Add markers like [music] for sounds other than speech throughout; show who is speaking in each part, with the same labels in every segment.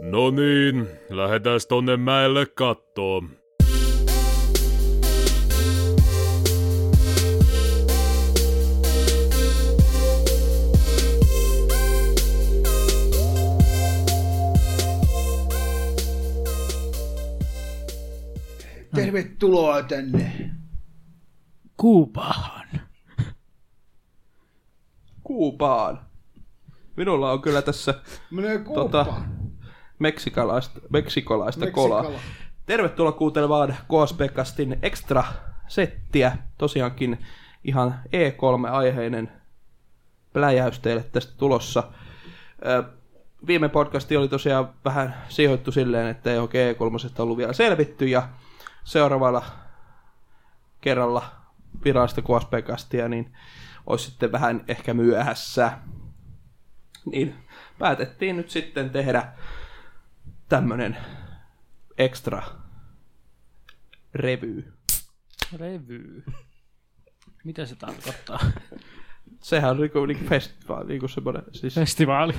Speaker 1: No niin, lähdetääs tonne mäelle kattoon.
Speaker 2: Tervetuloa tänne.
Speaker 3: Kuubahan.
Speaker 4: Kuubaan. Minulla on kyllä tässä
Speaker 2: Menee kuuppaan.
Speaker 4: tota, meksikalaista, meksikolaista kolaa.
Speaker 2: Meksikala.
Speaker 4: Tervetuloa kuuntelemaan KSP-kastin extra settiä. Tosiaankin ihan E3-aiheinen pläjäys teille tästä tulossa. Ö, Viime podcasti oli tosiaan vähän sijoittu silleen, että ei oikein E3 ollut vielä selvitty ja seuraavalla kerralla virallista KSP-kastia, niin olisi sitten vähän ehkä myöhässä. Niin päätettiin nyt sitten tehdä tämmönen extra revy.
Speaker 3: Revy. [laughs] Mitä se tarkoittaa?
Speaker 4: Sehän on niinku, niinku festivaali, niinku semmoinen, siis
Speaker 3: Festivaali.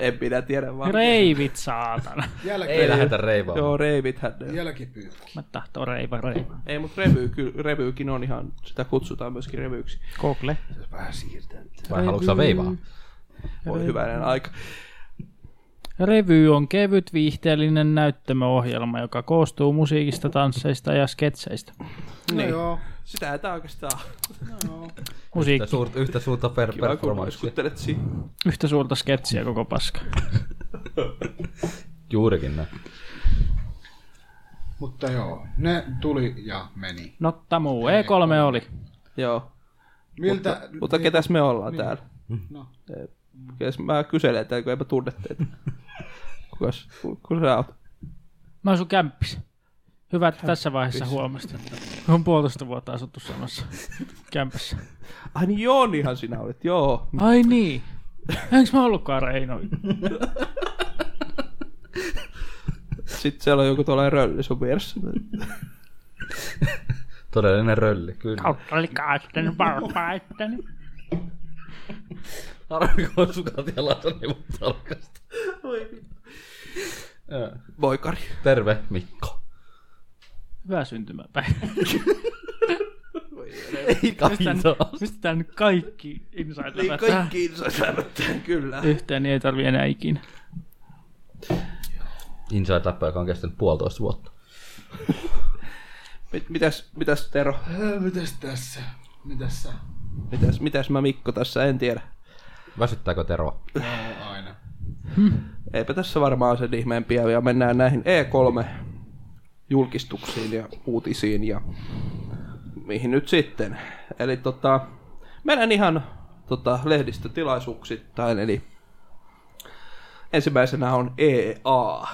Speaker 4: en minä tiedä vaan.
Speaker 3: Reivit, saatana.
Speaker 5: Ei
Speaker 2: Jälki,
Speaker 5: lähetä reivaa.
Speaker 4: Joo, reivithän ne. on.
Speaker 2: jälkipyykki.
Speaker 3: Mä tahtoo reiva reiva.
Speaker 4: Ei, mutta revy, ky- revykin on ihan, sitä kutsutaan myöskin revyksi.
Speaker 3: Google.
Speaker 2: Vähän siirtää.
Speaker 5: Vai haluatko sä veivaa?
Speaker 4: Voi hyvänen aika.
Speaker 3: Revy on kevyt viihteellinen näyttämöohjelma, joka koostuu musiikista, tansseista ja sketseistä.
Speaker 4: Niin.
Speaker 2: Joo.
Speaker 4: Sitähän tää oikeastaan on.
Speaker 5: Yhtä,
Speaker 3: Musiikki.
Speaker 5: suur, yhtä suurta per,
Speaker 4: Kiva, kun
Speaker 5: performanssia.
Speaker 4: ruiskuttelet si-
Speaker 3: Yhtä suurta sketsiä koko paska.
Speaker 5: Juurikin näin.
Speaker 2: Mutta joo, ne tuli ja meni.
Speaker 3: Notta muu. E3 E oli.
Speaker 4: Joo.
Speaker 2: Miltä?
Speaker 4: Mutta, mutta ketäs me ollaan niin. täällä?
Speaker 2: No.
Speaker 4: Ketäs mä kyselen täällä, kun eipä tunne teitä. Kukas, ku, ku sä oot?
Speaker 3: Mä asun kämppis. Hyvä, että tässä vaiheessa huomasit. On puolitoista vuotta asuttu samassa kämpässä.
Speaker 4: Ai niin Joonihan sinä olet, joo.
Speaker 3: Ai niin. Enkö mä ollutkaan Reino?
Speaker 4: Sitten siellä on joku tuollainen rölli sun vieressä.
Speaker 5: Todellinen rölli, kyllä.
Speaker 3: Kautta oli kaisten varpaitten.
Speaker 5: Harmi, kun on sukat ja lasoni tarkasta. Joo.
Speaker 4: Voikari.
Speaker 5: Terve, Mikko.
Speaker 3: Hyvää [laughs] syntymäpäivää.
Speaker 5: Ei kaitaa.
Speaker 3: Pistetään nyt kaikki insight
Speaker 4: Niin kaikki insoisävättää, kyllä.
Speaker 3: Yhtään niin ei tarvi enää ikinä.
Speaker 5: Inside Lab, joka on kestänyt puolitoista vuotta.
Speaker 4: Mit, mitäs, mitäs Tero?
Speaker 2: Äh, Mitäs tässä? Mitäs sä?
Speaker 4: Mitäs, mitäs mä Mikko tässä, en tiedä.
Speaker 5: Väsyttääkö Tero?
Speaker 2: No, aina.
Speaker 4: Eipä tässä varmaan sen ihmeempiä, ja mennään näihin E3-julkistuksiin ja uutisiin ja mihin nyt sitten. Eli tota, mennään ihan tota, lehdistötilaisuuksittain, eli ensimmäisenä on E EA.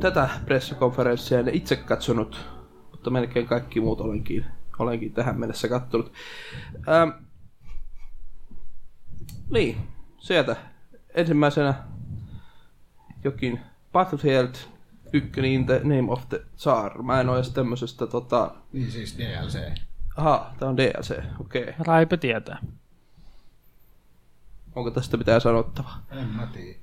Speaker 4: tätä pressikonferenssia en itse katsonut, mutta melkein kaikki muut olenkin, olenkin tähän mennessä kattonut. Ähm, niin, sieltä ensimmäisenä jokin Battlefield 1 in the name of the Tsar. Mä en ole edes tämmöisestä tota...
Speaker 2: Niin siis DLC.
Speaker 4: Aha, tää on DLC, okei. Okay.
Speaker 3: Raipe tietää. No
Speaker 4: Onko tästä mitään sanottavaa?
Speaker 2: En mä tiedä.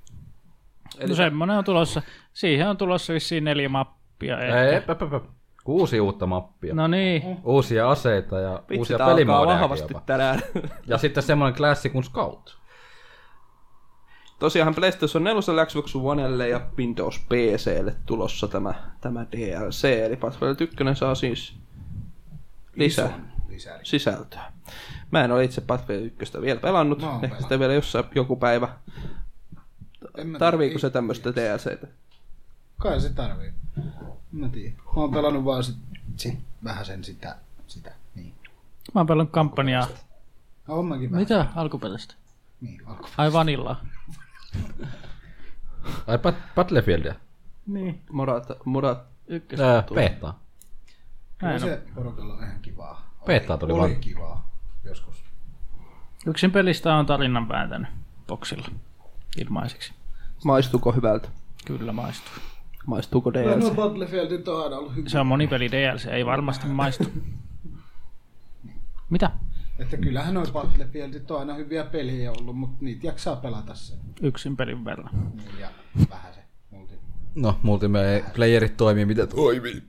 Speaker 3: Eli no semmonen on tulossa. Siihen on tulossa vissiin neljä mappia.
Speaker 5: Ei,
Speaker 3: Ehkä.
Speaker 5: ep, ep, ep. Kuusi uutta mappia.
Speaker 3: No niin.
Speaker 5: Uusia aseita ja
Speaker 4: Vitsi,
Speaker 5: uusia
Speaker 4: tää alkaa
Speaker 5: pelimoodeja
Speaker 4: vahvasti
Speaker 5: jopa.
Speaker 4: tänään.
Speaker 5: Ja sitten semmoinen klassi kuin Scout.
Speaker 4: Tosiaan PlayStation 4, Xbox Onelle ja Windows PClle tulossa tämä, tämä DLC, eli Battlefield 1 saa siis lisää
Speaker 2: Lisäri.
Speaker 4: sisältöä. Mä en ole itse Battlefield 1 vielä pelannut,
Speaker 2: Mä oon
Speaker 4: ehkä
Speaker 2: pelannut.
Speaker 4: sitä vielä jossain joku päivä.
Speaker 2: En mä
Speaker 4: Tarviiko
Speaker 2: tiedä.
Speaker 4: se
Speaker 2: Ei-
Speaker 4: tämmöistä DLCtä?
Speaker 2: Kai se tarvii. En Mä tiedän. Mä oon pelannut vaan sit, sit vähän sen sitä. sitä. Niin.
Speaker 3: Mä oon pelannut kampanjaa.
Speaker 2: No, on mäkin vähän.
Speaker 3: Mitä alkuperäistä?
Speaker 2: Niin, alku.
Speaker 3: Ai vanilla.
Speaker 5: Ai Bat- Battlefieldia.
Speaker 3: Niin.
Speaker 4: Murata, murata.
Speaker 3: Ykkös.
Speaker 5: Äh, Peettaa.
Speaker 3: Mä
Speaker 2: Kyllä
Speaker 3: en oo.
Speaker 2: se porukalla on ihan kivaa. Oli-
Speaker 5: Peettaa tuli
Speaker 2: Oli
Speaker 5: vaan.
Speaker 2: kivaa. Joskus.
Speaker 3: Yksin pelistä on tarinan vääntänyt boksilla. Ilmaiseksi.
Speaker 4: Maistuuko hyvältä?
Speaker 3: Kyllä maistuu.
Speaker 4: Maistuuko
Speaker 2: No, no
Speaker 4: DLC?
Speaker 2: Battlefieldit on aina ollut hyvä.
Speaker 3: [laughs] Se on monipeli DLC, ei varmasti maistu. Mitä?
Speaker 2: Että kyllähän noi Battlefieldit on aina hyviä pelejä ollut, mutta niitä jaksaa pelata sen.
Speaker 3: Yksin pelin verran.
Speaker 2: Ja vähän se multi.
Speaker 5: No, multiplayerit toimii mitä toimii.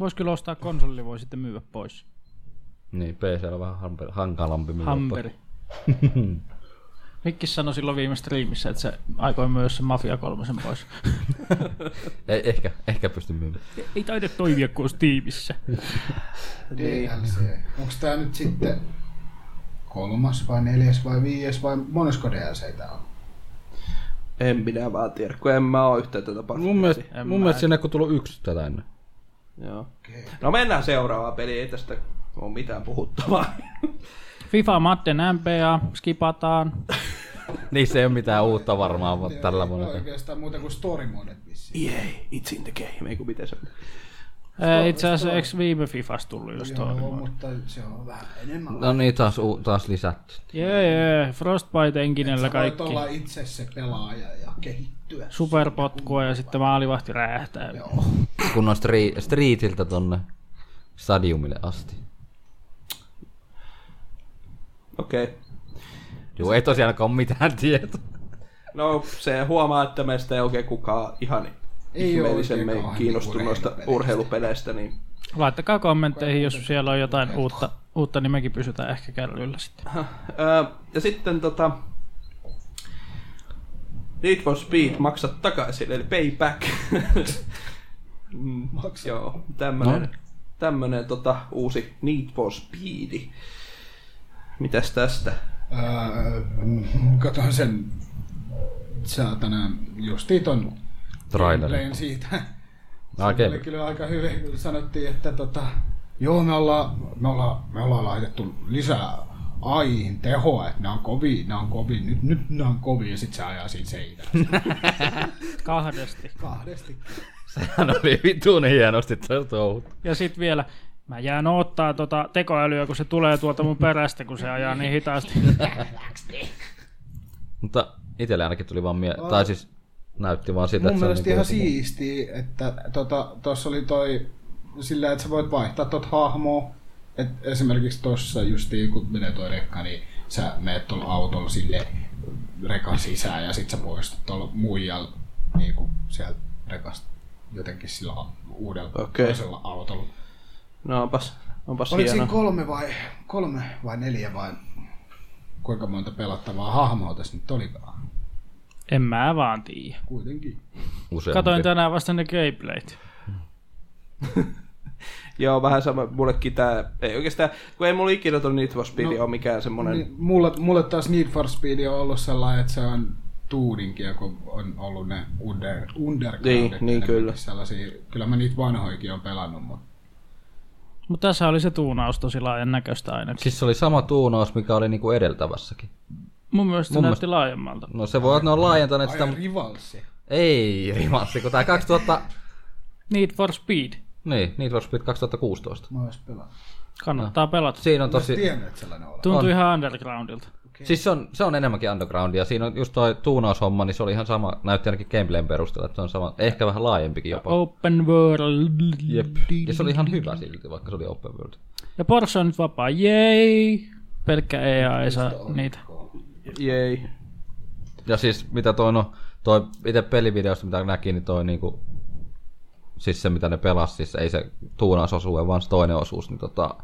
Speaker 3: Voisi kyllä ostaa konsoli, voi sitten myydä pois.
Speaker 5: Niin, PC on vähän hamper, hankalampi. myydä.
Speaker 3: Hamperi. Mikki sanoi silloin viime striimissä, että se aikoi myös sen Mafia kolmosen pois.
Speaker 5: Ei, E- ehkä, ehkä pysty myymään.
Speaker 3: Ei taida toimia kuin Steamissä.
Speaker 2: DLC. Onko tää nyt sitten kolmas vai neljäs vai viides vai monesko DLC tää on?
Speaker 4: En minä vaan tiedä, kun en mä oo yhtään tätä paskaa.
Speaker 5: No Mun mielestä,
Speaker 3: En
Speaker 5: mun
Speaker 3: mä-
Speaker 5: mielestä siinä kun tullut yksi tätä ennen.
Speaker 4: Joo. No mennään seuraavaan peliin, ei tästä oo mitään puhuttavaa. [laughs]
Speaker 3: FIFA Madden NBA skipataan.
Speaker 5: Niin se ei ole mitään uutta varmaan vaan tällä vuonna.
Speaker 2: Oikeastaan muuta kuin story modet vissiin.
Speaker 4: Yay, it's in the game, ei kun miten se
Speaker 3: Ää, Itse asiassa eikö viime FIFAs tullut just
Speaker 2: Joo,
Speaker 3: toi?
Speaker 2: mutta se on vähän enemmän.
Speaker 5: No niin, taas, u- taas lisätty.
Speaker 3: Jee, jee, Frostbite enkinellä
Speaker 2: Sä voit
Speaker 3: kaikki.
Speaker 2: olla itse se pelaaja ja kehittyä.
Speaker 3: Superpotkua ja sitten maalivahti räjähtää.
Speaker 2: Joo.
Speaker 5: Kun on stri- streetiltä tonne stadiumille asti.
Speaker 4: Okei. Okay.
Speaker 5: Joo, ei tosiaankaan ole mitään tietoa.
Speaker 4: No se huomaa, että meistä ei oikein kukaan ihan
Speaker 2: Ei oo
Speaker 4: ihmeellisemmin
Speaker 2: oikeinkaan
Speaker 4: kiinnostunut noista
Speaker 2: urheilupeleistä.
Speaker 4: urheilupeleistä, niin
Speaker 3: Laittakaa kommentteihin, jos siellä on jotain uutta, uutta niin mekin pysytään ehkä kärryillä sitten.
Speaker 4: Öö, ja sitten tota... Need for Speed, maksa takaisin, eli
Speaker 2: [laughs]
Speaker 4: payback. Mm,
Speaker 2: Maksa.
Speaker 4: Joo, tämmönen,
Speaker 5: No.
Speaker 4: no. tämmönen tota, uusi Need for Speed. Mitäs tästä?
Speaker 2: Öö, mm, Katoin sen saatana justiin ton
Speaker 5: Traileri.
Speaker 2: gameplayn siitä.
Speaker 5: Okei.
Speaker 2: Oli kyllä aika hyvin, kun sanottiin, että tota, joo, me ollaan, me, ollaan, me ollaan laitettu lisää aihin tehoa, että nämä on kovin, nämä on kovin, nyt, nyt nämä on kovin, ja sit se ajaa siinä seinään.
Speaker 3: Kahdesti.
Speaker 2: Kahdesti.
Speaker 5: Sehän oli vitun hienosti tuo touhu.
Speaker 3: Ja sitten vielä, mä jään ottaa tota tekoälyä, kun se tulee tuolta mun perästä, kun se ajaa niin hitaasti.
Speaker 5: Mutta itselle ainakin tuli vaan mie- tai siis näytti vaan sitä,
Speaker 2: Mun
Speaker 5: se on
Speaker 2: mielestä
Speaker 5: niinku
Speaker 2: ihan
Speaker 5: joku-
Speaker 2: siistiä, että tuossa tota, oli toi sillä, että sä voit vaihtaa tuota hahmoa. Et esimerkiksi tuossa justiin, kun menee toi rekka, niin sä menet tuolla autolla sinne rekan sisään ja sit sä poistut tuolla muijalla niin sieltä rekasta jotenkin sillä uudella
Speaker 4: Okei.
Speaker 2: toisella autolla.
Speaker 4: No onpas, onpas
Speaker 2: Oliko
Speaker 4: hieno.
Speaker 2: siinä kolme vai, kolme vai neljä vai kuinka monta pelattavaa hahmoa tässä nyt olikaan?
Speaker 3: En mä vaan tiedä.
Speaker 2: Kuitenkin.
Speaker 5: useampi.
Speaker 3: Katoin tänään vasta ne gameplayt.
Speaker 4: Joo, vähän sama mullekin tää, ei oikeastaan, kun ei mulla ikinä ton Need for Speed no, ole mikään semmonen...
Speaker 2: Niin, mulle, mulle taas Need for Speed on ollut sellainen, että se on tuudinkia, kun on ollut ne under, undergroundit.
Speaker 4: Niin, niin
Speaker 2: ne
Speaker 4: kyllä.
Speaker 2: Sellaisia, kyllä mä niitä vanhoikin on pelannut, mutta
Speaker 3: Mutta tässä oli se tuunaus tosi laajan näköistä ainakin.
Speaker 5: Siis se oli sama tuunaus, mikä oli niinku edeltävässäkin.
Speaker 3: Mun mielestä se
Speaker 5: mun
Speaker 3: näytti laajemmalta.
Speaker 5: No se voi olla, että ne on laajentaneet sitä,
Speaker 2: aika
Speaker 5: mutta
Speaker 2: rivalsi.
Speaker 5: ei rimanssi, kun tää 2000...
Speaker 3: Need for Speed.
Speaker 5: Niin, Need for Speed 2016.
Speaker 2: Mä ois pelannut.
Speaker 3: Kannattaa
Speaker 5: Ah.
Speaker 3: pelata.
Speaker 5: Siinä on
Speaker 2: Mä ois
Speaker 5: tosi...
Speaker 2: tiennyt, että sellainen on.
Speaker 3: Tuntui ihan undergroundilta.
Speaker 5: Siis se on, se on enemmänkin undergroundia. Siinä on just toi tuunaushomma, niin se oli ihan sama, näytti ainakin gameplayn perusteella, että se on sama, ehkä vähän laajempikin jopa.
Speaker 3: Open world.
Speaker 5: Jep. Ja se oli ihan hyvä silti, vaikka se oli open world.
Speaker 3: Ja Porsche on nyt vapaa. Jei! Pelkkä EA ei saa niitä.
Speaker 4: Jei.
Speaker 5: Ja siis mitä toi no, toi itse pelivideosta mitä näki, niin toi niinku, siis se mitä ne pelasi, siis ei se tuunausosuus, vaan se toinen osuus, niin tota,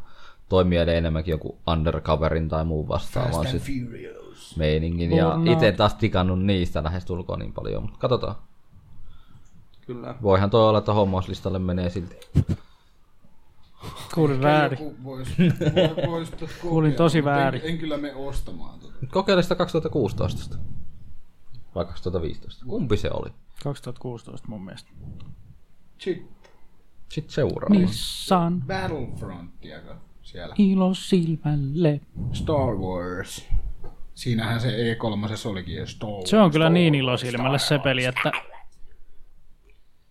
Speaker 5: toi mieleen enemmänkin joku undercoverin tai muun vastaavan
Speaker 2: Fast and
Speaker 5: sit
Speaker 2: Furious.
Speaker 5: meiningin. Ja
Speaker 3: Burnout.
Speaker 5: itse taas tikannut niistä lähestulkoon niin paljon, mutta katsotaan.
Speaker 4: Kyllä.
Speaker 5: Voihan toi olla, että hommauslistalle menee silti.
Speaker 3: Kuulin väärin.
Speaker 2: Joku vois, voi- vois tot kokeilla,
Speaker 3: [laughs] Kuulin tosi
Speaker 2: mutta en-
Speaker 3: väärin.
Speaker 2: En, kyllä me ostamaan tota.
Speaker 5: Nyt kokeile sitä 2016 sitten. vai 2015. Kumpi se oli?
Speaker 3: 2016 mun mielestä.
Speaker 2: Shit,
Speaker 5: Sitten seuraava.
Speaker 3: Niin. Nissan
Speaker 2: Battlefrontia kun siellä.
Speaker 3: ilo silmälle.
Speaker 2: Star Wars. Siinähän se E3 olikin jo Star Wars.
Speaker 3: Se on kyllä niin ilosilmälle se peli, että...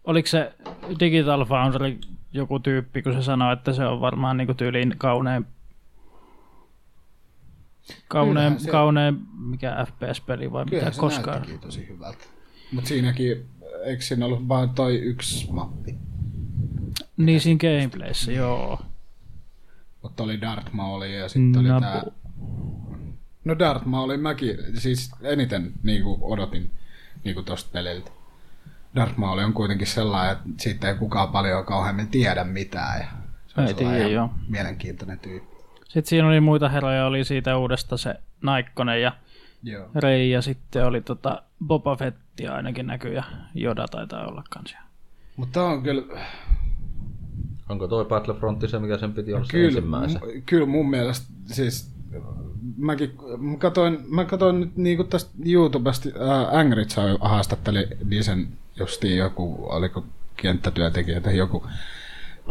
Speaker 3: Oliko se Digital Foundry joku tyyppi, kun se sanoi, että se on varmaan niinku tyyliin kaunein... Kaunein,
Speaker 2: Kyllähän se-
Speaker 3: kaunein mikä FPS-peli vai mitä
Speaker 2: Kyllähän se
Speaker 3: koskaan.
Speaker 2: näyttikin tosi hyvältä. Mut siinäkin, eikö siinä ollut vain toi yksi mappi?
Speaker 3: Niin siinä gameplayssä, joo.
Speaker 2: Mut sitten oli Darth Mauli ja sitten oli
Speaker 3: Nabu.
Speaker 2: tämä... No Darth Mauli mäkin siis eniten niinku odotin niinku tosta peliltä. Darth Mauli on kuitenkin sellainen, että siitä ei kukaan paljon kauheammin tiedä mitään. Ja se on
Speaker 3: Ei
Speaker 2: sellainen
Speaker 3: tiedä,
Speaker 2: ihan
Speaker 3: joo.
Speaker 2: Mielenkiintoinen tyyppi.
Speaker 3: Sitten siinä oli muita herroja, oli siitä uudesta se Naikkonen ja
Speaker 2: Joo.
Speaker 3: Rei ja sitten oli tota Boba Fetti ainakin näkyy ja Joda taitaa olla kansia.
Speaker 2: Mutta on kyllä,
Speaker 5: Onko toi Battlefront se, mikä sen piti olla se
Speaker 2: Kyllä,
Speaker 5: ensimmäisen?
Speaker 2: mu- kyllä mun mielestä, siis äh, mäkin mä katoin, mä katoin nyt niinku tästä YouTubesta, äh, Angry Child haastatteli Disen justiin joku, oliko kenttätyöntekijä tai joku,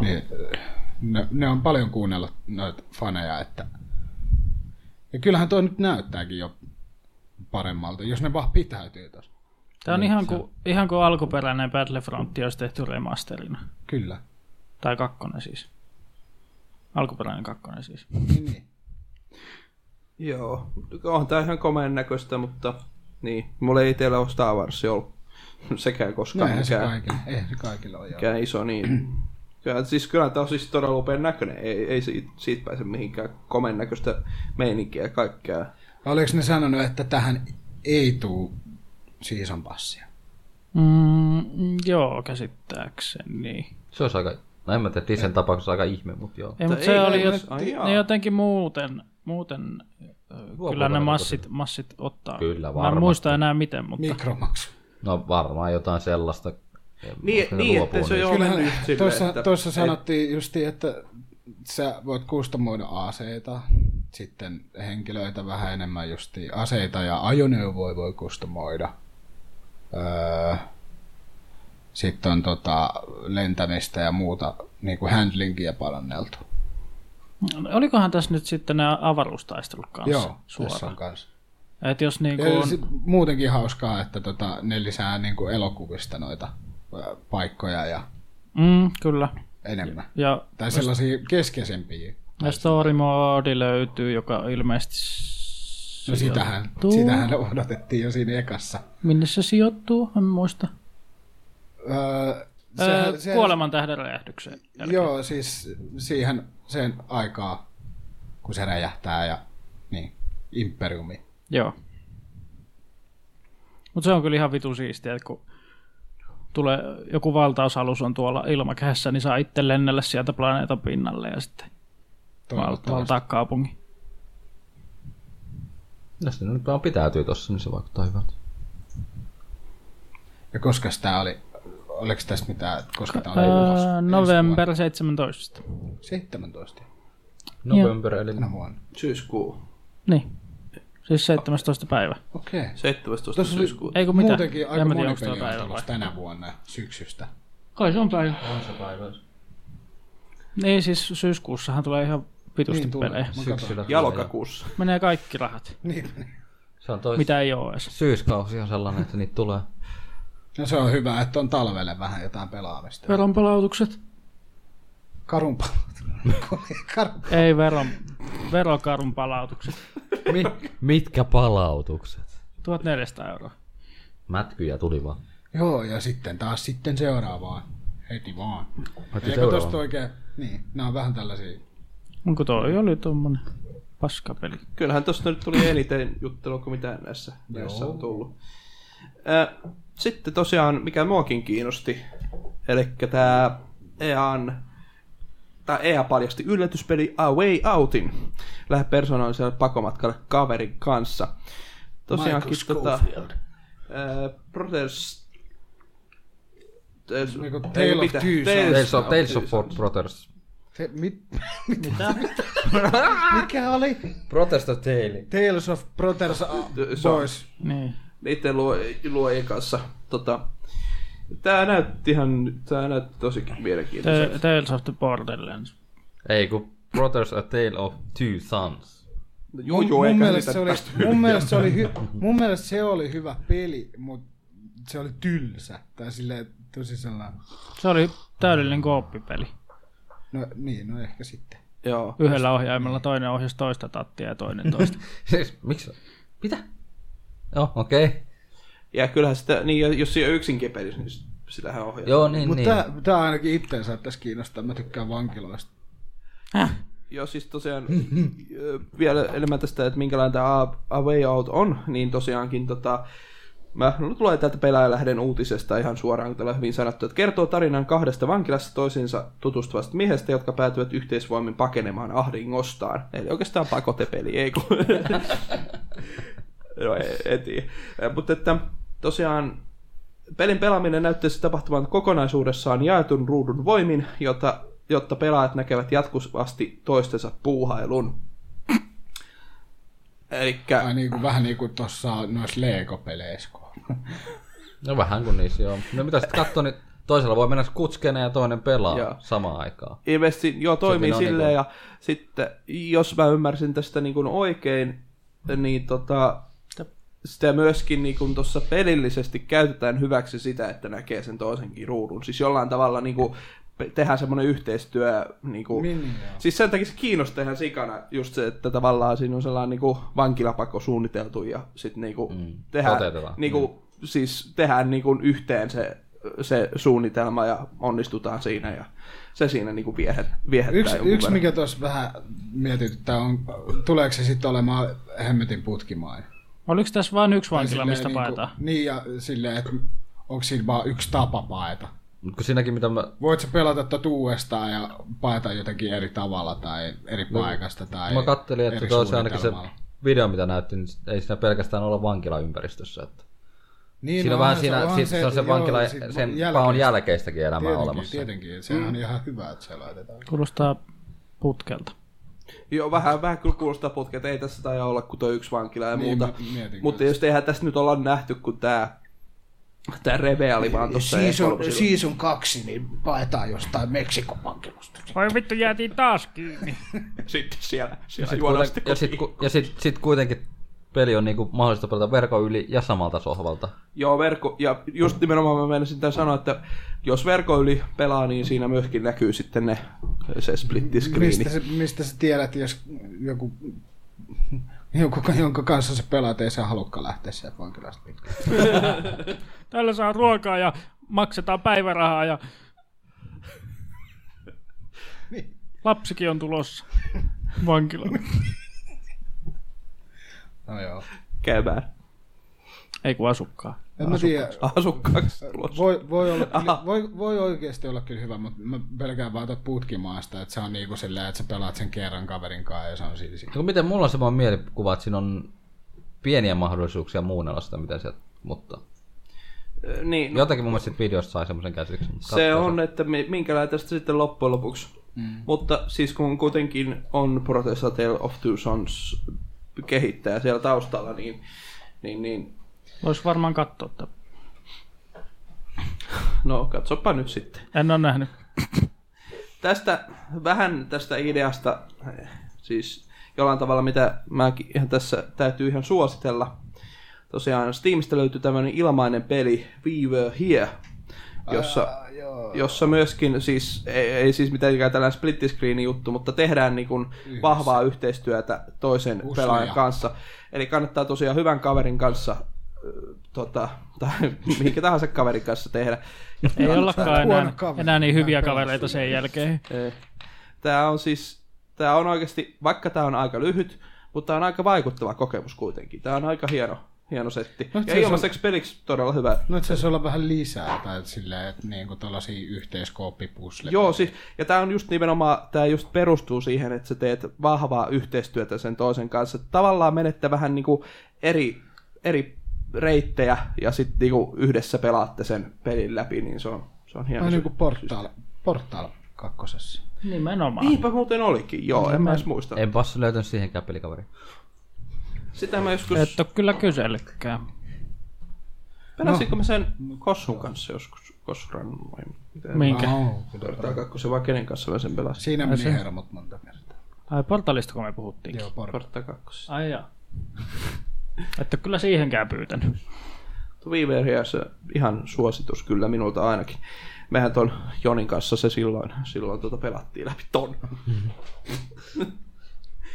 Speaker 2: niin äh, ne, ne on paljon kuunnellut noita faneja, että ja kyllähän toi nyt näyttääkin jo paremmalta, jos ne vaan pitäytyy tässä.
Speaker 3: Tämä on ihan kuin, ihan kuin alkuperäinen Battlefront olisi tehty remasterina.
Speaker 2: Kyllä.
Speaker 3: Tai kakkonen siis. Alkuperäinen kakkonen siis.
Speaker 2: Niin, niin.
Speaker 4: Joo, onhan tää ihan komeen näköistä, mutta niin, mulla ei itsellä ole Star Wars ollut [laughs] sekään
Speaker 2: No,
Speaker 4: koskaan
Speaker 2: eihän se
Speaker 4: mikään,
Speaker 2: kaikilla, eihän se kaikilla ole. joo.
Speaker 4: mikään
Speaker 2: [clears throat]
Speaker 4: iso, niin kyllä, siis kyllä tää on siis todella upean näköinen, ei, ei siitä, siitä pääse mihinkään komeen näköistä meininkiä ja kaikkea.
Speaker 2: Oliko ne sanonut, että tähän ei tuu season passia?
Speaker 3: Mm, joo, käsittääkseni.
Speaker 5: Se olisi aika, no en mä tiedä, Disney tapauksessa aika ihme, mutta joo.
Speaker 3: Ei, mutta
Speaker 4: ei
Speaker 3: se
Speaker 4: kai
Speaker 3: oli
Speaker 4: nyt-
Speaker 3: jot,
Speaker 4: ai jaa.
Speaker 3: ne jotenkin muuten, muuten
Speaker 5: Luopuuko
Speaker 3: kyllä ne
Speaker 5: ne
Speaker 3: massit, massit ottaa.
Speaker 5: Kyllä,
Speaker 3: Mä en
Speaker 5: varmasti.
Speaker 3: muista enää miten, mutta
Speaker 2: Mikromaksu.
Speaker 5: No varmaan jotain sellaista.
Speaker 4: Niin,
Speaker 5: Koska ne
Speaker 4: niin
Speaker 5: luopuu
Speaker 4: että se
Speaker 5: niistä.
Speaker 4: ei ole
Speaker 2: Kyllähän
Speaker 4: mennyt just silleen,
Speaker 2: tuossa,
Speaker 4: että-
Speaker 2: tuossa
Speaker 4: et-
Speaker 2: sanottiin justiin, että sä voit kustomoida aseita, sitten henkilöitä vähän enemmän justiin. Aseita ja ajoneuvoja voi kustomoida. Öö, sitten on tota, lentämistä ja muuta niin kuin handlingia paranneltu.
Speaker 3: olikohan tässä nyt sitten nämä avaruustaistelut kanssa
Speaker 2: Joo, tässä on
Speaker 3: suoraan?
Speaker 2: kanssa.
Speaker 3: Et jos niin
Speaker 2: Ja
Speaker 3: kuin,
Speaker 2: sit muutenkin hauskaa, että tota, ne lisää niin kuin elokuvista noita ö, paikkoja ja
Speaker 3: mm, kyllä.
Speaker 2: enemmän.
Speaker 3: Ja
Speaker 2: Tai sellaisia keskeisempiä.
Speaker 3: ja story mode löytyy, joka ilmeisesti s-
Speaker 2: No sitähän,
Speaker 3: sijoittuu.
Speaker 2: sitähän odotettiin jo siinä ekassa.
Speaker 3: Minne se sijoittuu, en muista.
Speaker 2: Öö,
Speaker 3: Öö, kuoleman tähden räjähdykseen.
Speaker 2: Joo, siis siihen sen aikaa, kun se räjähtää ja niin, imperiumi.
Speaker 3: Joo. Mutta se on kyllä ihan vitu siistiä, että kun tulee joku valtausalus on tuolla ilmakehässä, niin saa itse lennellä sieltä planeetan pinnalle ja sitten val-
Speaker 2: Toivottavasti.
Speaker 3: valtaa kaupungin.
Speaker 5: Jos ne nyt vaan pitäytyy tossa, niin se vaikuttaa hyvältä.
Speaker 2: Ja koska tämä oli, oliko tässä mitään, että koska tämä oli ulos?
Speaker 3: Öö,
Speaker 2: Ensi
Speaker 3: november 17.
Speaker 2: vuonna. 17
Speaker 5: November, eli
Speaker 2: tänä vuonna.
Speaker 4: Syyskuu,
Speaker 3: Niin. Siis 17. päivä.
Speaker 2: Okei. Okay.
Speaker 4: 17.
Speaker 2: Tuossa oli-
Speaker 4: syyskuuta.
Speaker 3: Ei kun mitä.
Speaker 2: Muutenkin aika
Speaker 3: En mä
Speaker 2: moni
Speaker 3: tiedä, onko tämä
Speaker 2: peli on
Speaker 3: päivä vai.
Speaker 2: tulossa tänä vuonna syksystä.
Speaker 3: Kai se on päivä.
Speaker 5: on se päivä.
Speaker 3: Niin siis syyskuussahan tulee ihan vitusti
Speaker 2: Niin
Speaker 3: niin,
Speaker 2: tulee.
Speaker 3: pelejä.
Speaker 2: Mä katsoin.
Speaker 5: Syksyllä.
Speaker 4: Ja lokakuussa.
Speaker 3: Menee kaikki rahat,
Speaker 2: Niin.
Speaker 5: Se on toi
Speaker 3: mitä ei ole edes.
Speaker 5: syyskausi on sellainen, että niitä [laughs] tulee.
Speaker 2: No se on hyvä, että on talvelle vähän jotain pelaamista.
Speaker 3: Veronpalautukset?
Speaker 2: Karun [laughs] Karun
Speaker 3: Ei veron, verokarun palautukset.
Speaker 5: Mi- mitkä palautukset?
Speaker 3: 1400 euroa.
Speaker 5: Mätkyjä tuli vaan.
Speaker 2: Joo, ja sitten taas sitten seuraavaan. Heti vaan.
Speaker 5: Otti
Speaker 2: Eikö
Speaker 5: seuraavan.
Speaker 2: tosta oikein... Niin, nämä on vähän tällaisia...
Speaker 3: Onko toi oli tommonen paskapeli?
Speaker 4: Kyllähän tosta nyt tuli eniten juttelua kuin mitään näissä, näissä on tullut. Ö, Sitten tosiaan, mikä muakin kiinnosti, eli tämä EAN, tai EA paljasti yllätyspeli A Way Outin. Lähde persoonalliselle pakomatkalle kaverin kanssa. Tosiaankin
Speaker 2: Michael
Speaker 4: tota,
Speaker 2: Scofield.
Speaker 4: ö, Brothers... Tales,
Speaker 2: Niinku Tale of
Speaker 4: mitä?
Speaker 2: Two
Speaker 5: Tales of, Tales of
Speaker 4: Two
Speaker 5: Fort Brothers.
Speaker 2: Te, mit,
Speaker 3: Mitä?
Speaker 2: [laughs] mikä oli?
Speaker 5: Brothers of Tale.
Speaker 2: Tales of Brothers A-
Speaker 4: Se on-
Speaker 2: Boys.
Speaker 3: Niin.
Speaker 4: niiden luo, luojien kanssa. Tota, tää näytti ihan, tää näytti tosi mielenkiintoiselta.
Speaker 3: Ta- Tales of the Borderlands.
Speaker 5: Ei kun Brothers a Tale of Two Sons. [laughs]
Speaker 4: Joo, joo,
Speaker 2: mun,
Speaker 4: eikä
Speaker 2: mielestä
Speaker 4: sitä
Speaker 2: se oli,
Speaker 4: tästä-
Speaker 2: mun, mielestä se oli hy, mun mielestä se oli hyvä peli, mutta se oli tylsä. Tai silleen tosi sellainen...
Speaker 3: Se oli täydellinen kooppipeli.
Speaker 2: No niin, no ehkä sitten.
Speaker 4: Joo.
Speaker 3: Yhdellä ohjaimella toinen ohjasi toista tattia ja toinen [laughs] toista.
Speaker 5: Siis, miksi? Mitä? Joo, okei. Okay.
Speaker 4: Ja kyllähän sitä, niin ja jos se on yksinkin pelissä, niin sit- sitähän ohjaa.
Speaker 5: Joo, niin,
Speaker 2: Mutta
Speaker 5: niin.
Speaker 2: niin. tämä ainakin itteensä tässä kiinnostaa. Mä tykkään vankiloista.
Speaker 4: Joo, siis tosiaan ö, vielä enemmän tästä, että minkälainen tämä A, A Way Out on, niin tosiaankin tota, Mä no, tulee täältä pelaajalähden uutisesta ihan suoraan, kun täällä on hyvin sanottu, että kertoo tarinan kahdesta vankilassa toisiinsa tutustuvasta miehestä, jotka päätyvät yhteisvoimin pakenemaan ahdingostaan. Eli oikeastaan pakotepeli, ei kun... [laughs] no ei, ei tiedä. Eh, Mutta että tosiaan pelin pelaaminen näyttäisi tapahtuvan kokonaisuudessaan jaetun ruudun voimin, jota, jotta pelaajat näkevät jatkuvasti toistensa puuhailun. Elikkä...
Speaker 2: Ai, niin kuin, vähän niin kuin tuossa noissa Lego-peleissä. kun-
Speaker 5: No vähän kuin niissä, joo. No mitä sitten katsoo, niin toisella voi mennä kutskene ja toinen pelaa
Speaker 4: Joo.
Speaker 5: joo. samaan aikaan.
Speaker 4: ilmeisesti joo, toimii
Speaker 5: ne on
Speaker 4: silleen,
Speaker 5: niinku-
Speaker 4: ja sitten jos mä ymmärsin tästä niin kuin oikein, niin tota, sitä myöskin niin kuin tuossa pelillisesti käytetään hyväksi sitä, että näkee sen toisenkin ruudun. Siis jollain tavalla niin kuin, pe- tehdään semmoinen yhteistyö. Niin kuin,
Speaker 2: Niin, joo.
Speaker 4: siis sen takia se kiinnostaa ihan sikana just se, että tavallaan siinä on sellainen niin kuin, vankilapakko suunniteltu ja sitten niin kuin, mm. tehdään,
Speaker 5: toteutetaan.
Speaker 4: niin kuin, siis tehdään niin kuin, yhteen se, se suunnitelma ja onnistutaan siinä ja se siinä niin kuin, viehet, viehettää
Speaker 2: Yksi,
Speaker 4: jonkun
Speaker 2: yksi
Speaker 4: verran.
Speaker 2: mikä tuossa vähän mietityttää on, tuleeko se sitten olemaan hemmetin putkimainen?
Speaker 3: Oliko tässä vain yksi
Speaker 2: Tai
Speaker 3: vankila,
Speaker 2: silleen
Speaker 3: mistä
Speaker 2: niinku-
Speaker 3: paetaan?
Speaker 2: Niin, ja silleen, että onko siinä vaan yksi tapa paeta?
Speaker 5: Mutta kun siinäkin, mitä mä
Speaker 2: Voit sä pelata tätä uudestaan ja paeta jotenkin eri tavalla tai eri paikasta tai
Speaker 5: No, Mä kattelin, että
Speaker 2: eri
Speaker 5: tuossa ainakin se
Speaker 2: suunnitelmalla.
Speaker 5: video, mitä näytti, niin ei siinä pelkästään olla vankilaympäristössä. Että.
Speaker 2: Niin, no
Speaker 5: Siinä on vähän
Speaker 2: onhan
Speaker 5: siinä, se,
Speaker 2: onhan
Speaker 5: siis se, on se
Speaker 2: joo,
Speaker 5: vankila,
Speaker 2: sit
Speaker 5: sen
Speaker 2: jälkeen-
Speaker 5: paon jälkeistäkin elämää
Speaker 2: tietenkin,
Speaker 5: olemassa. Mm.
Speaker 2: Tietenkin, sehän on ihan hyvä, että se laitetaan.
Speaker 3: Kuulostaa putkelta.
Speaker 4: Joo, vähän, vähän kyllä kuulostaa putket, ei tässä taida olla kuin tuo yksi vankila ja
Speaker 2: Niin,
Speaker 4: muuta.
Speaker 2: mä mietin
Speaker 4: Mutta
Speaker 2: kyllä.
Speaker 4: jos eihän tässä nyt olla nähty, kun tämä tää Reve oli
Speaker 2: Niin,
Speaker 4: vaan tuossa
Speaker 2: siis season 2, niin paetaan jostain Meksikon vankilosta.
Speaker 3: Oi vittu, jäätiin taas kiinni.
Speaker 4: Sitten siellä, siellä
Speaker 5: Sit
Speaker 4: juodaan
Speaker 5: kuiten-
Speaker 4: sitten
Speaker 5: ja sitten
Speaker 4: kotiin.
Speaker 5: ja sit, sit kuitenkin peli on niinku mahdollista pelata verkon yli ja samalta sohvalta.
Speaker 4: Joo, verkko, ja just nimenomaan mä menisin tämän sanoa, että jos verkko yli pelaa, niin siinä myöskin näkyy sitten ne, se split screeni.
Speaker 2: Mistä, se, mistä sä tiedät, jos joku, joku jonka kanssa sä pelaat, ei sä halukka lähteä sieltä vankilasta?
Speaker 3: Tällä saa ruokaa ja maksetaan päivärahaa ja...
Speaker 2: Niin.
Speaker 3: Lapsikin on tulossa
Speaker 2: [laughs]
Speaker 3: vankilaan.
Speaker 2: No joo.
Speaker 4: käymään
Speaker 3: Ei kun asukkaan.
Speaker 2: En mä tiedä.
Speaker 4: asukkaaksi tulossa.
Speaker 2: Voi, voi,
Speaker 4: [laughs]
Speaker 2: olla, kyllä- voi, voi oikeasti olla kyllä hyvä, mutta mä pelkään vaan tuota putkimaasta, että se on niinku sillä, että sä pelaat sen kerran kaverin kanssa ja se on siinä.
Speaker 5: No miten mulla on semmoinen mielikuva, että siinä on pieniä mahdollisuuksia muunnella sitä, mitä sieltä, mutta
Speaker 4: Niin, no,
Speaker 5: jotakin mun mielestä siitä videosta sai semmoisen käsityksen. mutta
Speaker 4: se
Speaker 5: katsoo
Speaker 4: on, että mi- minkälainen tästä sitten loppujen lopuksi. Mm. Mutta siis kun kuitenkin on Protesta Tale of Two Sons kehittäjä siellä taustalla, niin, niin, niin
Speaker 3: Voisi varmaan katsoa tämän.
Speaker 4: no katsopa nyt sitten.
Speaker 3: En ole nähnyt.
Speaker 4: tästä vähän tästä ideasta, eh, siis jollain tavalla mitä mä ihan tässä täytyy ihan suositella. Tosiaan Steamista löytyy tämmöinen ilmainen peli We Were Here, jossa, jossa myöskin siis, ei, ei siis mitenkään tällainen split screen juttu, mutta tehdään niin kuin vahvaa yhteistyötä toisen
Speaker 2: Useja.
Speaker 4: pelaajan kanssa. Eli kannattaa tosiaan hyvän kaverin kanssa ö, tota, tai [laughs] minkä tahansa kaverin kanssa tehdä.
Speaker 3: Ei ollakaan
Speaker 2: huono
Speaker 3: enää,
Speaker 2: kaveri.
Speaker 3: enää niin hyviä kavereita sen jälkeen.
Speaker 4: Ei. Tämä Eh, on siis, tämä on oikeasti, vaikka tämä on aika lyhyt, mutta tämä on aika vaikuttava kokemus kuitenkin. Tämä on aika hieno, hieno setti.
Speaker 2: No,
Speaker 4: No,
Speaker 2: se
Speaker 4: ja
Speaker 2: on-
Speaker 4: ilmaiseksi peliksi todella hyvä.
Speaker 2: No itse asiassa olla vähän lisää, tai että silleen, että niinku tällaisia yhteiskooppipusleja.
Speaker 4: Joo, siis, ja tämä on just nimenomaan, tämä just perustuu siihen, että sä teet vahvaa yhteistyötä sen toisen kanssa. Tavallaan menette vähän niinku eri, eri reittejä ja sitten niinku yhdessä pelaatte sen pelin läpi, niin se on, se on hieno.
Speaker 2: Vähän niin
Speaker 4: setti.
Speaker 2: kuin Portal, Portal kakkosessa.
Speaker 3: Nimenomaan.
Speaker 4: Niinpä muuten olikin, joo, en mä edes muista.
Speaker 5: En passi löytänyt siihenkään pelikaveri.
Speaker 4: Sitä mä joskus...
Speaker 3: Et ole kyllä kysellytkään.
Speaker 4: Pelasinko no. mä sen Kossun kanssa joskus? Kosran vai mitä?
Speaker 3: Minkä?
Speaker 2: Oh,
Speaker 4: Portal 2 vai kenen kanssa mä sen pelasin?
Speaker 2: siinä meni hermot monta kertaa.
Speaker 3: Ai portalista kun me puhuttiinkin.
Speaker 2: Joo, Portal.
Speaker 4: Portal 2.
Speaker 3: Ai jaa. Et ole kyllä siihenkään pyytänyt.
Speaker 4: Viiveriä se ihan suositus kyllä minulta ainakin. Mehän ton Jonin kanssa se silloin, silloin tuota pelattiin läpi ton.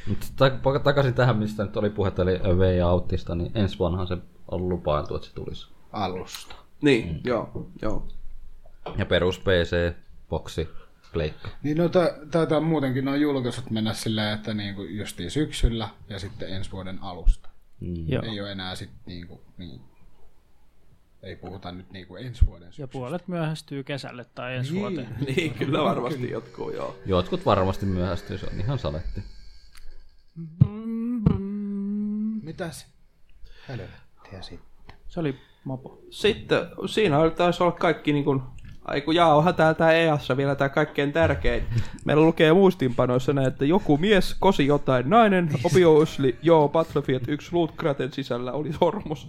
Speaker 5: Mutta tak- takaisin tähän, mistä nyt oli puhetta, eli A Way Outista, niin ensi vuonnahan se on lupailtu, että se tulisi.
Speaker 2: Alusta.
Speaker 4: Niin, mm. joo, [laughs] joo.
Speaker 5: Ja perus PC, boksi, pleikka.
Speaker 2: Niin no ta- taitaa muutenkin nuo julkaisut mennä sillä, että niinku justiin syksyllä ja sitten ensi vuoden alusta.
Speaker 3: Joo.
Speaker 2: Niin. Ei ole enää sitten niinku, niin, ei puhuta nyt niinku ensi vuoden
Speaker 3: Ja
Speaker 2: syksystä.
Speaker 3: puolet myöhästyy kesälle tai ensi
Speaker 2: Niin.
Speaker 3: vuoteen.
Speaker 4: Niin, kyllä varmasti jotkut joo.
Speaker 5: Jotkut varmasti myöhästyy, se on ihan saletti.
Speaker 2: Mitäs? Helvettiä sitten.
Speaker 3: Se oli mopo.
Speaker 4: Sitten siinä oli- taisi olla kaikki niin kuin, ai kun jaa, onhan tää, tää EAssa vielä tää kaikkein tärkein. Meillä lukee muistinpanoissa näin, että joku mies kosi jotain nainen, obviously, joo, Battlefield 1 Loot Craten sisällä oli sormus.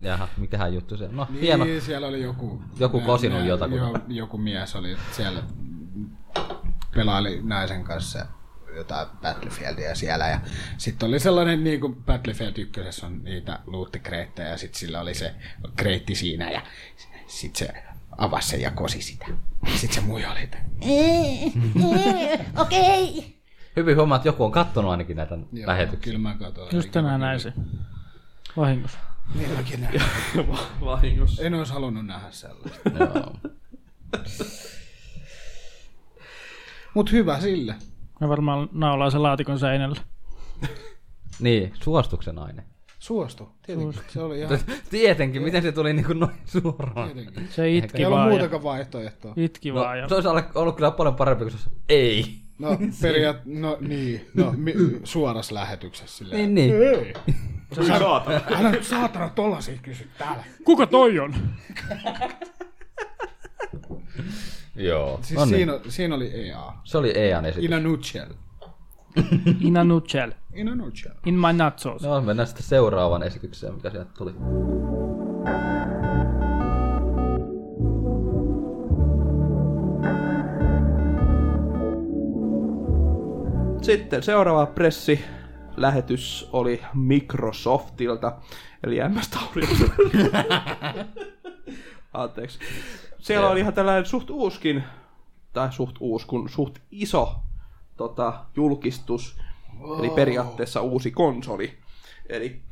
Speaker 5: Jaha, mikähän juttu se on. No,
Speaker 2: Niin,
Speaker 5: hieno.
Speaker 2: siellä oli joku...
Speaker 5: Joku
Speaker 2: nä-
Speaker 5: kosinut
Speaker 2: nä-
Speaker 5: jotakuta.
Speaker 2: joo, Joku mies oli siellä, pelaili naisen kanssa jotain Battlefieldia siellä. Ja sitten oli sellainen, niin kuin Battlefield 1 on niitä luuttikreittejä, ja sitten sillä oli se kreitti siinä, ja sitten se avasi sen ja kosi sitä. Sitten se mui oli, että
Speaker 5: Hyvin huomaa, että joku on kattonut ainakin näitä
Speaker 2: joo,
Speaker 5: lähetyksiä.
Speaker 2: kyllä mä katsoin.
Speaker 3: Just tänään näin se. Vahingossa.
Speaker 2: Minäkin näin.
Speaker 4: Vahingossa.
Speaker 2: En olisi halunnut nähdä sellaista.
Speaker 5: Joo.
Speaker 2: Mutta hyvä sille.
Speaker 3: Ne varmaan naulaa se laatikon seinällä.
Speaker 5: Niin, suostuksen aine.
Speaker 2: Suostu, tietenkin. Se oli ihan
Speaker 5: Tietenkin, miten se tuli niinku noin suoraan.
Speaker 2: tietenkin.
Speaker 3: Se
Speaker 2: Ei
Speaker 3: itki
Speaker 2: ollut
Speaker 3: vaan. Ja,
Speaker 2: muutakaan vaihtoehtoa.
Speaker 3: itki
Speaker 5: No,
Speaker 3: vaan. Ja
Speaker 5: se olisi ollut- ollut kyllä paljon parempi kuin se olisi- ei. [laughs]
Speaker 2: No periaat, no niin, no mi, suorassa lähetyksessä silleen.
Speaker 5: Niin, niin.
Speaker 2: Älä nyt saatana tollasia kysy täällä.
Speaker 3: Kuka toi on?
Speaker 5: Joo.
Speaker 2: Siis
Speaker 5: Onni.
Speaker 2: siinä, siinä, oli E EA.
Speaker 5: No niin. Se oli EAN esitys.
Speaker 2: In a nutshell.
Speaker 3: In a nutshell.
Speaker 2: In a nutshell.
Speaker 3: In my nutsos.
Speaker 5: No, mennään sitten seuraavaan esitykseen, mikä sieltä tuli.
Speaker 4: Sitten seuraava pressi lähetys oli Microsoftilta, eli MS Taurilta. Anteeksi. Siellä oli ihan tällainen suht uuskin, tai suht uus, kun suht iso tota, julkistus, eli periaatteessa uusi konsoli. Eli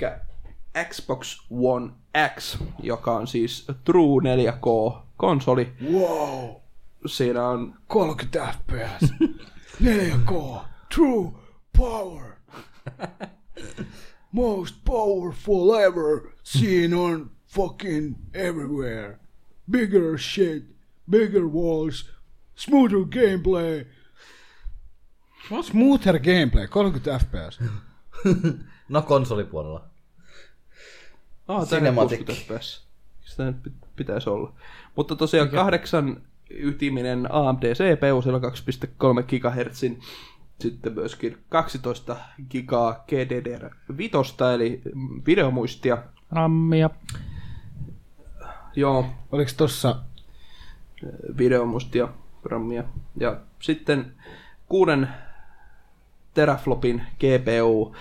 Speaker 4: Xbox One X, joka on siis True 4K-konsoli.
Speaker 2: Wow,
Speaker 4: Siinä on
Speaker 2: 30 [laughs] FPS. 4K. True power. [laughs] Most powerful ever seen on fucking everywhere. Bigger shit, bigger walls, smoother gameplay. What smoother gameplay? 30 FPS.
Speaker 5: No, konsolipuolella.
Speaker 4: Ah,
Speaker 5: Cinematic.
Speaker 4: Sitä nyt pit- pitäisi olla. Mutta tosiaan kahdeksan ytiminen AMD CPU, siellä 2,3 GHz, sitten myöskin 12 gigaa GDDR5, eli mm, videomuistia.
Speaker 3: Rammia.
Speaker 4: Joo,
Speaker 2: Oliko tossa
Speaker 4: videomuistia, rammia. Ja sitten kuuden teraflopin GPU,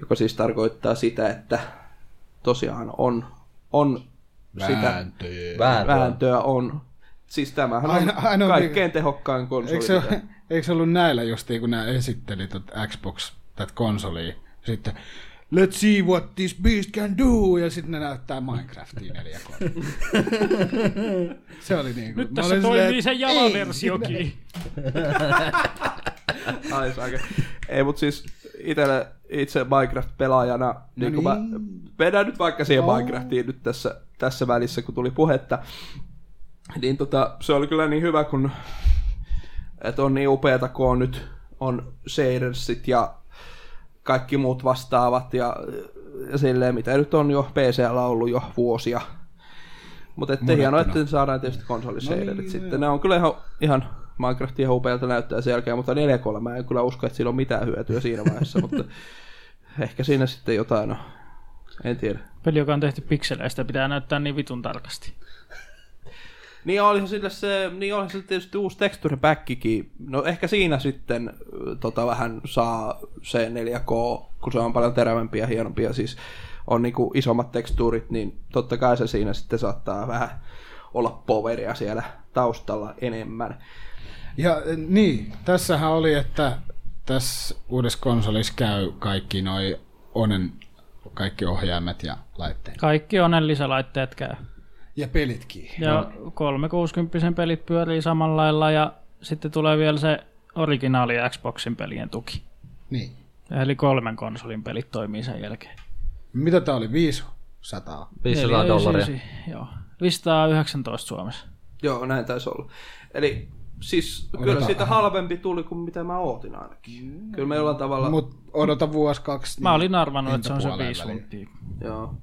Speaker 4: joka siis tarkoittaa sitä, että tosiaan on, on sitä
Speaker 2: vääntöjä?
Speaker 5: Vääntöä.
Speaker 4: vääntöä on. Siis tämähän on
Speaker 2: Aina- aina on
Speaker 4: kaikkein
Speaker 2: niinku-
Speaker 4: tehokkain konsoli.
Speaker 2: Eikö se,
Speaker 4: mitä-
Speaker 2: [laughs] eikö se ollut näillä justiin, kun nämä esitteli tätä Xbox, tätä konsolia? Sitten, let's see what this beast can do, ja sitten ne näyttää Minecraftiin 4 Se oli niin kuin,
Speaker 3: Nyt tässä toimii se jalaversiokin.
Speaker 4: [laughs] Ai saake. Ei, mutta siis itellä, itse Minecraft-pelaajana, no niin, niin. Mä, vedän nyt vaikka siihen
Speaker 2: No.
Speaker 4: Minecraftiin nyt tässä, tässä välissä, kun tuli puhetta, niin tota, se oli kyllä niin hyvä, kun että on niin upeata, kun on nyt on shadersit ja kaikki muut vastaavat ja, ja silleen, mitä nyt on jo PCllä ollut jo vuosia. Mutta että hienoa, että ne saadaan tietysti konsolishaderit no niin, sitten. Nämä on kyllä ihan, ihan Minecraft ihan upealta näyttää sen jälkeen, mutta 4K mä en kyllä usko, että sillä on mitään hyötyä [laughs] siinä vaiheessa, mutta ehkä siinä sitten jotain on. En tiedä.
Speaker 3: Peli, joka on tehty pikseleistä, pitää näyttää niin vitun tarkasti.
Speaker 4: Niin olihan sillä se, niin olihan sillä tietysti uusi texture packikin. No ehkä siinä sitten äh, tota, vähän saa se 4K, kun se on paljon terävämpi ja hienompi ja siis on niinku isommat tekstuurit, niin totta kai se siinä sitten saattaa vähän olla poveria siellä taustalla enemmän.
Speaker 2: Ja eh, niin, tässähän oli, että tässä uudessa konsolissa käy kaikki noi onen kaikki ohjaimet ja laitteet.
Speaker 3: Kaikki onen lisälaitteet käy.
Speaker 6: Ja pelitkin.
Speaker 3: Ja 360 pelit pyörii samalla lailla ja sitten tulee vielä se originaali Xboxin pelien tuki.
Speaker 2: Niin.
Speaker 3: Eli kolmen konsolin pelit toimii sen jälkeen.
Speaker 2: Mitä tää oli? 500?
Speaker 5: 500 dollaria.
Speaker 3: 499, Joo. 519 Suomessa.
Speaker 4: Joo, näin taisi olla. Eli siis kyllä
Speaker 2: Odotan.
Speaker 4: siitä halvempi tuli kuin mitä mä ootin ainakin.
Speaker 3: Mm.
Speaker 4: Kyllä me jollain tavalla...
Speaker 2: Mut odota vuosi kaksi.
Speaker 3: Mä
Speaker 2: niin
Speaker 3: olin arvannut, että se on se
Speaker 2: hintapuoleen
Speaker 3: 5
Speaker 2: väliin.
Speaker 3: tuntia.
Speaker 4: Joo.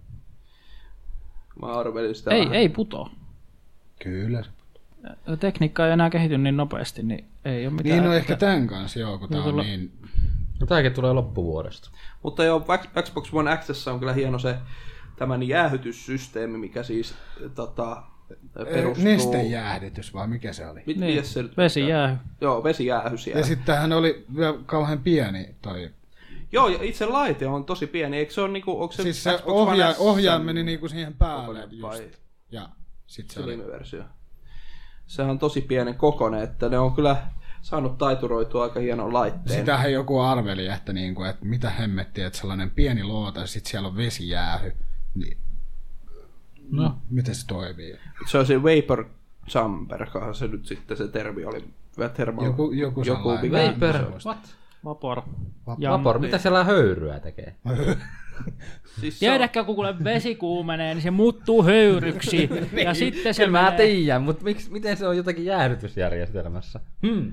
Speaker 4: Mä arvelin sitä
Speaker 3: Ei,
Speaker 4: vähän.
Speaker 3: ei puto.
Speaker 2: Kyllä.
Speaker 3: Tekniikka ei enää kehity niin nopeasti, niin ei ole mitään.
Speaker 2: Niin no ehkä tämän kanssa joo, kun tää on
Speaker 3: tulla-
Speaker 2: niin...
Speaker 5: No, tämäkin tulee loppuvuodesta.
Speaker 4: Mutta joo, X- Xbox One X on kyllä hieno se tämän jäähytyssysteemi, mikä siis tota, perustuu...
Speaker 2: Nestejäähdytys vai mikä se oli?
Speaker 4: Mit,
Speaker 3: Niin.
Speaker 4: mites se nyt
Speaker 3: Vesi
Speaker 4: mikään?
Speaker 3: jäähy.
Speaker 4: Joo, vesijäähys
Speaker 2: Ja
Speaker 4: jää.
Speaker 2: sitten tämähän oli vielä kauhean pieni toi.
Speaker 4: Joo, ja itse laite on tosi pieni. Eikö se ole niinku, onko se
Speaker 2: Siis se
Speaker 4: Xbox One
Speaker 2: ohjaa,
Speaker 4: S:n
Speaker 2: ohjaa meni niinku siihen päälle
Speaker 4: kokoinen vai
Speaker 2: just. Ja sit se oli...
Speaker 4: slim-versio? Se on tosi pienen kokonen, että ne on kyllä saanut taituroitua aika hienon laitteen.
Speaker 2: Sitähän joku arveli, että, niinku, että mitä hemmettiä, että sellainen pieni loota ja sitten siellä on vesijäähy. Niin, no. Miten se toimii?
Speaker 4: Se on se vapor jumper, kahan se nyt sitten se termi oli. Thermal.
Speaker 2: Joku, joku,
Speaker 4: joku
Speaker 2: sellainen.
Speaker 4: mikä...
Speaker 5: Vapor, what?
Speaker 3: Vapor.
Speaker 5: Vapor, mitä siellä höyryä tekee?
Speaker 4: Siis se on-
Speaker 3: Jäädäkö kun kuule vesi kuumenee, niin se muuttuu
Speaker 5: [laughs]
Speaker 3: höyryksi. ja sitten se
Speaker 5: Niin. mä
Speaker 3: menee-
Speaker 5: tiedän, mutta miksi, miten se on jotakin jäähdytysjärjestelmässä? Hmm.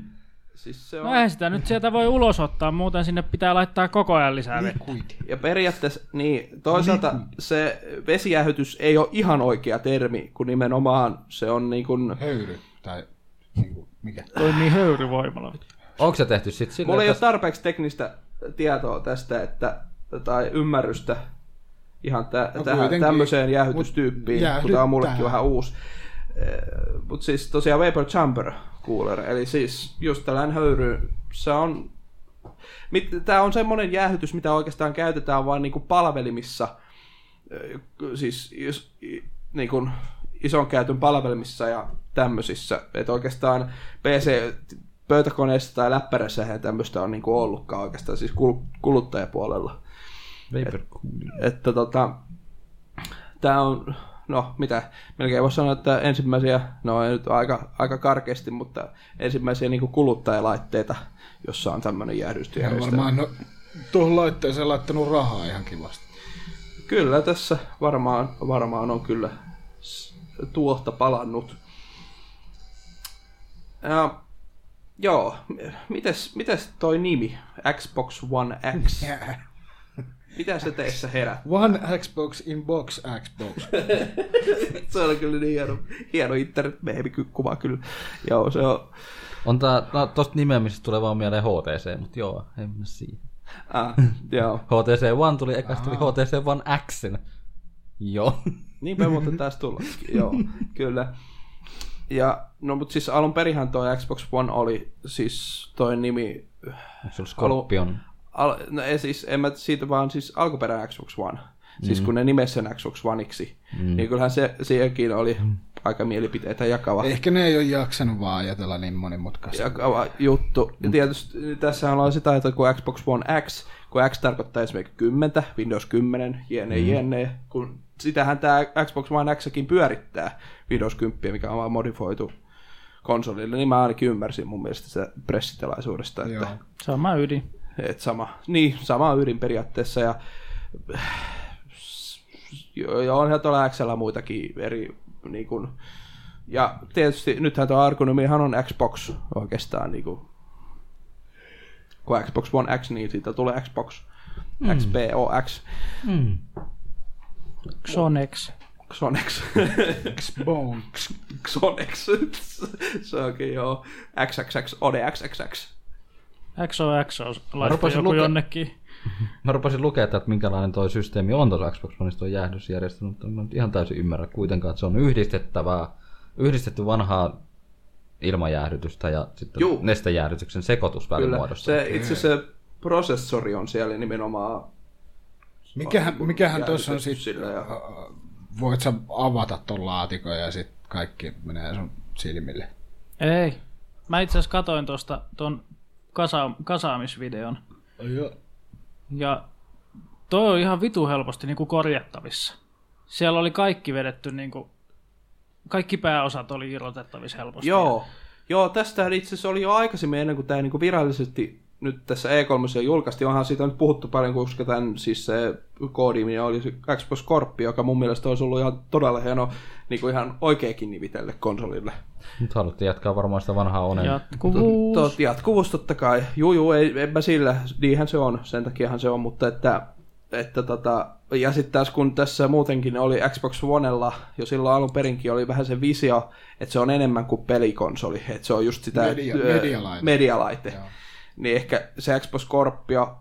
Speaker 4: Siis se on...
Speaker 3: No eihän sitä nyt sieltä voi ulos ottaa, muuten sinne pitää laittaa koko ajan lisää
Speaker 5: Niin.
Speaker 3: vettä.
Speaker 4: Ja periaatteessa, niin toisaalta se vesijäähytys ei ole ihan oikea termi, kun nimenomaan se on niin kuin...
Speaker 2: Höyry tai niinku, mikä?
Speaker 3: Toimii höyryvoimalla.
Speaker 5: Onko se tehty sit
Speaker 4: Mulla
Speaker 5: silleen,
Speaker 4: ei ole
Speaker 5: että...
Speaker 4: tarpeeksi teknistä tietoa tästä, että, tai ymmärrystä ihan tä,
Speaker 2: No
Speaker 4: tähän
Speaker 2: kuitenkin.
Speaker 4: tämmöiseen jäähytystyyppiin,
Speaker 2: Mut
Speaker 4: kun tämä on mullekin
Speaker 2: jäähdyttää.
Speaker 4: vähän uusi. Mutta siis tosiaan Vapor Chamber Cooler, eli siis just tällainen höyry, se on... Tämä on semmoinen jäähytys, mitä oikeastaan käytetään vain niinku palvelimissa, ö, siis jos, i- niin kuin ison käytön palvelimissa ja tämmöisissä. Että oikeastaan PC pöytäkoneessa tai läppärässä eihän tämmöistä on niin kuin ollutkaan oikeastaan siis kul- kuluttajapuolella.
Speaker 5: Vapor
Speaker 4: Että tota, tämä on, no mitä, melkein voisi sanoa, että ensimmäisiä, no ei nyt aika, aika karkeasti, mutta ensimmäisiä niin kuin kuluttajalaitteita, jossa on tämmöinen
Speaker 2: Hän on
Speaker 4: jäähdystöjärjestelmä.
Speaker 2: varmaan no, tuohon laitteeseen laittanut rahaa ihan kivasti.
Speaker 4: Kyllä tässä varmaan, varmaan on kyllä s- tuohta palannut. Ja, joo, m- mites, mites toi nimi, Xbox One X? Mitä se teissä herää?
Speaker 2: One Xbox in box Xbox.
Speaker 4: Se oli kyllä niin hieno, hieno internet kuva kyllä. Joo, se on.
Speaker 5: On tää, no, tosta nimeämisestä tulee vaan mieleen HTC, mutta joo, en mä siinä.
Speaker 4: Ah, joo.
Speaker 5: HTC One tuli, ekas tuli HTC One X.
Speaker 4: [laughs]
Speaker 5: Joo.
Speaker 4: Niin me muuten taisi tulla. Joo, kyllä. Ja, no mutta siis alun perihan toi Xbox One oli siis toi nimi
Speaker 5: Se on Scorpion.
Speaker 4: Al, no ei siis, en mä siitä vaan siis alkuperä Xbox One. Siis kun ne nimesi sen Xbox Oneiksi, mm. niin kyllähän se siihenkin oli aika mielipiteitä
Speaker 2: [laughs]
Speaker 4: jakava,
Speaker 2: Ehkä ne ei ole jaksanut vaan ajatella niin monimutkaista.
Speaker 4: jakava juttu. Ja tietysti tässä on sitä, että kun Xbox One X, kun X tarkoittaa esimerkiksi 10, Windows 10, jne, mm. jne, kun sitähän tämä Xbox One Xkin pyörittää Windows 10, mikä on vaan modifoitu konsolille, niin mä ainakin ymmärsin mun mielestä sitä pressitilaisuudesta, että
Speaker 2: Joo.
Speaker 3: Sama ydin.
Speaker 4: Et sama, niin, sama ydin periaatteessa. Ja, jo- ja onhan tuolla XL muitakin eri... Niin kun, ja tietysti nythän tuo ergonomiahan on Xbox oikeastaan. Niin kun, kun Xbox One X, niin siitä tulee Xbox. Mm. XPOX.
Speaker 3: Xonex.
Speaker 4: Xonex.
Speaker 2: Xbox.
Speaker 4: Xonex. Se onkin joo. XXX. ODXXX.
Speaker 3: XOXO laittoi
Speaker 5: rupesin
Speaker 3: joku
Speaker 5: luke-
Speaker 3: jonnekin.
Speaker 5: Mä rupesin lukea, että että minkälainen toi systeemi on tuossa Xbox Oneissa tuo jäähdysjärjestelmä, mutta mä nyt ihan täysin ymmärrä kuitenkaan, että se on yhdistettävää, yhdistetty vanhaa ilmajäähdytystä ja sitten
Speaker 4: Juu.
Speaker 5: nestejäähdytyksen sekoitus
Speaker 4: Kyllä.
Speaker 5: välimuodossa.
Speaker 4: Se, itse se prosessori on siellä nimenomaan
Speaker 2: Mikähän, mikähän tuossa on
Speaker 4: jäädytetty
Speaker 2: sitten?
Speaker 4: sillä ja-
Speaker 2: Voit sä avata ton laatikon ja sitten kaikki menee sun silmille.
Speaker 3: Ei. Mä itse asiassa katoin tuosta ton kasa- kasaamisvideon.
Speaker 2: Joo.
Speaker 3: Ja toi on ihan vitu helposti niinku korjattavissa. Siellä oli kaikki vedetty niinku kaikki pääosat oli irrotettavissa helposti.
Speaker 4: Joo. Joo, tästähän itse asiassa oli jo aikaisemmin ennen kuin tämä niinku virallisesti nyt tässä E3 julkaistiin. Onhan siitä nyt puhuttu paljon, koska tämän siis se koodiminen oli se Xbox Corp, joka mun mielestä olisi ollut ihan todella hieno, niinku ihan oikeakin nimi tälle konsolille.
Speaker 5: Nyt haluttiin jatkaa varmaan sitä vanhaa onen.
Speaker 3: Jatkuvuus.
Speaker 4: Tot, jatkuvuus totta kai. Juu, juu, ei, en mä sillä. Niinhän se on, sen takiahan se on, mutta että, että tota, ja sitten taas kun tässä muutenkin oli Xbox Onella, jo silloin alun perinkin oli vähän se visio, että se on enemmän kuin pelikonsoli, että se on just sitä
Speaker 2: Media-
Speaker 4: ö,
Speaker 2: medialaite.
Speaker 4: medialaite.
Speaker 2: Joo.
Speaker 4: Niin ehkä se Xbox Scorpio,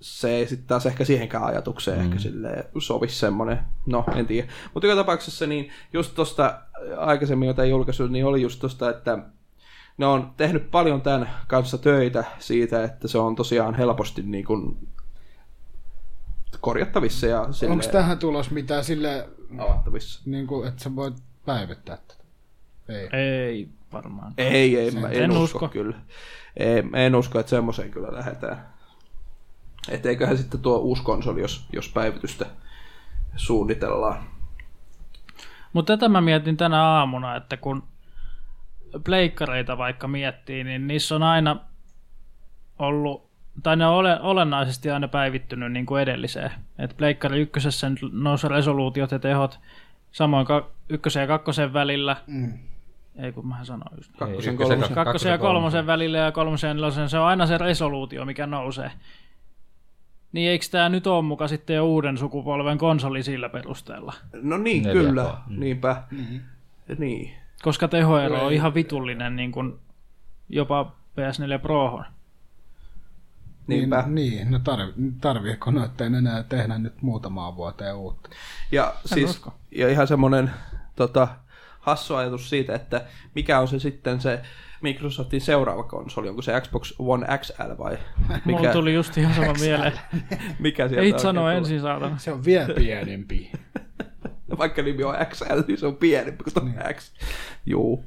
Speaker 4: se ei sitten taas ehkä siihenkään ajatukseen mm. ehkä silleen sovi semmoinen, no en tiedä. Mutta joka tapauksessa niin just tuosta aikaisemmin, jota ei julkaissut, niin oli just tuosta, että ne on tehnyt paljon tämän kanssa töitä siitä, että se on tosiaan helposti niin kuin korjattavissa ja silleen
Speaker 2: Onko tähän tulos mitään sille,
Speaker 4: avattavissa.
Speaker 2: niin kuin, että sä voit päivittää tätä? Ei.
Speaker 3: Ei varmaan.
Speaker 4: Ei, ei, mä en,
Speaker 3: en
Speaker 4: usko,
Speaker 3: usko.
Speaker 4: kyllä. Ei, en usko, että semmoiseen kyllä lähdetään. Et eiköhän sitten tuo uusi konsoli, jos, jos päivitystä suunnitellaan.
Speaker 3: Mutta tätä mä mietin tänä aamuna, että kun pleikkareita vaikka miettii, niin niissä on aina ollut, tai ne on ole, olennaisesti aina päivittynyt niin kuin edelliseen. Et pleikkari ykkösessä nyt nousi resoluutiot ja tehot, samoin ka- ykkösen ja kakkosen välillä. Mm. Ei kun mähän sanoin just.
Speaker 4: Kakkosen
Speaker 5: ykkösen
Speaker 4: kolmosen
Speaker 5: kak-
Speaker 3: Kakkosen ja [laughs] kolmosen välillä ja kolmosen ja nelosen, se on aina se resoluutio, mikä nousee. Niin eikö tämä nyt ole muka sitten jo uuden sukupolven konsoli sillä perusteella?
Speaker 4: No niin,
Speaker 5: Neljä
Speaker 4: kyllä.
Speaker 5: K.
Speaker 4: Niinpä. Niin.
Speaker 3: Koska tehoero on ihan vitullinen niin kuin jopa PS4 Prohon.
Speaker 4: Niinpä.
Speaker 2: Niin, niin no tarvi, tarviiko noiden enää tehdä nyt muutamaa vuoteen uutta?
Speaker 4: Ja, siis,
Speaker 3: usko.
Speaker 4: ja ihan semmoinen tota, hassu ajatus siitä, että mikä on se sitten se Microsoftin seuraava konsoli, onko se Xbox One XL vai
Speaker 3: Mikä? Mulla
Speaker 4: mikä,
Speaker 3: tuli just ihan sama mieleen.
Speaker 4: mikä sieltä
Speaker 3: Ei
Speaker 4: oikein
Speaker 3: sano
Speaker 4: tulee?
Speaker 3: ensin saatana.
Speaker 2: Se on vielä pienempi.
Speaker 4: Vaikka nimi on XL, niin se on pienempi kuin tuo X. Juu.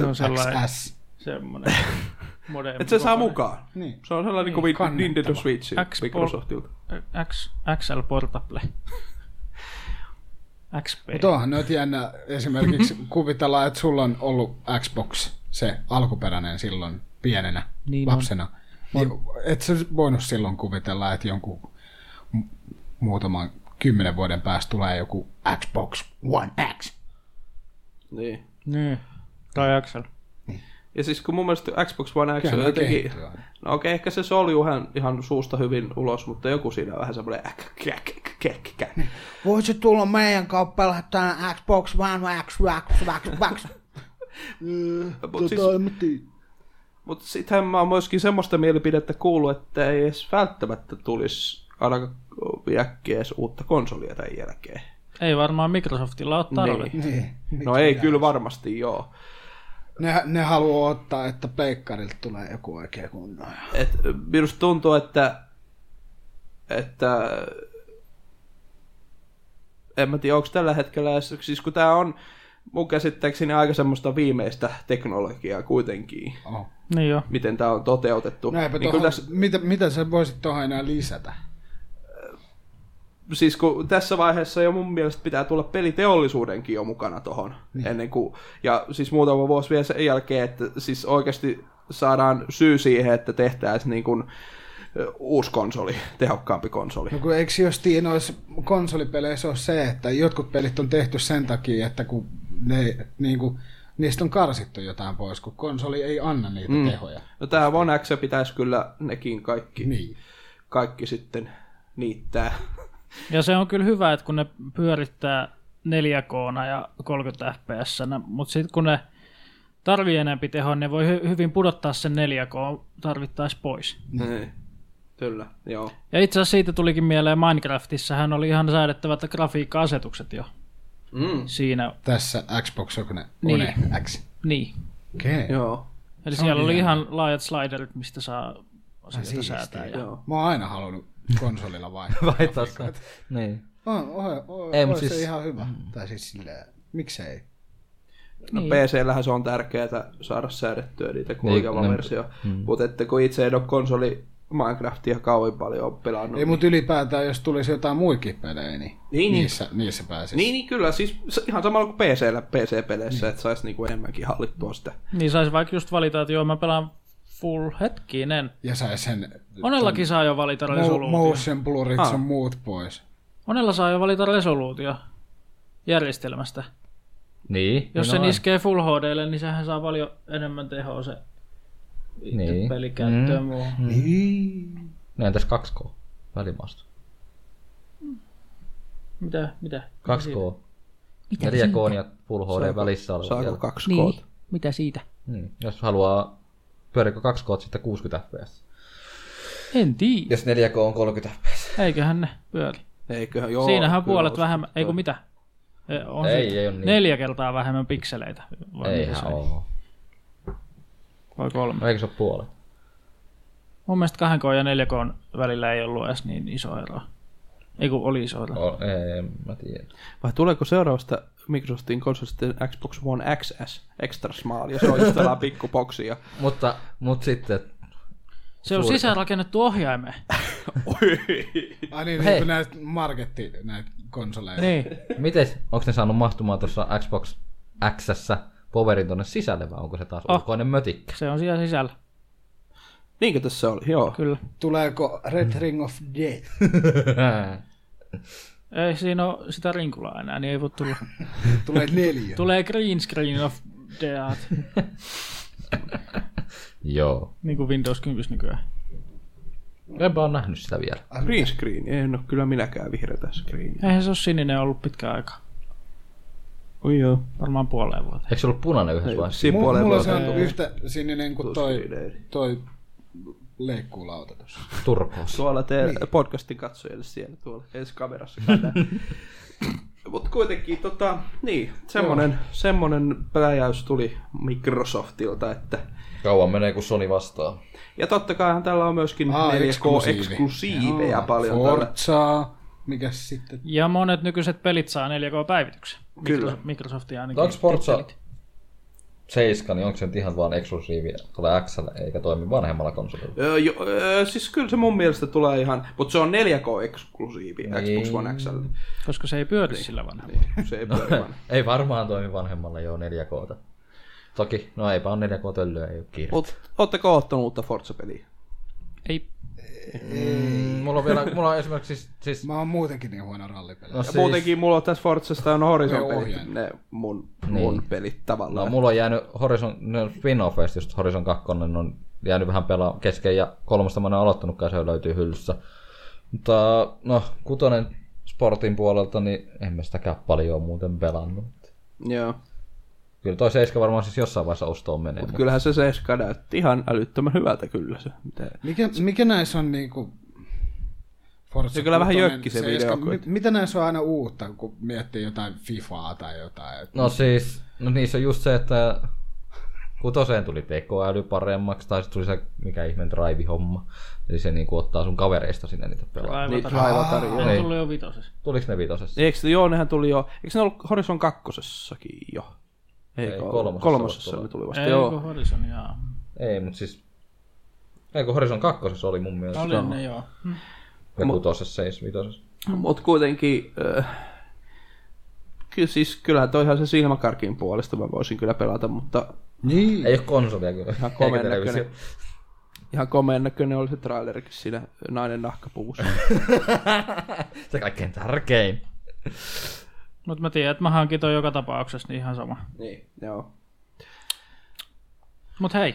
Speaker 3: Se on sellainen
Speaker 2: XS.
Speaker 4: [laughs]
Speaker 3: semmoinen moderni.
Speaker 4: Äh, Et se saa
Speaker 3: kokoinen.
Speaker 4: mukaan.
Speaker 2: Niin.
Speaker 4: Se on sellainen niin, kuin
Speaker 2: kannattava.
Speaker 4: Nintendo Switch
Speaker 3: Xbox-
Speaker 4: Microsoftilta.
Speaker 3: X, XL Portable. [laughs] XP.
Speaker 2: Mutta onhan nyt jännä esimerkiksi kuvitella, että sulla on ollut Xbox, se alkuperäinen silloin pienenä
Speaker 3: Niin
Speaker 2: niin
Speaker 3: on.
Speaker 2: lapsena. Niin, et sä voinut silloin kuvitella, että jonkun mu- muutaman kymmenen vuoden päästä tulee joku Xbox One X.
Speaker 4: Niin.
Speaker 3: Niin. Tai XL.
Speaker 4: Ja siis kun mun mielestä Xbox One X on
Speaker 2: Kyllä
Speaker 4: jotenkin...
Speaker 2: kehittyy aina.
Speaker 4: No okei, ehkä se solju ihan, ihan suusta hyvin ulos, mutta joku siinä on vähän semmoinen äk, käk, käk, käk.
Speaker 6: Voisi tulla meidän kauppaan lähettää Xbox One X, X, X, X.
Speaker 4: Mutta siis, mut sittenhän mä oon myöskin semmoista mielipidettä kuullut, että ei edes välttämättä tulisi ainakaan äkkiä edes uutta konsolia tämän jälkeen.
Speaker 3: Ei varmaan Microsoftilla ole tarvetta.
Speaker 4: Niin.
Speaker 2: Niin.
Speaker 4: No ei, kyllä varmasti joo.
Speaker 2: Ne, ne haluaa ottaa, että pleikkarilta tulee joku oikea kunnon.
Speaker 4: Et minusta tuntuu, että, että en mä tiedä, onko tällä hetkellä, edes- siis kun tämä on mun käsittääkseni aika semmoista viimeistä teknologiaa kuitenkin,
Speaker 2: Oh.
Speaker 3: Niin joo.
Speaker 4: miten tämä on toteutettu.
Speaker 2: No eipä
Speaker 4: niin
Speaker 2: niin
Speaker 4: kun
Speaker 2: tohon,
Speaker 4: tässä,
Speaker 2: tässä... mitä, mitä sä voisit tuohon enää lisätä?
Speaker 4: siis kun tässä vaiheessa jo mun mielestä pitää tulla peliteollisuudenkin jo mukana tohon. Niin. Ennen kuin, ja siis muutama vuosi vielä sen jälkeen, että siis oikeasti saadaan syy siihen, että tehtäisiin niin kuin ö, uusi konsoli, tehokkaampi konsoli.
Speaker 2: No kun eikö justiin noissa konsolipeleissä ole se, että jotkut pelit on tehty sen takia, että kun ne, niin kuin, niistä on karsittu jotain pois, kun konsoli ei anna niitä mm. tehoja.
Speaker 4: No tää One X pitäisi kyllä nekin kaikki,
Speaker 2: Niin.
Speaker 4: kaikki sitten niittää.
Speaker 3: Ja se on kyllä hyvä, että kun ne pyörittää 4K ja 30 fps, mutta sitten kun ne tarvii enempi tehoa, niin ne voi hy- hyvin pudottaa sen 4K tarvittaessa pois.
Speaker 4: Niin. [laughs] Kyllä, joo.
Speaker 3: Ja itse asiassa siitä tulikin mieleen Minecraftissahan oli ihan säädettävät grafiikka-asetukset jo
Speaker 4: Mm.
Speaker 3: siinä.
Speaker 2: Tässä Xbox One,
Speaker 3: Niin.
Speaker 2: One X.
Speaker 3: Niin.
Speaker 2: Okei. Okay.
Speaker 4: Joo,
Speaker 3: Eli siellä oli ihan laajat sliderit, mistä saa asioita säätää. Ja...
Speaker 4: joo.
Speaker 2: Mä oon aina halunnut konsolilla vaihtaa.
Speaker 5: Vaihtaa se. Niin.
Speaker 2: On, on, on,
Speaker 5: Ei,
Speaker 2: ei,
Speaker 5: mut
Speaker 2: on siis...
Speaker 5: siis-
Speaker 2: se ihan hyvä. Tai siis silleen, miksei.
Speaker 4: No
Speaker 3: Niin.
Speaker 4: PC-lähän se on tärkeää saada säädettyä niitä kulkeva
Speaker 5: Niin,
Speaker 4: versio. Mm. Mutta että kun itse en ole konsoli Minecraftia kauhean paljon ole pelannut.
Speaker 2: Ei, mutta ylipäätään, jos tulisi jotain muikin pelejä, niin,
Speaker 4: Niin, niin.
Speaker 2: niissä, niissä pääsisi.
Speaker 4: Niin, niin kyllä, siis s- ihan samalla kuin PC-llä, PC-peleissä, niin. että saisi niinku enemmänkin hallittua sitä.
Speaker 3: Niin saisi vaikka just valita, että joo mä pelaan full hetkinen.
Speaker 2: Ja sai sen
Speaker 3: Monellakin saa jo valita
Speaker 2: mo-
Speaker 3: resoluutio.
Speaker 2: motion blurrit
Speaker 4: Ah.
Speaker 2: sun muut pois.
Speaker 3: Monella saa jo valita resoluutio järjestelmästä.
Speaker 5: Niin.
Speaker 3: Jos
Speaker 5: niin
Speaker 3: sen
Speaker 5: on.
Speaker 3: iskee Full HDlle, niin sehän saa paljon enemmän tehoa se niin.
Speaker 5: Niin.
Speaker 3: pelikäyttöön mm. muuhun.
Speaker 5: No entäs 2K? Välimaasto.
Speaker 3: Mitä? Mitä?
Speaker 5: 2K. 4K ja Full HD välissä oleva
Speaker 4: Saako
Speaker 5: vielä.
Speaker 4: kaksi niin. koota?
Speaker 6: Mitä siitä?
Speaker 5: Mm. Jos haluaa, pyörikö 2K sitten 60 fps?
Speaker 3: En tiedä.
Speaker 5: Jos 4K on 30 fps.
Speaker 3: Eiköhän ne pyöri.
Speaker 4: Eiköhän, joo.
Speaker 3: Siinähän
Speaker 4: kyllä
Speaker 3: puolet
Speaker 4: olisi.
Speaker 3: vähemmän, ei kun mitä? Eh, On
Speaker 5: Ei,
Speaker 3: se
Speaker 5: ei ole niin.
Speaker 3: Neljä kertaa vähemmän pikseleitä. Vai mitä se
Speaker 5: Eihän
Speaker 3: oli?
Speaker 5: oo.
Speaker 3: Vai kolme.
Speaker 5: No eikö se ole puolet?
Speaker 3: Mun mielestä 2K ja 4K välillä ei ollut edes niin iso ero. Ei kun oli iso ero.
Speaker 5: O, ei, en mä tiedä.
Speaker 4: Vai tuleeko seuraavasta Microsoftin konsolista Xbox One XS Extra Small, ja se on just [laughs] tällä pikkuboksia.
Speaker 5: Mutta, mutta sitten,
Speaker 3: Se on sisäänrakennettu
Speaker 5: [laughs]
Speaker 3: ohjaime.
Speaker 2: Ai niin, niin
Speaker 5: Hei.
Speaker 2: kun näitä marketti näitä konsoleja.
Speaker 3: niin.
Speaker 5: miten, onko ne saanut mahtumaan tuossa Xbox Xssä powerin tonne sisälle vai onko se taas oh. ulkoinen mötikkä?
Speaker 3: Se on siellä sisällä.
Speaker 4: Niinkö tässä oli? Joo.
Speaker 3: Kyllä.
Speaker 2: Tuleeko Red
Speaker 4: Mm.
Speaker 2: Ring of Death?
Speaker 3: Ei siinä ole sitä rinkulaa enää, niin ei voi tulla.
Speaker 2: Tulee
Speaker 4: [laughs]
Speaker 2: neljä.
Speaker 3: Tulee green screen of death,
Speaker 5: [laughs] Joo.
Speaker 3: niin kuin Windows 10 nykyään.
Speaker 5: Enpä ole nähnyt sitä vielä.
Speaker 4: Green screen, en ole kyllä minäkään vihreätä screeniä.
Speaker 3: Eihän se ole sininen ollut pitkään aikaa.
Speaker 4: Oi joo.
Speaker 3: Varmaan puoleen vuoteen.
Speaker 5: Eikö se ollut punainen yhdessä Siis vaiheessa?
Speaker 4: Siinä
Speaker 2: Mulla,
Speaker 4: puolen
Speaker 2: mulla se
Speaker 4: vuoteen
Speaker 2: on
Speaker 4: tullut.
Speaker 2: yhtä sininen kuin toi, toi leikkuulauta tuossa.
Speaker 5: Turkossa.
Speaker 4: Tuolla teidän niin. podcastin katsojille siellä tuolla ensi kamerassa [laughs] Mutta kuitenkin tota, niin, semmonen, semmonen pläjäys tuli Microsoftilta, että
Speaker 5: Kauan menee kun Sony vastaa.
Speaker 4: ja totta kaihan tällä on myöskin
Speaker 2: Aa,
Speaker 4: 4K-eksklusiiveja
Speaker 2: Joo,
Speaker 4: paljon tällä.
Speaker 2: Forzaa, mikäs sitten?
Speaker 3: Ja monet nykyiset pelit saa 4K-päivityksen.
Speaker 4: Kyllä.
Speaker 3: Mikros- Microsoftia ainakin.
Speaker 5: Onko Forza
Speaker 3: tittelit.
Speaker 5: 7, niin onko se nyt ihan vaan eksklusiivi tulee Xlle eikä toimi vanhemmalla konsolilla?
Speaker 4: Öö, jo, öö, siis kyllä se mun mielestä tulee ihan, mutta se on 4K-eksklusiivi
Speaker 5: Niin.
Speaker 4: Xbox One
Speaker 5: [laughs]
Speaker 4: Xlle.
Speaker 3: Koska se ei pyöri sillä vanhalla.
Speaker 4: Se
Speaker 5: No
Speaker 4: ei pyöri vaan.
Speaker 5: Ei varmaan toimi vanhemmalla joo 4K. Toki, no eipä on 4K tölyä, ei ole kiire.
Speaker 4: Mut ootteko ottanut uutta Forza-peliä?
Speaker 3: Ei.
Speaker 5: Mm, mulla on vielä, mulla on esimerkiksi siis, siis
Speaker 2: Mä oon muutenkin niin huono rallipeli.
Speaker 5: no
Speaker 4: Ja
Speaker 5: siis,
Speaker 4: siis... muutenkin mulla on tässä Forzasta on Horizon
Speaker 2: Ne
Speaker 4: pelit,
Speaker 2: ohjain.
Speaker 4: ne mun, mun pelit
Speaker 5: Niin. no,
Speaker 4: tavallaan.
Speaker 5: mulla on jäänyt Horizon, ne spin-offeista just Horizon 2 on jäänyt vähän pelaa kesken ja kolmosta mä en ole aloittanutkaan, se löytyy hyllyssä. Mutta no, kutonen sportin puolelta, niin en mä sitäkään paljon muuten pelannut.
Speaker 4: Joo.
Speaker 5: Kyllä toi 7 varmaan siis jossain vaiheessa ostoon menee. Mut
Speaker 4: Kyllähän se Seiska näytti ihan älyttömän hyvältä kyllä se. Mitä...
Speaker 2: Mikä, mikä näissä on niinku... Forza
Speaker 4: Se kyllä vähän
Speaker 2: kutonen,
Speaker 4: jökki se
Speaker 2: seiska-
Speaker 4: video, kun-
Speaker 2: mi- Mitä näissä on aina uutta, kun miettii jotain Fifaa tai jotain?
Speaker 5: No siis, no niissä on just se, että kutoseen tuli tekoäly paremmaksi, tai sitten tuli se mikä ihmeen drive-homma. Eli se niinku ottaa sun kavereista sinne niitä pelaa.
Speaker 4: Niitä
Speaker 3: Raivatar.
Speaker 4: raivatarjoja.
Speaker 3: Ne
Speaker 5: Niin.
Speaker 3: on tullut jo vitosessa.
Speaker 5: Tuliko ne vitosessa?
Speaker 4: Eikö, joo, nehän tuli jo. Eikö ne ollut Horizon kakkosessakin jo? Ei,
Speaker 5: Ei,
Speaker 4: kolmosessa,
Speaker 5: kolmosessa
Speaker 4: kolmosessa
Speaker 5: vasta
Speaker 4: ne tuli vasta,
Speaker 3: Ei,
Speaker 4: joo.
Speaker 3: kun Horizon, jaa.
Speaker 5: Ei, mutta siis... Ei, kun Horizon 2 oli mun mielestä.
Speaker 3: Oli ne, joo.
Speaker 5: Ja kutosessa, seis, vitosessa.
Speaker 4: Mutta kuitenkin, äh, kyllä siis kyllähän toi ihan se silmäkarkin puolesta mä voisin kyllä pelata, mutta
Speaker 3: Mm.
Speaker 2: Niin.
Speaker 5: Ei ole konsolia kyllä.
Speaker 4: Ihan
Speaker 5: Eikä
Speaker 4: komeen
Speaker 5: televisio.
Speaker 4: näköinen. ihan komeen näköinen oli se trailerikin siinä nainen nahkapuvussa.
Speaker 5: Se kaikkein tärkein.
Speaker 3: Mutta mä tiedän, että mä hankin toi joka tapauksessa, niin ihan sama.
Speaker 4: [laughs] niin, joo.
Speaker 3: Mut hei,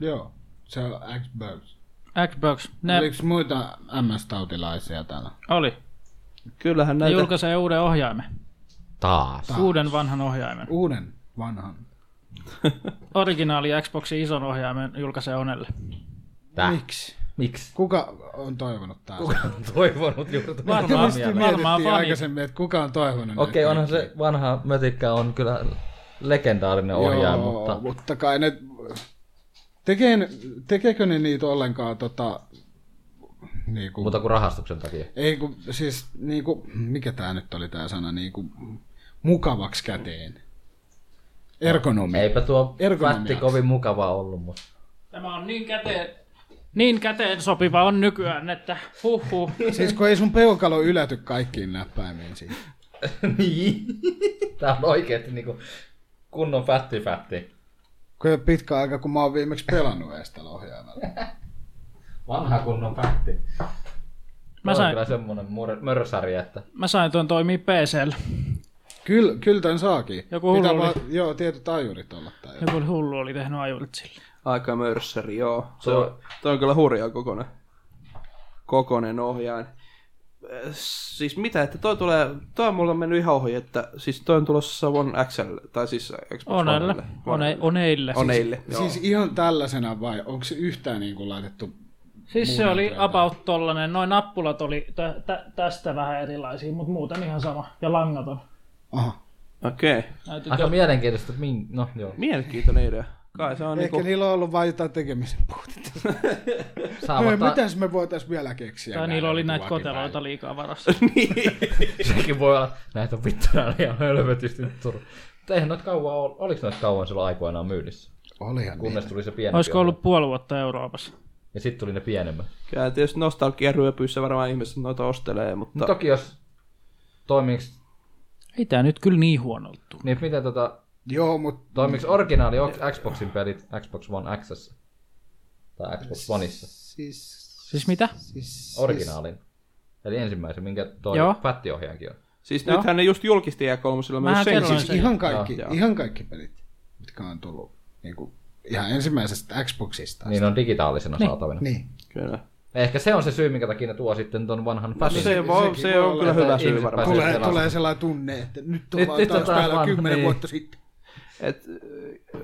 Speaker 2: Joo. Se on Xbox.
Speaker 3: Xbox, ne
Speaker 2: Oliko muita MS-tautilaisia täällä?
Speaker 3: oli.
Speaker 4: Kyllähän
Speaker 3: Ne
Speaker 4: näitä... Ah.
Speaker 3: julkaisee uuden ohjaimen.
Speaker 5: Taas.
Speaker 3: Uuden vanhan ohjaimen.
Speaker 2: Uuden, vanhan.
Speaker 3: Originaali Xboxin ison ohjaimen julkaisee Onelle.
Speaker 5: Tää.
Speaker 2: Miksi?
Speaker 5: Miksi?
Speaker 2: Kuka on toivonut taas?
Speaker 5: Kuka on toivonut juuri
Speaker 3: Varmaan, varmaan
Speaker 2: Mietittiin
Speaker 3: fani.
Speaker 2: aikaisemmin, että kuka on toivonut
Speaker 5: Okei,
Speaker 2: näitä
Speaker 5: onhan se vanha mötikkä on kyllä legendaarinen ohjaaja,
Speaker 2: Joo,
Speaker 5: mutta...
Speaker 2: mutta kai ne... Tekeen, tekeekö ne niitä ollenkaan tota... Niinku,
Speaker 5: Muuta kuin rahastuksen takia.
Speaker 2: Ei kun, siis niinku, mikä tää nyt oli tää sana, niinku, mukavaksi käteen. Ergonomi.
Speaker 5: Eipä tuo
Speaker 2: Ergonomiaksi.
Speaker 5: fätti kovin mukavaa ollut, mutta
Speaker 3: Tämä on niin käteen niin käteen sopiva on nykyään, että huhhuh.
Speaker 2: Siis kun ei sun peukalo yläty kaikkiin näppäimiin siinä.
Speaker 5: [laughs] niin. Tää on oikeesti niinku kunnon fätti fätti.
Speaker 2: Kun ei ole pitkä aika, kun mä oon viimeksi pelannut ees tällä ohjaimella.
Speaker 5: Vanha kunnon fätti.
Speaker 3: Mä
Speaker 5: Mä sain...
Speaker 3: sain-
Speaker 5: kyllä semmonen mör- mörsäri, että...
Speaker 3: Mä sain tuon toimii PCllä.
Speaker 2: Kyllä, kyllä tämän saakin.
Speaker 3: Joku hullu
Speaker 2: Pitää
Speaker 3: oli.
Speaker 2: vaan, joo, tietyt ajurit olla tai jotain.
Speaker 3: Joku oli hullu oli tehnyt ajurit sille.
Speaker 4: Aika mörssäri, joo. Se
Speaker 5: Tuo-
Speaker 4: on, toi on kyllä hurjaa kokonen, kokonen ohjaan. Siis mitä, että toi tulee, toi on mulla mennyt ihan ohi, että siis toi on tulossa One XL, tai siis Xbox
Speaker 3: Onelle.
Speaker 4: Onelle.
Speaker 3: One, oneille.
Speaker 4: Oneille, joo.
Speaker 2: Siis ihan tällaisena vai onko se yhtään niin kuin laitettu?
Speaker 3: Siis se oli about tollanen. Noin nappulat oli tä, tä, tästä vähän erilaisia, mutta muuten ihan sama. Ja langaton.
Speaker 2: Aha.
Speaker 4: Okei, okay.
Speaker 3: Näytit
Speaker 5: Aika mielenkiintoista, että min... No, joo.
Speaker 4: mielenkiintoinen idea. Kai se on
Speaker 2: Ehkä
Speaker 4: niinku,
Speaker 2: niillä on ollut vain jotain tekemisen puutetta.
Speaker 5: Saavat
Speaker 2: No,
Speaker 5: ta-
Speaker 2: mitäs me voitais vielä keksiä?
Speaker 3: tai niillä
Speaker 2: näillä
Speaker 3: oli
Speaker 2: niin
Speaker 3: näitä
Speaker 2: kuin
Speaker 3: koteloita liikaa varassa.
Speaker 5: Sekin voi olla, näitä on vittuna ihan hölvetisti nyt Turun. Mutta eihän noita kauan ole, oliko noita kauan silloin aikoinaan myynnissä?
Speaker 2: vakipäin. Olihan
Speaker 5: Kunnes
Speaker 2: niin.
Speaker 5: tuli se pienempi.
Speaker 3: Olisiko
Speaker 5: osa.
Speaker 3: ollut puoli vuotta Euroopassa?
Speaker 5: Ja sitten tuli ne pienemmät.
Speaker 4: kyllä tietysti nostalgiaryöpyissä varmaan ihmiset noita ostelee, mutta
Speaker 5: Mutta toki jos toimiks,
Speaker 3: Ei tää nyt kyllä niin huonolta tule.
Speaker 5: niin miten tota,
Speaker 2: Joo, mutta
Speaker 5: toimiks originaali o- Xboxin pelit Xbox One X tai Xbox Oneissa,
Speaker 2: siis...
Speaker 3: Siis mitä?
Speaker 2: siis
Speaker 5: originaalin. Eli ensimmäisen, minkä toi
Speaker 3: Joo.
Speaker 5: fättiohjaajakin on.
Speaker 4: siis
Speaker 3: Joo.
Speaker 4: nythän ne just julkisti E3
Speaker 3: Mähän
Speaker 4: myös sen.
Speaker 3: kerroin
Speaker 4: Siis,
Speaker 2: Siis
Speaker 3: sen.
Speaker 2: ihan kaikki,
Speaker 4: Joo, joo.
Speaker 2: ihan kaikki pelit, mitkä on tullut niin kuin, ihan ensimmäisestä Xboxista.
Speaker 5: Niin on digitaalisena niin. saatavina. Niin.
Speaker 2: Niin.
Speaker 4: kyllä.
Speaker 5: Ehkä se on se syy, minkä takia ne tuo sitten ton vanhan
Speaker 4: No,
Speaker 5: fätin.
Speaker 4: se, voi,
Speaker 2: sekin
Speaker 4: se
Speaker 2: voi
Speaker 4: on
Speaker 2: olla,
Speaker 4: kyllä
Speaker 5: että
Speaker 4: hyvä syy
Speaker 5: ihmiset
Speaker 4: varmaan.
Speaker 5: pääsee-
Speaker 2: Tulee,
Speaker 5: pelasta.
Speaker 2: tulee sellainen tunne, että nyt
Speaker 5: Nyt-
Speaker 2: ollaan
Speaker 5: nyt on
Speaker 2: taas
Speaker 5: taas
Speaker 2: täällä
Speaker 5: vanha,
Speaker 2: kymmenen
Speaker 5: niin.
Speaker 2: vuotta sitten.
Speaker 4: Et,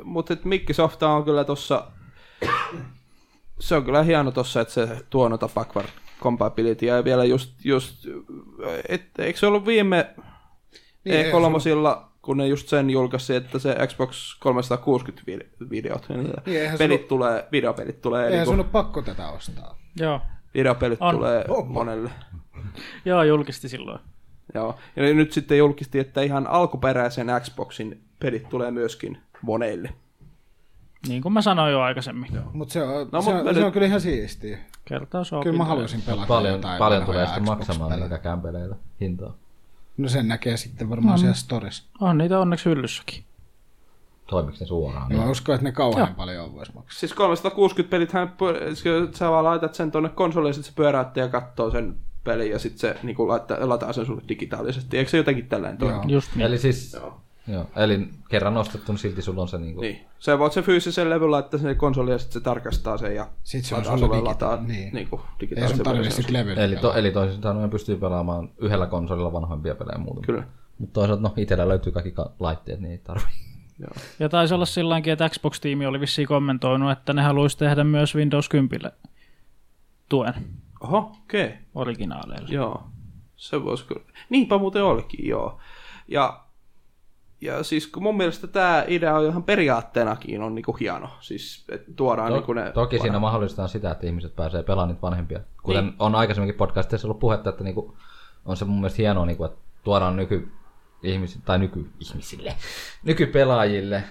Speaker 4: mutta et Microsoft on kyllä tossa, se on kyllä hieno tossa, että se tuo noita backward compatibility ja vielä just, just et, eikö se ollut viime
Speaker 2: Niin,
Speaker 4: niin, E3 kun ne just sen julkaisi, että se Xbox 360 vi- videot,
Speaker 2: Niin,
Speaker 4: niin
Speaker 2: eihän
Speaker 4: pelit
Speaker 2: sun-
Speaker 4: tulee, videopelit tulee, eli
Speaker 2: Eihän sun
Speaker 4: kun
Speaker 2: ole pakko tätä ostaa.
Speaker 3: Joo.
Speaker 4: videopelit
Speaker 3: On.
Speaker 4: tulee
Speaker 2: Oh.
Speaker 4: monelle.
Speaker 3: Joo, julkisti silloin.
Speaker 4: Joo. Ja nyt sitten julkisti, että ihan alkuperäisen Xboxin pelit tulee myöskin moneille.
Speaker 3: Niin kuin mä sanoin jo aikaisemmin.
Speaker 2: Mutta se, on,
Speaker 4: No,
Speaker 2: se,
Speaker 4: mut
Speaker 2: on,
Speaker 4: me
Speaker 2: se
Speaker 4: nyt-
Speaker 2: on kyllä ihan siistiä.
Speaker 3: Kertaus
Speaker 2: Kyllä mä haluaisin pelata
Speaker 5: Paljon,
Speaker 2: jotain
Speaker 5: paljon
Speaker 2: vanhoja
Speaker 5: tulee sitten
Speaker 2: Xbox-pelejä.
Speaker 5: maksamaan niitä kämpeleitä hintaa.
Speaker 2: No sen näkee sitten varmaan siellä storissa.
Speaker 3: On niitä onneksi hyllyssäkin.
Speaker 5: Toimiks ne suoraan?
Speaker 2: Mä uskon, että ne kauhean paljon voisi maksaa.
Speaker 4: Siis 360 pelithän, pö- siis sä vaan laitat sen tonne konsoliin, sit se pyöräyttää ja katsoo sen pelin, ja sitten se niinku laittaa, lataa sen sulle digitaalisesti. Eikö se jotenkin tällainen toimi?
Speaker 3: Just niin.
Speaker 5: Eli siis,
Speaker 4: Joo.
Speaker 5: joo. joo. eli kerran ostettu, niin silti sulla on se niinku...
Speaker 4: Niin. Sä voit sen fyysisen levyn laittaa sen konsoliin, ja sitten se tarkastaa sen, ja
Speaker 2: Sit se on
Speaker 4: lataa
Speaker 2: sulle
Speaker 4: sulle
Speaker 2: digita-
Speaker 4: lataa
Speaker 2: niin.
Speaker 4: niinku,
Speaker 2: Ei sun
Speaker 4: digitaalisen
Speaker 2: tarvitse
Speaker 4: version.
Speaker 2: sitten levyllä.
Speaker 5: Eli, to,
Speaker 2: pelata.
Speaker 5: eli toisin sanoen pystyy pelaamaan yhdellä konsolilla vanhoimpia pelejä muuten.
Speaker 4: Kyllä.
Speaker 5: Mutta toisaalta no, itsellä löytyy kaikki ka- laitteet, niin ei tarvii.
Speaker 3: Ja taisi olla silläkin, että Xbox-tiimi oli vissiin kommentoinut, että ne haluaisi tehdä myös Windows 10 tuen
Speaker 4: Oho, okei. Okay.
Speaker 3: originaaleille.
Speaker 4: Joo, se voisi kyllä. Niinpä muuten olikin, joo. Ja, ja siis kun mun mielestä tämä idea on ihan periaatteenakin on niinku hieno. Siis että tuodaan
Speaker 5: To-
Speaker 4: niinku ne...
Speaker 5: toki siinä mahdollistetaan sitä, että ihmiset pääsee pelaamaan niitä vanhempia. Kuten niin. on aikaisemminkin podcastissa ollut puhetta, että niinku, on se mun mielestä hienoa, niinku, että tuodaan nyky ihmisille, tai nykyihmisille, [laughs] nykypelaajille,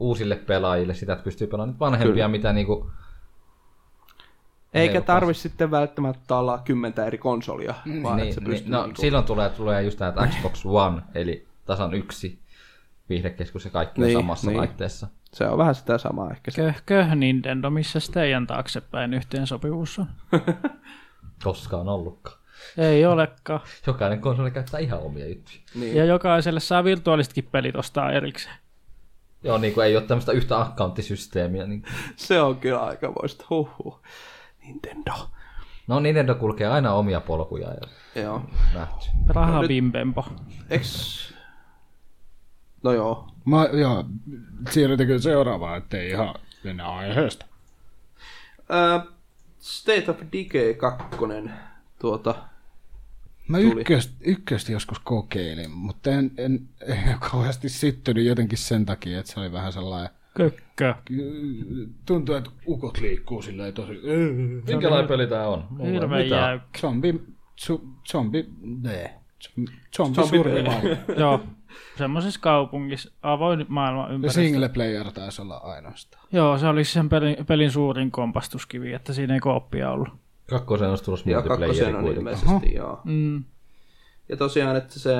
Speaker 5: uusille pelaajille sitä, että pystyy pelaamaan niitä vanhempia,
Speaker 4: Kyllä.
Speaker 5: Kyllä. mitä niinku,
Speaker 4: Eikä
Speaker 5: Reilukas.
Speaker 4: tarvi sitten välttämättä olla kymmentä eri konsolia, mm, vaan niin, että
Speaker 5: niin,
Speaker 4: se pystyy
Speaker 5: niin, no,
Speaker 4: niinku...
Speaker 5: silloin tulee, tulee just tämä, että Xbox One, eli tasan yksi viihdekeskus ja kaikki on
Speaker 4: Niin,
Speaker 5: samassa
Speaker 4: niin.
Speaker 5: laitteessa.
Speaker 4: Se on vähän sitä samaa ehkä. Se.
Speaker 3: Köhkö Nintendo, missä teidän taaksepäin yhteensopivuus on?
Speaker 5: Koskaan ollutkaan.
Speaker 3: Ei olekaan.
Speaker 5: Jokainen konsoli käyttää ihan omia juttuja.
Speaker 4: Niin.
Speaker 3: Ja jokaiselle saa virtuaalisetkin pelit ostaa erikseen.
Speaker 5: Joo, niin kuin ei ole tämmöistä yhtä accounttisysteemiä. Niin...
Speaker 4: Se on kyllä aikamoista. Huhhuh. Nintendo.
Speaker 5: No Nintendo kulkee aina omia polkuja ja
Speaker 4: Joo.
Speaker 5: nähty.
Speaker 2: No
Speaker 3: Rahabimbempo.
Speaker 4: Eks... No joo.
Speaker 2: Mä, joo, siirrytäänkö seuraavaan, ettei ihan mennä aiheesta.
Speaker 4: Ö, State of Decay 2. Tuota,
Speaker 2: Mä ykköstä, ykköstä joskus kokeilin, mutta en, en, en kauheasti syttynyt jotenkin sen takia, että se oli vähän sellainen...
Speaker 3: Kökkö.
Speaker 2: Tuntuu, että ukot liikkuu silleen tosi... No,
Speaker 5: Minkälainen peli tää on? Mulla ei
Speaker 3: Hirveän
Speaker 5: mitään.
Speaker 3: jäykkä.
Speaker 2: Zombi... Su, zombi... Nee. Zombie
Speaker 3: [laughs]
Speaker 2: survival.
Speaker 3: Joo, semmoisessa kaupungissa, avoin maailman
Speaker 2: Ja
Speaker 3: ympäristö.
Speaker 2: single player taisi olla ainoastaan.
Speaker 3: Joo, se oli sen pelin, pelin suurin kompastuskivi, että siinä ei kooppia ollut.
Speaker 5: Kakkosen olisi tulossa
Speaker 4: Ja
Speaker 5: multiplayeri
Speaker 4: kakkosen on
Speaker 5: kuitenkin.
Speaker 4: ilmeisesti, joo.
Speaker 3: Mm.
Speaker 4: Ja tosiaan, että se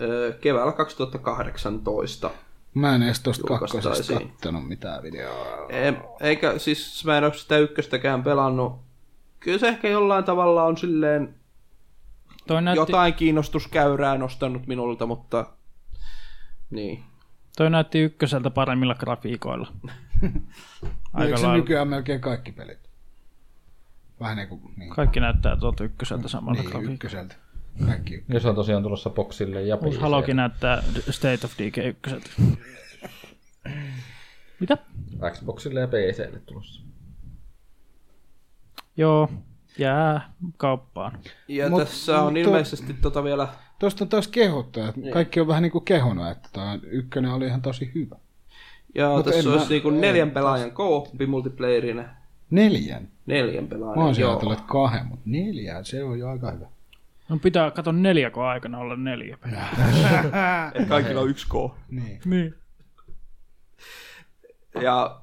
Speaker 4: ö, keväällä 2018.
Speaker 2: Mä en edes tosta
Speaker 4: Julkaistaisiin.
Speaker 2: kakkosesta kattonut mitään videoa.
Speaker 4: E, eikä siis, mä en ole sitä ykköstäkään pelannut. Kyllä se ehkä jollain tavalla on silleen
Speaker 3: Toi näytti,
Speaker 4: jotain kiinnostuskäyrää nostanut minulta, mutta niin.
Speaker 3: toi näytti ykköseltä paremmilla grafiikoilla.
Speaker 2: Eikö
Speaker 3: Aika
Speaker 2: se
Speaker 3: lailla.
Speaker 2: nykyään melkein kaikki pelit? Vähän niin kuin niin,
Speaker 3: Kaikki näyttää tuolta ykköseltä samalta niin,
Speaker 2: niin
Speaker 3: grafiikalta.
Speaker 2: ykköseltä. Kaikki.
Speaker 5: Ja se on tosiaan tulossa boksille ja
Speaker 3: Uusi
Speaker 5: PClle.
Speaker 3: Halokin näyttää State of Decay ykköseltä. Mitä?
Speaker 5: Xboxille ja PClle tulossa.
Speaker 3: Joo, jää kauppaan.
Speaker 4: Ja
Speaker 2: Mut-
Speaker 4: tässä on
Speaker 2: mut-
Speaker 4: ilmeisesti tota vielä
Speaker 2: Tuosta on taas kehuttu, että kaikki on vähän niin kuin kehunut, että tämä ykkönen oli ihan tosi hyvä.
Speaker 4: Ja
Speaker 2: Mut
Speaker 4: Mut
Speaker 2: en
Speaker 4: tässä
Speaker 2: mä-
Speaker 4: olisi niinku
Speaker 2: en
Speaker 4: neljän pelaajan kooppi multiplayerinä.
Speaker 2: Neljän.
Speaker 4: Neljän
Speaker 2: Mä
Speaker 4: pelaajan,
Speaker 2: oon ajatellut, että kahden, mutta neljään, se on jo aika hyvä.
Speaker 3: No pitää, kato neljäko aikana olla neljä.
Speaker 4: Et Kaikilla on yksi K.
Speaker 2: Niin.
Speaker 3: Niin.
Speaker 4: Ja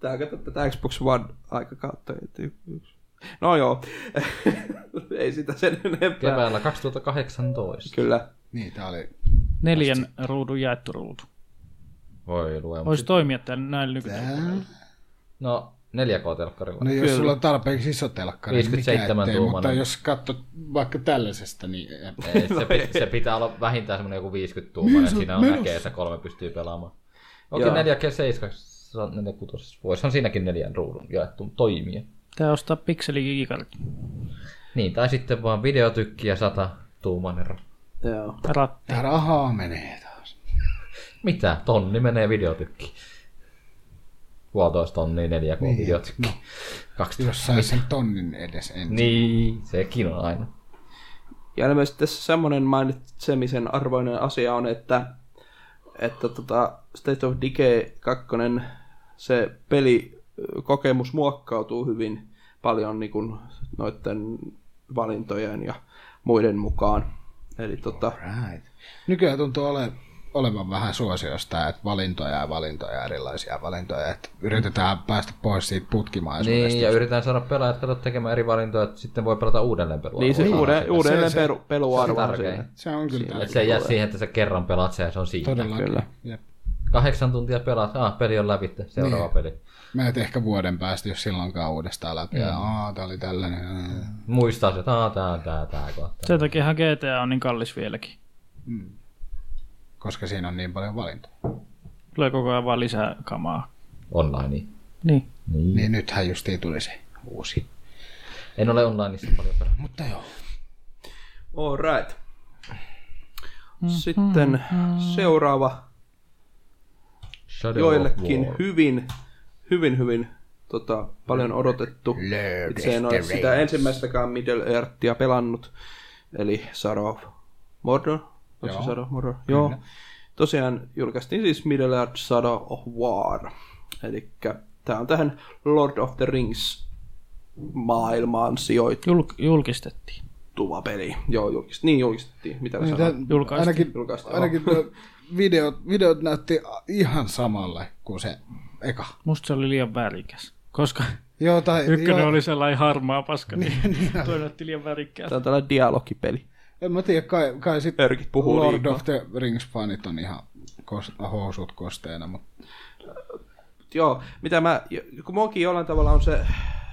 Speaker 4: tää kato tätä Xbox One aikakautta. et y- yksi. No joo, [laughs] ei sitä sen enempää.
Speaker 5: Keväällä 2018.
Speaker 4: Kyllä.
Speaker 2: Niin, tää oli...
Speaker 3: Neljän ruudun jaettu ruutu.
Speaker 5: Voi luoja.
Speaker 3: Voisi toimia tämän näillä nykyään.
Speaker 5: No, 4K-telkkarilla.
Speaker 2: No jos
Speaker 4: Kyllä.
Speaker 2: sulla on tarpeeksi iso telkkari, niin mikä
Speaker 5: 57
Speaker 2: ettei,
Speaker 5: tuumainen.
Speaker 2: mutta jos katsot vaikka tällaisesta, niin... ei-
Speaker 5: Ei, se, pit, se, pitää olla vähintään semmoinen joku 50
Speaker 4: Niin,
Speaker 5: tuumainen, että siinä on näkee, että kolme pystyy pelaamaan. Okei,
Speaker 4: Joo.
Speaker 5: 4 7 46. Voisihan siinäkin neljän ruudun jaettu toimia.
Speaker 3: Pitää ostaa pikselikiikarit.
Speaker 5: Niin, tai sitten vaan videotykki ja 100 tuumainen. ra-
Speaker 4: Joo.
Speaker 3: Rat.
Speaker 2: Tää rahaa menee taas.
Speaker 5: Mitä? Tonni menee videotykki. Puolitoista tonnia, neljä kuin
Speaker 4: Niin, no.
Speaker 5: videotykki. Kaksi
Speaker 2: Jos sais sen tonnin edes ensin.
Speaker 5: Niin, sekin on aina.
Speaker 4: Ja ilmeisesti tässä semmoinen mainitsemisen arvoinen asia on, että, että tota State of Decay 2, se pelikokemus muokkautuu hyvin paljon niin kuin noiden valintojen ja muiden mukaan. Eli tota,
Speaker 2: Right. Nykyään tuntuu ole, olevan vähän suosiosta, että valintoja ja valintoja, erilaisia valintoja, että yritetään päästä pois siitä putkimaisuudesta.
Speaker 5: Niin, ja yritetään saada pelaajat kato tekemään eri valintoja, että sitten voi pelata uudelleen pelua.
Speaker 4: niin se
Speaker 5: Voi
Speaker 4: uuden,
Speaker 5: sanoa
Speaker 4: uudelleen
Speaker 2: se-
Speaker 4: peru, peluarvo on
Speaker 5: tärkein.
Speaker 4: siinä.
Speaker 2: Se on kyllä
Speaker 5: sitä.
Speaker 2: tärkeä.
Speaker 5: Että se ei jää siihen, että sä kerran pelaat sen ja se on siinä.
Speaker 2: Todellakin.
Speaker 4: Kyllä.
Speaker 2: Jep.
Speaker 5: Kahdeksan tuntia pelaat, ah, peli on läpi, seuraava niin. peli.
Speaker 2: Menet ehkä vuoden päästä, jos silloinkaan uudestaan läpi. Ja, Aa, tää oli tällainen. aa."
Speaker 5: Muistaa se, että ah, tää, tää, tää, kohta.
Speaker 3: Sen takia GTA on niin kallis vieläkin.
Speaker 2: Koska siinä on niin paljon valintoja.
Speaker 3: Tulee koko ajan vaan lisää kamaa.
Speaker 5: Online.
Speaker 3: Niin.
Speaker 5: Niin.
Speaker 2: Niin nythän justiin tuli se uusi.
Speaker 5: En ole onlineissa paljon pelannut.
Speaker 2: Mutta joo.
Speaker 4: All right. Sitten seuraava
Speaker 5: Shadow
Speaker 4: joillekin
Speaker 5: of War.
Speaker 4: hyvin, hyvin, hyvin tota, paljon odotettu. Itse en ole sitä ensimmäistäkään Middle Earthia pelannut, eli Shadow of Mordor. Onko se Shadow of Mordor? Joo. Tosiaan julkaistiin siis Middle Earth Shadow of War. Eli tämä on tähän Lord of the Rings maailmaan
Speaker 3: Julk- julkistettiin.
Speaker 4: sijoittuva peli. Joo, julkist, niin julkistettiin. Mitä niin, sanoit?
Speaker 3: Julkaistiin.
Speaker 2: Ainakin,
Speaker 4: Julkaistiin,
Speaker 2: ainakin tuo videot, videot näytti ihan samalle kuin se eka.
Speaker 3: Musta se oli liian värikäs. Koska
Speaker 2: Joo, tai,
Speaker 3: ykkönen
Speaker 2: joo,
Speaker 3: oli sellainen harmaa paska, niin toi näytti liian värikkäältä.
Speaker 4: Tämä on tällainen dialogipeli.
Speaker 2: En mä tiedä, kai, kai sit
Speaker 4: Örkit puhuu
Speaker 2: Lord
Speaker 4: liikaa.
Speaker 2: of the Rings-fanit on ihan kos, housut kosteena, mutta
Speaker 4: Joo, mitä mä, kun muakin jollain tavalla on se,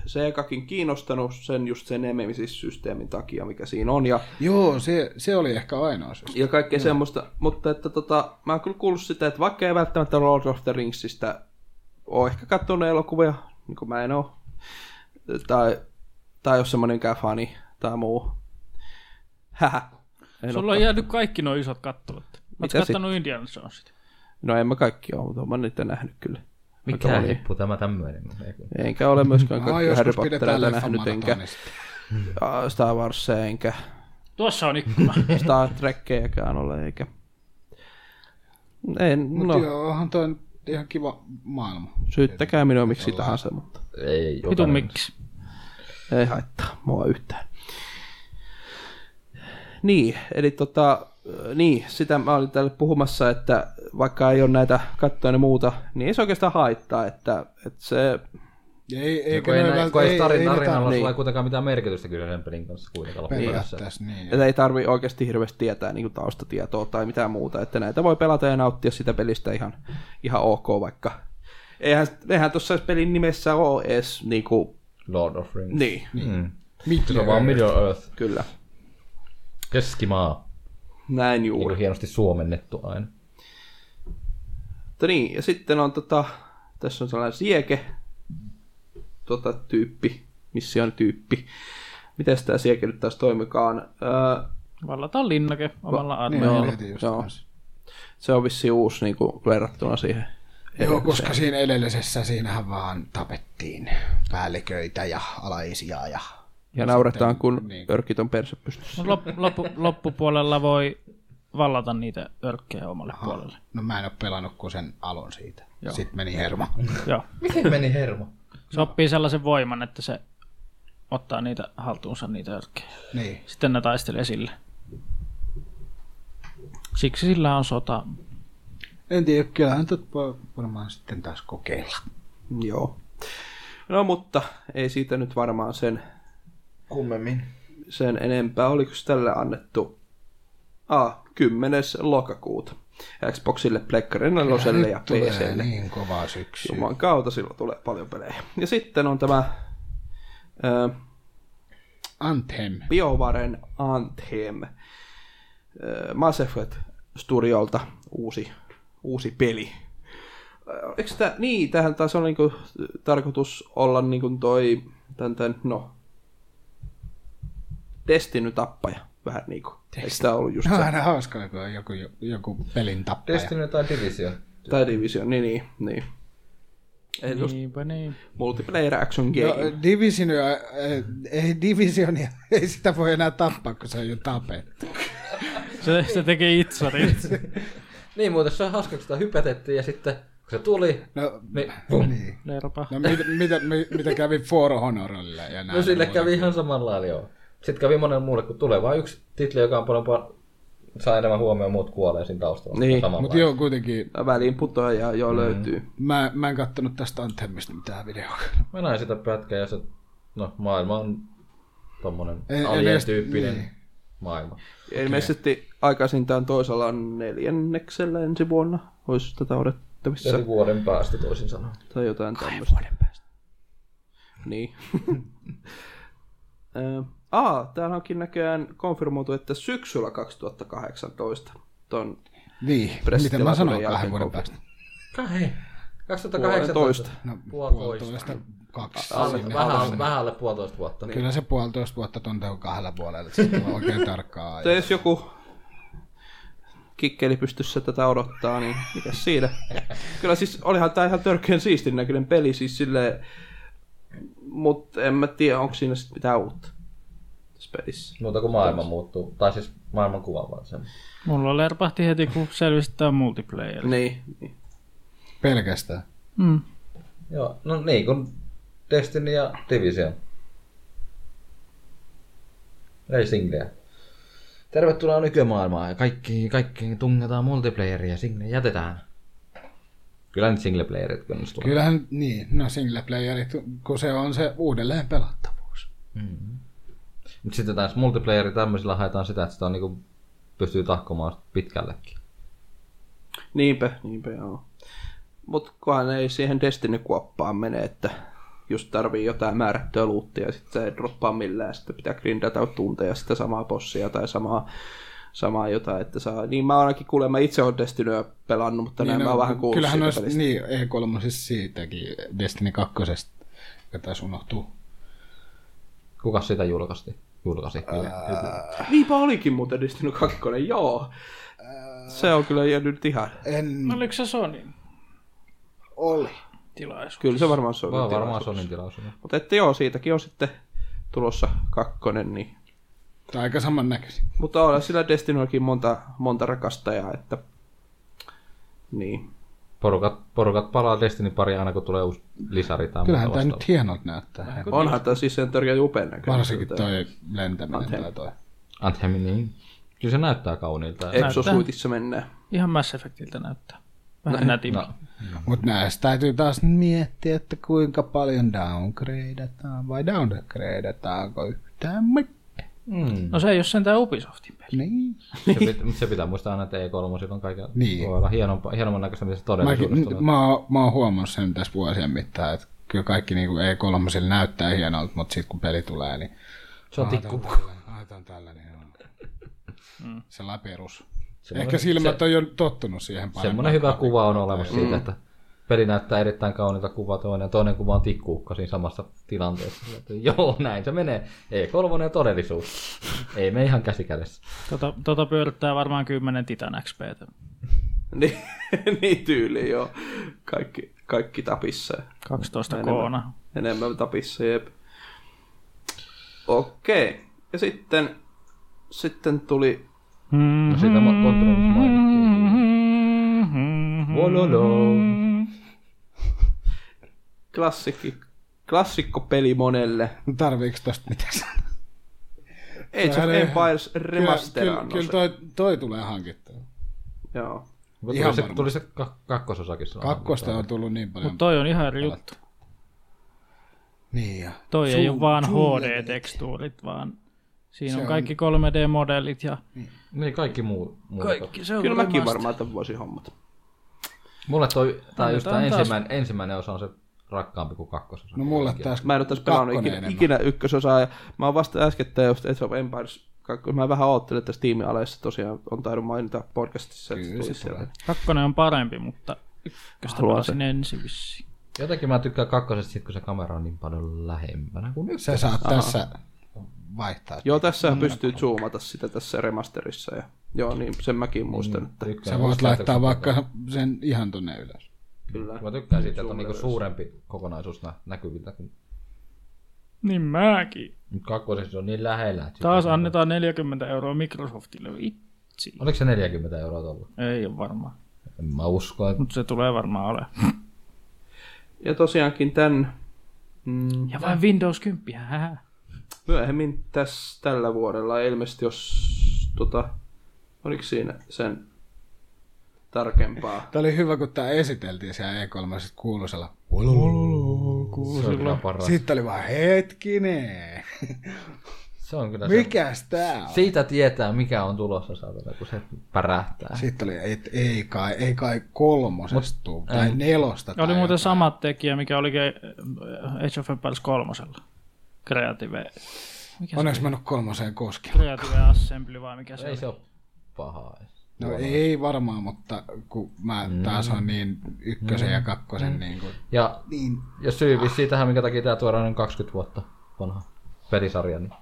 Speaker 4: se ekakin kiinnostanut sen just sen ememissysteemin takia, mikä siinä on. Ja
Speaker 2: joo, se, se oli ehkä ainoa syy.
Speaker 4: ja kaikkea Joo. semmoista. Mutta että tota, mä oon kyllä kuullut sitä, että vaikka ei välttämättä Lord of the Ringsistä oo ehkä katsonut elokuvia, niin kuin mä en oo, tai, tai jos semmonenkään fani tai muu. Hähä. En
Speaker 3: Sulla on
Speaker 4: oo-
Speaker 3: jäänyt kaikki nuo isot kattomat. Oletko
Speaker 4: Mitä sit?
Speaker 3: kattonut Indiana Jonesit?
Speaker 4: No en mä kaikki oo, mutta mä oon niitä nähnyt kyllä. Aika
Speaker 5: Mikä
Speaker 4: moni.
Speaker 5: lippu tämä tämmöinen?
Speaker 4: Enkä ole myöskään
Speaker 2: Mä oon
Speaker 4: kaikkia Harry
Speaker 2: joskus
Speaker 4: Pottereita
Speaker 2: pidetään
Speaker 4: nähnyt, enkä
Speaker 2: leffamaratonista.
Speaker 4: äh, Star Warsia, enkä
Speaker 3: Tuossa
Speaker 4: [laughs]
Speaker 3: on ikkuna.
Speaker 4: Star Trekkejäkään ole, eikä... En,
Speaker 2: Mut
Speaker 4: no,
Speaker 2: joo, onhan toi nyt ihan kiva maailma.
Speaker 4: syyttäkää minua miksi tahansa, mutta...
Speaker 5: Ei,
Speaker 3: Vitu
Speaker 5: jokainen.
Speaker 3: miksi.
Speaker 4: Ei haittaa mua yhtään. Niin, eli tota, äh, niin, sitä mä olin tälle puhumassa, että vaikka ei ole näitä kattoja ja muuta, niin ei se oikeastaan haittaa, että, että se
Speaker 2: Ei,
Speaker 5: Ei,
Speaker 2: eikä
Speaker 5: kun ei,
Speaker 2: noin
Speaker 5: näin,
Speaker 2: vält-
Speaker 5: kun ei, tarin,
Speaker 2: ne
Speaker 5: tarinalla
Speaker 2: tar-
Speaker 5: sulla ei
Speaker 4: niin.
Speaker 5: kuitenkaan mitään merkitystä kyllä sen pelin kanssa kuitenkaan loppupeleissä.
Speaker 2: Periaatteessa niin.
Speaker 4: että ei tarvi oikeasti hirveästi tietää niin taustatietoa tai mitään muuta, että näitä voi pelata ja nauttia sitä pelistä ihan, ihan ok, vaikka eihän, eihän tuossa pelin nimessä ole edes niin kuin,
Speaker 5: Lord of Rings.
Speaker 4: niin,
Speaker 5: Mm. Se
Speaker 2: Middle
Speaker 5: on vaan Middle Earth.
Speaker 4: kyllä,
Speaker 5: Keskimaa.
Speaker 4: näin juuri.
Speaker 5: Juuri hienosti suomennettu aina.
Speaker 4: Mutta niin, ja sitten on tota, tässä on sellainen sieke, tota tyyppi, mission tyyppi. Miten tämä sieke nyt taas toimikaan? Öö,
Speaker 3: Vallataan linnake omalla
Speaker 2: Niin,
Speaker 3: armeijalla.
Speaker 2: joo, just
Speaker 4: joo.
Speaker 2: kanssa.
Speaker 4: se on vissiin uusi niin kuin, verrattuna siihen.
Speaker 2: Joo, koska siinä edellisessä siinähän vaan tapettiin päälliköitä ja alaisia ja...
Speaker 4: Ja nauretaan, kun
Speaker 2: niin.
Speaker 4: örkit on perse pystyssä.
Speaker 3: Mut Lop, loppu, loppupuolella voi vallata niitä örkkejä omalle puolelle.
Speaker 2: No mä en ole pelannut kuin sen alun siitä. Joo. Mm. Sitten meni hermo.
Speaker 3: Joo.
Speaker 5: Miten meni hermo?
Speaker 3: Se oppii sellaisen voiman, että se ottaa niitä haltuunsa niitä örkkejä.
Speaker 2: niin.
Speaker 3: Sitten ne taistelee sille. Siksi sillä on sota.
Speaker 2: En tiedä, kyllähän tot voi varmaan sitten taas kokeilla.
Speaker 4: Joo. No mutta ei siitä nyt varmaan sen,
Speaker 2: Kummemmin.
Speaker 4: sen enempää. Oliko se tälle annettu ah, 10. lokakuuta? Xboxille, Plekkari 4 ja
Speaker 2: Tulee
Speaker 4: PClle.
Speaker 2: niin kovaa syksy.
Speaker 4: Jumalan kautta silloin tulee paljon pelejä. Ja sitten on tämä ö,
Speaker 2: Anthem.
Speaker 4: BioVaren Anthem ö, Mass Effect Studiolta uusi, uusi peli. Ö, Eikö tää, niin, tähän taas on niinku tarkoitus olla niinku toi, tän, tän, no, testinyt tappaja vähän niinku. Eikö tää ollut just
Speaker 2: No
Speaker 4: se?
Speaker 2: aina hauskaa, kun on joku, joku pelin tappaja.
Speaker 5: Destiny tai Division.
Speaker 4: Tai Division, niin, niin, niin. Eli just
Speaker 3: Niinpä niin.
Speaker 4: multiplayer action game.
Speaker 2: No, divisionia, eh, ei, divisionia, [laughs] ei sitä voi enää tappaa, kun se on jo tapettu.
Speaker 3: Se, se tekee itsarin.
Speaker 5: Niin muuten se on hauska, kun sitä hypätettiin ja sitten kun se tuli,
Speaker 2: No,
Speaker 5: niin
Speaker 4: Äh,
Speaker 5: pum.
Speaker 2: niin.
Speaker 3: Lerpa.
Speaker 2: no mit, mitä, mi- mitä kävi For Honorille ja näin?
Speaker 5: No sille
Speaker 2: muuta?
Speaker 5: kävi ihan samalla lailla joo. Sitten kävi monen muulle, kun tulee vaan yksi titli, joka on paljon, paljon saa enemmän huomioon, muut kuolee siinä taustalla.
Speaker 4: Niin,
Speaker 5: Samalla
Speaker 2: Mutta
Speaker 5: lailla.
Speaker 2: joo, kuitenkin
Speaker 4: väliin putoajaa jo mm. löytyy.
Speaker 2: mä, mä en kattonut tästä Anthemista mitään videoa.
Speaker 5: Mä näin sitä pätkää ja se, no maailma on tommonen
Speaker 2: Ei- ei edes-
Speaker 5: alien-tyyppinen
Speaker 2: niin.
Speaker 5: maailma.
Speaker 4: Okay. Ilmeisesti aikaisintaan toisella neljänneksellä ensi vuonna olisi tätä odottavissa.
Speaker 5: Eli vuoden päästä toisin sanoen.
Speaker 4: Tai jotain tämmöistä. vuoden päästä. Niin. [laughs] Ö, Aa, täällä onkin näköjään konfirmoitu, että syksyllä 2018 ton
Speaker 2: Niin, mitä
Speaker 4: Pressitilaisuuden
Speaker 2: mä sanoin
Speaker 4: jälkeen
Speaker 2: kahden vuoden päästä?
Speaker 4: kokous.
Speaker 5: Kahden.
Speaker 4: Puolentoista.
Speaker 5: 2018.
Speaker 2: No,
Speaker 5: Puolitoista.
Speaker 2: puolitoista, kaksi.
Speaker 5: Alle,
Speaker 2: sinne.
Speaker 5: vähän, vähän alle puolitoista vuotta. Niin.
Speaker 2: Kyllä se puolitoista vuotta tuntee kuin kahdella puolella, että sitten on oikein tarkkaa
Speaker 4: Mutta
Speaker 2: aikaa.
Speaker 4: jos joku kikkeli pystyssä tätä odottaa, niin mikä siinä? Kyllä siis olihan tämä ihan törkeän siistin näköinen peli, siis silleen, mutta en mä tiedä, onko siinä sitten mitään uutta tässä pelissä.
Speaker 5: Muuta kuin maailma muuttuu. Tai siis maailman kuva vaan sen.
Speaker 3: Mulla lerpahti heti, kun selvisi, että tää on multiplayer.
Speaker 4: Niin, niin.
Speaker 2: Pelkästään.
Speaker 3: Mm.
Speaker 5: Joo, no niin kuin Destiny ja Division. Ei singleä. Tervetuloa nykymaailmaan. Kaikki, kaikki tungetaan multiplayeria, single jätetään. Kyllä nyt singleplayerit kyllä.
Speaker 2: Kyllähän niin, no single playeri, kun se on se uudelleen pelattavuus.
Speaker 5: Mutta sitten taas multiplayeri tämmöisillä haetaan sitä, että sitä on niinku pystyy tahkomaan pitkällekin.
Speaker 4: niinpä, niinpä joo. Mut kunhan ei siihen Destiny-kuoppaan mene, että just tarvii jotain määrättyä luuttia ja sitten se ei droppaa millään, sitten pitää grindata tunteja sitä samaa bossia tai samaa, samaa jotain, että saa. Niin mä ainakin kuulemma itse olen Destinyä pelannut, mutta niin näin mä oon vähän kuullut
Speaker 2: no, Kyllähän
Speaker 4: siitä
Speaker 2: olisi,
Speaker 4: pelistä.
Speaker 2: niin, E3 siis siitäkin, Destiny 2, joka taas unohtuu.
Speaker 5: Kuka sitä julkaisti? Julkaisi. Ää...
Speaker 4: Niinpä olikin muuten Destiny 2, joo. Se on kyllä jäänyt ihan.
Speaker 2: En
Speaker 3: Oliko se Sony
Speaker 2: oli.
Speaker 3: tilaisuus?
Speaker 4: Kyllä se varmaan se on.
Speaker 5: Vaan varmaan Sonin tilaus. on.
Speaker 4: Mutta että joo, siitäkin on sitten tulossa kakkonen, niin
Speaker 2: Tai aika samannäköisiä.
Speaker 4: Mutta on sillä Destinoillakin monta, monta rakastajaa, että niin.
Speaker 5: Porukat, porukat palaa Destiny pari aina kun tulee uusi lisari tai
Speaker 2: Kyllähän
Speaker 5: muuta
Speaker 2: tämä
Speaker 5: vastaavaa.
Speaker 2: nyt hienolta näyttää.
Speaker 4: Onhan tämä siis sen törkeä upean näköinen.
Speaker 2: Varsinkin
Speaker 4: Siltä.
Speaker 2: toi lentäminen
Speaker 4: Antenni.
Speaker 2: tai toi.
Speaker 5: Anthemi, niin. Kyllä se näyttää kauniilta.
Speaker 4: Exosuitissa mennään. [laughs]
Speaker 3: Ihan Mass Effectiltä näyttää. Vähän nätimpi.
Speaker 5: no.
Speaker 2: Mutta näistä täytyy taas miettiä, että kuinka paljon downgradeataan vai downgradeataanko yhtään mitään. [laughs]
Speaker 5: Mm.
Speaker 3: No se ei ole sentään Ubisoftin peli.
Speaker 2: Niin.
Speaker 5: Se, pit, mut se pitää muistaa aina, että E3 on kaiken
Speaker 2: Niin.
Speaker 5: voi olla hienompaa, hienomman näköistä, mitä se todellisuudessa
Speaker 2: Mäkin,
Speaker 5: tulee.
Speaker 2: mä, oon- mä oon huomannut sen tässä vuosien mittaan, että kyllä kaikki niinku E3 näyttää hienolta, mutta sitten kun peli tulee, niin
Speaker 5: Se on tikku.
Speaker 2: Aitan tällainen, joo.
Speaker 3: Mm.
Speaker 2: Se läperus. Ehkä silmät on jo tottunut siihen parempaan.
Speaker 5: Semmoinen hyvä kuva on olemassa siitä, että peli näyttää erittäin kauniilta kuva toinen, ja toinen kuva on tikkuukka siinä samassa tilanteessa. Että Joo, näin se menee. E3 on todellisuus. Ei me ihan käsi kädessä.
Speaker 3: Tota, tota pyörittää varmaan 10 Titan XPtä.
Speaker 4: Niin, niin tyyli, joo. Kaikki, kaikki tapissa. ja
Speaker 3: 12
Speaker 4: Enemmän.
Speaker 3: koona.
Speaker 4: Enemmän tapissa, jep. Okei. Ja sitten, sitten tuli
Speaker 5: No siitä ma- kontrollissa mainittiin.
Speaker 3: Mm-hmm.
Speaker 5: Wololo.
Speaker 2: Mm.
Speaker 4: klassikki, klassikkopeli monelle.
Speaker 2: Tarviiko tosta mitään sanoa?
Speaker 4: Age of
Speaker 2: Älä-
Speaker 4: Empires
Speaker 2: Kyllä,
Speaker 4: Remaster
Speaker 2: kyllä,
Speaker 4: on
Speaker 2: kyllä
Speaker 4: se.
Speaker 2: toi, toi tulee hankittua.
Speaker 4: Joo.
Speaker 5: Tuli
Speaker 2: Ihan
Speaker 5: se,
Speaker 2: varmaan.
Speaker 5: tuli se kak- kakkososakin. silloin.
Speaker 2: Kakkosta on tullut niin paljon.
Speaker 3: Mutta toi on ihan eri juttu.
Speaker 2: Niin ja.
Speaker 3: Toi ei ole vaan HD-tekstuurit, vaan siinä on kaikki 3D-modelit ja
Speaker 5: Niin, kaikki muu. muu
Speaker 3: kaikki. Se on
Speaker 4: Kyllä mäkin
Speaker 3: remaster.
Speaker 4: varmaan tämän voisin hommata.
Speaker 5: Mulle toi, tää just tää
Speaker 3: Annetaan taas.
Speaker 5: ensimmäinen, ensimmäinen osa on se rakkaampi kuin kakkososa.
Speaker 2: No mulle taas
Speaker 4: Mä en ole tässä pelannut
Speaker 2: kakkonen
Speaker 4: ikinä,
Speaker 2: enemmän.
Speaker 4: ikinä ykkösosaa. Ja mä oon vasta äskettäin just Age of Empires kakkonen. Mä vähän oottelin, että tässä tiimialeissa tosiaan on taidon mainita podcastissa. Että
Speaker 2: Kyllä se
Speaker 4: tulisi siellä.
Speaker 3: Kakkonen on parempi, mutta ykköstä
Speaker 4: Haluaa
Speaker 3: pelasin ensin vissiin.
Speaker 5: Jotenkin mä tykkään kakkosesta sit, kun se kamera on niin paljon lähempänä kuin yksi.
Speaker 2: Sä saat tässä vaihtaa.
Speaker 4: Joo, tässä pystyy zoomata sitä tässä remasterissa. Ja, joo, niin sen mäkin muistan. Että,
Speaker 5: Tykkään
Speaker 2: Sä voit
Speaker 5: muista, että
Speaker 2: laittaa
Speaker 5: kun-
Speaker 2: vaikka sen ihan tonne ylös.
Speaker 4: kyllä.
Speaker 5: Mä tykkään siitä, että on niinku suurempi kokonaisuus nä- näkyvillä. Kun
Speaker 3: Niin mäkin.
Speaker 5: nyt kakkosessa se on niin lähellä. Että
Speaker 3: Taas
Speaker 5: sitä-
Speaker 3: annetaan 40 euroa Microsoftille. Vitsi.
Speaker 5: Oliko se 40 euroa tuolla?
Speaker 3: Ei ole varmaan,
Speaker 5: En mä usko. Että...
Speaker 3: mutta se tulee varmaan olemaan.
Speaker 4: Ja tosiaankin tämän mm,
Speaker 3: Ja vain Windows 10, hähä.
Speaker 4: myöhemmin tässä tällä vuodella ilmeisesti, jos tota, oliko siinä sen tarkempaa.
Speaker 2: Tämä oli hyvä, kun tämä esiteltiin siellä E3 sit kuuluisella.
Speaker 5: Se on, kyllä paras.
Speaker 2: Sitten oli vaan hetkinen.
Speaker 5: se on kyllä se.
Speaker 2: Mikäs tää on?
Speaker 5: Siitä tietää, mikä on tulossa saatana, kun se pärähtää.
Speaker 2: Sitten oli, et ei kai, ei kai kolmosesta tuu, tai nelosta.
Speaker 3: Oli
Speaker 2: tai
Speaker 3: muuten
Speaker 2: jotain.
Speaker 3: sama tekijä, mikä oli Age of Empires kolmosella. Creative, mikä se
Speaker 2: Onneksi mä en oo kolmoseen koskenut.
Speaker 3: Creative Assembly vai mikä se
Speaker 5: Ei
Speaker 3: oli?
Speaker 5: se ole pahaa.
Speaker 2: No ei varmaan, mutta kun mä taas on niin ykkösen ja kakkosen niin kuin.
Speaker 5: Ja, ja syy vissiin tähän, minkä takia tämä tuodaan on 20 vuotta vanha pelisarja, niin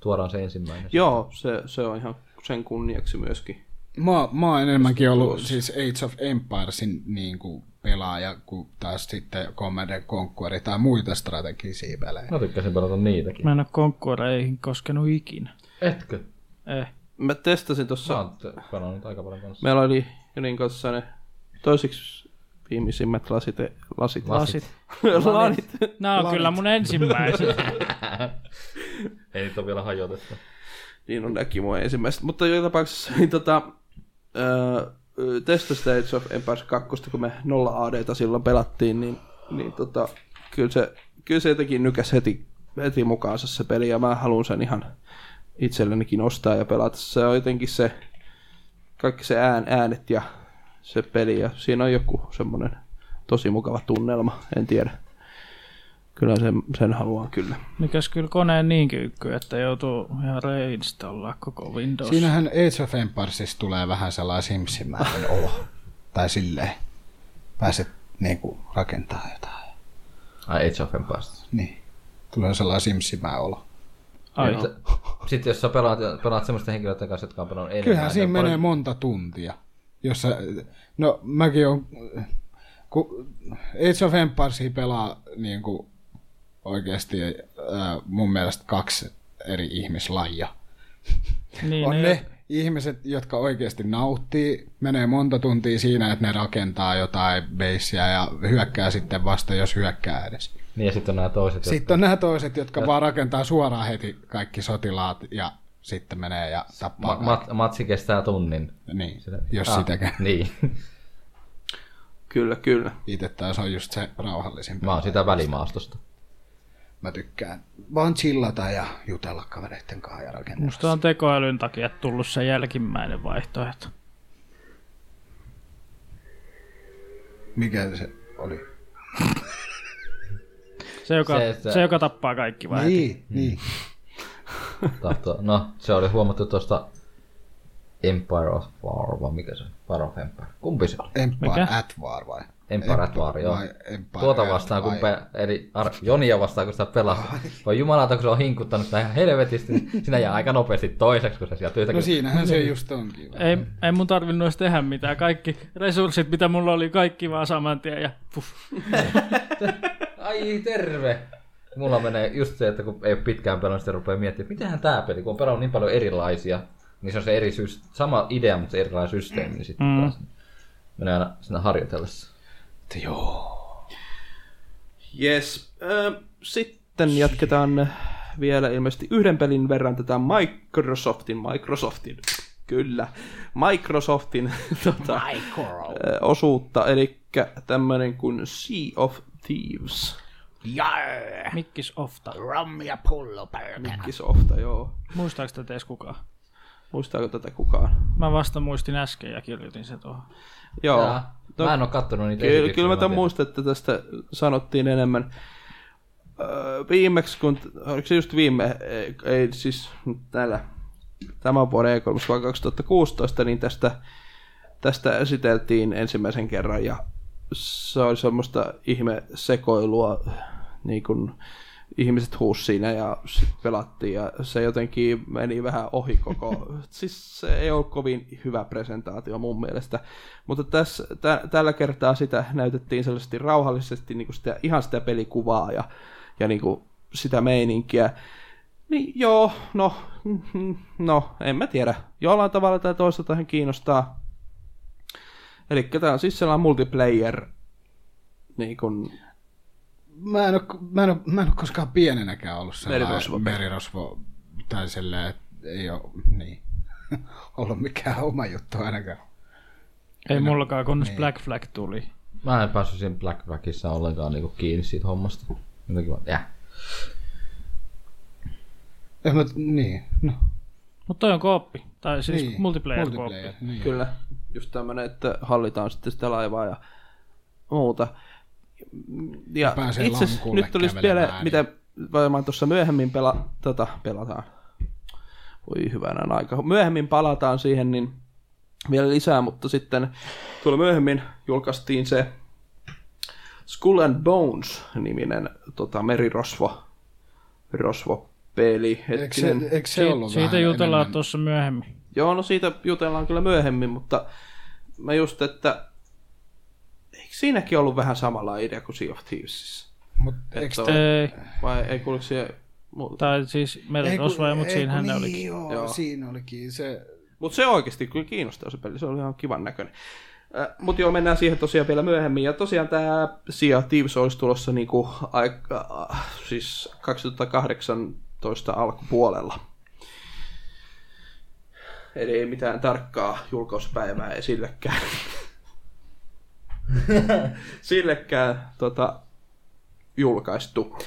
Speaker 5: tuodaan se ensimmäinen.
Speaker 4: Joo, se, se on ihan sen kunniaksi myöskin.
Speaker 2: Mä, mä oon enemmänkin ollut siis Age of Empiresin niin kuin pelaaja, kuin taas sitten Command and Conquer tai muita strategisia pelejä.
Speaker 5: Mä tykkäsin pelata niitäkin.
Speaker 3: Mä en ole konkkureihin koskenut ikinä.
Speaker 5: Etkö?
Speaker 3: Eh.
Speaker 4: Mä testasin tuossa
Speaker 5: Sä oot pelannut aika paljon kanssa.
Speaker 4: Meillä oli Jylin kanssa ne toisiksi viimeisimmät lasit. Lasit.
Speaker 3: Lasit.
Speaker 4: Lanit.
Speaker 3: Nää on kyllä mun ensimmäiset.
Speaker 5: Ei niitä ole vielä hajotettu.
Speaker 4: niin on näkin mun ensimmäiset. Mutta joka tapauksessa niin tota, öö, testasin sitä Age of Empires 2, kun me nolla ADta silloin pelattiin, niin, niin tota, kyllä, se, kyllä se jotenkin nykäs heti, heti mukaansa se peli, ja mä haluan sen ihan itsellenikin ostaa ja pelata. Se on jotenkin se, kaikki se ään, äänet ja se peli, ja siinä on joku semmoinen tosi mukava tunnelma, en tiedä. Kyllä sen, sen haluan kyllä.
Speaker 3: Mikäs kyllä koneen niin kyykkyy, että joutuu ihan reinstallaa koko Windows.
Speaker 2: Siinähän Age of Empiresissa tulee vähän sellainen simsimäinen olo. Tai silleen, pääset niin kuin rakentaa jotain.
Speaker 5: Ai Age of Empires.
Speaker 2: Niin. Tulee sellainen simsimää olo.
Speaker 3: Ai,
Speaker 5: Mutta Sitten jos sä pelaat, pelaat semmoisten henkilöiden kanssa, jotka on pelannut enemmän.
Speaker 2: Kyllähän siinä
Speaker 5: niin
Speaker 2: menee
Speaker 5: paljon-
Speaker 2: monta tuntia. Jossa, no mäkin on, kun Age of Empiresia pelaa niin kuin oikeasti ää, mun mielestä kaksi eri ihmislajia.
Speaker 3: niin
Speaker 2: on ne ihmiset, jotka oikeasti nauttii, menee monta tuntia siinä, että ne rakentaa jotain beissiä ja hyökkää sitten vasta, jos hyökkää edes.
Speaker 5: Niin ja sitten on nämä toiset.
Speaker 2: Sitten on nämä toiset, jotka vaan rakentaa suoraan heti kaikki sotilaat ja sitten menee ja tappaa
Speaker 5: Ma-
Speaker 2: kaikki.
Speaker 5: mat- matsi kestää tunnin.
Speaker 2: Niin,
Speaker 5: Sitä-
Speaker 2: jos
Speaker 5: Ah,
Speaker 2: sitäkään.
Speaker 5: Niin, [laughs]
Speaker 4: Kyllä, kyllä.
Speaker 2: Itse taas on just se rauhallisin.
Speaker 5: mä oon sitä välimaastosta.
Speaker 2: Mä tykkään vaan chillata ja jutella kavereiden kanssa ja rakennella.
Speaker 3: Musta on tekoälyn takia tullut se jälkimmäinen vaihtoehto.
Speaker 2: Mikä se oli?
Speaker 3: Se, joka,
Speaker 5: Se,
Speaker 3: se,
Speaker 5: että-
Speaker 3: se, joka tappaa kaikki vai?
Speaker 2: Niin,
Speaker 5: Mm.
Speaker 2: niin.
Speaker 5: Tahto, no, se oli huomattu tuosta Empire of War, vai mikä se on? War of Empire. Kumpi se oli?
Speaker 2: Empire
Speaker 3: Mikä?
Speaker 2: at War vai?
Speaker 5: Empire at War, joo.
Speaker 2: vai Empire
Speaker 5: Tuota
Speaker 2: at
Speaker 5: vastaan, kun
Speaker 2: War.
Speaker 5: pe- eli Ar- Jonia vastaan, kun sitä pelasi. Voi jumalauta, kun se on hinkuttanut sitä ihan helvetisti, niin sinä jää aika nopeasti toiseksi, kun se sieltä yhtäkkiä...
Speaker 2: No siinähän se just onkin.
Speaker 3: Ei, ei mun tarvinnut edes tehdä mitään. Kaikki resurssit, mitä mulla oli, kaikki vaan saman tien ja puff.
Speaker 5: Ai terve! Mulla menee just se, että kun ei ole pitkään pelannut, sitten rupeaa miettimään, että mitähän tää peli, kun on pelannut niin paljon erilaisia, niin se on se eri syys, sama idea, mutta se erilainen systeemi, niin sitten mm. taas menee aina siinä harjoitellessa.
Speaker 4: Yes. Ö, Sitten jatketaan vielä ilmeisesti yhden pelin verran tätä Microsoftin, Microsoftin, kyllä, Microsoftin [laughs] tota, ö, osuutta, eli tämmöinen kuin Sea of Thieves.
Speaker 3: Mikkis ofta.
Speaker 4: Microsofta, joo.
Speaker 3: Muistaaks tätä edes kukaan?
Speaker 4: Muistaako tätä kukaan?
Speaker 3: Mä vasta muistin äsken ja kirjoitin se tuohon.
Speaker 4: Joo.
Speaker 5: Jaa. Mä en oo kattonut niitä
Speaker 4: Kyllä,
Speaker 5: esityksiä,
Speaker 4: kyllä mä
Speaker 5: en
Speaker 4: tämän
Speaker 5: tiedä.
Speaker 4: muistan, että tästä sanottiin enemmän. Öö, viimeksi, kun, oliko se just viime, ei, ei siis nyt täällä tämän vuoden E3, vaan 2016, niin tästä, tästä esiteltiin ensimmäisen kerran ja se oli semmoista ihme sekoilua, niin kuin ihmiset huusi siinä ja sit pelattiin ja se jotenkin meni vähän ohi koko. siis se ei ole kovin hyvä presentaatio mun mielestä, mutta tässä, tä, tällä kertaa sitä näytettiin sellaisesti rauhallisesti niin kuin sitä, ihan sitä pelikuvaa ja, ja niin kuin sitä meininkiä. Niin joo, no, mhm, no, en mä tiedä. Jollain tavalla tai toista tähän kiinnostaa. Eli tämä on siis sellainen multiplayer, niin kun,
Speaker 2: Mä en, ole, mä, en ole, mä en ole koskaan pienenäkään ollut sellainen
Speaker 4: Merirosvo.
Speaker 2: merirosvo tai silleen, että ei ole niin, [laughs] ollut mikään oma juttu ainakaan. no.
Speaker 3: Ei mullakaan,
Speaker 2: Niin.
Speaker 3: kunnes Black Flag tuli.
Speaker 5: Mä en päässyt siinä Black Flagissa ollenkaan niinku kiinni siitä hommasta. Jotenkin vaan, jäh.
Speaker 2: En mä, niin, no,
Speaker 3: Mutta toi on kooppi. Tai siis
Speaker 2: niin.
Speaker 3: multiplayer, kooppi.
Speaker 2: multiplayer niin.
Speaker 4: kyllä, just tämmönen, että hallitaan sitten sitä laivaa ja muuta. Ja
Speaker 2: Pääsee
Speaker 4: itse asiassa
Speaker 2: lankulle
Speaker 4: nyt tulisi
Speaker 2: kävelemään,
Speaker 4: vielä, mitä varmaan tuossa myöhemmin pela, tota, pelataan. Voi hyvänä aika. Myöhemmin palataan siihen, niin vielä lisää, mutta sitten tuolla myöhemmin julkaistiin se Skull and Bones-niminen tota, merirosvo rosvo peli.
Speaker 2: Eikö se, eikö se ollut
Speaker 3: Siitä
Speaker 2: vähän
Speaker 3: jutellaan
Speaker 2: enemmän?
Speaker 3: tuossa myöhemmin.
Speaker 4: Joo, no siitä jutellaan kyllä myöhemmin, mutta mä just, että eikö siinäkin ollut vähän samalla idea kuin Sea of Thievesissä?
Speaker 2: Mut, eikö,
Speaker 4: Että on-
Speaker 3: Ei,
Speaker 4: Vai ei kuule siihen... Mu-
Speaker 3: tai siis meidän osvaaja, mutta siinähän ne
Speaker 2: niin,
Speaker 3: olikin.
Speaker 2: Joo,
Speaker 4: Joo.
Speaker 2: joo, siinä olikin se.
Speaker 4: Mutta se oikeasti kyllä kiinnostaa se peli, se oli ihan kivan näköinen. Mutta joo, mennään siihen tosiaan vielä myöhemmin. Ja tosiaan tämä Sea of Thieves olisi tulossa niinku aika, äh, siis 2018 alkupuolella. Eli ei mitään tarkkaa julkauspäivää ei
Speaker 5: [laughs]
Speaker 4: sillekään. sillekään tota, julkaistu.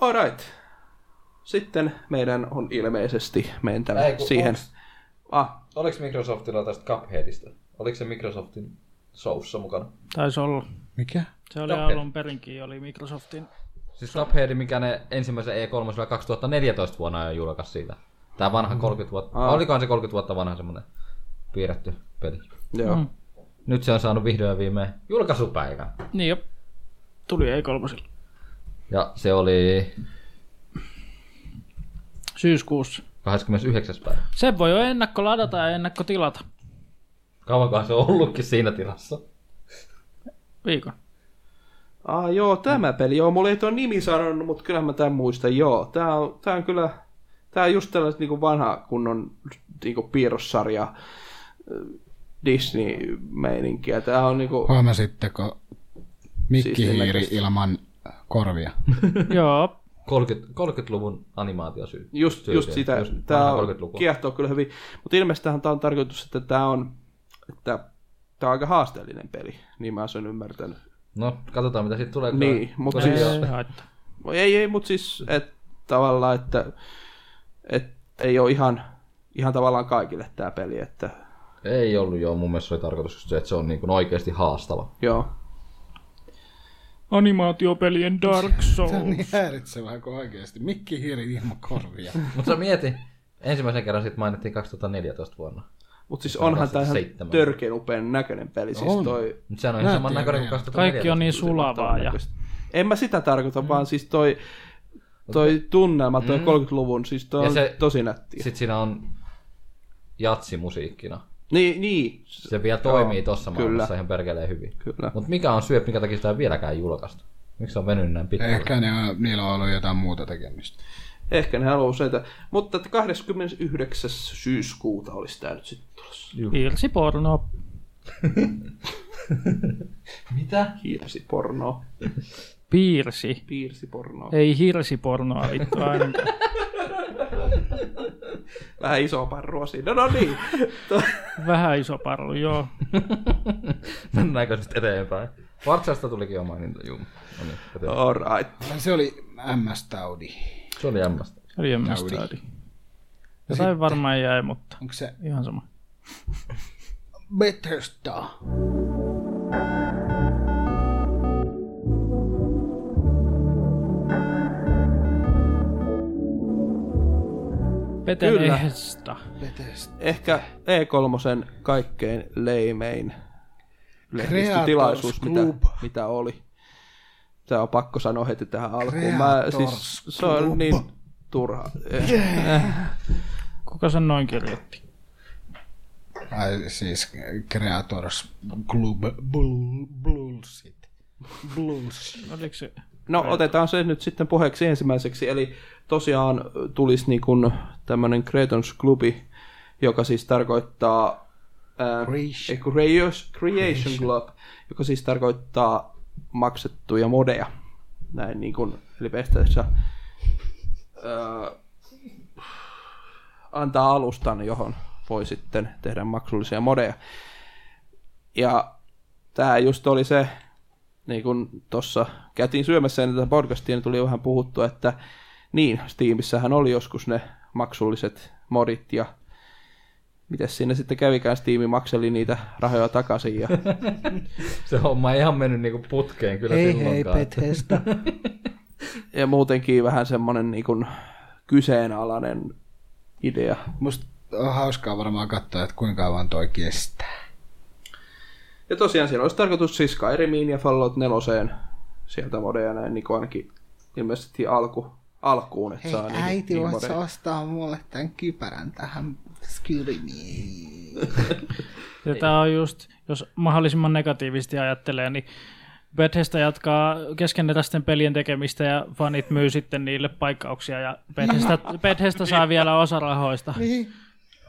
Speaker 4: Alright. Sitten meidän on ilmeisesti mentävä
Speaker 5: Ei, kun
Speaker 4: siihen.
Speaker 5: onks-
Speaker 4: Ah,
Speaker 5: Oliko Microsoftilla tästä Cupheadista? Oliko se Microsoftin soussa mukana?
Speaker 3: Taisi olla.
Speaker 2: Mikä?
Speaker 3: Se oli
Speaker 5: Okei.
Speaker 3: alun perinkin, oli Microsoftin.
Speaker 5: Siis Cuphead, mikä ne ensimmäisen E3 2014 vuonna jo julkaisi siitä. Tää vanha 30 vuotta,
Speaker 4: Mm. Aa.
Speaker 5: ah. olikohan se 30 vuotta vanha semmonen piirretty peli.
Speaker 4: Joo. Mm.
Speaker 5: Nyt se on saanut vihdoin ja viimein julkaisupäivän.
Speaker 3: Niin jo. Tuli ei kolmosilla.
Speaker 5: Ja se oli
Speaker 3: Syyskuussa.
Speaker 5: 29. päivä.
Speaker 3: Sen voi jo ennakko ladata ja ennakko tilata.
Speaker 5: Kauankohan se on ollutkin siinä tilassa?
Speaker 3: [laughs] Viikon.
Speaker 4: Ah, joo, tämä peli. Joo, mulla ei tuo nimi sanonut, mutta kyllähän mä tämän muistan. Joo, tää on, tää on kyllä... Tää on just tällaista niinku vanha kunnon niinku piirrossarja äh, Disney-meininkiä. Tää on niinku...
Speaker 2: Huomasitteko
Speaker 4: Siis
Speaker 2: mikkihiiri
Speaker 4: näköistä.
Speaker 2: [laughs] ilman korvia?
Speaker 3: Joo.
Speaker 5: 30, 30-luvun animaatiosyy.
Speaker 4: Just, just sitä. Just tämä
Speaker 5: vanha
Speaker 4: on,
Speaker 5: 30-lukua.
Speaker 4: kiehtoo kyllä hyvin. Mutta ilmeisesti tämä on tarkoitus, että tämä on, että tämä on aika haasteellinen peli. Niin mä sen ymmärtänyt.
Speaker 5: No, katsotaan mitä siitä tulee.
Speaker 4: Niin, mut siis-
Speaker 5: joo.
Speaker 3: Ei haittaa.
Speaker 4: Ei, ei, mutta siis et, tavallaan, että et, ei ole ihan, ihan tavallaan kaikille tämä peli. Että,
Speaker 5: Ei ollut joo, mun mielestä se oli tarkoitus just se, että se on niin kuin oikeasti haastava.
Speaker 4: joo.
Speaker 3: Animaatiopelien Dark
Speaker 2: Tämä on
Speaker 3: Souls.
Speaker 2: niin häiritsevää kuin oikeasti. Mikki hiiri ilman korvia.
Speaker 5: Mutta sä mieti, ensimmäisen kerran siitä mainittiin 2014 vuonna.
Speaker 4: Mutta siis
Speaker 5: on
Speaker 4: onhan tämä ihan
Speaker 5: 27.
Speaker 4: törkeän upean näköinen peli. Siis
Speaker 2: On.
Speaker 4: toi,
Speaker 5: Mutta sehän on ihan
Speaker 2: Näytti
Speaker 5: saman näköinen kuin
Speaker 2: meidän.
Speaker 5: 2014.
Speaker 3: Kaikki on niin sulavaa ja
Speaker 4: todennäköistä. En mä sitä tarkoita, mm. vaan siis toi, toi tunnelma, toi mm. 30-luvun, siis toi
Speaker 5: Ja
Speaker 4: on
Speaker 5: se-
Speaker 4: se... tosi
Speaker 3: niin-
Speaker 4: nättiä.
Speaker 5: Sitten siinä on jatsimusiikkina.
Speaker 4: Niin, niin,
Speaker 5: Se vielä toimii
Speaker 4: Joo,
Speaker 5: tossa
Speaker 4: kyllä.
Speaker 5: maailmassa ihan perkeleen hyvin.
Speaker 4: kyllä.
Speaker 5: Mutta mikä on syy, minkä takia sitä ei vieläkään julkaistu? Miksi se on venynyt näin pitkään?
Speaker 2: [laughs]
Speaker 5: [laughs]
Speaker 2: Ehkä ne, on- niillä on ollut jotain muuta tekemistä.
Speaker 4: Ehkä ne haluaa useita. Mutta että 29. syyskuuta olisi tämä nyt sitten tulossa.
Speaker 3: Piirsi porno.
Speaker 5: Mitä?
Speaker 4: Hiirsi porno.
Speaker 3: Piirsi.
Speaker 4: Piirsi porno.
Speaker 3: Ei hirsi pornoa vittu ainakaan. [laughs]
Speaker 4: Vähän isoa parrua siinä. No, no niin. To-
Speaker 3: Vähän iso parlu, joo.
Speaker 5: Mennäänkö nyt eteenpäin? Vartsasta tulikin jo maininta, juu. No niin, eteenpäin.
Speaker 4: All right.
Speaker 2: Se oli MS-taudi.
Speaker 5: se oli jämmästä.
Speaker 3: Se oli emmestaadi. Jotain varmaan jäi, mutta
Speaker 2: Onko se
Speaker 3: ihan sama.
Speaker 2: Bethesda?
Speaker 3: Peten
Speaker 4: Kyllä.
Speaker 3: ehdestä.
Speaker 2: Bethesda.
Speaker 4: Ehkä E3 kaikkein leimein lehdistötilaisuus, mitä,
Speaker 2: Creators Club.
Speaker 4: mitä oli. Tämä on pakko sanoa heti tähän alkuun. Mä, siis, se on niin turha. Eh,
Speaker 3: Kuka sen noin kirjoitti?
Speaker 2: Ai siis Creators Club Bull- Bullshit. Bullshit.
Speaker 3: Oliko se?
Speaker 4: No otetaan se nyt sitten puheeksi ensimmäiseksi, eli tosiaan tulisi niin kuin tämmöinen Creatons Clubi, joka siis tarkoittaa ää,
Speaker 2: Creation.
Speaker 4: ei, Creation, Creation Club, joka siis tarkoittaa maksettuja modeja. Näin niin kuin, eli Bethesda ää, antaa alustan, johon voi sitten tehdä maksullisia modeja. Ja tämä just oli se, niin kuin tuossa käytiin syömässä ennen tätä podcastia, niin tuli jo vähän puhuttua, että niin, Steamissähän oli joskus ne maksulliset modit ja miten siinä sitten kävikään, Steam makseli niitä rahoja
Speaker 6: [laughs]
Speaker 4: takaisin ja
Speaker 5: Se homma ei ihan mennyt niinku putkeen kyllä
Speaker 6: Hei hei
Speaker 5: silloinkaan.
Speaker 6: Bethesda.
Speaker 4: ja muutenkin vähän semmoinen niin kuin kyseenalainen idea.
Speaker 2: Musta on hauskaa varmaan katsoa, että kuinka kauan toi kestää.
Speaker 4: Ja tosiaan siellä olisi tarkoitus siis Skyrimiin ja Fallout 4 sieltä modeja näin niin kuin ainakin ilmeisesti alku, alkuun, että saa niitä-
Speaker 6: Äiti,
Speaker 4: niitä
Speaker 6: voit
Speaker 4: modeja.
Speaker 6: sä ostaa mulle tämän kypärän tähän skyrimiin?
Speaker 2: Niin.
Speaker 3: Ja tämä on just, jos mahdollisimman negatiivisesti ajattelee, niin Bethesda jatkaa keskeneräisten pelien tekemistä ja fanit myy sitten niille paikkauksia ja Bethesda, Bethesda saa vielä osa rahoista.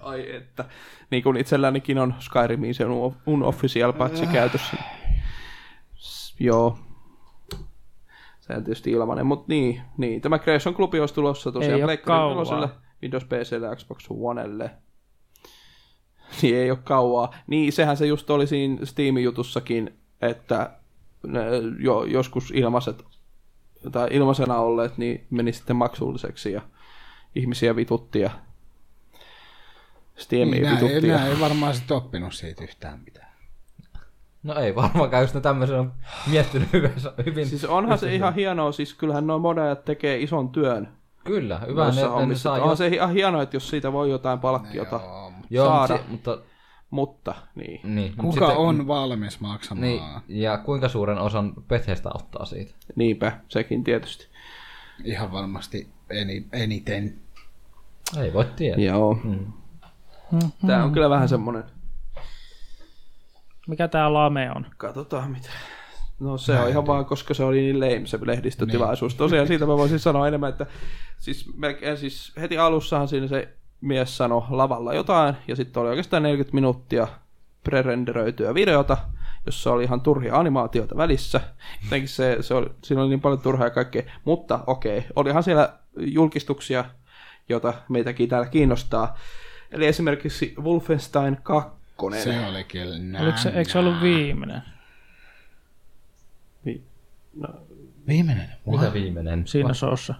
Speaker 4: Ai että. Niin kuin itsellänikin on Skyrimiin se un- unofficial patch käytössä. S- Joo. Se on tietysti ilmanen, mutta niin, niin. Tämä Creation Club olisi tulossa
Speaker 3: Ei
Speaker 4: tosiaan
Speaker 3: oo
Speaker 4: Pleikkari
Speaker 3: kauaa.
Speaker 4: neloselle, Windows PClle ja Xbox Onelle. [laughs] Niin ei ole kauaa. Niin, sehän se just oli siinä Steam-jutussakin, että ne jo, joskus ilmaiset tai ilmaisena olleet, niin meni sitten maksulliseksi ja ihmisiä vitutti ja Steamia
Speaker 2: Nää ei,
Speaker 4: vitutti.
Speaker 2: nää
Speaker 4: Ja...
Speaker 2: ei varmaan sit oppinut siitä yhtään mitään.
Speaker 5: No ei varmaankaan, jos ne tämmöisen on miettinyt [laughs] hyvänsä- hyvin.
Speaker 4: Siis onhan se ihan hienoa, siis kyllähän nuo modajat tekee ison työn
Speaker 5: Kyllä, hyvä.
Speaker 4: noissa
Speaker 5: Ne, ne
Speaker 4: hommissa.
Speaker 5: saa
Speaker 4: Onhan se ihan hienoa, että jos siitä voi jotain palkkiota,
Speaker 5: Joo, mut
Speaker 4: saada.
Speaker 5: se- mutta...
Speaker 4: mutta niin.
Speaker 5: Niin, mut
Speaker 2: Kuka
Speaker 5: sitten-
Speaker 2: on valmis maksamaan?
Speaker 5: Niin, ja kuinka suuren osan Bethesda ottaa siitä?
Speaker 4: Niinpä, sekin tietysti.
Speaker 2: Ihan varmasti eni, eniten.
Speaker 5: Ei voi tietää.
Speaker 4: Joo.
Speaker 5: Mm.
Speaker 4: Tää on kyllä vähän semmonen,
Speaker 3: Mikä tämä lame on?
Speaker 4: katsotaan mitä. No se on ihan vaan, koska se oli niin lame se lehdistötilaisuus. Tosiaan siitä mä voisin sanoa enemmän, että siis, melkein, siis heti alussahan siinä se mies sanoi lavalla jotain, ja sitten oli oikeastaan 40 minuuttia prerenderöityä videota, jossa oli ihan turhia animaatioita välissä. Jotenkin se, se oli, siinä oli niin paljon turhaa ja kaikkea. Mutta okei, okay, olihan siellä julkistuksia, joita meitäkin täällä kiinnostaa. Eli esimerkiksi Wolfenstein 2.
Speaker 2: Se oli kyllä nää,
Speaker 3: Oliko se, eikö se ollut viimeinen?
Speaker 2: Viimeinen.
Speaker 5: Mitä viimeinen?
Speaker 3: Siinä soossa.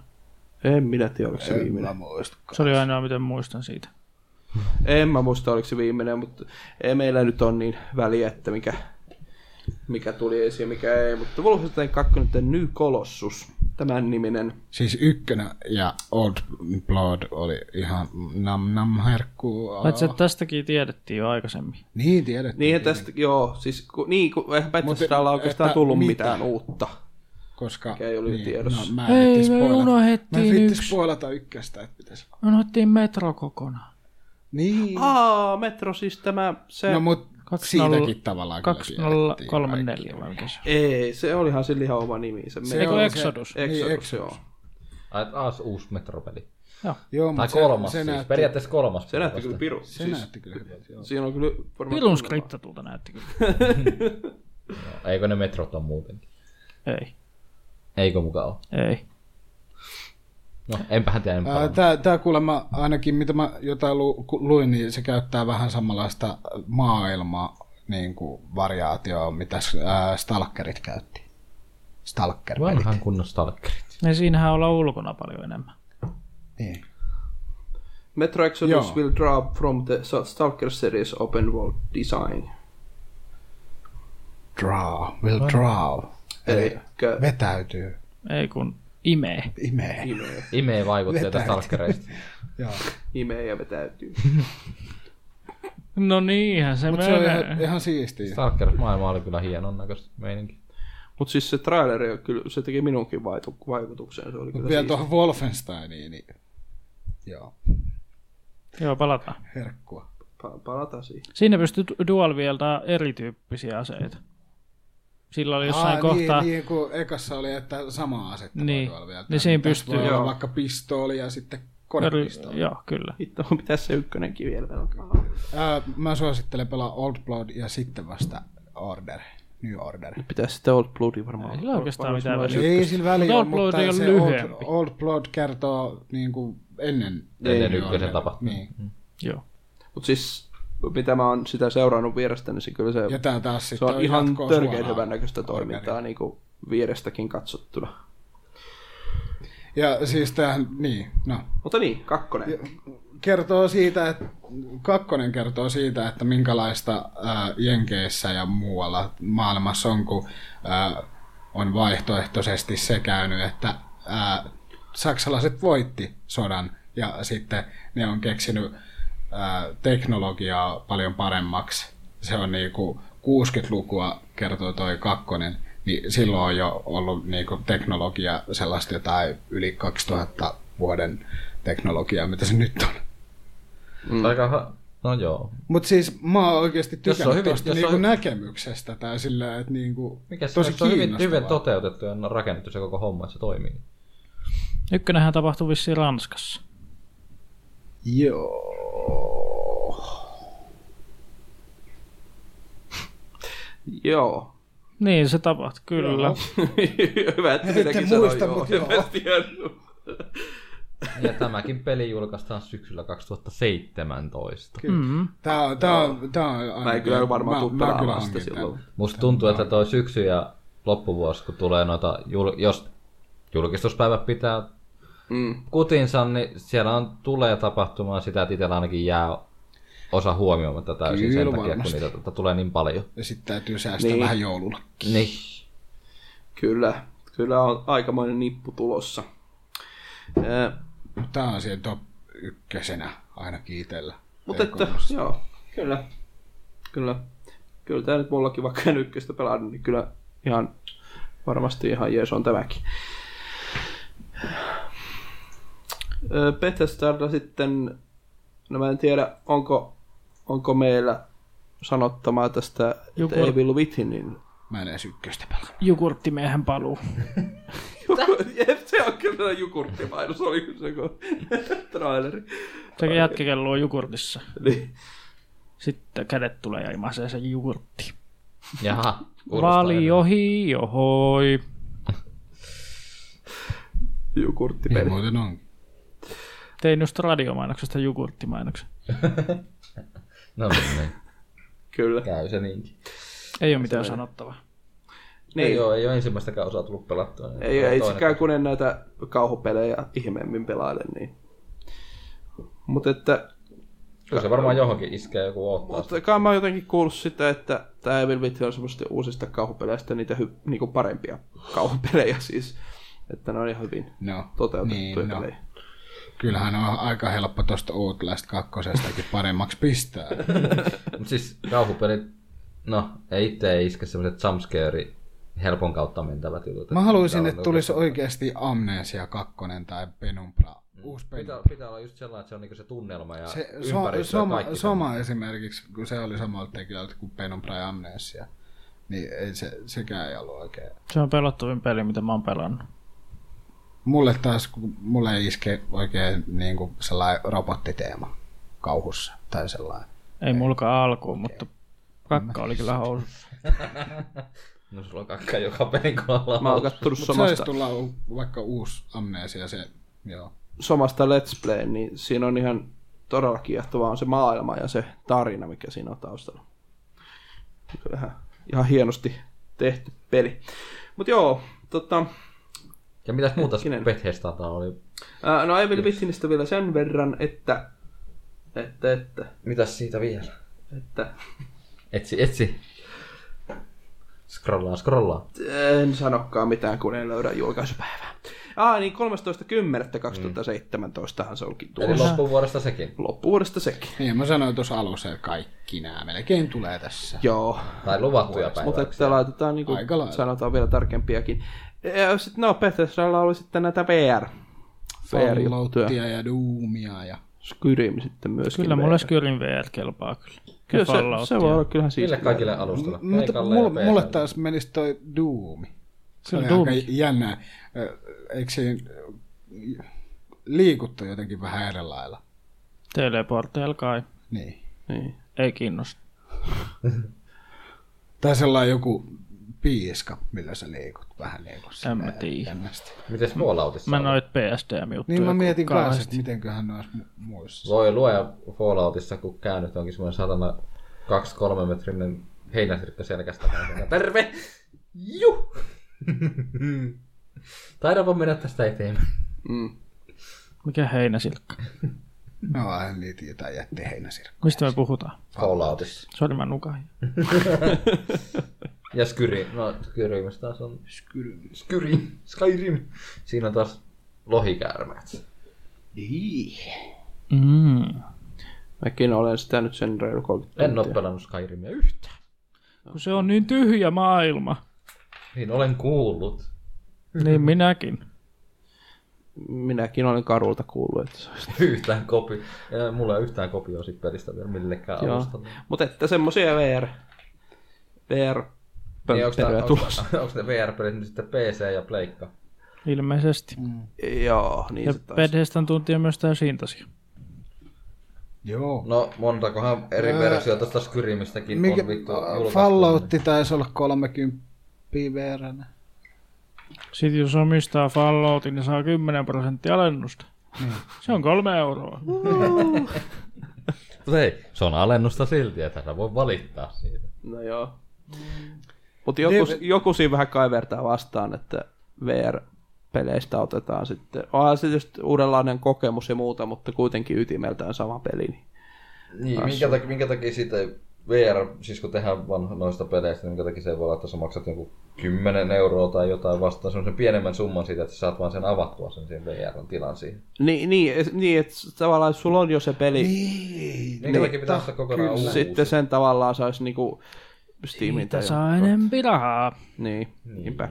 Speaker 4: En minä tiedä, oliko se viimeinen.
Speaker 3: Se oli ainoa, mitä muistan siitä.
Speaker 4: En mä muista, oliko se viimeinen, mutta ei meillä nyt on niin väliä, että mikä, mikä tuli esiin ja mikä ei. Mutta Wolfenstein 2, The New Colossus, tämän niminen.
Speaker 2: Siis ykkönen ja Old Blood oli ihan nam nam herkku.
Speaker 3: Paitsi, että tästäkin tiedettiin jo aikaisemmin.
Speaker 2: Niin tiedät.
Speaker 4: Niin, tästä, joo, siis kun, niin, kun eihän Bethesdalla oikeastaan
Speaker 2: että
Speaker 4: tullut
Speaker 2: mitä?
Speaker 4: mitään uutta.
Speaker 2: koska...
Speaker 4: Mikä ei ollut
Speaker 2: niin,
Speaker 4: tiedossa.
Speaker 2: No, mä en
Speaker 3: Hei,
Speaker 2: viittis
Speaker 3: me
Speaker 2: spoilata. Mä en
Speaker 3: unohdettiin
Speaker 2: viittis
Speaker 3: yksi.
Speaker 2: spoilata ykköstä, että pitäisi vaan.
Speaker 3: Me unohdettiin metro kokonaan.
Speaker 2: Niin.
Speaker 4: Aa, Metro siis tämä, se...
Speaker 2: No mut
Speaker 3: Kaksi
Speaker 2: siitäkin
Speaker 3: nolla-
Speaker 2: tavallaan kyllä tiedettiin
Speaker 3: 2034 vai mikä se on?
Speaker 4: Ei, se olihan sillä ihan oma nimi. Se,
Speaker 2: Se
Speaker 4: Metro-
Speaker 3: Eikö
Speaker 2: on
Speaker 3: Exodus?
Speaker 2: Se, Exodus.
Speaker 4: Exodus,
Speaker 2: Niin,
Speaker 4: Exodus, joo.
Speaker 2: Exodus.
Speaker 5: Ai, taas uusi metropeli.
Speaker 2: Joo,
Speaker 5: Tai
Speaker 2: mut
Speaker 5: kolmas
Speaker 2: se, se
Speaker 5: se, siis.
Speaker 2: näytti,
Speaker 5: Periaatteessa kolmas.
Speaker 4: Se näytti
Speaker 5: vasta.
Speaker 4: kyllä piru.
Speaker 2: se
Speaker 4: siis,
Speaker 2: näytti kyllä hyvältä, joo.
Speaker 4: Siinä on kyllä varmaan...
Speaker 3: Pirun skrittatulta näytti kyllä.
Speaker 5: Eikö ne metrot on muutenkin?
Speaker 3: Ei,
Speaker 5: Eikö mukaan ole?
Speaker 3: ei.
Speaker 5: No, enpähän tiedä. enpä
Speaker 2: Ää,
Speaker 5: varmaan.
Speaker 2: Tää, tää kuulemma ainakin, mitä mä jotain lu, ku- luin, niin se käyttää vähän samanlaista maailmaa niin kuin variaatioa, mitä ää, stalkerit käytti. stalker
Speaker 5: Vanhan kunnon stalkerit.
Speaker 3: Niin siinähän ollaan ulkona paljon enemmän.
Speaker 2: Niin.
Speaker 4: Metro Exodus
Speaker 2: Joo.
Speaker 4: will draw from the Stalker series open world design.
Speaker 2: Draw, will draw. Eli
Speaker 4: Eli
Speaker 2: vetäytyy,
Speaker 3: Ei kun imee.
Speaker 2: imee.
Speaker 4: imee,
Speaker 5: Imee vaikutteita stalkereista.
Speaker 2: Joo.
Speaker 4: imee ja vetäytyy. [laughs]
Speaker 3: No niinhän se
Speaker 2: Mut se on
Speaker 3: menee.
Speaker 2: ihan, ihan siistiä.
Speaker 5: Stalker-maailma oli kyllä hienon näköistä meininki.
Speaker 4: Mutta siis se traileri, on kyllä, se teki minunkin vaitu- vaikutukseen. Se oli
Speaker 2: Mut
Speaker 4: kyllä
Speaker 2: vielä
Speaker 4: siis.
Speaker 2: tuohon Wolfensteiniin, niin joo,
Speaker 3: Joo, palataan.
Speaker 2: herkkua.
Speaker 4: Pa- palata siihen.
Speaker 3: Siinä pystyy dual vielä erityyppisiä aseita. Sillä oli jossain
Speaker 2: Aa,
Speaker 3: kohtaa...
Speaker 2: Niin, niin, kun ekassa oli, että sama asetta
Speaker 3: Niin.
Speaker 2: voi olla vielä.
Speaker 3: Niin siinä
Speaker 2: Tässä
Speaker 3: pystyy,
Speaker 2: Voi olla
Speaker 4: joo.
Speaker 2: vaikka pistooli ja sitten
Speaker 3: Eri,
Speaker 2: konepistooli.
Speaker 3: joo, kyllä.
Speaker 4: Hitto, pitää se ykkönenkin vielä velkaa.
Speaker 2: Ää, mä suosittelen pelaa Old Blood ja sitten vasta Order, New Order.
Speaker 4: Pitää sitten Old Bloodi varmaan.
Speaker 3: Ei sillä oikeastaan mitään
Speaker 4: varmaan-
Speaker 3: väliä.
Speaker 2: Ei sillä väliä,
Speaker 3: Mutta Old
Speaker 2: Old
Speaker 3: Blood
Speaker 2: mutta
Speaker 3: ei ole
Speaker 2: se Old,
Speaker 3: lyhyempi.
Speaker 2: Old Blood kertoo niin kuin ennen.
Speaker 5: Ennen
Speaker 2: New
Speaker 5: ykkösen
Speaker 2: Orderia.
Speaker 5: tapahtumia.
Speaker 2: Niin.
Speaker 3: Joo.
Speaker 4: Mut siis, mitä mä oon sitä seurannut vierestä, niin se kyllä se,
Speaker 2: Ja tää taas
Speaker 4: se
Speaker 2: sitten
Speaker 4: on ihan
Speaker 2: jatkoa
Speaker 4: törkeän
Speaker 2: suoraan
Speaker 4: hyvännäköistä
Speaker 2: Orderiin.
Speaker 4: toimintaa niin kuin vierestäkin katsottuna.
Speaker 2: Ja siis tämähän, niin, no,
Speaker 4: Mutta niin, kakkonen.
Speaker 2: kertoo siitä, että kakkonen kertoo siitä, että minkälaista ää, Jenkeissä ja muualla maailmassa on, kun ää, on vaihtoehtoisesti se käynyt, että ää, saksalaiset voitti sodan ja sitten ne on keksinyt ää, teknologiaa paljon paremmaksi. Se on niinku 60-lukua, kertoo toi kakkonen, niin silloin on jo ollut niinku teknologia sellaista jotain yli 2000 vuoden teknologiaa, mitä se nyt on.
Speaker 5: Mm. Aika... No joo.
Speaker 2: Mutta siis mä oon oikeasti
Speaker 5: Jos se on
Speaker 2: tykännyt
Speaker 5: hyvin-
Speaker 2: tuosta
Speaker 5: jos se
Speaker 2: niinku
Speaker 5: on-
Speaker 2: näkemyksestä tai sillä, että niinku,
Speaker 5: Mikä se
Speaker 2: tosi
Speaker 5: se on hyvin,
Speaker 2: kiinnostavaa.
Speaker 5: hyvin toteutettu ja on rakennettu se koko homma, että se toimii.
Speaker 3: Ykkönenhän tapahtui vissiin Ranskassa.
Speaker 2: Joo.
Speaker 4: Joo. [laughs]
Speaker 3: Niin se tapahtui, kyllä.
Speaker 4: Hyvä, että minäkin sanoin
Speaker 2: muista,
Speaker 4: joo.
Speaker 2: mut
Speaker 4: [laughs] En
Speaker 2: joo.
Speaker 4: mä tiennyt.
Speaker 5: Ja tämäkin peli julkaistaan syksyllä 2017.
Speaker 3: Mm-hmm.
Speaker 2: Tää on, tää on, tää on ainakin-
Speaker 4: Mä en kyllä varmaan tuu
Speaker 2: kyllä
Speaker 4: pelaamaan sitä
Speaker 2: hankin
Speaker 4: silloin.
Speaker 2: tän.
Speaker 5: Musta tuntuu, että toi syksy ja loppuvuosi, kun tulee noita, jul- jos julkistuspäivä pitää
Speaker 4: Mm.
Speaker 5: kutinsa, niin siellä on, tulee tapahtumaan sitä, että itsellä ainakin jää osa huomioimatta täysin
Speaker 2: Kyllä
Speaker 5: sen takia, kun
Speaker 2: varmasti.
Speaker 5: niitä tota, tulee niin paljon.
Speaker 2: Ja sit täytyy säästää
Speaker 4: Niin.
Speaker 2: vähän joululla.
Speaker 5: Niin.
Speaker 4: Kyllä. Kyllä on aikamoinen nippu tulossa. Eh,
Speaker 2: Tää on siellä top ykkösenä ainakin itellä.
Speaker 4: mutta että,
Speaker 2: Teknologista.
Speaker 4: joo, kyllä. Kyllä. Kyllä tämä nyt mullakin, vaikka en ykköstä pelannut, niin kyllä ihan varmasti ihan jees on tämäkin. Ö, Bethesdalla sitten, no mä en tiedä, onko, onko meillä sanottamaa tästä
Speaker 3: Joku-
Speaker 4: että Evil Withinin.
Speaker 2: Mä en edes ykköstä pelaa.
Speaker 3: Jukurttimiehen paluu.
Speaker 4: [laughs] Jep, se on kyllä jukurttimainos, oli se kun [laughs] traileri.
Speaker 3: Se jätkäkello on jukurtissa.
Speaker 4: Niin.
Speaker 3: Sitten kädet tulee ja imasee sen jukurtti.
Speaker 5: Jaha. kuulostaa
Speaker 3: Vali
Speaker 5: erilaiselta.
Speaker 3: ohi, johoi.
Speaker 2: Niin
Speaker 4: Jukurttipeli.
Speaker 2: muuten onkin.
Speaker 3: Tein just radiomainoksesta jogurttimainoksen.
Speaker 5: No niin, niin.
Speaker 4: Kyllä.
Speaker 5: Käy se niinkin.
Speaker 3: Ei ole mitään sanottavaa.
Speaker 5: Niin. Ei
Speaker 4: Niin.
Speaker 5: ole, ei ole ensimmäistäkään osaa tullut pelattua. niin
Speaker 4: Ei,
Speaker 5: tämä
Speaker 4: ei
Speaker 5: toinen.
Speaker 4: itsekään kun en näitä kauhupelejä ihmeemmin pelaile, niin. Mutta että
Speaker 5: Kyllä se varmaan johonkin iskee joku ottaa.
Speaker 4: Mutta kai mä oon jotenkin kuullut sitä, että tämä Evil Within on semmoista uusista kauhupeleistä niitä hy, niinku parempia kauhupelejä siis. Että ne on ihan hyvin
Speaker 2: No,
Speaker 4: toteutettuja
Speaker 2: niin,
Speaker 4: niin,
Speaker 2: no.
Speaker 4: pelejä.
Speaker 2: Kyllähän on aika helppo tuosta Outlast 2 paremmaksi pistää.
Speaker 5: Mut siis kauhupelit, no ei itse ei iske semmoiset jumpscare helpon kautta mentävät jutut. niinku
Speaker 2: Mä haluaisin,
Speaker 5: Pitää
Speaker 2: että
Speaker 5: olla-
Speaker 2: tulisi oikeasti Amnesia 2 tai Penumbra. Uusi peli.
Speaker 5: Pitää, pitää olla just sellainen, että se on niinku se tunnelma Mm. ja
Speaker 2: Se, so,
Speaker 5: ympäristö ja
Speaker 2: soma,
Speaker 5: kaikki.
Speaker 2: soma esimerkiksi, kun se oli samalta tekijältä kuin Penumbra ja Amnesia, niin ei se, sekään ei ollut oikein.
Speaker 3: Se on pelottavin peli, mitä mä oon pelannut.
Speaker 2: Mulle taas, kun mulle ei iske oikein niin kuin sellainen robottiteema kauhussa tai sellainen.
Speaker 3: Ei mulkaan alkuun, mutta kakka oli kyllä housussa.
Speaker 5: No sulla on kakka joka pelin kohdalla.
Speaker 4: Mä oon kattonut
Speaker 2: Mutta se olisi
Speaker 4: somasta,
Speaker 2: tulla u- vaikka uusi Amnesia, se, joo.
Speaker 4: somasta Let's Play, niin siinä on ihan todella kiehtovaa on se maailma ja se tarina, mikä siinä on taustalla. Se on Ihan, ihan hienosti tehty peli. Mutta joo, tota,
Speaker 5: Ja mitäs muuta
Speaker 4: Hetkinen.
Speaker 5: Bethesdalta oli?
Speaker 4: ää, no Evil Withinistä vielä sen verran, että, että, että,
Speaker 5: Mitäs siitä vielä?
Speaker 4: että
Speaker 5: Etsi, etsi. Scrollaa, scrollaa.
Speaker 4: En sanokaan mitään, kun en löydä julkaisupäivää. Ah, niin 13.10.2017 se onkin
Speaker 5: Eli
Speaker 4: tulossa.
Speaker 5: loppuvuodesta sekin.
Speaker 4: Loppuvuodesta sekin.
Speaker 2: Niin, mä sanoin tuossa alussa, että kaikki nämä melkein tulee tässä.
Speaker 4: Joo.
Speaker 5: Tai luvattuja
Speaker 4: Mutta
Speaker 5: päivää.
Speaker 4: että laitetaan, niin kuin
Speaker 2: Aika lailla.
Speaker 4: sanotaan vielä tarkempiakin. Ja Sitten no, Bethesdalla oli sitten näitä VR. VR-juttuja.
Speaker 2: Falloutia ja Doomia ja...
Speaker 4: Skyrim sitten myöskin.
Speaker 3: Kyllä mulle
Speaker 4: VR.
Speaker 3: Skyrim VR kelpaa kyllä.
Speaker 4: Kyllä se,
Speaker 3: Falloutia.
Speaker 4: se voi olla kyllähän siis.
Speaker 5: Mille kaikille alustalla?
Speaker 2: Mutta
Speaker 5: Kreikalle ja
Speaker 2: mulle, mulle
Speaker 5: PClle.
Speaker 2: taas menisi toi Doomi. Se
Speaker 3: Kyllä
Speaker 2: oli
Speaker 3: Doom.
Speaker 2: aika jännää. Ö, Eikö siinä ö, liikuttu jotenkin vähän eri lailla?
Speaker 3: Teleporteilla kai.
Speaker 2: Niin.
Speaker 4: Niin.
Speaker 3: Ei kiinnosta.
Speaker 2: Tai sellainen joku piiska, millä sä liikut vähän niin kuin
Speaker 3: En mä
Speaker 2: silleen
Speaker 3: tiedä.
Speaker 2: jännästi.
Speaker 5: Mites Falloutissa?
Speaker 3: Mä
Speaker 5: oli?
Speaker 3: noit PSDM-juttuja.
Speaker 2: Niin mä mietin kanssa,
Speaker 3: kauheasti.
Speaker 2: että mitenköhän ne olisi mu- muissa.
Speaker 5: Voi luoja Falloutissa, kun käynyt onkin semmoinen satana 2-3 metrinen heinäsirkko selkästä. Terve! Juh! [laughs] Taidaanpa mennä tästä eteenpäin.
Speaker 3: Mikä heinäsilkka?
Speaker 2: No aivan niitä jotain jättiheinäsirkkoja.
Speaker 3: Mistä me puhutaan?
Speaker 5: Falloutissa.
Speaker 3: Sori mä nukahin.
Speaker 5: Ja Skyrim. No Skyrimistä taas on... Skyrim. Skyrim. Skyrim. Siinä on taas lohikäärmeet.
Speaker 3: Mm.
Speaker 4: Mäkin olen sitä nyt sen reilu 30
Speaker 5: En ole pelannut Skyrimia yhtään.
Speaker 3: Kun se on niin tyhjä maailma.
Speaker 5: Niin olen kuullut.
Speaker 3: Niin minäkin.
Speaker 4: Minäkin olen karulta kuullut, että se olisi
Speaker 5: Yhtään kopi. ja Mulla ei ole yhtään kopioa siitä pelistä vielä millekään
Speaker 4: Joo.
Speaker 5: alustalle.
Speaker 4: Mutta että semmosia VR, VR
Speaker 5: Niin onko,
Speaker 4: pömpelöä tulossa.
Speaker 5: onko ne VR-pelit nyt sitten PC ja Pleikka?
Speaker 3: Ilmeisesti.
Speaker 4: Joo, niin
Speaker 3: Ja
Speaker 4: se taisi.
Speaker 3: Bethesdan tuntien myös täysin tasia.
Speaker 2: Joo.
Speaker 5: No montakohan eri versio tuosta Skyrimistäkin
Speaker 2: Mikä,
Speaker 5: on vittu julkaistu.
Speaker 2: Falloutti taisi olla 30 vrnä.
Speaker 3: Sitten jos omistaa Falloutin, niin saa 10 prosenttia alennusta. Se on kolme euroa.
Speaker 5: Mutta ei, se on alennusta silti, että sä voi valittaa siitä.
Speaker 4: No joo. Mm. Mutta joku, joku siinä vähän kaivertaa vastaan, että VR-peleistä otetaan sitten. Onhan se just uudenlainen kokemus ja muuta, mutta kuitenkin ytimeltään sama peli. Niin.
Speaker 5: Niin, minkä takia, minkä takia siitä ei- VR, siis kun tehdään vanhoista peleistä, niin minkä takia se ei voi olla, että sä maksat joku 10 euroa tai jotain vastaan semmoisen pienemmän summan siitä, että sä saat vaan sen avattua sen siihen VR-tilan siihen.
Speaker 4: Niin, niin, et- niin että tavallaan jos sulla on jo se peli, niin,
Speaker 5: Minkä takia pitää ostaa kokonaan uusi?
Speaker 4: sitten sen tavallaan saisi niinku Steamin tai...
Speaker 3: Mitä saa enempi rahaa?
Speaker 4: Niin, niinpä.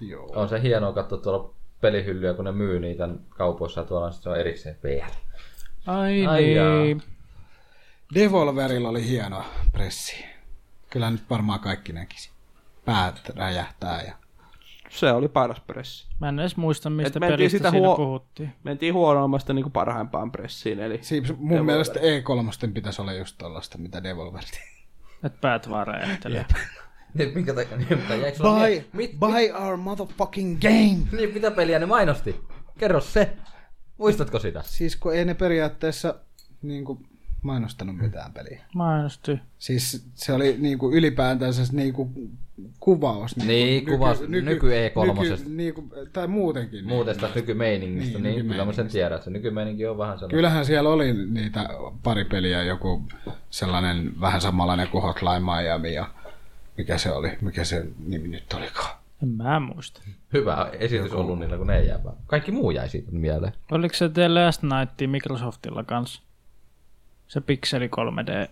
Speaker 2: Joo.
Speaker 5: On se hienoa katsoa tuolla pelihyllyä, kun ne myy niitä kaupoissa ja tuolla on sit se on erikseen VR.
Speaker 3: Ai,
Speaker 5: Ai
Speaker 3: niin.
Speaker 2: Devolverilla oli hieno pressi. Kyllä nyt varmaan kaikki näkisi. Päät räjähtää ja...
Speaker 4: Se oli paras pressi.
Speaker 3: Mä en edes muista, mistä
Speaker 4: Et mentiin
Speaker 3: pelistä
Speaker 4: sitä
Speaker 3: siinä
Speaker 4: huo-
Speaker 3: puhuttiin.
Speaker 4: Mentiin huonoimmasta niin parhaimpaan pressiin, eli
Speaker 2: E Siis mun mielestä E3 pitäisi olla just tollasta, mitä Devolver teki.
Speaker 3: Et päät vaan räjähtelee.
Speaker 5: [laughs] Niin, minkä takia? Niin, mitä, jäikö sulla
Speaker 6: Buy,
Speaker 5: mie- mit,
Speaker 6: buy our motherfucking game!
Speaker 5: niin, mitä peliä ne mainosti? Kerro se. Muistatko sitä?
Speaker 2: Siis kun ei ne periaatteessa niin kuin, mainostanut mitään peliä.
Speaker 3: Mainosti.
Speaker 2: Siis se oli niin kuin, ylipäätänsä niin kuin, kuvaus. niinku
Speaker 5: Niin, kuvaus nyky E3:stä.
Speaker 2: Nyky, niin kuin, tai muutenkin.
Speaker 5: Muuten tästä nykymeiningistä,
Speaker 2: Niin,
Speaker 5: niin, niin kyllä mä sen
Speaker 2: nykymeiningistä.
Speaker 5: tiedän, että se nykymeininki on vähän sellainen.
Speaker 2: Kyllähän siellä oli niitä pari peliä, joku sellainen vähän samanlainen kuin Hotline Miami ja mikä se oli, mikä se nimi nyt olikaan.
Speaker 3: En mä muista.
Speaker 5: Hyvä esitys ollut niillä, kun ne ei jää vaan. Kaikki muu jäi siitä mieleen.
Speaker 3: Oliko se The Last Night Microsoftilla kanssa? Se Pixeli 3D-peli.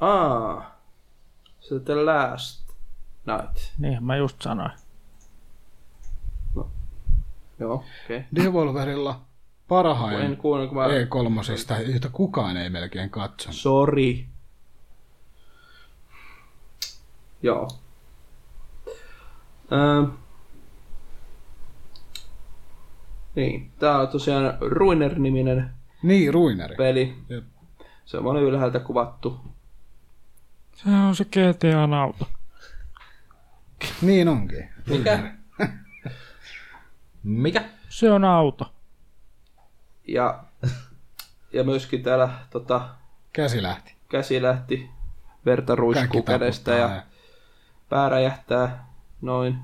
Speaker 4: Aa, se The Last Night.
Speaker 3: Niin, mä just sanoin.
Speaker 4: Joo, okei. Okay.
Speaker 2: Devolverilla
Speaker 4: En
Speaker 2: parhain
Speaker 4: kuunnellut, kun mä...
Speaker 2: E3, E jota kukaan ei melkein katsonut.
Speaker 4: Sori. Joo. Ähm. Niin, tää on tosiaan Ruiner-niminen
Speaker 2: Niin, Ruineri.
Speaker 4: peli.
Speaker 2: Jep.
Speaker 4: Se on ylhäältä kuvattu.
Speaker 3: Se on se GTA-auto.
Speaker 2: Niin onkin.
Speaker 5: Mikä? Mikä?
Speaker 3: Se on auto.
Speaker 4: Ja, ja myöskin täällä tota,
Speaker 2: Käsi lähti.
Speaker 4: käsi lähti, verta ruiskuu kädestä ja,
Speaker 2: taputtaa
Speaker 4: pää räjähtää noin.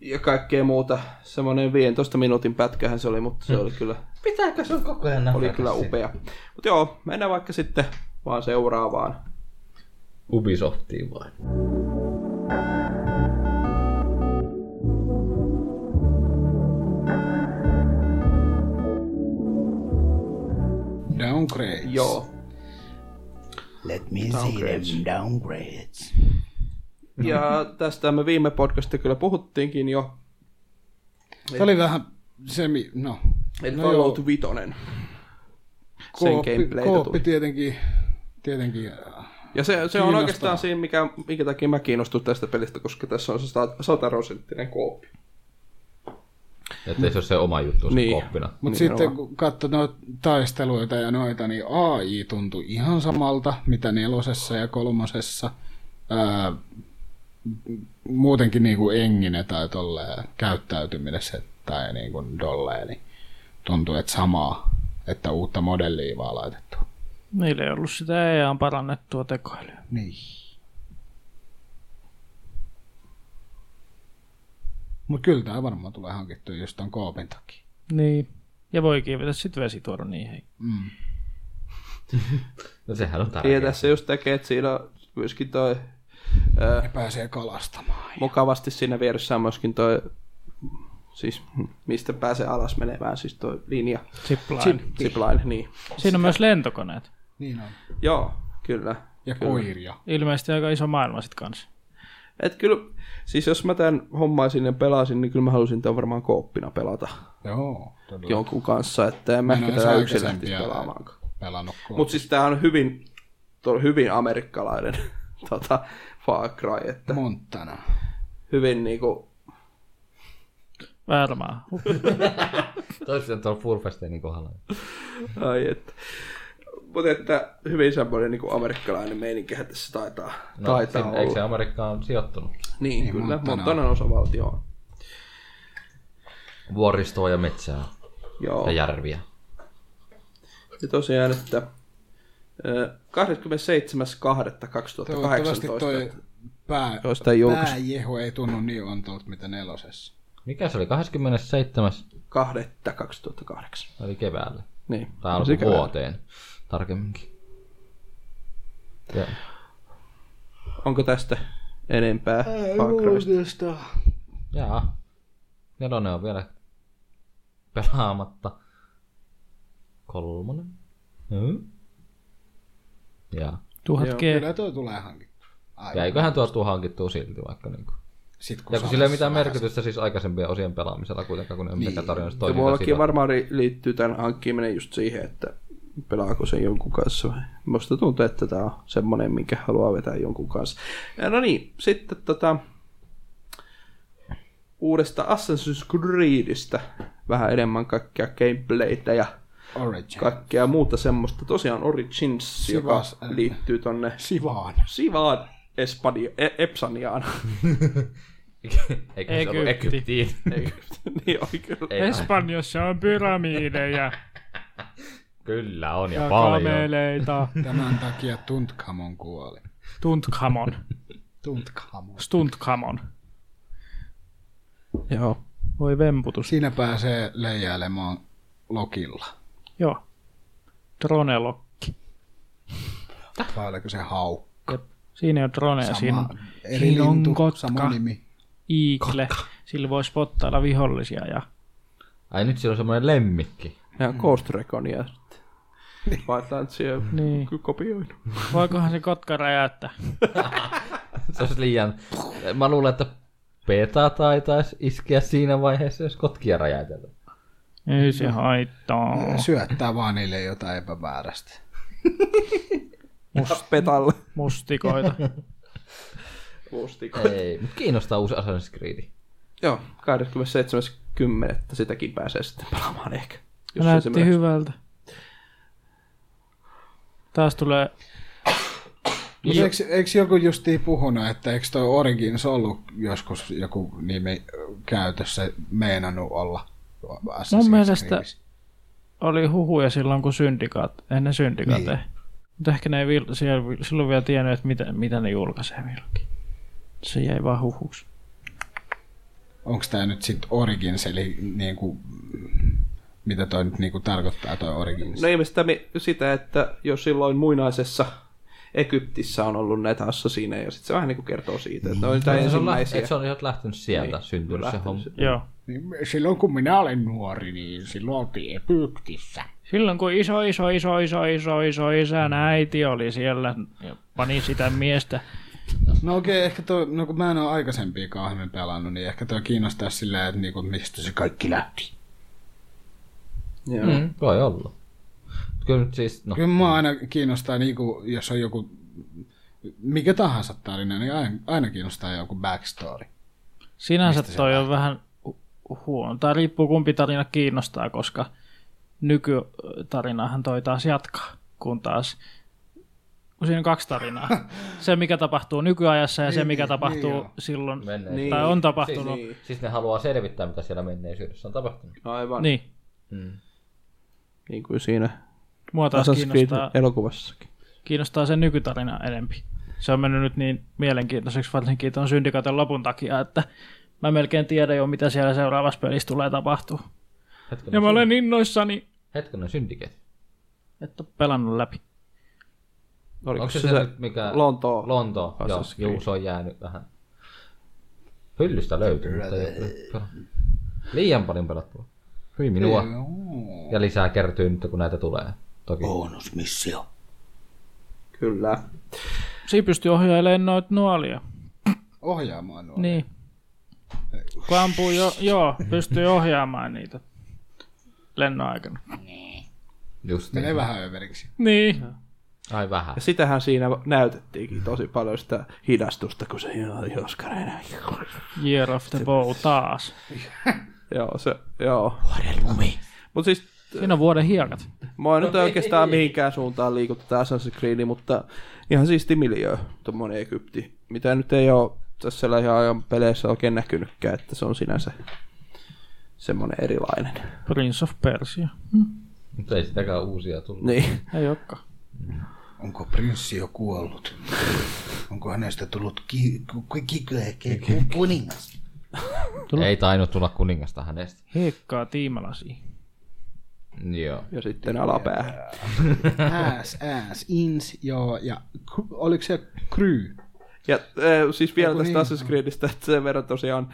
Speaker 4: Ja kaikkea muuta. Semmoinen 15 minuutin pätkähän se oli, mutta se oli kyllä,
Speaker 5: Pitääkö sun koko ajan nähdä?
Speaker 4: oli kyllä upea. Mutta joo, mennään vaikka sitten vaan seuraavaan.
Speaker 5: Ubisoftiin vai?
Speaker 2: Downgrades.
Speaker 4: Joo.
Speaker 6: Let me
Speaker 4: Downgrades.
Speaker 6: see them downgrades.
Speaker 4: Ja tästä me viime podcastissa kyllä puhuttiinkin jo.
Speaker 2: Se oli vähän semi, no.
Speaker 4: Eli
Speaker 2: no
Speaker 4: no Fallout 5. Sen gameplaytä
Speaker 2: kooppi
Speaker 4: tuli.
Speaker 2: tietenkin, tietenkin äh,
Speaker 4: Ja se, se on
Speaker 2: Kiinnostaa.
Speaker 4: oikeastaan siinä, mikä, minkä takia mä kiinnostun tästä pelistä, koska tässä on se sata- sataprosenttinen kooppi.
Speaker 5: Että se ole se oma juttu niin.
Speaker 4: Niin.
Speaker 5: koppina.
Speaker 2: Mutta
Speaker 4: Niin
Speaker 2: sitten
Speaker 4: on.
Speaker 2: kun katsoi noita taisteluita ja noita, niin AI tuntui ihan samalta, mitä nelosessa ja kolmosessa. Ää, m- muutenkin niin kuin engine tai tolleen käyttäytymisessä tai niin kuin dolleen, niin tuntuu, että samaa, että uutta modellia vaan laitettu.
Speaker 3: Niillä ei ollut sitä EAN parannettua tekoälyä.
Speaker 2: Niin. Mutta kyllä tämä varmaan tulee hankittua just ton koopin takia.
Speaker 3: Niin. Ja voi kiivetä sitten vesituoro niihin.
Speaker 5: No sehän on
Speaker 4: Niin, Ja
Speaker 5: tärkeää.
Speaker 4: tässä just tekee, että siinä on myöskin toi
Speaker 2: Ja pääsee kalastamaan.
Speaker 4: mukavasti siinä vieressä on myöskin toi, siis mistä pääsee alas menemään, siis toi linja,
Speaker 3: Zipline.
Speaker 4: zipline, niin.
Speaker 3: Siinä on myös lentokoneet.
Speaker 2: Niin on.
Speaker 4: Joo, kyllä.
Speaker 2: Ja koiria.
Speaker 3: Ilmeisesti aika iso maailma sitten kanssa.
Speaker 4: Et kyllä, siis jos mä tämän hommaisin ja pelasin, niin kyllä mä halusin tämän varmaan kooppina pelata
Speaker 2: Joo. todella.
Speaker 4: jonkun kanssa, että en mä
Speaker 2: Mä en
Speaker 4: ehkä
Speaker 2: ole
Speaker 4: tätä
Speaker 2: saa
Speaker 4: yksin lähtisi
Speaker 2: aikaisempia-
Speaker 4: pelaamaan.
Speaker 2: pelannut kuin...
Speaker 4: Mutta siis tämähän on hyvin, to, hyvin amerikkalainen [laughs] tota, Far Cry, että
Speaker 2: Montana.
Speaker 4: hyvin niinku,
Speaker 3: Varmaan.
Speaker 5: Toisaalta tuolla Furfesteinin kohdalla.
Speaker 4: ai että. Mutta että hyvin semmoinen niinku amerikkalainen meininkihän tässä taitaa, no, taitaa
Speaker 5: sinne-
Speaker 4: olla.
Speaker 5: Eikö se Amerikkaan sijoittunut?
Speaker 4: Niin, niin kyllä,
Speaker 2: Montana.
Speaker 4: Montanan osavaltio on.
Speaker 5: Vuoristoa ja metsää
Speaker 4: Joo. Ja,
Speaker 5: ja järviä.
Speaker 4: tosiaan, että ö,
Speaker 2: Toivottavasti
Speaker 4: 27.2.2018.
Speaker 2: toi pää,
Speaker 4: Joista ei julkaistu.
Speaker 2: pääjehu ei tunnu niin ontolta, mitä nelosessa.
Speaker 5: Mikä se oli? 27.
Speaker 4: 2.2008.
Speaker 5: Eli keväällä.
Speaker 4: Niin.
Speaker 5: Tai
Speaker 4: Sikä-
Speaker 5: alkuvuoteen. Tarkemminkin. Ja
Speaker 4: Onko tästä enempää? Far Crysta?
Speaker 5: Jaa. Nelonen on vielä pelaamatta. Kolmonen. Hmm? Jaa.
Speaker 3: Tuhat
Speaker 4: Joo,
Speaker 3: G.
Speaker 2: Kyllä toi tulee hankittua. Aivan.
Speaker 5: Jäiköhän tuo tuu hankittua silti vaikka niinku.
Speaker 2: Sit, kun
Speaker 5: Ja kun
Speaker 2: saa-
Speaker 5: sillä ei mitään merkitystä siis aikaisempien osien pelaamisella kuitenkaan, kun ne on
Speaker 2: Niin.
Speaker 5: mitenkään tarinasta
Speaker 4: Ja
Speaker 5: toimintaa
Speaker 4: mullakin
Speaker 5: siitä.
Speaker 4: varmaan ri- liittyy tämän hankkiminen just siihen, että pelaako se jonkun kanssa. vai- Musta tuntuu, että tämä on semmoinen, minkä haluaa vetää jonkun kanssa. Ja no niin, sitten tota, uudesta Assassin's Creedistä vähän enemmän kaikkea gameplaytä ja
Speaker 2: Origin.
Speaker 4: kaikkea muuta semmoista. Tosiaan Origins,
Speaker 2: Sivas,
Speaker 4: joka
Speaker 2: äh.
Speaker 4: liittyy tonne
Speaker 2: Sivaan.
Speaker 4: Sivaan Espanja, e- Epsaniaan.
Speaker 5: Eikö se ollut
Speaker 3: Egypti.
Speaker 5: Egyptiin?
Speaker 4: Ei, [laughs] niin oli kyllä.
Speaker 5: Ei,
Speaker 3: Espanjassa on pyramideja
Speaker 5: [laughs] kyllä on ja,
Speaker 3: ja
Speaker 5: paljon.
Speaker 3: kameleita.
Speaker 2: Tämän takia Tuntkamon kuoli.
Speaker 3: Tuntkamon.
Speaker 2: Tuntkamon.
Speaker 3: Stuntkamon. Joo. Voi vemputus.
Speaker 2: Siinä pääsee leijailemaan lokilla.
Speaker 3: Joo. Dronelokki.
Speaker 2: Vai oliko se hau?
Speaker 3: Jep. Siinä on drone ja siinä
Speaker 2: Sama,
Speaker 3: on
Speaker 2: eri
Speaker 3: siinä on
Speaker 2: lintu,
Speaker 3: kotka.
Speaker 2: sama nimi.
Speaker 3: iikle. Sillä voi spottailla vihollisia ja
Speaker 5: Ai nyt siellä on semmoinen lemmikki.
Speaker 4: Ja Ghost Reconia sitten. Vaihtaa siihen
Speaker 3: Niin.
Speaker 4: niin. kopioinut.
Speaker 3: voikohan se kotka räjäyttää.
Speaker 5: Se olisi liian... Mä luulen, että peta taitaisi iskeä siinä vaiheessa, jos kotkia räjäytetään.
Speaker 3: Ei se haittaa.
Speaker 2: Syöttää vaan niille jotain epämääräistä.
Speaker 4: Must. Petalle.
Speaker 2: [laughs]
Speaker 3: Mustikoita.
Speaker 4: Mustiko.
Speaker 5: Ei, mutta kiinnostaa uusi Assassin's Creed.
Speaker 4: Joo, 27.10. sitäkin pääsee sitten pelaamaan ehkä. Jos ei se
Speaker 3: Näytti
Speaker 4: myöhässä.
Speaker 3: hyvältä. Taas tulee...
Speaker 2: Mutta eikö, eikö joku justiin puhunut, että eikö toi Origins ollut joskus joku nimi ö, käytössä meinannut olla? Assassin's
Speaker 3: Mun mielestä-
Speaker 2: Creedissä?
Speaker 3: Oli huhuja silloin, kun syndikaat... Ei ne syndikaat
Speaker 2: Niin.
Speaker 3: niin. Mutta ehkä ne ei vil, siellä, vil- silloin vielä tiennyt, että mitä, mitä ne julkaisee milloinkin. Se jäi vaan huhuksi.
Speaker 2: Onko tämä nyt sitten Origins, eli niinku, mitä toi nyt niinku tarkoittaa toi Origins?
Speaker 4: No ei sitä, mi- sitä, että jos silloin muinaisessa Egyptissä on ollut näitä assassineja, ja sitten se vähän niin kuin kertoo siitä, että ne on niitä
Speaker 5: Ei, se on, lä-
Speaker 4: ensimmäisiä.
Speaker 5: et se on ihan lähtenyt sieltä niin,
Speaker 4: Niin,
Speaker 5: syntynyt se
Speaker 4: lähtenyt
Speaker 5: homma.
Speaker 4: sieltä.
Speaker 3: Joo.
Speaker 2: Niin Silloin kun minä olin nuori, niin silloin oltiin Egyptissä.
Speaker 3: Silloin kun iso, iso, iso, iso, iso, iso isän äiti oli siellä ja pani sitä miestä.
Speaker 2: No okei, okay, ehkä toi, no kun mä en ole aikaisempia kahden pelannut, niin ehkä toi kiinnostaa sillä, että niinku, mistä se kaikki lähti.
Speaker 4: Joo.
Speaker 5: Mm, voi olla. Mut Kyllä nyt siis, no,
Speaker 2: Kyllä mua aina kiinnostaa, niinku, jos on joku mikä tahansa tarina, niin aina, aina kiinnostaa joku backstory.
Speaker 3: Sinänsä toi on vähän hu- huono. Tai riippuu kumpi tarina kiinnostaa, koska nykytarinahan toi taas jatkaa, kun taas kun siinä on kaksi [laughs] tarinaa. Se, mikä tapahtuu nykyajassa ja se, mikä tapahtuu
Speaker 2: joo.
Speaker 3: silloin,
Speaker 5: menneet.
Speaker 4: Niin.
Speaker 5: Niin.
Speaker 3: tai on tapahtunut.
Speaker 4: Niin.
Speaker 5: Siis ne haluaa selvittää, mitä siellä menneisyydessä on tapahtunut.
Speaker 4: Aivan. Niin.
Speaker 3: Niin,
Speaker 4: niin kuin siinä
Speaker 3: mua taas
Speaker 4: Assassin's Creed
Speaker 3: kiinnostaa,
Speaker 4: elokuvassakin.
Speaker 3: kiinnostaa se nykytarina enempi. Se on mennyt nyt niin mielenkiintoiseksi, varsinkin tuon syndikaatin lopun takia, että mä melkein tiedän jo, mitä siellä seuraavassa pelissä tulee tapahtuu. Ja
Speaker 5: Hetkinen,
Speaker 3: mä
Speaker 5: syn-
Speaker 3: olen innoissani,
Speaker 5: hetkinen syndicate.
Speaker 3: että on pelannut läpi.
Speaker 4: Oliko
Speaker 5: Onko se, se, se mikä...
Speaker 4: Lontoa?
Speaker 5: Lonto, joo,
Speaker 4: Assassin's Creed.
Speaker 5: juu, se on jäänyt vähän. Hyllystä löytyy, mutta ei ole liian paljon pelattua. Hyi minua. Ja lisää kertyy nyt, kun näitä tulee. Toki.
Speaker 4: Oh.
Speaker 2: Bonusmissio.
Speaker 4: Kyllä.
Speaker 3: Siinä pystyy ohjailemaan noita nuolia.
Speaker 2: Ohjaamaan nuo.
Speaker 3: Niin. Kun ampuu, jo, joo, pystyy ohjaamaan niitä lennon aikana.
Speaker 5: Just niin.
Speaker 2: Menee vähän överiksi.
Speaker 3: Niin.
Speaker 5: Ai vähän.
Speaker 4: Ja sitähän siinä näytettiinkin tosi paljon sitä hidastusta, kun se oli Oskareina.
Speaker 3: Year of the Bow taas.
Speaker 4: joo, se, joo. Mutta siis
Speaker 3: Siinä on vuoden hiekat.
Speaker 4: Mua ei nyt oikeastaan mihinkään suuntaan liiku tätä Assassin's Creedia, mutta ihan siisti miljöö, tuommoinen Egypti, mitä nyt ei ole tässä ihan ajan peleissä oikein näkynytkään, että se on sinänsä semmoinen erilainen. [laughs]
Speaker 3: Prince of Persia.
Speaker 5: Mutta ei sitäkään uusia tullut.
Speaker 4: Niin,
Speaker 3: Ei olekaan.
Speaker 2: Onko prinssi jo kuollut? Onko hänestä tullut ki- ku- ki- ki- ki- kuningas?
Speaker 5: Ei tainnut tulla kuningasta hänestä.
Speaker 3: Heikkaa tiimalasi.
Speaker 5: Joo.
Speaker 4: ja sitten alapäähän.
Speaker 2: Ass, ass, ins, joo, ja ku- oliko se kry?
Speaker 4: Ja äh, siis vielä
Speaker 2: Joku
Speaker 4: tästä
Speaker 2: niin.
Speaker 4: Assassin's Creedistä, että sen verran tosiaan,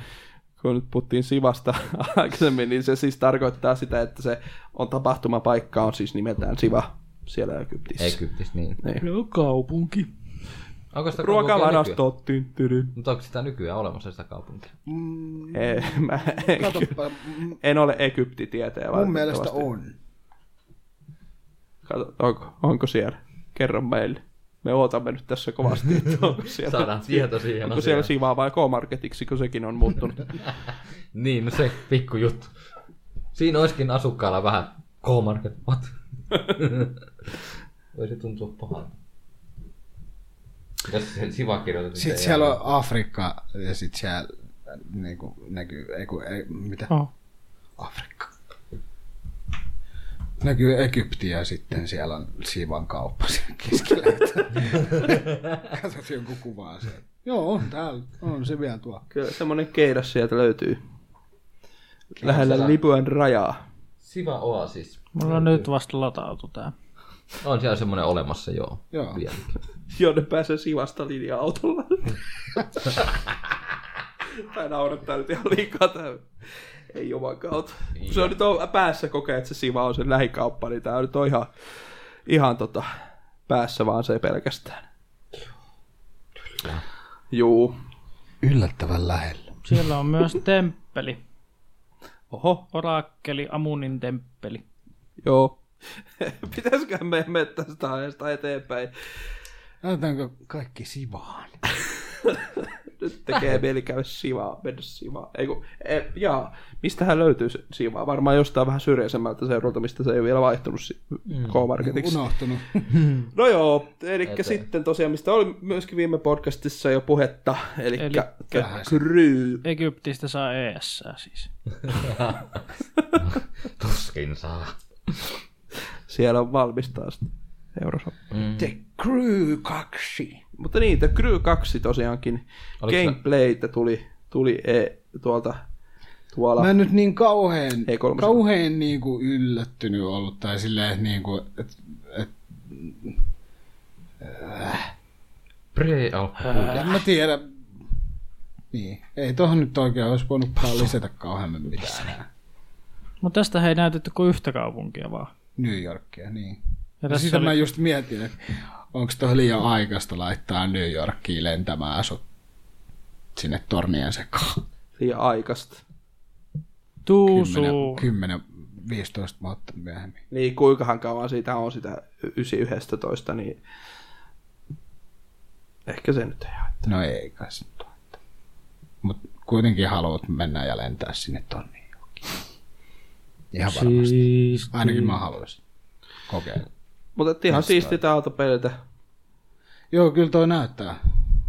Speaker 4: kun nyt puhuttiin Sivasta [laughs] aikaisemmin, niin se siis tarkoittaa sitä, että se on tapahtumapaikka, on siis nimeltään Siva siellä Egyptissä.
Speaker 5: Egyptissä, niin.
Speaker 3: Joo, kaupunki.
Speaker 5: Onko sitä kaupunkia nykyään?
Speaker 4: Ruokavarasto. tyn, tyry.
Speaker 5: Mutta onko sitä nykyään olemassa sitä kaupunkia?
Speaker 4: Ei, mä en,
Speaker 2: Katoppa, m-
Speaker 4: en ole Egyptitietäjä
Speaker 2: mun mielestä
Speaker 4: valitettavasti.
Speaker 2: on.
Speaker 4: Kato, onko, onko siellä? Kerro meille. Me ootamme nyt tässä kovasti,
Speaker 2: [laughs]
Speaker 4: että onko siellä,
Speaker 5: Saadaan tieto siihen
Speaker 4: onko
Speaker 5: asiaan.
Speaker 4: siellä Sivaa vai K-Marketiksi, kun sekin on muuttunut.
Speaker 5: Niin, no se pikku juttu. Siinä olisikin asukkailla vähän K-Market, what? [laughs] Voi se tuntua pahalta. Jos se siva kirjoitetaan.
Speaker 2: Sitten siellä on Afrikka ja sitten siellä niinku, näkyy, ei, kun, ei, mitä?
Speaker 3: Oh.
Speaker 2: Afrikka. Näkyy Egyptiä sitten siellä on Siivan kauppa siellä keskellä. Katsot jonkun kuvaa sen. Joo, on täällä. On se vielä tuo.
Speaker 4: Kyllä semmonen keidas sieltä löytyy. Lähellä Libyan rajaa.
Speaker 5: Siva oasis.
Speaker 3: Mulla on nyt vasta latautu tää.
Speaker 5: On siellä semmoinen olemassa, joo.
Speaker 2: Joo.
Speaker 5: Vielä.
Speaker 4: [laughs] jonne pääsee sivasta linja-autolla. Tämä naurattaa nyt ihan liikaa tämä. Ei juman kautta. Kun se on nyt on päässä kokee, että se siva on sen lähikauppa, niin tämä on nyt on ihan, ihan tota, päässä vaan se pelkästään. Juu.
Speaker 2: Yllättävän lähellä.
Speaker 3: Siellä on myös temppeli.
Speaker 4: Oho,
Speaker 3: Orakkeli, Amunin temppeli.
Speaker 4: joo. [laughs] Pitäisiköhän me mennä tästä aiheesta eteenpäin?
Speaker 2: Näytetäänkö kaikki Sivaan?
Speaker 4: Nyt tekee mieli käydä sivaa, mennä sivaa. Ei kun, e, jaa, mistähän löytyy se sivaa? Varmaan jostain vähän syrjäisemmältä seuralta, mistä se ei ole vielä vaihtunut si-
Speaker 5: Mm.
Speaker 4: K-Marketiksi. No,
Speaker 2: Unohtunut.
Speaker 4: joo, eli
Speaker 5: Ete.
Speaker 4: sitten tosiaan, mistä oli myöskin viime podcastissa jo puhetta, eli
Speaker 3: Elikkä-
Speaker 4: Kry.
Speaker 3: Egyptistä saa ES siis.
Speaker 5: Tuskin saa.
Speaker 4: Siellä on valmistaa sitä eurosoppaa.
Speaker 5: Mm.
Speaker 6: The Crew 2.
Speaker 4: Mutta niin, The Crew 2 tosiaankin,
Speaker 5: Oliko se-
Speaker 4: gameplaytä tuli, tuli e, tuolta, tuolla.
Speaker 2: Mä en nyt niin kauhean,
Speaker 4: Ei kolmosen.
Speaker 2: kauhean niin kuin yllättynyt ollut, tai silleen niin kuin, et, et,
Speaker 5: Pre alfa.
Speaker 2: en mä tiedä. Niin, ei tohon nyt oikein olisi voinutkaan lisätä kauheammin mitään.
Speaker 3: Mutta tästä ei näytetty kuin yhtä kaupunkia vaan.
Speaker 2: New Yorkia, niin.
Speaker 3: Ja
Speaker 2: Ja
Speaker 3: tässä
Speaker 2: sitä
Speaker 3: oli,
Speaker 2: oli... mä just mietin, että onko toi liian aikaista laittaa New Yorkiin lentämään sut sinne tornien sekaan.
Speaker 4: Liian aikaista.
Speaker 3: Tuusu.
Speaker 2: 10, 15 vuotta myöhemmin.
Speaker 4: Niin, kuinkahan kauan siitä on sitä 9.11, niin ehkä se nyt ei haittaa.
Speaker 2: No ei kai se nyt Mutta kuitenkin haluat mennä ja lentää sinne tonniin johonkin. Ihan varmasti.
Speaker 3: Siis...
Speaker 2: Ainakin mä haluaisin kokeilla.
Speaker 4: Mutta et ihan siisti tää autopeliltä.
Speaker 2: Joo, kyllä toi näyttää.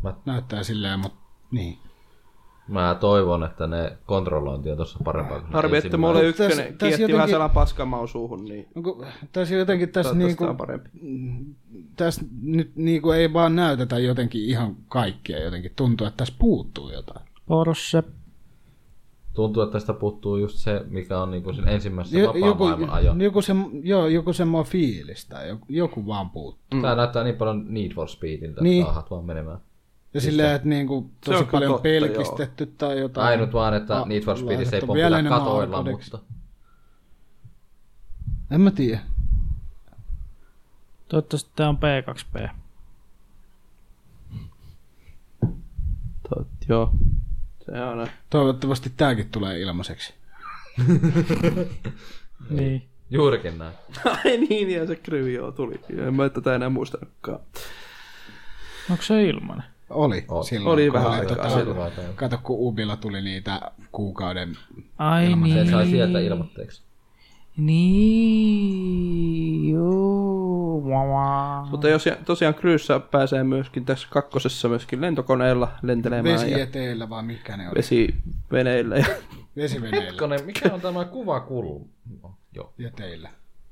Speaker 5: Mä-
Speaker 2: Näyttää silleen, mutta niin.
Speaker 5: Mä toivon, että ne kontrollointi on tuossa parempaa. kuin se
Speaker 4: Harmi, että
Speaker 5: ensimmäinen.
Speaker 4: mulle
Speaker 2: Tässä-
Speaker 4: ykkönen
Speaker 2: tässä
Speaker 4: tässä, kietti
Speaker 2: jotenkin-
Speaker 4: vähän sellainen paskamaun suuhun, niin
Speaker 2: Onko, tässä jotenkin tässä,
Speaker 4: toivottavasti
Speaker 2: niin
Speaker 4: tää
Speaker 2: kuin,
Speaker 4: on parempi.
Speaker 2: tässä nyt niin kuin ei vaan näytetä jotenkin ihan kaikkea. Jotenkin tuntuu, että tässä puuttuu jotain.
Speaker 3: Porsche.
Speaker 5: Tuntuu, että tästä puuttuu just se, mikä on niinku sen ensimmäisessä
Speaker 2: Jo-
Speaker 5: vapaan
Speaker 2: joku,
Speaker 5: maailman ajo.
Speaker 2: joku, se, joo, joku semmoinen fiilis tai joku, joku vaan puuttuu.
Speaker 5: Tää näyttää niin paljon Need for Speediltä, että
Speaker 2: Niin.
Speaker 5: saahat vaan menemään.
Speaker 2: Ja silleen, että niin kuin,
Speaker 4: on
Speaker 2: tosi
Speaker 4: kyllä
Speaker 2: paljon
Speaker 4: totta,
Speaker 2: pelkistetty tai jotain.
Speaker 5: Ainut vaan, että
Speaker 2: Ah,
Speaker 5: Need for Speedissä ei
Speaker 2: laitettu
Speaker 5: pompita
Speaker 2: vielä
Speaker 5: katoilla,
Speaker 2: enemmän
Speaker 5: mutta...
Speaker 2: En mä tiedä.
Speaker 3: Toivottavasti tää on P2P.
Speaker 4: Tot, joo. Se on [laughs]
Speaker 2: Toivottavasti tääkin tulee ilmaiseksi.
Speaker 3: Niin.
Speaker 5: Juurikin näin.
Speaker 4: Ai niin, ja se kryvi joo tuli. En mä tätä enää muistanutkaan.
Speaker 3: Onko se ilmanen?
Speaker 2: Oli.
Speaker 5: Oli.
Speaker 2: silloin,
Speaker 4: Oli
Speaker 2: kun
Speaker 4: vähän
Speaker 2: oli
Speaker 4: aikaa
Speaker 2: tota-
Speaker 4: silloin.
Speaker 2: Kato, kun Ubilla tuli niitä kuukauden...
Speaker 3: Ai
Speaker 5: Se
Speaker 3: niin.
Speaker 5: sai sieltä ilmoitteeksi.
Speaker 3: Niin. Joo. Vaa.
Speaker 4: Mutta jos tosiaan Kryssä pääsee myöskin tässä kakkosessa myöskin lentokoneella lentelemään No ja
Speaker 2: Vesieteillä vai mikä ne oli?
Speaker 4: vesiveneillä ja [laughs]
Speaker 2: Vesiveneillä.
Speaker 5: Hetkonen, mikä on tämä kuvakulma? No, joo,
Speaker 2: Ja teillä.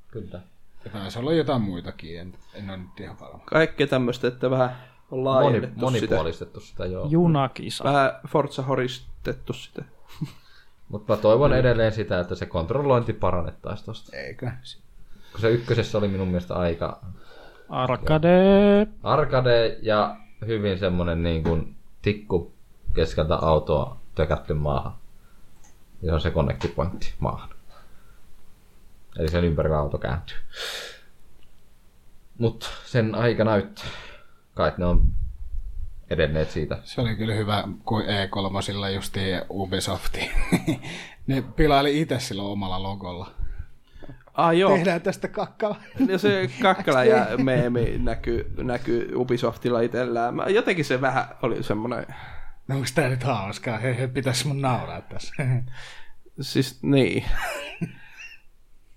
Speaker 5: kyllä.
Speaker 2: Ja taisi olla jotain muitakin, en, en ole nyt ihan varma.
Speaker 4: kaikkea tämmöistä, että vähän on
Speaker 5: Moni,
Speaker 4: laajennettu sitä.
Speaker 5: monipuolistettu sitä, joo.
Speaker 3: Junakisa.
Speaker 4: Vähän Forza horistettu sitä.
Speaker 5: Mutta mä toivon edelleen sitä, että se kontrollointi parannettaisiin tosta.
Speaker 2: Eikö?
Speaker 5: Kun se ykkösessä oli minun mielestä aika
Speaker 3: Arcade.
Speaker 5: arcade ja hyvin semmonen niin kuin tikku keskeltä autoa tökätty maahan. Ja se on se connectipointti maahan. Eli sen ympärillä auto kääntyy. Mut sen aika näyttää. Kai ne on edenneet siitä.
Speaker 2: Se oli kyllä hyvä, kun E3 justiin Ubisoftiin. [laughs] ne pilaili itse silloin omalla logolla.
Speaker 4: Ah joo,
Speaker 2: Tehdään tästä kakkaa.
Speaker 4: ja se kakkala ja meemi näkyy, näkyy Ubisoftilla itsellään. Mä, jotenkin se vähän oli semmoinen,
Speaker 2: No onks tää nyt hauskaa? He, he pitäis mun nauraa tässä.
Speaker 4: siis niin.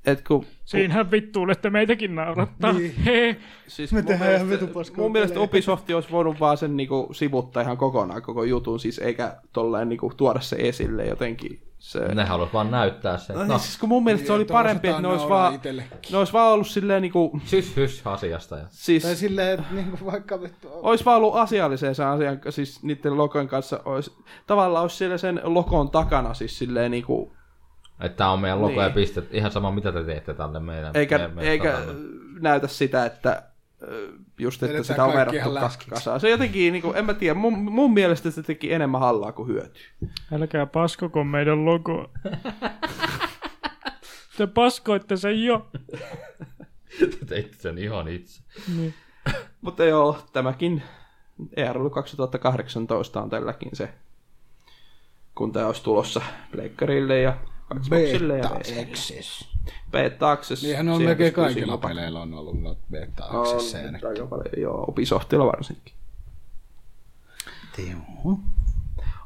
Speaker 4: Et kun,
Speaker 3: Siinähän vittuun, että meitäkin naurattaa. Niin. Hei.
Speaker 4: siis
Speaker 7: Me
Speaker 4: mun
Speaker 7: tehdään ihan
Speaker 4: mielestä-
Speaker 7: vitun paskaa
Speaker 4: Mun mielestä
Speaker 7: pelejä.
Speaker 4: Ubisoft olisi voinut vaan sen niinku, sivuttaa ihan kokonaan koko jutun, siis eikä tolleen niinku, tuoda se esille jotenkin. Se,
Speaker 5: Ne haluat vaan näyttää sen.
Speaker 4: No,
Speaker 5: No,
Speaker 4: siis kun mun mielestä se oli
Speaker 2: Niin,
Speaker 4: parempi, että ne
Speaker 2: osataan
Speaker 4: olisi
Speaker 2: nauraa
Speaker 4: vaan,
Speaker 2: itsellekin.
Speaker 4: ne olisi vaan ollut silleen niinku,
Speaker 5: sys hys asiasta. Ja.
Speaker 4: siis...
Speaker 7: Tai silleen, että niinku vaikka vittu...
Speaker 4: olisi vaan ollut asialliseen sen asian, siis niiden logon kanssa olisi, tavallaan olisi siellä sen logon takana siis silleen niinku,
Speaker 5: Että tää on meidän logo ja
Speaker 4: Niin.
Speaker 5: piste. Ihan sama mitä te teette tälle meidän.
Speaker 4: eikä,
Speaker 5: meidän, meidän
Speaker 4: eikä
Speaker 5: tälle.
Speaker 4: näytä sitä, että ö, just, että
Speaker 2: Vedetään
Speaker 4: sitä on
Speaker 2: kaikki
Speaker 4: verrattu
Speaker 2: ihan läskiksi.
Speaker 4: kasaan. Se jotenkin, niinku, en mä tiedä, mun, mun mielestä se teki enemmän hallaa kuin hyötyä.
Speaker 3: Älkää paskoko meidän logo. Te paskoitte sen jo.
Speaker 5: [laughs] Te teitte sen ihan itse.
Speaker 4: Mutta joo, tämäkin E ERL 2018 on tälläkin se, kun tämä olisi tulossa pleikkarille ja Xboxille ja
Speaker 2: Beta-access.
Speaker 4: Beta-access.
Speaker 2: Niinhän on
Speaker 4: siihen
Speaker 2: melkein
Speaker 4: pystyy
Speaker 2: kaikilla
Speaker 4: sinkupata.
Speaker 2: peleillä on ollut noita
Speaker 4: On,
Speaker 2: beta-accesseja.
Speaker 4: nyt aika paljon, joo, Ubisoftilla varsinkin.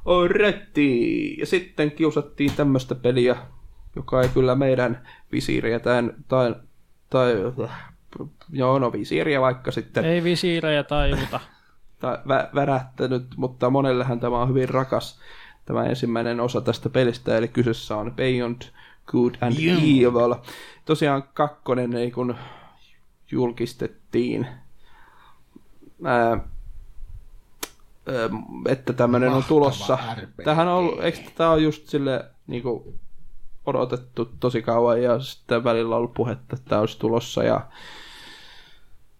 Speaker 4: Orretti! Ja sitten kiusattiin tämmöistä peliä, joka ei kyllä meidän visiiriä tämän, tai, tai, joo, no visiiriä vaikka sitten
Speaker 3: Ei visiirejä tajuta.
Speaker 4: tai vä- värähtänyt, mutta monellehan tämä on hyvin rakas, tämä ensimmäinen osa tästä pelistä, eli kyseessä on Beyond Good and Evil. Tosiaan kakkonen ei kun julkistettiin, ää, ää, että tämmöinen on
Speaker 2: Mahtava
Speaker 4: tulossa.
Speaker 2: RPG.
Speaker 4: Tähän on ollut, eikö tämä on just sille niinku, odotettu tosi kauan ja sitten välillä on ollut puhetta, että tämä olisi tulossa ja,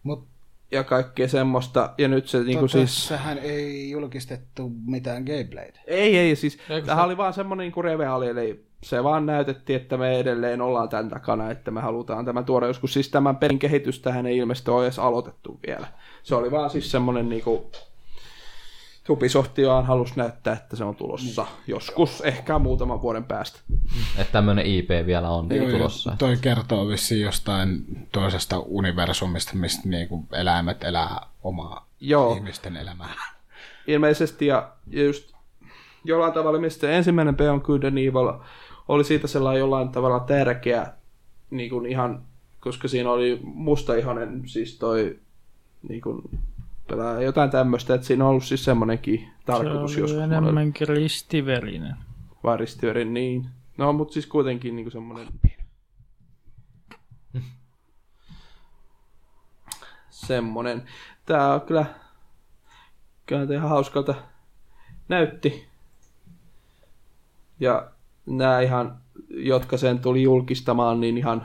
Speaker 2: Mutta
Speaker 4: ja kaikkea semmoista. Ja nyt se niinku, siis...
Speaker 2: Sehän tota, ei julkistettu mitään gameplaytä.
Speaker 4: Ei, ei, siis
Speaker 5: Eikö
Speaker 4: tämähän oli vaan semmoinen niin reveali, eli se vaan näytettiin, että me edelleen ollaan tämän takana, että me halutaan tämä tuoda joskus. Siis tämän pelin kehitystähän ei ilmeisesti ole edes aloitettu vielä. Se oli vaan siis semmoinen niinku... Ubisoft vaan halusi näyttää, että se on tulossa joskus, ehkä muutaman vuoden päästä.
Speaker 5: Että tämmönen IP vielä on
Speaker 2: Joo, joo.
Speaker 5: tulossa.
Speaker 2: Toi kertoo vissiin jostain toisesta universumista, mistä niinku eläimet elää omaa
Speaker 4: Joo.
Speaker 2: ihmisten elämää.
Speaker 4: ilmeisesti ja ja just jollain tavalla, mistä se ensimmäinen Beyond Good and Evil oli siitä sellainen jollain tavalla tärkeä, niin kuin ihan, koska siinä oli mustaihoinen, siis toi niin kuin, pelaa jotain tämmöistä, että siinä on ollut siis semmoinenkin
Speaker 3: Se
Speaker 4: tarkoitus
Speaker 3: oli
Speaker 4: joskus enemmän...
Speaker 3: enemmänkin ristiverinen.
Speaker 4: varistyörin, niin. No, mutta siis kuitenkin niin kuin semmoinen... semmoinen. Tää on kyllä, kyllä tää ihan hauskalta näytti. Ja nämä ihan, jotka sen tuli julkistamaan, niin ihan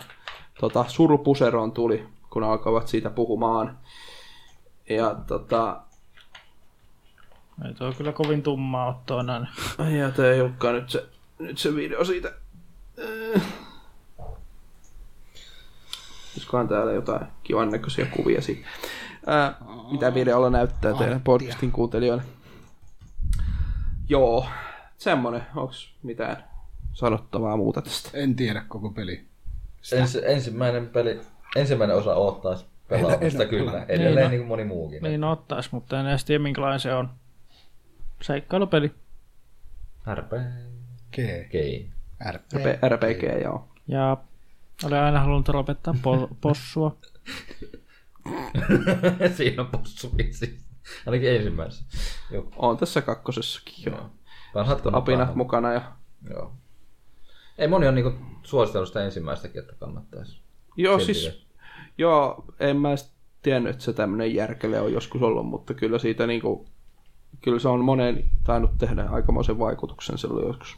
Speaker 4: tota, surupuseroon tuli, kun alkoivat siitä puhumaan. Ja tota,
Speaker 3: Ei toi kyllä kovin tummaa ottoa näin.
Speaker 4: Ai jaa, tää ei ollutkaan nyt se, nyt se video siitä. Äh. Olisikohan täällä jotain kivan näköisiä kuvia siitä. Ää, mitä videolla näyttää teidän podcastin kuuntelijoille. Joo, semmonen. Onks mitään sanottavaa muuta tästä?
Speaker 2: En tiedä koko peli.
Speaker 5: Ens, ensimmäinen peli, ensimmäinen osa odottaisi pelaamista kyllä. Edelleen niin kuin moni muukin.
Speaker 3: Niin ottais, mutta en edes tiedä minkälainen se on. Seikkailupeli.
Speaker 5: RP.
Speaker 2: Okei.
Speaker 5: Okei.
Speaker 4: RP, RPG, joo.
Speaker 3: Ja olen aina halunnut lopettaa
Speaker 5: [laughs]
Speaker 3: po- possua.
Speaker 5: Siinä on possu vitsi. Ainakin ensimmäisessä. Joo.
Speaker 4: On tässä kakkosessakin, joo.
Speaker 5: Vanhat kun
Speaker 4: Apinat mukana ja...
Speaker 5: Joo. Ei moni on niinku suositellut sitä ensimmäistäkin, että kannattaisi.
Speaker 4: Joo,
Speaker 5: Silti
Speaker 4: siis...
Speaker 5: vielä.
Speaker 4: Joo, en mä sit tiennyt, että se tämmönen järkele on joskus ollut, mutta kyllä siitä niinku, kyllä se on moneen tainnut tehdä aikamoisen vaikutuksen silloin joskus.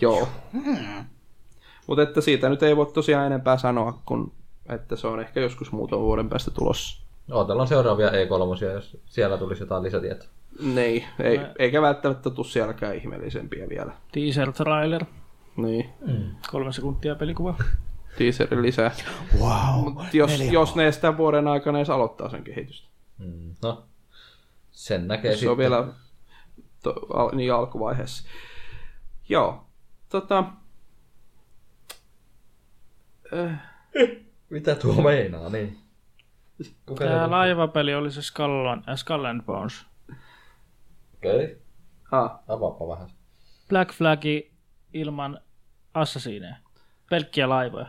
Speaker 4: Joo. Mutta että siitä nyt ei voi tosiaan enempää sanoa, kun että se on ehkä joskus muutaman vuoden päästä tulossa.
Speaker 5: Ootellaan seuraavia E3, jos siellä tulisi jotain lisätietoa.
Speaker 4: Niin, ei, eikä välttämättä tuu sielläkään ihmeellisempiä vielä.
Speaker 3: Teaser trailer.
Speaker 4: Niin,
Speaker 3: Kolme sekuntia pelikuva.
Speaker 4: teaserin lisää. Wow, Mut jos, jos ne sitä vuoden aikana edes aloittaa sen kehitystä.
Speaker 5: Mm. No, sen näkee
Speaker 4: se
Speaker 5: sitten.
Speaker 4: on vielä to, al, niin alkuvaiheessa. Joo, tota,
Speaker 5: Mitä tuo meinaa, niin? Kuka
Speaker 3: Tää laivapeli oli se Skull, äh, Skull and Bones.
Speaker 5: Okei, okay.
Speaker 4: ah,
Speaker 5: avaappa vähän.
Speaker 3: Black Flagi ilman assassineja. pelkkiä laivoja.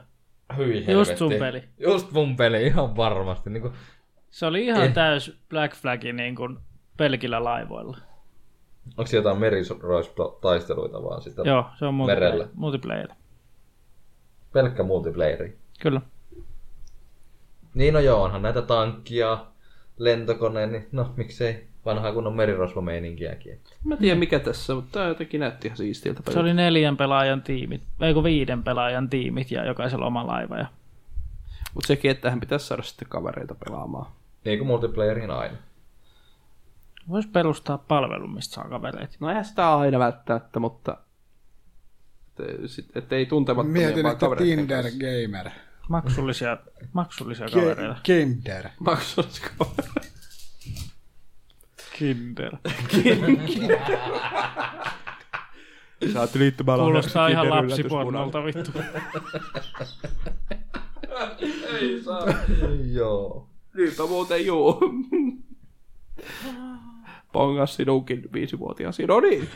Speaker 5: Hyi
Speaker 3: Just
Speaker 5: helvetti.
Speaker 3: sun peli.
Speaker 5: Just mun peli, ihan varmasti. Niin kuin,
Speaker 3: Se oli ihan
Speaker 5: Eh.
Speaker 3: eh. täys Black Flagi niin kuin pelkillä laivoilla.
Speaker 5: onko siellä jotain merirostaisteluita vaan sitä?
Speaker 3: Joo, se on multiplayer.
Speaker 5: Merellä.
Speaker 3: multiplayer.
Speaker 5: Pelkkä multiplayeri.
Speaker 3: Kyllä.
Speaker 5: Niin no joo, onhan näitä tankkia, lentokoneen, niin no miksei vanhaa kunnon merirosvomeininkiäkin.
Speaker 4: Mä en tiedä mikä tässä, mutta tää jotenkin näytti ihan siistiltä
Speaker 3: Se
Speaker 4: peliltä.
Speaker 3: oli neljän pelaajan tiimit, ei kun viiden pelaajan tiimit ja jokaisella oma laiva. Ja...
Speaker 4: Mutta sekin, että tähän pitäisi saada sitten kavereita pelaamaan.
Speaker 5: Niin kuin multiplayerin aina.
Speaker 3: Voisi perustaa palvelun, mistä saa kavereita.
Speaker 4: No eihän sitä aina välttämättä, mutta et, sit, et ei tuntemattomia
Speaker 2: Mietin,
Speaker 4: vaan
Speaker 2: että
Speaker 4: kavereiden
Speaker 2: Tinder
Speaker 4: kanssa.
Speaker 2: Gamer.
Speaker 5: [laughs]
Speaker 3: Maksullisia, maksullisia kavereita.
Speaker 2: Ge- Gamer.
Speaker 4: Maksoisiko?
Speaker 3: Kinder.
Speaker 4: Saat liittymällä
Speaker 3: Kuulostaa ihan lapsipornolta vittu. [laughs]
Speaker 5: joo.
Speaker 4: Niinpä muuten juu. Pongas sinunkin viisivuotiaasi. No niin.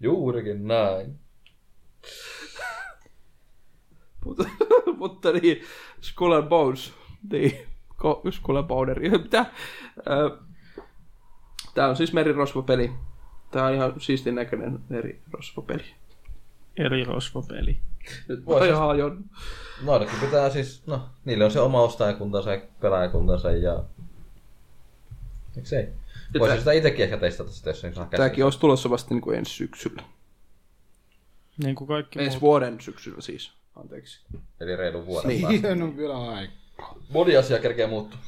Speaker 5: Juurikin näin.
Speaker 4: Mutta, [laughs] mutta niin, Skull and Bones. Niin, ko, Skull and Boneri. Mitä? Ö, Tää on siis merirosvopeli. Tää on ihan siistin näköinen merirosvopeli.
Speaker 3: Eli rosvopeli. No
Speaker 4: Nyt
Speaker 5: Voi
Speaker 4: voi
Speaker 5: siis-
Speaker 4: ihan jo.
Speaker 5: Noidakin pitää siis, no, niille on se oma ostajakuntansa ja pelaajakuntansa ja... Miksei?
Speaker 4: Ja
Speaker 5: Voisi
Speaker 4: tää-
Speaker 5: sitä itsekin ehkä testata sitä, jos sen saa
Speaker 4: Tämäkin
Speaker 5: käsiin.
Speaker 4: olisi tulossa vasta niin kuin ensi syksyllä.
Speaker 3: Niin kuin kaikki
Speaker 4: Ensi
Speaker 3: muut.
Speaker 4: vuoden syksyllä siis. Anteeksi.
Speaker 5: Eli reilun vuoden.
Speaker 2: [laughs]
Speaker 5: Niin.
Speaker 2: Siihen on vielä aika.
Speaker 5: Moni asia kerkee muuttua.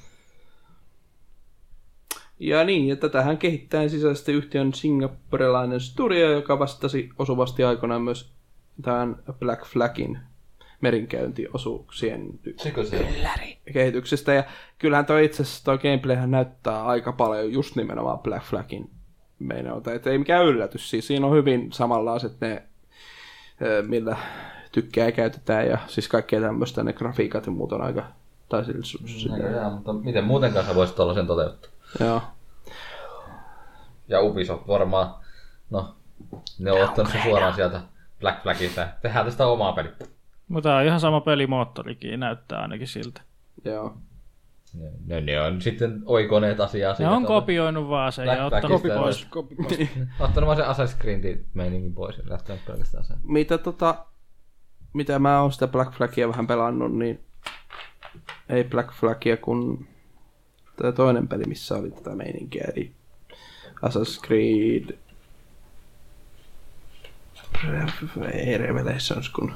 Speaker 4: Ja niin, ja tätähän kehittää sisäisesti yhtiön singaporelainen studio, joka vastasi osuvasti aikoinaan myös tämän Black Flagin merinkäyntiosuuksien y-
Speaker 5: Sekö se on?
Speaker 4: kehityksestä. Ja kyllähän toi itse asiassa toi gameplayhän näyttää aika paljon just nimenomaan Black Flagin meinalta. Et ei mikään yllätys. Siis siinä on hyvin samanlaiset ne, ö, millä tykkää käytetään ja siis kaikkea tämmöistä. Ne grafiikat ja muut on aika... Tai siis,
Speaker 5: Näköjään, mutta miten muutenkaan sä voisit tuollaisen toteuttaa?
Speaker 4: joo.
Speaker 5: Ja Ubisoft varmaan, no, ne on ottanut se suoraan sieltä Black Flagista. ja Tehdään tästä omaa peliä.
Speaker 3: Mutta tää on ihan sama pelimoottorikin, näyttää ainakin siltä.
Speaker 4: Joo.
Speaker 5: Ne, ne, ne on sitten oikoneet asiaa.
Speaker 3: Ne
Speaker 5: siitä,
Speaker 3: on
Speaker 5: että on
Speaker 3: kopioinut vaan sen ja
Speaker 5: Black
Speaker 3: ottanut
Speaker 5: Flagista
Speaker 3: pois.
Speaker 4: Niin.
Speaker 5: Ottanut vaan sen Assassin's Creedin meiningin pois ja lähtenyt pelkästään sen.
Speaker 4: mitä tota, mitä mä oon sitä Black Flagia vähän pelannut, niin ei Black Flagia kun tämä toinen peli, missä oli tätä meininkiä, eli Assassin's Creed ei Revelations, kun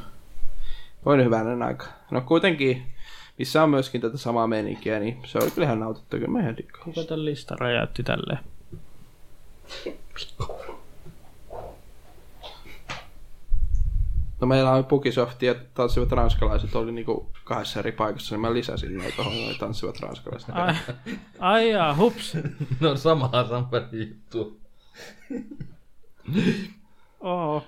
Speaker 4: voin hyvänen aika. No kuitenkin, missä on myöskin tätä samaa meininkiä, niin se oli kyllä ihan nautittu, kyllä mä ihan dikkaan.
Speaker 3: Kuka tämän lista räjäytti
Speaker 5: [laughs]
Speaker 3: tälleen?
Speaker 4: No meillä on Bugisoft ja tanssivat ranskalaiset oli niinku kahdessa eri paikassa, niin mä lisäsin noin tohon noin tanssivat ranskalaiset.
Speaker 3: Ai, ai jaa, hups.
Speaker 5: No samaa sama juttu.
Speaker 3: Oho,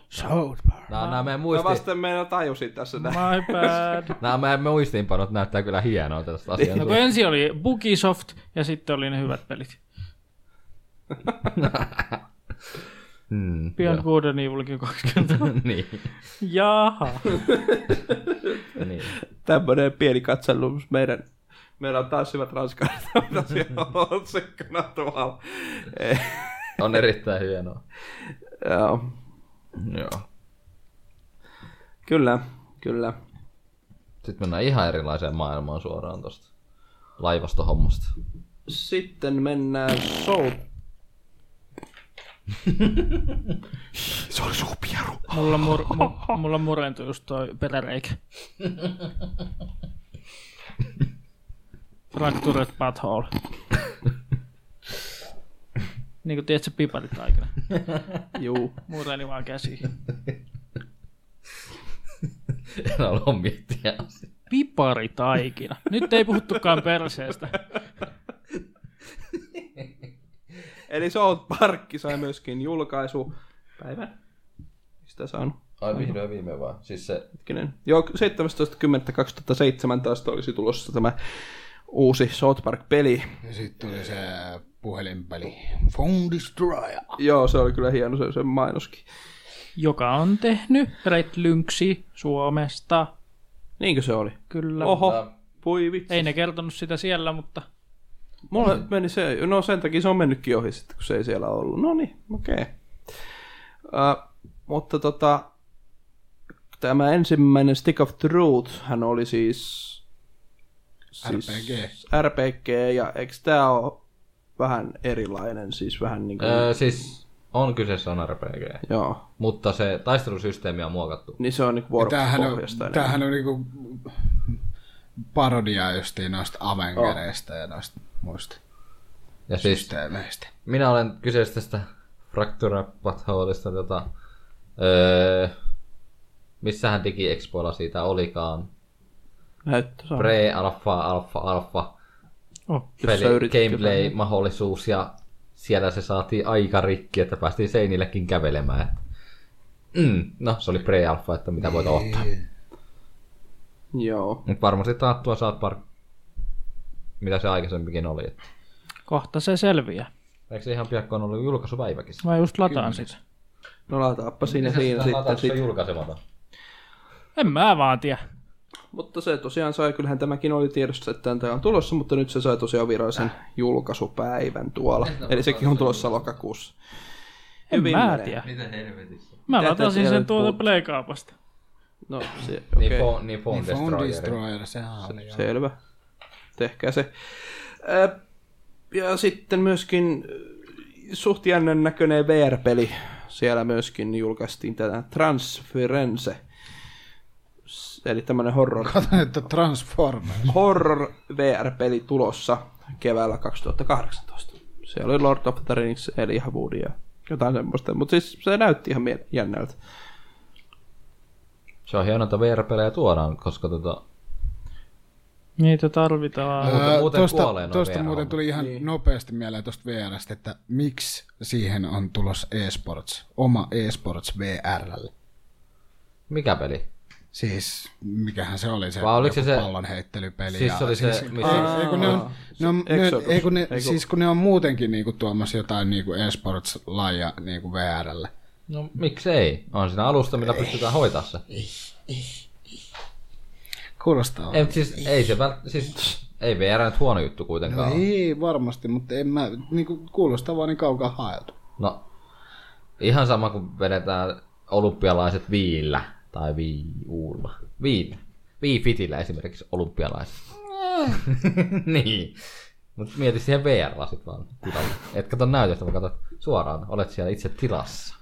Speaker 5: Nää on nää meidän
Speaker 4: Mä
Speaker 3: No
Speaker 5: muistiin.
Speaker 4: vasta meillä tajusin tässä näin.
Speaker 3: my bad.
Speaker 5: Nämä meidän muistiinpanot näyttää kyllä hienolta tästä asiasta.
Speaker 3: No kun ensin oli Bugisoft ja sitten oli ne hyvät pelit.
Speaker 5: Mm, [laughs]
Speaker 3: Beyond
Speaker 5: joo.
Speaker 3: Good and Evilkin 20.
Speaker 5: niin,
Speaker 3: Jaha.
Speaker 5: niin.
Speaker 4: Tämmönen pieni katselus meidän Meillä on tanssivat ranskalaiset on siellä otsikkona tuolla. Eh,
Speaker 5: On erittäin hienoa.
Speaker 4: Joo,
Speaker 5: Joo.
Speaker 4: kyllä, kyllä.
Speaker 5: Sitten mennään ihan erilaiseen maailmaan suoraan tosta laivastohommasta.
Speaker 4: Sitten mennään Soul.
Speaker 3: Mulla, mur, mu, mulla murentui just toi peräreikä. Fractured butthole. Niin kuin tiedätkö, piparit aikana.
Speaker 4: Juu.
Speaker 3: Mureni vaan käsi.
Speaker 5: En [laughs] halua miettiä asiaa.
Speaker 3: Piparit aikina. Nyt ei puhuttukaan perseestä.
Speaker 4: Eli Soul Parkki sai myöskin julkaisu päivän. Mistä saanut?
Speaker 5: Ai vihdoin viime vaan. Siis se,
Speaker 4: Hetkinen. Joo, 17.10.2017 olisi tulossa tämä uusi South Park-peli.
Speaker 2: Ja sitten tuli se puhelinpeli. Phone Destroyer.
Speaker 4: Joo, se oli kyllä hieno se, se mainoskin.
Speaker 3: joka on tehnyt Red Lynxi Suomesta.
Speaker 4: Niinkö se oli?
Speaker 3: Kyllä.
Speaker 4: Oho, voi vitsi.
Speaker 3: Ei ne kertonut sitä siellä, mutta
Speaker 4: Mulle
Speaker 2: Mm.
Speaker 4: meni se, no sen takia se on mennytkin ohi sitten, kun se ei siellä ollut. No niin, okei. Okay. Uh, mutta tota, tämä ensimmäinen Stick of Truth, hän oli siis...
Speaker 2: RPG.
Speaker 4: RPG, ja eikö tämä ole vähän erilainen, siis vähän niin kuin...
Speaker 5: Öö, siis on kyseessä on RPG,
Speaker 4: Joo,
Speaker 5: mutta se taistelusysteemi on muokattu.
Speaker 4: niin se on niin
Speaker 2: Tämähän on,
Speaker 4: vuoropohjasta. enemmän.
Speaker 2: tämähän on niinku parodia justiin noista Avengereista ja noista muista
Speaker 5: Ja siis
Speaker 2: systeemeistä.
Speaker 5: minä olen kyseisestä Fractura Buttholeista, tota, öö, missähän DigiExpoilla siitä olikaan.
Speaker 4: Näyttö, se on.
Speaker 5: Pre, alfa, alfa, alfa.
Speaker 3: Oh.
Speaker 4: Jos sä
Speaker 5: peli,
Speaker 4: yritit niin-
Speaker 5: gameplay-mahdollisuus ja siellä se saatiin aika rikki, että päästiin seinillekin kävelemään. Että. Mm, no, se oli pre-alpha, että mitä voit ottaa.
Speaker 4: Joo.
Speaker 5: Mutta varmasti taattua saat par... Mitä se aikaisempikin oli. Että.
Speaker 3: kohta se selviää.
Speaker 5: Eikö se ihan piakkoon ollut julkaisupäiväkin?
Speaker 3: Mä just lataan sitä.
Speaker 4: No laitaappa siinä siinä sitten.
Speaker 5: Se
Speaker 4: Sit.
Speaker 5: julkaisematon.
Speaker 3: En mä vaan tiedä.
Speaker 4: Mutta se tosiaan sai, kyllähän tämäkin oli tiedossa, että tämä on tulossa, mutta nyt se sai tosiaan virallisen julkaisupäivän tuolla. Eli sekin on tulossa lokakuussa.
Speaker 3: En
Speaker 4: Hyvin
Speaker 3: mä
Speaker 4: menee.
Speaker 3: tiedä.
Speaker 5: Mitä helvetissä?
Speaker 3: Mä
Speaker 4: Tätä
Speaker 3: latasin
Speaker 4: siellä
Speaker 3: sen
Speaker 4: nyt
Speaker 3: tuolta
Speaker 4: puhut-
Speaker 3: Play-kaupasta.
Speaker 4: No, se,
Speaker 5: Niin,
Speaker 4: okei.
Speaker 5: phone, niin phone,
Speaker 2: Phone Destroyer,
Speaker 5: Destroyer.
Speaker 2: sehän oli. joo.
Speaker 4: Selvä. Tehkää se. Ää, Ja sitten myöskin äh, suht jännän näköinen VR-peli. Siellä myöskin julkaistiin tätä Transference. S- Eli tämmönen horror,
Speaker 2: Katsoin, että Transformers.
Speaker 4: horror VR-peli tulossa keväällä 2018. Se oli Lord of the Rings, eli ihan Woody ja jotain semmoista. Mutta siis se näytti ihan mie- jännältä.
Speaker 5: Se on hienoa, että VR-pelejä tuodaan, koska tota,
Speaker 3: Niitä tarvitaan.
Speaker 5: Muuten-
Speaker 2: Öö,
Speaker 5: muuten kuolee
Speaker 2: Tuosta,
Speaker 5: noin
Speaker 2: tuosta
Speaker 5: VR-hommat.
Speaker 2: muuten tuli ihan niin. nopeasti mieleen tuosta VRstä, että miksi siihen on tulos eSports, oma eSports VRlle.
Speaker 5: mikä peli?
Speaker 2: Siis, mikähän se oli se,
Speaker 5: Vai oliko
Speaker 2: joku
Speaker 5: se se-
Speaker 2: pallonheittelypeli.
Speaker 5: Siis
Speaker 2: ja-
Speaker 5: se oli se, missä...
Speaker 2: Ei, ei, kun ne on, ne on, ne,
Speaker 4: Exodus.
Speaker 2: ei, kun ne,
Speaker 4: Ei kun-
Speaker 2: siis kun ne on muutenkin niinku tuomassa jotain niinku esports-lajia niinku VRlle.
Speaker 5: No miksei? On siinä alusta, millä pystytään hoitaa se.
Speaker 2: Kuulostaa.
Speaker 5: Ei, mut siis, ei se vält, siis, ei VR nyt huono juttu kuitenkaan.
Speaker 2: No
Speaker 5: No,
Speaker 2: ei varmasti, mutta en mä, niinku, kuulostaa vaan niin kaukaa haeltu.
Speaker 5: no ihan sama kuin vedetään olympialaiset viillä tai viiuulla. Viitä. Viifitillä esimerkiksi olympialaiset. [laughs] niin. Mutta mieti siihen VR-lasit vaan tilalle. Et kato näytöstä, vaan kato suoraan. Olet siellä itse tilassa.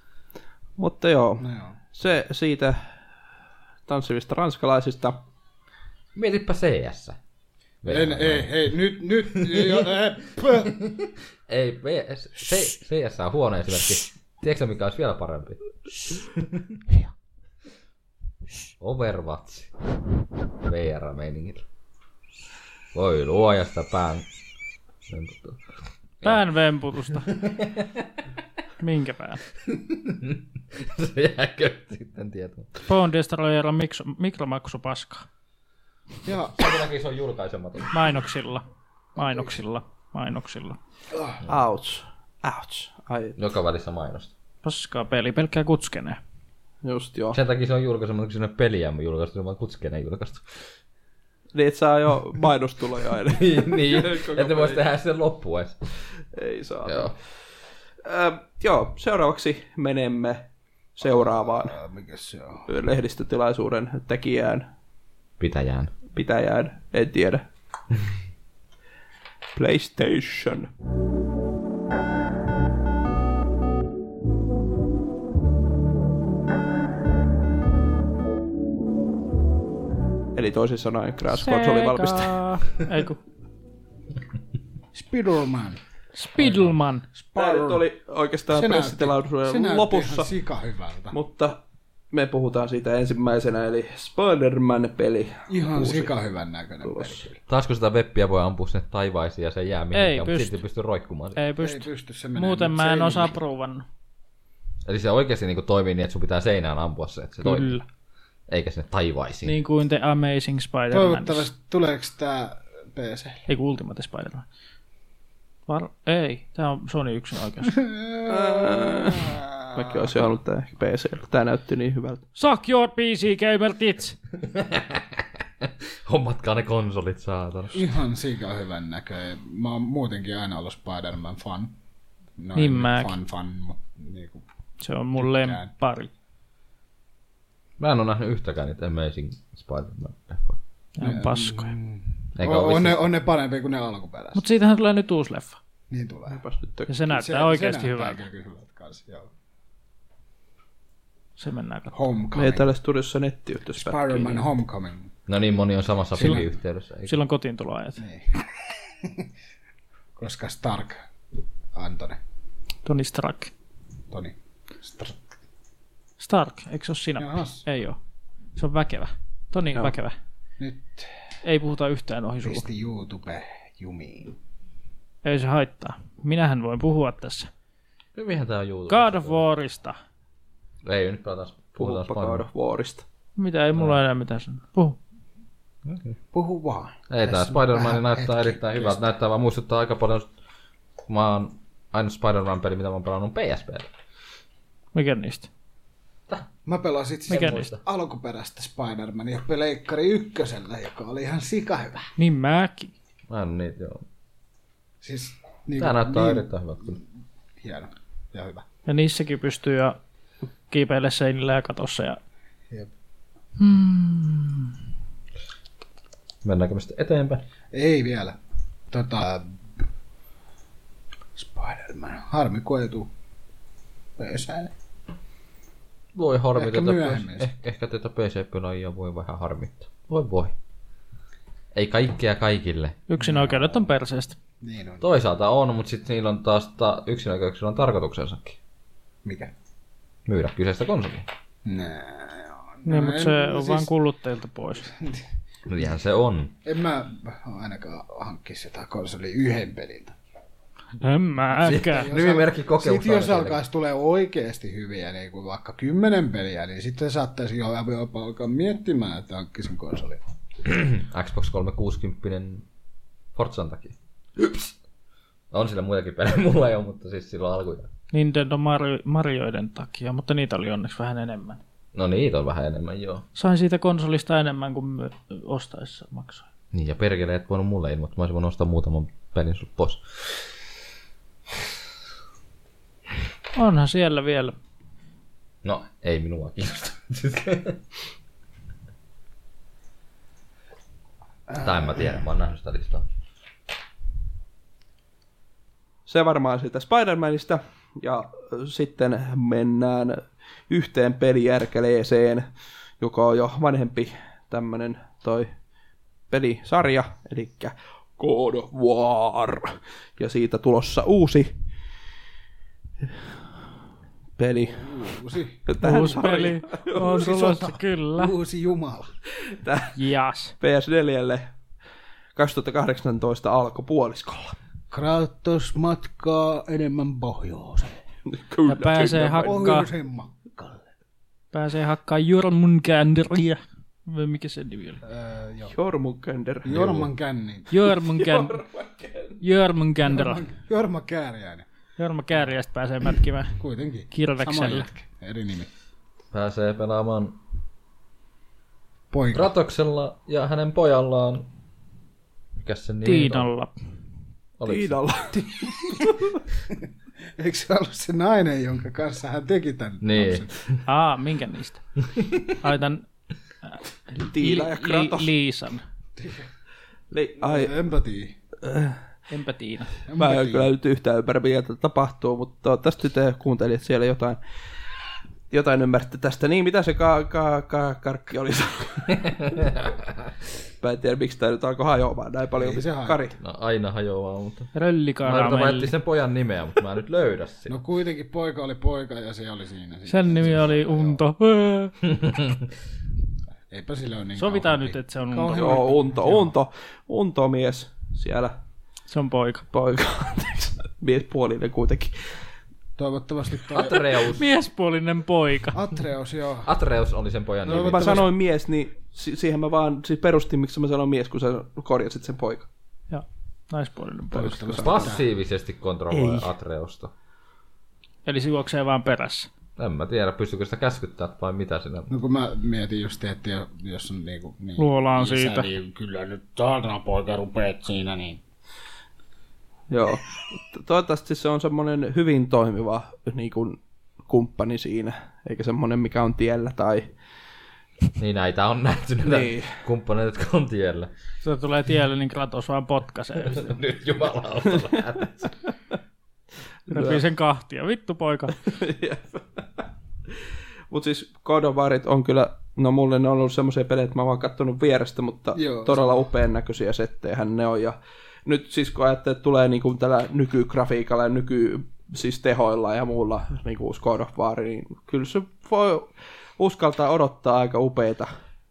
Speaker 4: Mutta joo,
Speaker 2: No joo.
Speaker 4: se siitä tanssivista ranskalaisista.
Speaker 5: Mietipä CS.
Speaker 2: En, ei, ei, nyt, nyt, jo, ei, pö.
Speaker 5: Ei, VS, C, CS on huono esimerkki. Tiedätkö mikä olisi vielä parempi? Overwatch. VR-meiningillä. Voi luojasta pään.
Speaker 3: Pään vemputusta. Minkä pään?
Speaker 5: [laughs] Se jääkö sitten tietoon.
Speaker 3: Bone Destroyer on mikso- mikromaksupaskaa.
Speaker 2: Ja,
Speaker 5: Todellakin se on julkaisematon.
Speaker 3: Mainoksilla. Mainoksilla. Mainoksilla.
Speaker 4: Ouch. Ouch. Ai,
Speaker 5: Joka välissä mainosta.
Speaker 3: Paskaa peli, pelkkää kutskenee.
Speaker 4: just joo.
Speaker 5: Sen takia se on julkaisematon, kun sinne peliä on julkaistu, se on vaan kutsken ei julkaistu.
Speaker 4: Niin, et saa jo mainostuloja
Speaker 5: [laughs]
Speaker 4: aina.
Speaker 5: niin,
Speaker 4: Koko
Speaker 5: että voisi
Speaker 4: peli.
Speaker 5: tehdä sen loppuun edes.
Speaker 4: Ei saa. Joo.
Speaker 5: Joo.
Speaker 4: Ö, joo, seuraavaksi menemme seuraavaan
Speaker 2: mikä Äh, se on?
Speaker 4: lehdistötilaisuuden tekijään,
Speaker 5: Pitäjään.
Speaker 4: pitäjään,
Speaker 2: [laughs]
Speaker 4: en tiedä. PlayStation. Eli toisin sanoen Crash-konsoli valmistaa.
Speaker 3: Ei ku.
Speaker 2: Spiderman.
Speaker 3: Spidlman.
Speaker 4: [laughs] Tämä nyt oli oikeastaan
Speaker 2: Se näytti- se
Speaker 4: pressitilaisuuden
Speaker 2: näytti
Speaker 4: lopussa.
Speaker 2: ihan sikahyvältä.
Speaker 4: Mutta me puhutaan siitä ensimmäisenä, eli Spider-Man-peli.
Speaker 2: Ihan sikahyvän näköinen
Speaker 4: Tulossa.
Speaker 2: peli.
Speaker 5: Taas kun sitä webbiä voi ampua sinne taivaisiin ja se ei jää mihinkään, mutta
Speaker 3: pysty.
Speaker 5: silti pystyy roikkumaan. sitä.
Speaker 3: Ei
Speaker 2: Ei
Speaker 3: pysty.
Speaker 2: pysty, se menee
Speaker 3: Muuten
Speaker 2: nyt
Speaker 3: mä en
Speaker 2: seinille.
Speaker 3: osaa pruuvannut.
Speaker 5: Eli se oikeasti niin toimii niin, että sun pitää seinään ampua se, että se toimii.
Speaker 3: Kyllä.
Speaker 5: Eikä sinne taivaisiin.
Speaker 3: Niin kuin The Amazing Spider-Man.
Speaker 2: Toivottavasti tuleeko tää PC?
Speaker 3: Ei kun Ultimate Spider-Man. Var- ei, tää on Sony yksin oikeassa.
Speaker 4: Mäkin olisin halunnut tää ehkä PC, kun tää näytti niin hyvältä.
Speaker 3: Suck your PC gamer tits.
Speaker 5: [laughs] Hommatkaa ne konsolit, saatana.
Speaker 2: Ihan sika hyvän näköinen. Mä oon muutenkin aina ollut Spider-Man fan. No,
Speaker 3: Niin
Speaker 2: ei nyt
Speaker 3: mäkin.
Speaker 2: Fan fan, mutta niinku,
Speaker 3: Se on mun lempari.
Speaker 5: Mä en ole nähnyt yhtäkään niitä Amazing Spider-Man leffoja.
Speaker 3: Ne on paskoja.
Speaker 5: Eikä
Speaker 2: on,
Speaker 5: ole
Speaker 2: on,
Speaker 5: ne...
Speaker 2: ne, on ne parempi kuin ne alkuperäiset.
Speaker 3: Mutta siitähän tulee nyt uusi leffa.
Speaker 2: Niin tulee.
Speaker 4: Onpas nyt tök-
Speaker 3: Ja se näyttää oikeasti
Speaker 2: se näyttää
Speaker 3: hyvältä.
Speaker 2: kyllä hyvältä kans, joo.
Speaker 3: Se mennään
Speaker 4: Me
Speaker 3: katsomaan.
Speaker 4: ei
Speaker 2: Homecoming.
Speaker 4: täällä studiossa nettiyhteys
Speaker 2: Spider-Man Homecoming.
Speaker 5: No niin, moni on samassa peliyhteydessä. Eikä...
Speaker 3: Silloin kotiin tuloajat.
Speaker 2: Koska Stark, Antoni,
Speaker 3: Tony Stark.
Speaker 2: Toni, Stark.
Speaker 3: Stark, eikö se ole sinä?
Speaker 2: Jahas,
Speaker 3: Ei oo. Se on väkevä. Toni on väkevä.
Speaker 2: nyt
Speaker 3: Ei puhuta yhtään ohi sulla.
Speaker 2: pisti YouTube jumiin.
Speaker 3: Ei se haittaa. Minähän voin puhua tässä.
Speaker 5: Hyvinhän No tää on YouTube.
Speaker 3: God of Warista.
Speaker 5: Ei, nyt pelataan, puhutaan
Speaker 4: Puhuppa God
Speaker 5: Spider-Man.
Speaker 4: of Warista.
Speaker 3: Mitä ei mulla enää mitään sanoa. Puhu.
Speaker 2: Puhu vaan.
Speaker 5: Ei tää
Speaker 2: Tässä
Speaker 5: Spider-Man
Speaker 2: vähän
Speaker 5: näyttää
Speaker 2: hetki kestää.
Speaker 5: erittäin hyvältä. Näyttää vaan muistuttaa aika paljon, kun mä oon ainut Spider-Man-peli, mitä mä oon pelannut, on PSP.
Speaker 3: Mikä niistä?
Speaker 2: Mä pelasin itse
Speaker 3: Mikä
Speaker 2: asiassa
Speaker 3: niistä?
Speaker 2: alkuperäistä Spider-Mania peleikkari ykkösellä, joka oli ihan sika hyvä.
Speaker 3: Niin mäkin.
Speaker 5: Mä en niitä, joo.
Speaker 2: Siis niin,
Speaker 5: Tää näyttää
Speaker 2: niin
Speaker 5: erittäin hyvältä kyllä.
Speaker 2: hieno ja hyvä.
Speaker 3: Ja niissäkin pystyy ja kiipeille seinillä ja katossa ja
Speaker 5: Mennäänkö me sitten eteenpäin?
Speaker 2: Ei vielä. Tota, Spider-Man. Harmi koetu. Pöysäälle.
Speaker 5: Voi harmi
Speaker 2: Ehkä
Speaker 5: tätä,
Speaker 2: myöhemmin.
Speaker 5: eh, ehkä tätä PC-pelaajia voi vähän harmittaa. Voi voi. Ei kaikkea kaikille.
Speaker 3: yksin oikeudet on perseestä.
Speaker 2: Niin on.
Speaker 5: Toisaalta on, mutta sitten niillä on taas ta, yksinäköyksillä on tarkoituksensakin.
Speaker 2: Mikä?
Speaker 5: Myydä kyseistä konsolia.
Speaker 2: Nää, joo.
Speaker 3: Niin, mutta se
Speaker 2: en-
Speaker 3: on
Speaker 2: siis-
Speaker 3: vaan kuluttajilta pois.
Speaker 5: Niinhän No se on.
Speaker 2: En mä ainakaan hankkisi sitä konsoli yhden pelin.
Speaker 3: En
Speaker 5: Siis-
Speaker 3: mäkään.
Speaker 5: Nimimerkki kokemus
Speaker 2: Sitten jos
Speaker 5: aina teille.
Speaker 2: alkaisi tulee oikeasti hyviä, niin kuin vaikka kymmenen peliä, niin sitten saattaisi jo jopa alkaa miettimään, että hankkisin konsoli.
Speaker 5: Xbox 360 Forzan takia. Yps. On sillä muitakin pelejä, [laughs] mulla ei ole, mutta siis silloin alkuja.
Speaker 3: Nintendo Mario, Marioiden takia, mutta niitä oli onneksi vähän enemmän.
Speaker 5: No niitä on vähän enemmän, joo.
Speaker 3: Sain siitä konsolista enemmän kuin my- ostaessa maksoin.
Speaker 5: Niin, ja perkele, et voinut mulle ilmoittaa, mä olisin voinut ostaa muutaman pelin sulta pois.
Speaker 3: Onhan siellä vielä.
Speaker 5: No, ei minua kiinnosta. tai en mä tiedä, mä oon nähnyt sitä listaa.
Speaker 4: Se varmaan siitä Spider-Manista. Ja äh, sitten mennään yhteen pelijärkeleeseen, joka on jo vanhempi tämmönen toi pelisarja, eli God of War. Ja siitä tulossa uusi peli.
Speaker 2: Uusi,
Speaker 4: Tähän
Speaker 3: Uusi peli on tulossa, kyllä.
Speaker 2: uusi jumala.
Speaker 3: Jas.
Speaker 4: PS4 2018 alkupuoliskolla.
Speaker 2: Kratos matkaa enemmän pohjoiseen.
Speaker 3: Ja pääsee hakkaa,
Speaker 2: Pohjoisemma.
Speaker 3: pääsee hakkaa Jormungandria. Vai mikä se nimi oli?
Speaker 2: Öö, joo.
Speaker 4: Jormungandr.
Speaker 2: Jorman kännin.
Speaker 3: Jormungand... Jormungandra.
Speaker 2: Jorma Kääriäinen.
Speaker 3: Jorma Kääriästä pääsee mätkimään
Speaker 2: Kuitenkin. Sama
Speaker 3: kirveksellä.
Speaker 2: jätkä. Eri nimi.
Speaker 5: Pääsee pelaamaan
Speaker 2: Poika.
Speaker 5: Ratoksella ja hänen pojallaan. Mikäs sen nimi
Speaker 3: Tiinalla.
Speaker 5: on? Oliko se?
Speaker 4: Tiinalla.
Speaker 2: Eikö se ollut se nainen, jonka kanssa hän teki tämän?
Speaker 5: Niin.
Speaker 3: Aa, minkä niistä? Aitan
Speaker 4: [laughs] Tiina ja Kratos.
Speaker 3: Li- Liisan.
Speaker 4: Li- Ai,
Speaker 2: Enpä tiedä.
Speaker 3: Enpä Tiina.
Speaker 4: Mä en kyllä nyt yhtään ymmärrä, mitä tätä tapahtuu, mutta toivottavasti te kuuntelijat siellä jotain, jotain ymmärrätte tästä. Niin, mitä se ka- ka- ka- karkki oli? Mä en tiedä, miksi tämä nyt alkoi hajoamaan näin paljon.
Speaker 2: Ei se haittaa.
Speaker 4: Kari.
Speaker 5: No aina hajoaa, mutta... Mä yritän mä
Speaker 3: Röllikaramelli.
Speaker 5: etsin sen pojan nimeä, mutta mä en nyt löydä sitä.
Speaker 2: No kuitenkin poika oli poika ja se oli siinä. sitten.
Speaker 3: Sen nimi oli Unto.
Speaker 2: Eipä sillä ole niin
Speaker 3: [laughs] Sovitaan
Speaker 2: kauan.
Speaker 3: nyt, että se on Unto.
Speaker 2: Kauhean-
Speaker 4: Joo, unto, unto, unto mies siellä
Speaker 3: Se on poika.
Speaker 4: poika. [laughs] Anteeksi. mies puolinen kuitenkin.
Speaker 2: No, Toivottavasti
Speaker 3: [laughs]
Speaker 2: toi
Speaker 5: Atreus.
Speaker 3: Miespuolinen poika.
Speaker 2: Atreus, joo.
Speaker 5: Atreus oli sen pojan nimi.
Speaker 4: No, Mä sanoin mies, niin si- siihen mä vaan siis perustin, miksi mä sanoin mies, kun sä korjasit sen poika.
Speaker 3: Ja naispuolinen poika.
Speaker 2: Toivottavasti.
Speaker 5: Passiivisesti kontrolloi Atreusta.
Speaker 3: Eli se juoksee vaan perässä.
Speaker 5: En mä tiedä, pystyykö sitä käskyttää vai mitä siinä.
Speaker 2: No kun mä mietin just, että jo- jos on niinku... Niin,
Speaker 3: Luolaan
Speaker 2: isä,
Speaker 3: siitä.
Speaker 2: Niin kyllä nyt tahdana poika rupeet siinä, niin...
Speaker 4: Joo. To- Toivottavasti se on semmoinen hyvin toimiva niin kuin, kumppani siinä, eikä semmoinen, mikä on tiellä tai...
Speaker 5: Niin näitä on nähty näitä
Speaker 4: Niin.
Speaker 5: kumppaneita, jotka on tiellä.
Speaker 3: Se tulee tielle, niin Kratos vaan potkaisee.
Speaker 5: Nyt jumalauta lähdet.
Speaker 3: Repii sen kahtia. Vittu poika.
Speaker 4: Mutta siis God of Warit on kyllä, no mulle ne on ollut semmoisia pelejä, että mä oon vaan kattonut vierestä, mutta Joo.
Speaker 2: Joo.
Speaker 4: todella upean näköisiä settejähän ne on. Ja nyt siis kun ajattelee, että tulee niinku tällä nykygrafiikalla ja nyky siis tehoilla ja muulla niin uusi God of War, niin kyllä se voi uskaltaa odottaa aika upeita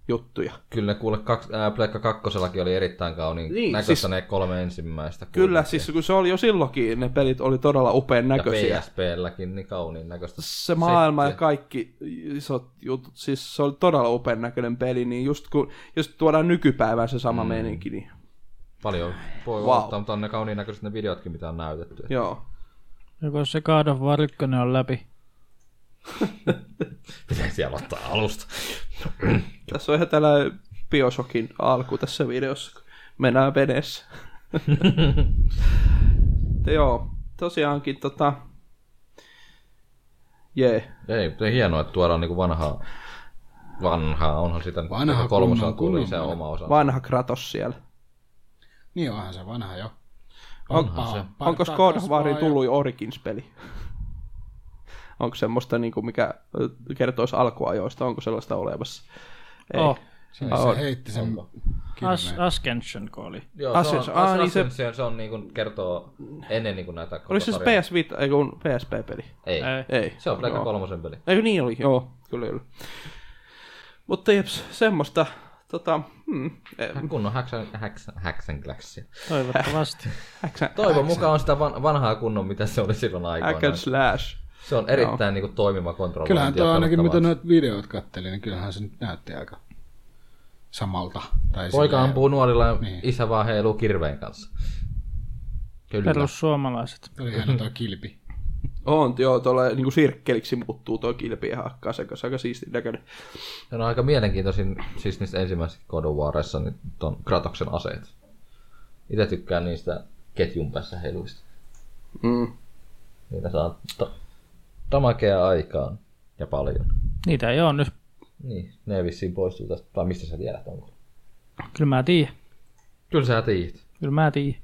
Speaker 4: juttuja.
Speaker 5: Kyllä ne kuule, kaks, ää, Pleikka kakkosellakin oli erittäin kauniin
Speaker 4: Niin,
Speaker 5: niin, näköistä
Speaker 4: siis-
Speaker 5: siis... ne kolme ensimmäistä.
Speaker 4: Kyllä, siis kun se oli jo silloinkin, ne pelit oli todella upean näköisiä.
Speaker 5: Ja PSPlläkin niin kauniin näköistä.
Speaker 4: se maailma ja
Speaker 5: settiä.
Speaker 4: kaikki isot jutut, siis se oli todella upean näköinen peli, niin just kun jos tuodaan nykypäivään se sama mm. meininki, niin
Speaker 5: Paljon voi
Speaker 4: Wow.
Speaker 5: wow. ottaa, mutta on ne kauniin näköiset ne videotkin, mitä on näytetty. Ja.
Speaker 4: joo.
Speaker 3: Joko jos se God of War 1 on läpi.
Speaker 5: Miten siellä ottaa alusta?
Speaker 4: Tässä on ihan tällainen Bioshockin alku tässä videossa, kun mennään veneessä. Mutta [laughs] joo, tosiaankin tota... Jee.
Speaker 5: Ei, mutta hienoa, että tuodaan niinku vanhaa. Vanhaa, onhan sitä nyt
Speaker 2: Vanha
Speaker 5: joka kolmosella
Speaker 2: kunnon
Speaker 5: tuli
Speaker 2: kunnon
Speaker 5: se
Speaker 2: vanha.
Speaker 5: oma osa.
Speaker 4: Vanha Kratos siellä.
Speaker 2: Niin onhan se vanha jo. Ah.
Speaker 5: Onhan se.
Speaker 4: Onko God of Warin tullut jo Origins-peli? Onko semmoista, niin kuin mikä ö, kertoisi alkuajoista? Onko sellaista olemassa? Ei.
Speaker 3: Oh.
Speaker 2: Se,
Speaker 4: on.
Speaker 2: se heitti sen
Speaker 3: As-
Speaker 2: kirveen.
Speaker 3: Ascension kun oli.
Speaker 5: Joo, se
Speaker 4: Ascension.
Speaker 5: on,
Speaker 4: Ah,
Speaker 5: ah,
Speaker 4: niin
Speaker 5: niin
Speaker 4: se-
Speaker 5: se... se on niinku kertoo ennen niinku näitä
Speaker 4: Oliko se siis
Speaker 5: kototarinoita.
Speaker 4: PS Vita, ei kun PSP-peli?
Speaker 5: Ei.
Speaker 3: Ei.
Speaker 4: Ei.
Speaker 5: Se on Pleikka
Speaker 4: Joo.
Speaker 5: kolmosen peli.
Speaker 4: Ei niin oli, joo, kyllä kyllä. Mutta jeps, semmoista, tota, hmm, eh,
Speaker 5: Kunnon häksän, häksän, häksän kläksiä.
Speaker 3: Toivottavasti.
Speaker 4: häksä,
Speaker 5: Toivon mukaan on sitä van, vanhaa kunnon, mitä se oli silloin
Speaker 4: hack and
Speaker 5: aikoinaan.
Speaker 4: slash.
Speaker 5: Se on erittäin niinku toimiva kontrollointi.
Speaker 2: Kyllähän
Speaker 5: ja
Speaker 2: tuo ainakin, mitä
Speaker 5: pelottava.
Speaker 2: noita videoita kattelin, niin kyllähän se nyt näytti aika samalta. Tai
Speaker 5: Poika
Speaker 2: silleen-
Speaker 5: ampuu nuolilla ja
Speaker 2: Niin.
Speaker 5: isä vaan heiluu kirveen kanssa. Kyllä.
Speaker 3: Perussuomalaiset.
Speaker 2: Oli hieno toi kilpi.
Speaker 4: On, joo, tuolla niinku sirkkeliksi muuttuu toi kilpi ja hakkaa sen kanssa, aika siisti näköinen.
Speaker 5: Se on aika mielenkiintoisin, siis niistä ensimmäisistä God of Warissa, niin ton Kratoksen aseet. Itse tykkään niistä ketjun päässä heiluista.
Speaker 4: Mm.
Speaker 5: Niitä saa ta- damakea aikaan ja paljon.
Speaker 3: Niitä ei ole nyt.
Speaker 5: Niin, ne vissiin poistuu tästä, vai mistä sä tiedät onko?
Speaker 3: Kyllä mä tiedän.
Speaker 5: Kyllä sä tiedät.
Speaker 3: Kyllä mä tiedän.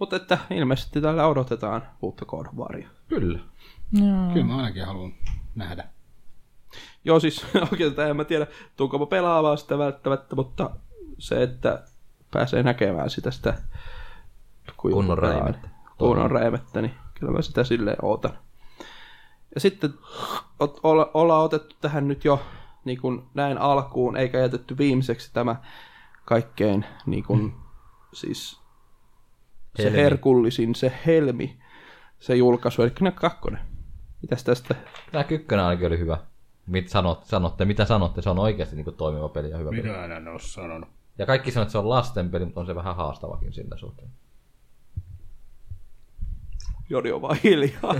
Speaker 4: Mutta että ilmeisesti täällä odotetaan uutta God of Waria.
Speaker 5: Kyllä.
Speaker 2: Kyllä mä ainakin haluan nähdä.
Speaker 4: Joo, siis [laughs] oikeastaan en mä tiedä, tuunko mä pelaamaan sitä välttämättä, mutta se, että pääsee näkemään sitä, sitä kun joku
Speaker 5: Kunnon
Speaker 4: pelaa, niin-
Speaker 5: räimettä.
Speaker 4: Kunnon räimettä, niin kyllä mä sitä silleen ootan. Ja sitten ot, olla, ollaan otettu tähän nyt jo niin kuin näin alkuun, eikä jätetty viimeiseksi tämä kaikkein niin kuin, siis se
Speaker 5: Mm. Helmi.
Speaker 4: herkullisin, se helmi, se julkaisu, eli Knack 2. Mitäs tästä?
Speaker 5: Tää kykkönen ainakin oli hyvä. Mit sanot, sanotte, mitä sanotte, se on oikeasti niinku toimiva peli ja hyvä peli.
Speaker 2: Minä en ole sanonut.
Speaker 5: Ja kaikki sanoo, että se on lasten peli, mutta on se vähän haastavakin sillä suhteen.
Speaker 4: Joni on vaan hiljaa.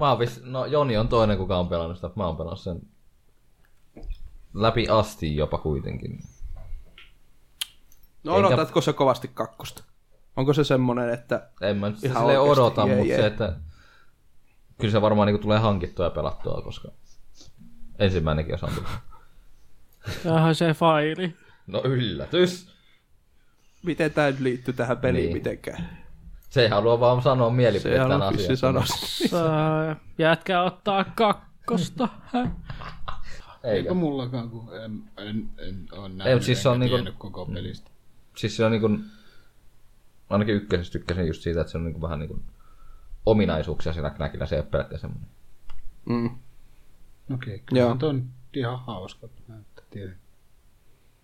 Speaker 5: Mä oon vis... No Joni on toinen, kuka on pelannut sitä. Mä oon pelannut sen läpi asti jopa kuitenkin.
Speaker 4: No
Speaker 5: Enkä-
Speaker 4: odotatko sä kovasti kakkosta? Onko se semmonen, että
Speaker 5: En mä nyt sitä
Speaker 4: Ihan
Speaker 5: silleen
Speaker 4: oikeesti,
Speaker 5: odota,
Speaker 4: jee,
Speaker 5: mutta
Speaker 4: jee.
Speaker 5: se, että kyllä se varmaan niinku tulee hankittua ja pelattua, koska ensimmäinenkin osa on tullut.
Speaker 3: Tähän se faili.
Speaker 5: No yllätys!
Speaker 4: miten tämä nyt liittyy tähän peliin niin.
Speaker 5: Niin.
Speaker 4: mitenkään?
Speaker 5: Se ei halua vaan sanoa
Speaker 4: Se
Speaker 5: mielipiteen
Speaker 4: on
Speaker 5: tämän
Speaker 4: vissi
Speaker 5: asian.
Speaker 4: sanoa.
Speaker 3: Saa- Jätkä ottaa kakkosta.
Speaker 5: Eikä.
Speaker 2: Eikä mullakaan, kun en, en, en ole nähnyt
Speaker 5: Ei, mut siis se on
Speaker 2: enkä
Speaker 5: niinku-
Speaker 2: tiennyt koko pelistä.
Speaker 5: Siis se on niinku... Ainakin ykkösessä tykkäsin just siitä, että se on niinku vähän niinku ominaisuuksia siinä knäkillä, se ei ole pelkästään semmoinen.
Speaker 4: Mm.
Speaker 2: Mm. Okei,
Speaker 4: Joo.
Speaker 2: kyllä toi on ihan hauska. näyttää tietenkin.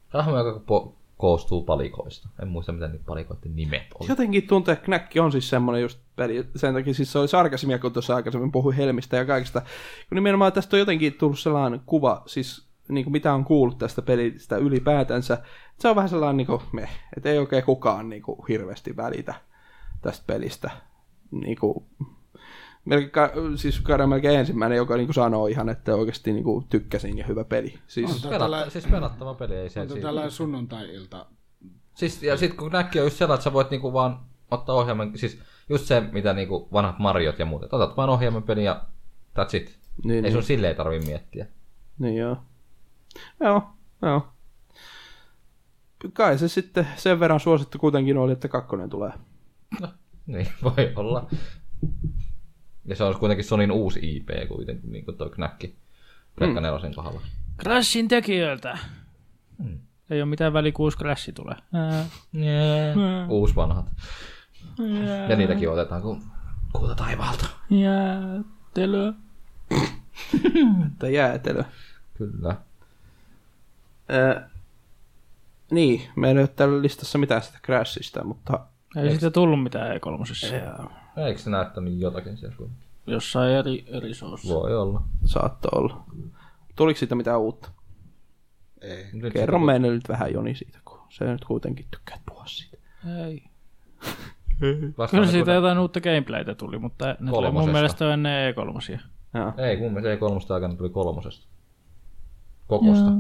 Speaker 5: Hahmo, joka po- koostuu palikoista. En muista, mitä niitä palikoiden nimet oli.
Speaker 4: Jotenkin tuntuu, että Knäkki on siis semmoinen just peli. Sen takia siis se oli sarkasmia, kun tuossa aikaisemmin puhui Helmistä ja kaikesta. Kun nimenomaan tästä on jotenkin tullut sellainen kuva, siis niin kuin mitä on kuullut tästä pelistä ylipäätänsä. Se on vähän sellainen niin kuin me, että ei oikein niinku kukaan niin kuin hirveästi välitä tästä pelistä. Niin kuin, melkein, ka- siis Kari on melkein ensimmäinen, joka niinku sanoo ihan, että oikeasti niinku tykkäsin ja hyvä peli. Siis,
Speaker 2: On
Speaker 5: Pelatta,
Speaker 2: tällä-
Speaker 5: siis pelattava peli, ei se
Speaker 2: Mutta
Speaker 5: siitä.
Speaker 2: tällainen sunnuntai-ilta.
Speaker 5: Siis, ja sitten kun näkki on just sellainen, että sä voit niinku vaan ottaa ohjelman, siis just se, mitä niinku vanhat marjot ja muut, että otat vaan ohjelman pelin ja that's it.
Speaker 4: niin,
Speaker 5: Ei
Speaker 4: niin,
Speaker 5: sun silleen tarvi miettiä.
Speaker 4: niin joo. Joo, joo. Kai se sitten sen verran suosittu kuitenkin oli, että kakkonen tulee.
Speaker 5: [laughs] Niin, voi olla. Ja se on kuitenkin Sonin uusi IP kuitenkin, niin kuin toi Knäkki.
Speaker 3: Mm.
Speaker 5: Pleikka nelosen kohdalla.
Speaker 3: Crashin tekijöiltä. Ei ole mitään väliä, kun uusi Crash tulee. Ää,
Speaker 5: Yeah.
Speaker 3: Mm.
Speaker 5: Uusi vanhat. Ja niitäkin otetaan kuin kuuta taivaalta.
Speaker 3: Jäätelö.
Speaker 4: Että jäätelö.
Speaker 5: Kyllä.
Speaker 4: Ö, niin, meillä ei ole täällä listassa mitään sitä Crashista, mutta
Speaker 3: Ei sitä tullut mitään E E3.
Speaker 5: Eikö se näyttänyt jotakin siellä kuitenkin?
Speaker 3: Jossain eri, eri soossa.
Speaker 5: Voi olla.
Speaker 4: saattoi olla. Tuliko siitä mitään uutta?
Speaker 5: Nyt
Speaker 4: Kerro
Speaker 5: se-
Speaker 4: meille nyt vähän Joni siitä, kun se nyt kuitenkin tykkää puhua siitä.
Speaker 3: Ei.
Speaker 5: vasta-
Speaker 3: Kyllä siitä jotain uutta gameplaytä tuli, mutta ne tuli mun
Speaker 5: Kolmosesta.
Speaker 3: mielestä jo ennen E E3.
Speaker 4: Joo.
Speaker 5: Ei, mun mielestä ei kolmosta aikana tuli kolmosesta. Kokosta.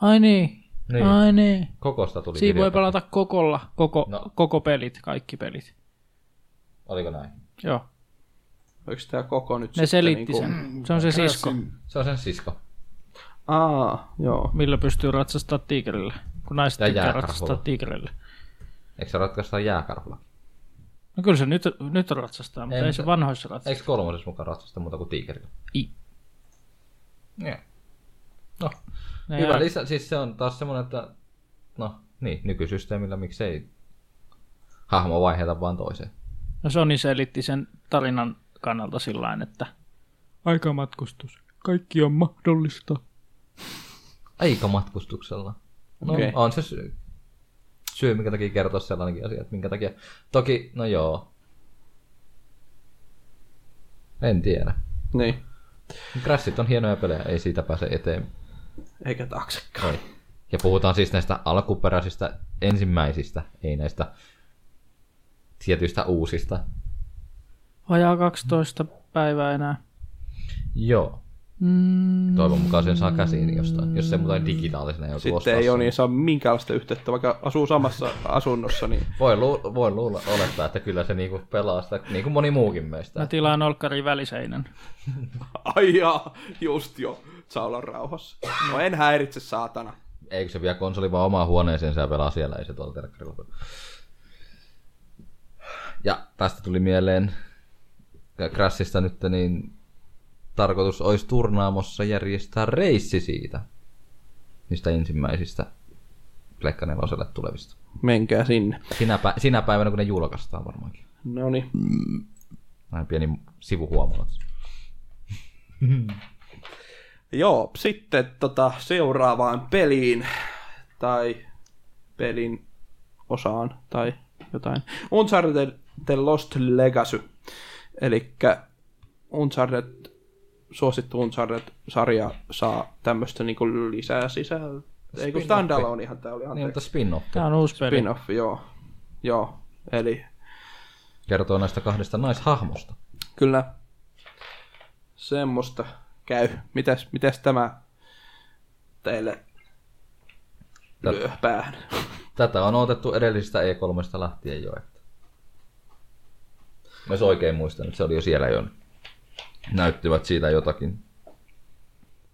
Speaker 3: Ai niin.
Speaker 5: Niin.
Speaker 3: Ai niin.
Speaker 5: Kokosta tuli
Speaker 3: Siinä voi
Speaker 5: kirjoitettu.
Speaker 3: pelata kokolla, koko,
Speaker 5: No.
Speaker 3: koko pelit, kaikki pelit.
Speaker 5: Oliko näin?
Speaker 3: Joo,
Speaker 4: Oliko tämä koko nyt
Speaker 3: ne
Speaker 4: sitten
Speaker 3: selitti
Speaker 4: niinku-
Speaker 3: sen. Se on se sisko,
Speaker 5: Se on sen sisko.
Speaker 4: Aa, joo.
Speaker 3: millä pystyy ratsastaa tiikerillä, kun naiset
Speaker 5: Ja
Speaker 3: tykkää
Speaker 5: jääkarhulla.
Speaker 3: ratsastaa tiikerillä.
Speaker 5: Eikö se ratkaista jääkarhulla?
Speaker 3: No kyllä se nyt, nyt ratsastaa, mutta
Speaker 5: Ei,
Speaker 3: ei,
Speaker 5: mutta-
Speaker 3: se vanhoissa ratsasta.
Speaker 5: Eikö kolmosessa siis mukaan ratsasta muuta kuin tiikerillä?
Speaker 3: Ei.
Speaker 5: Yeah. No,
Speaker 3: Ne
Speaker 5: Hyvä
Speaker 3: jää-
Speaker 5: lisä, siis se on taas semmoinen, että no niin, nykysysteemillä miksei hahmo vaiheta vaan toiseen.
Speaker 3: No Sony selitti sen tarinan kannalta sillä lailla, että aikamatkustus, kaikki on mahdollista.
Speaker 5: Aikamatkustuksella. No
Speaker 4: Okei.
Speaker 5: okay. on se syy. syy, minkä takia kertoa sellainenkin asia, että minkä takia. Toki, no joo. En tiedä.
Speaker 4: Niin.
Speaker 5: Crashit on hienoja pelejä, ei siitä pääse eteen.
Speaker 4: Eikä taaksekaan.
Speaker 5: Ei. Ja puhutaan siis näistä alkuperäisistä ensimmäisistä, ei näistä tietyistä uusista.
Speaker 3: Vajaa 12 päivää enää.
Speaker 5: Joo. Mm. Toivon mukaan sen saa käsiin jostain, jos se muuten digitaalisena joutuu
Speaker 4: Sitten
Speaker 5: ostaa
Speaker 4: ei ole
Speaker 5: sen.
Speaker 4: niin saa minkäänlaista yhteyttä, vaikka asuu samassa asunnossa, niin
Speaker 5: Voi, luul, voi luulla, olettaa, että kyllä se niinku pelaa sitä, niin kuin moni muukin meistä.
Speaker 3: Mä tilaan olkkariin väliseinän.
Speaker 4: ai jaa, just jo, saa olla rauhassa. No en häiritse, saatana.
Speaker 5: Eikö se vie konsoli vaan omaan huoneeseensa ja pelaa siellä, ei se tuolla telkkarilla pelaa. Ja tästä tuli mieleen Crashista nyt, niin tarkoitus olisi turnaamossa järjestää reissi siitä, niistä ensimmäisistä Pleikka neloselle tulevista.
Speaker 4: Menkää sinne.
Speaker 5: Sinä, pä- sinä päivänä, kun ne julkaistaan varmaankin.
Speaker 4: No niin.
Speaker 5: Näin pieni sivuhuomautus. Niin
Speaker 4: Joo, sitten tota, seuraavaan peliin tai pelin osaan tai jotain. Uncharted The Lost Legacy. Eli Uncharted, suosittu Uncharted-sarja saa tämmöistä niinku lisää sisältöä. Eikö
Speaker 5: Spin-offi.
Speaker 4: standalone ihan tää oli,
Speaker 5: Niin, mutta
Speaker 4: anteeksi.
Speaker 5: spin-off
Speaker 3: Tää on uusi peli.
Speaker 4: Spin-off, joo. Joo, eli
Speaker 5: kertoo näistä kahdesta naishahmosta.
Speaker 4: kyllä semmoista käy. Mitäs, mitäs tämä teille
Speaker 5: Tät-
Speaker 4: lyö päähän?
Speaker 5: Tätä on otettu edellisestä E3 lähtien jo. Että. Mä se oikein muistan, että se oli jo siellä jo. Näyttivät siitä jotakin.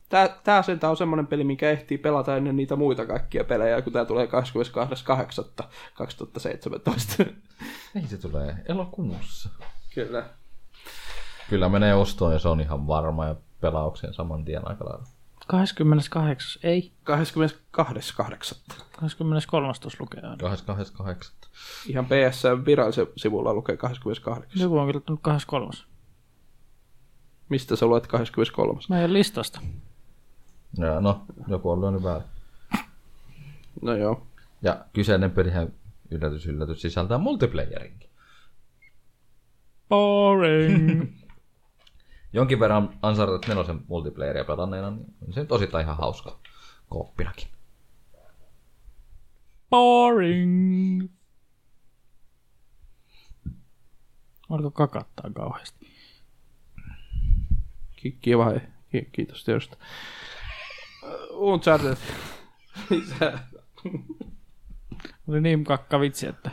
Speaker 4: Tää, tää sentään on semmonen peli, mikä ehtii pelata ennen niitä muita kaikkia pelejä, kun tää tulee 22.8.2017.
Speaker 5: Niin se tulee elokuussa.
Speaker 4: Kyllä.
Speaker 5: Kyllä menee ostoon ja se on ihan varma ja pelaukseen saman tien aika lailla.
Speaker 3: 28. Ei.
Speaker 4: 22.8.
Speaker 3: 23. tuossa lukee aina.
Speaker 5: 28.
Speaker 4: Ihan PS virallisen sivulla lukee 28.
Speaker 3: Joku on kirjoittanut 23.
Speaker 4: Mistä sä luet 23?
Speaker 3: Mä en listasta.
Speaker 5: Ja no, joku on lyönyt väärin.
Speaker 4: No joo.
Speaker 5: Ja kyseinen pelihän yllätys yllätys sisältää multiplayerinkin.
Speaker 3: Boring.
Speaker 5: Jonkin verran Uncharted 4 multiplayeria pelanneena, niin on se nyt osittain ihan hauska kooppinakin.
Speaker 3: Boring. Oliko kakattaa kauheasti?
Speaker 4: Ki- kiva hei. Ki- kiitos tiedosta. Uncharted. Lisää.
Speaker 3: Oli niin kakka vitsi, että...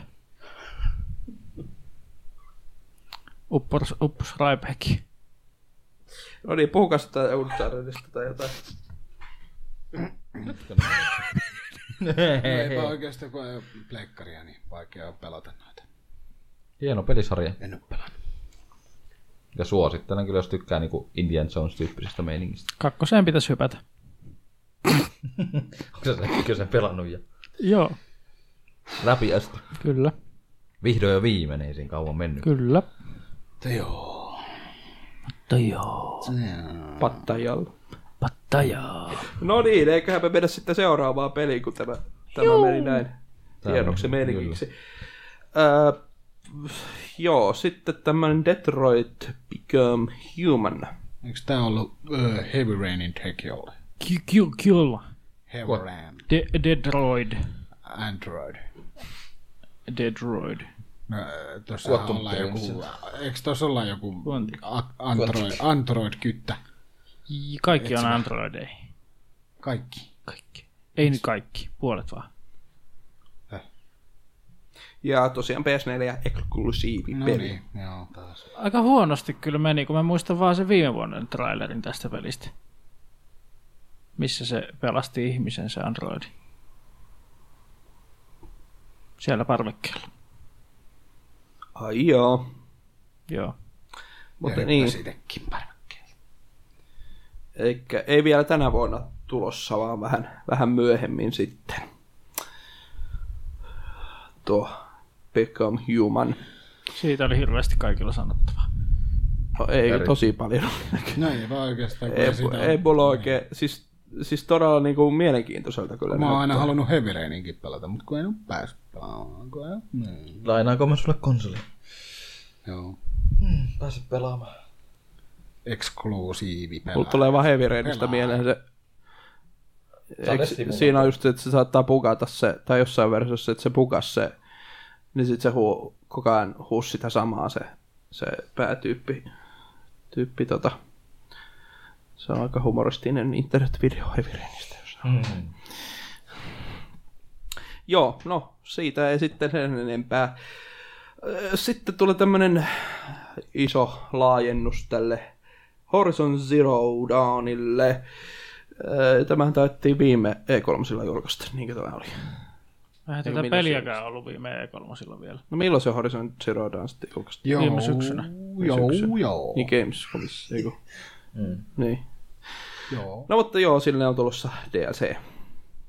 Speaker 3: Uppos, uppos Raibäki.
Speaker 4: [laughs] No niin, puhukaa sitä Unchartedista tai jotain.
Speaker 2: No eipä oikeastaan, kun ei ole pleikkaria, niin vaikea on pelata noita.
Speaker 5: Hieno pelisarja.
Speaker 2: En ole pelannut.
Speaker 5: Ja suosittelen kyllä, jos tykkää niinku Indian Jones-tyyppisestä meiningistä.
Speaker 3: Kakkoseen pitäisi hypätä.
Speaker 5: Onko se kyllä sen pelannut ja
Speaker 3: Joo,
Speaker 5: läpi asti.
Speaker 3: kyllä,
Speaker 5: Vihdoin ja viimein ei siinä kauan mennyt.
Speaker 3: kyllä.
Speaker 2: Mutta joo.
Speaker 3: Mutta joo,
Speaker 4: Pattajalla.
Speaker 3: pattajaa.
Speaker 4: No niin, eiköhän me mennä sitten seuraavaan peliin, kun tämä, tämä meni näin tiedoksi
Speaker 5: Tämä meni,
Speaker 4: merkiksi. Öö, joo, sitten tämmöinen Detroit Become Human.
Speaker 2: Eikö tää ollut uh, Heavy Rainin Tokyo?
Speaker 3: Ky- ky- Kyllä.
Speaker 2: Heavy Rain.
Speaker 3: De- Deadroid.
Speaker 2: Android.
Speaker 3: Deadroid.
Speaker 2: No, tuossa
Speaker 5: Quantum
Speaker 2: ollaan joku, eikö tuossa olla joku
Speaker 3: Quantum.
Speaker 2: a- Android, Android-kyttä?
Speaker 3: J- Kaikki on Androideihin.
Speaker 2: Kaikki.
Speaker 3: Kaikki. Ei nyt kaikki, puolet vaan.
Speaker 4: Ja tosiaan PS4 ja eksklusiivi
Speaker 2: No
Speaker 4: peli.
Speaker 2: niin, joo taas.
Speaker 3: Aika huonosti kyllä meni, kun mä muistan vaan sen viime vuoden trailerin tästä pelistä. Missä se pelasti ihmisen se androidi. Siellä parvekkeella.
Speaker 4: Ai joo.
Speaker 3: Joo.
Speaker 4: Mutta niin,
Speaker 2: Sitäkin parvekkeen.
Speaker 4: eikä, ei vielä tänä vuonna tulossa, vaan vähän, vähän myöhemmin sitten. Tuo Become Human.
Speaker 3: Siitä oli hirveästi kaikilla sanottavaa.
Speaker 4: No, ei
Speaker 5: Eri.
Speaker 4: tosi paljon.
Speaker 2: No ei vaan oikeastaan. kun
Speaker 4: ei,
Speaker 2: sitä
Speaker 4: ei mulla oikein, siis, siis todella niinku mielenkiintoiselta kyllä.
Speaker 2: Mä oon aina
Speaker 4: näyttää.
Speaker 2: halunnut Heavy Raininkin pelata, mutta kun en oo päässyt pelaamaan. Kun en... Mm.
Speaker 5: Lainaanko mä sulle konsoli?
Speaker 2: Joo.
Speaker 5: Pääse pelaamaan.
Speaker 2: Eksklusiivi pelaa.
Speaker 4: Mulla tulee vaan Heavy Rainista mieleen se...
Speaker 5: on
Speaker 4: Eiks,
Speaker 5: simulaattori.
Speaker 4: siinä on just se, että se saattaa bugata se, tai jossain versiossa, että se bugas se, niin sit se huu, koko ajan huus sitä samaa se, se päätyyppi. Tyyppi tota. Se on aika humoristinen internetvideo Heavy Rainista. Jos Mm. Joo, no siitä ei sitten sen enempää. Ö, Sitten tulee tämmönen iso laajennus tälle Horizon Zero Dawnille. Ö, Tämähän taittiin viime E3 julkaista, niinkö tämä oli?
Speaker 3: Eihän
Speaker 4: Ei
Speaker 3: tätä
Speaker 4: mitään
Speaker 3: peliäkään ollut viime E3 silloin vielä.
Speaker 4: No milloin se Horizon Zero Dawn sitten julkaistiin?
Speaker 2: Joo,
Speaker 3: viime syksynä.
Speaker 2: Joo,
Speaker 4: syksynä.
Speaker 2: joo.
Speaker 4: Niin Gamescomissa, eikö? Mm. Niin.
Speaker 2: joo.
Speaker 4: No mutta joo, sille on tulossa DLC.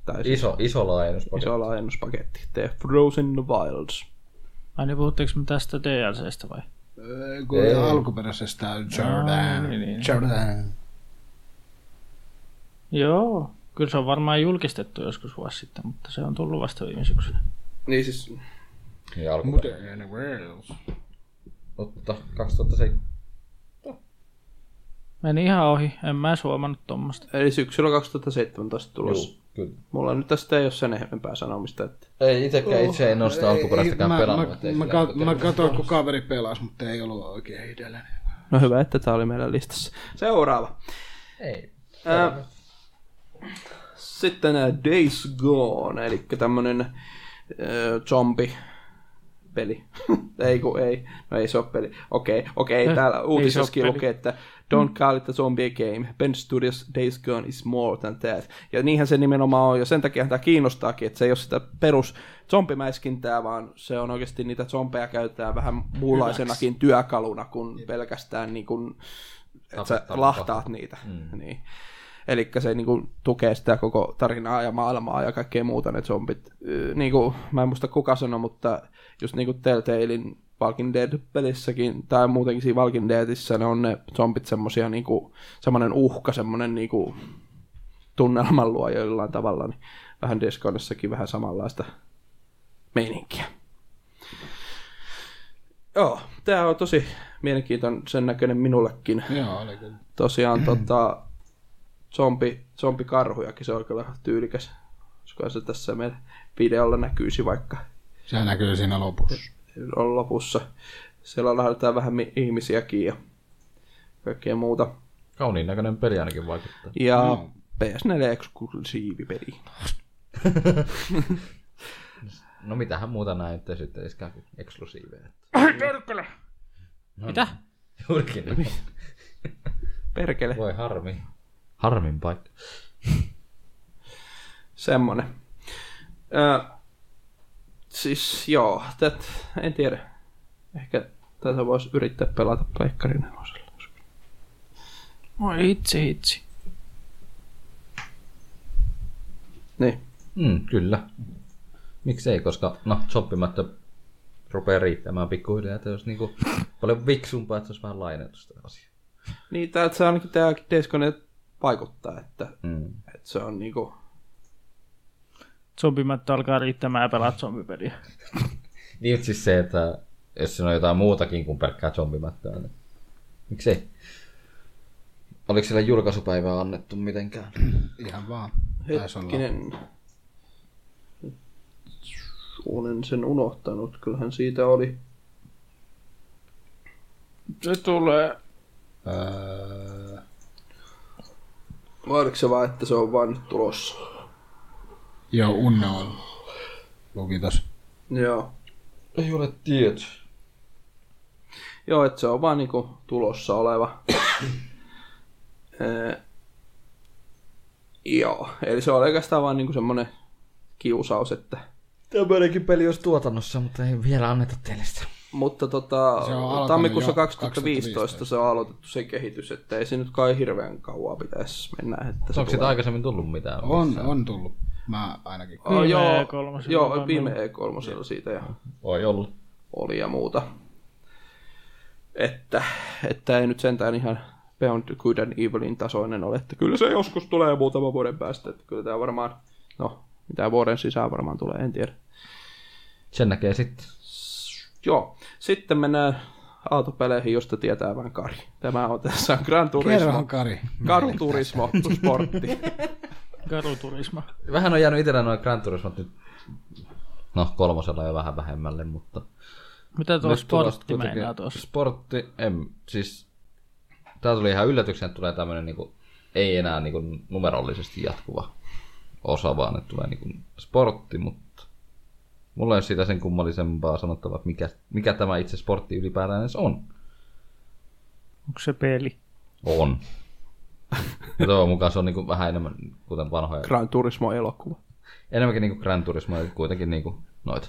Speaker 4: Tai siis
Speaker 5: Iso, iso laajennus.
Speaker 4: iso laajennuspaketti. The Frozen Wilds.
Speaker 3: Ai niin, puhuttiinko me tästä DLCstä vai?
Speaker 2: Öö, Kun ei. alkuperäisestä Jordan.
Speaker 3: niin, niin.
Speaker 2: Jordan.
Speaker 3: Joo. Kyllä se on varmaan julkistettu joskus vuosi sitten, mutta se on tullut vasta viime syksynä.
Speaker 4: Niin siis
Speaker 5: Niin alku.
Speaker 2: Mutta in the world.
Speaker 5: Mutta 2007.
Speaker 3: Meni ihan ohi, en mä edes huomannut tuommoista.
Speaker 4: Eli syksyllä 2017 tulossa.
Speaker 5: Juu, kyllä.
Speaker 4: Mulla nyt tästä ei ole sen ehempää sanomista, että
Speaker 5: Ei itekään itse en ole sitä alkuperäistäkään
Speaker 2: Ei, mä-
Speaker 5: pelannut.
Speaker 2: mä-
Speaker 5: et ei
Speaker 2: Mä,
Speaker 5: sillä
Speaker 2: kat- mä katsoin, kun kaveri pelasi, mutta ei ollut oikein itselläni.
Speaker 4: no hyvä, että tämä oli meillä listassa. Seuraava.
Speaker 5: Ei.
Speaker 4: Ää, sitten ää, Days Gone, eli tämmönen äh, zombi peli. [laughs] ei kun ei, no ei se ole peli. Okei, okay, okei, okay,
Speaker 3: Eh,
Speaker 4: täällä
Speaker 3: ei se
Speaker 4: uutisessakin
Speaker 3: oo
Speaker 4: lukee, että Don't call it a zombie game. Ben Studios Days Gone is more than that. Ja niinhän se nimenomaan on, ja sen takia tämä kiinnostaakin, että se ei ole sitä perus zombimäiskintää, vaan se on oikeasti niitä zombeja käytetään vähän muunlaisenakin työkaluna kuin pelkästään niin kuin, että sä
Speaker 5: Tapetaan
Speaker 4: lahtaat niitä. Mm. Niin. Eli se niin kuin, tukee sitä koko tarinaa ja maailmaa ja kaikkea muuta ne zombit. Ö, Niin kuin, mä en muista kuka sanoi, mutta just niin kuin Telltalein Walking Dead-pelissäkin tai muutenkin siinä Walking Deadissä ne on ne zombit semmosia niin kuin, semmoinen uhka, semmoinen niin kuin, tunnelman luo jollain tavalla. Niin vähän Discordissakin vähän samanlaista meininkiä. Joo, tämä on tosi mielenkiintoinen sen näköinen minullekin
Speaker 2: Joo, oli kyllä.
Speaker 4: tosiaan tota, zombi, zombikarhujakin, se on kyllä tyylikäs. Koska se tässä meidän videolla näkyisi vaikka
Speaker 2: Sehän näkyy siinä lopussa.
Speaker 4: on lopussa. Siellä lähdetään vähän mi- ihmisiäkin ja kaikkea muuta.
Speaker 5: Kauniin näköinen peli ainakin vaikuttaa.
Speaker 4: Ja no. PS4-eksklusiivi peli.
Speaker 5: No mitähän muuta näyttää sitten iskään kuin eksklusiiveja. No
Speaker 3: Mitä?
Speaker 5: Juurikin. näin.
Speaker 4: Perkele.
Speaker 5: Voi harmi. Harmin paikka.
Speaker 4: Semmonen. Ö, siis joo, tät, en tiedä. Ehkä tätä voisi yrittää pelata pleikkarin nelosella.
Speaker 3: Voi hitsi hitsi.
Speaker 4: Niin.
Speaker 5: Mm, kyllä. Miksei, koska no, soppimatta rupeaa riittämään pikkuhiljaa, että jos niinku paljon viksumpaa, että se olisi vähän lainetusta asia.
Speaker 4: Niin, täältä se ainakin tämä Days Gone vaikuttaa, että,
Speaker 5: Mm.
Speaker 4: että se on niinku...
Speaker 3: Zombimättä alkaa riittämään ja pelaat zombipeliä.
Speaker 5: Niin, mut siis se, että jos siinä on jotain muutakin kuin pelkkää zombimättöä, niin miksei? Oliko sillä julkaisupäivää annettu mitenkään?
Speaker 2: Ihan vaan. Taisi olla.
Speaker 4: Hetkinen. Olen sen unohtanut, kyllähän siitä oli.
Speaker 3: Se tulee.
Speaker 2: Öö,
Speaker 4: Vai oliko se vaan, että se on vaan nyt tulossa?
Speaker 2: joo, unne on. Luki tos.
Speaker 4: Joo.
Speaker 5: Ei ole tietoa.
Speaker 4: Joo, että se on vaan niinku tulossa oleva. Ee, joo, eli se on oikeastaan vaan niinku semmonen kiusaus, että...
Speaker 5: Tämmöinenkin peli olisi tuotannossa, mutta ei vielä anneta teille sitä.
Speaker 4: Mutta tota,
Speaker 2: Se on alkanut
Speaker 4: tammikuussa
Speaker 2: jo
Speaker 4: 2015,
Speaker 2: 2015.
Speaker 4: se on aloitettu se kehitys, että ei se nyt kai hirveän kauan pitäisi mennä. Että se
Speaker 5: Onko siitä aikaisemmin tullut mitään?
Speaker 2: On, on tullut. Mä ainakin.
Speaker 4: Oh,
Speaker 3: Viime
Speaker 4: joo,
Speaker 3: E3:llä
Speaker 4: joo,
Speaker 3: varmaan
Speaker 4: viime E3 siitä ja
Speaker 5: Voi olla.
Speaker 4: oli ja muuta. Että, että ei nyt sentään ihan Beyond Good and Evilin tasoinen ole, että kyllä se joskus tulee muutaman vuoden päästä, että kyllä tämä varmaan, no, mitä vuoden sisään varmaan tulee, en tiedä.
Speaker 5: Sen näkee sitten.
Speaker 4: Joo, sitten mennään autopeleihin, josta tietää vain Kari. Tämä on tässä on Gran Turismo,
Speaker 2: Kerrohan Kari.
Speaker 4: Mm. Gran Turismo Sportti.
Speaker 3: Karuturisma.
Speaker 5: Vähän on jäänyt itsellä noin Gran Turismot nyt, no kolmosella jo vähän vähemmälle, mutta...
Speaker 3: Mitä tuo
Speaker 5: Nyt tulos
Speaker 3: sportti
Speaker 5: kuitenkin-
Speaker 3: meinaa tuossa?
Speaker 5: Sportti, en, siis... Tää tuli ihan yllätyksen, että tulee tämmönen niinku, ei enää niinku numerollisesti jatkuva osa, vaan että tulee niinku sportti, mutta... Mulla ei ole siitä sen kummallisempaa sanottavaa, että mikä, mikä tämä itse sportti ylipäätään edes on.
Speaker 3: Onko se peli? [laughs]
Speaker 5: On. Ja toivon mukaan se on niinku vähän enemmän, kuten vanhoja
Speaker 4: Gran Turismo elokuva.
Speaker 5: enemmänkin niinku Gran Turismo ja kuitenkin niinku noita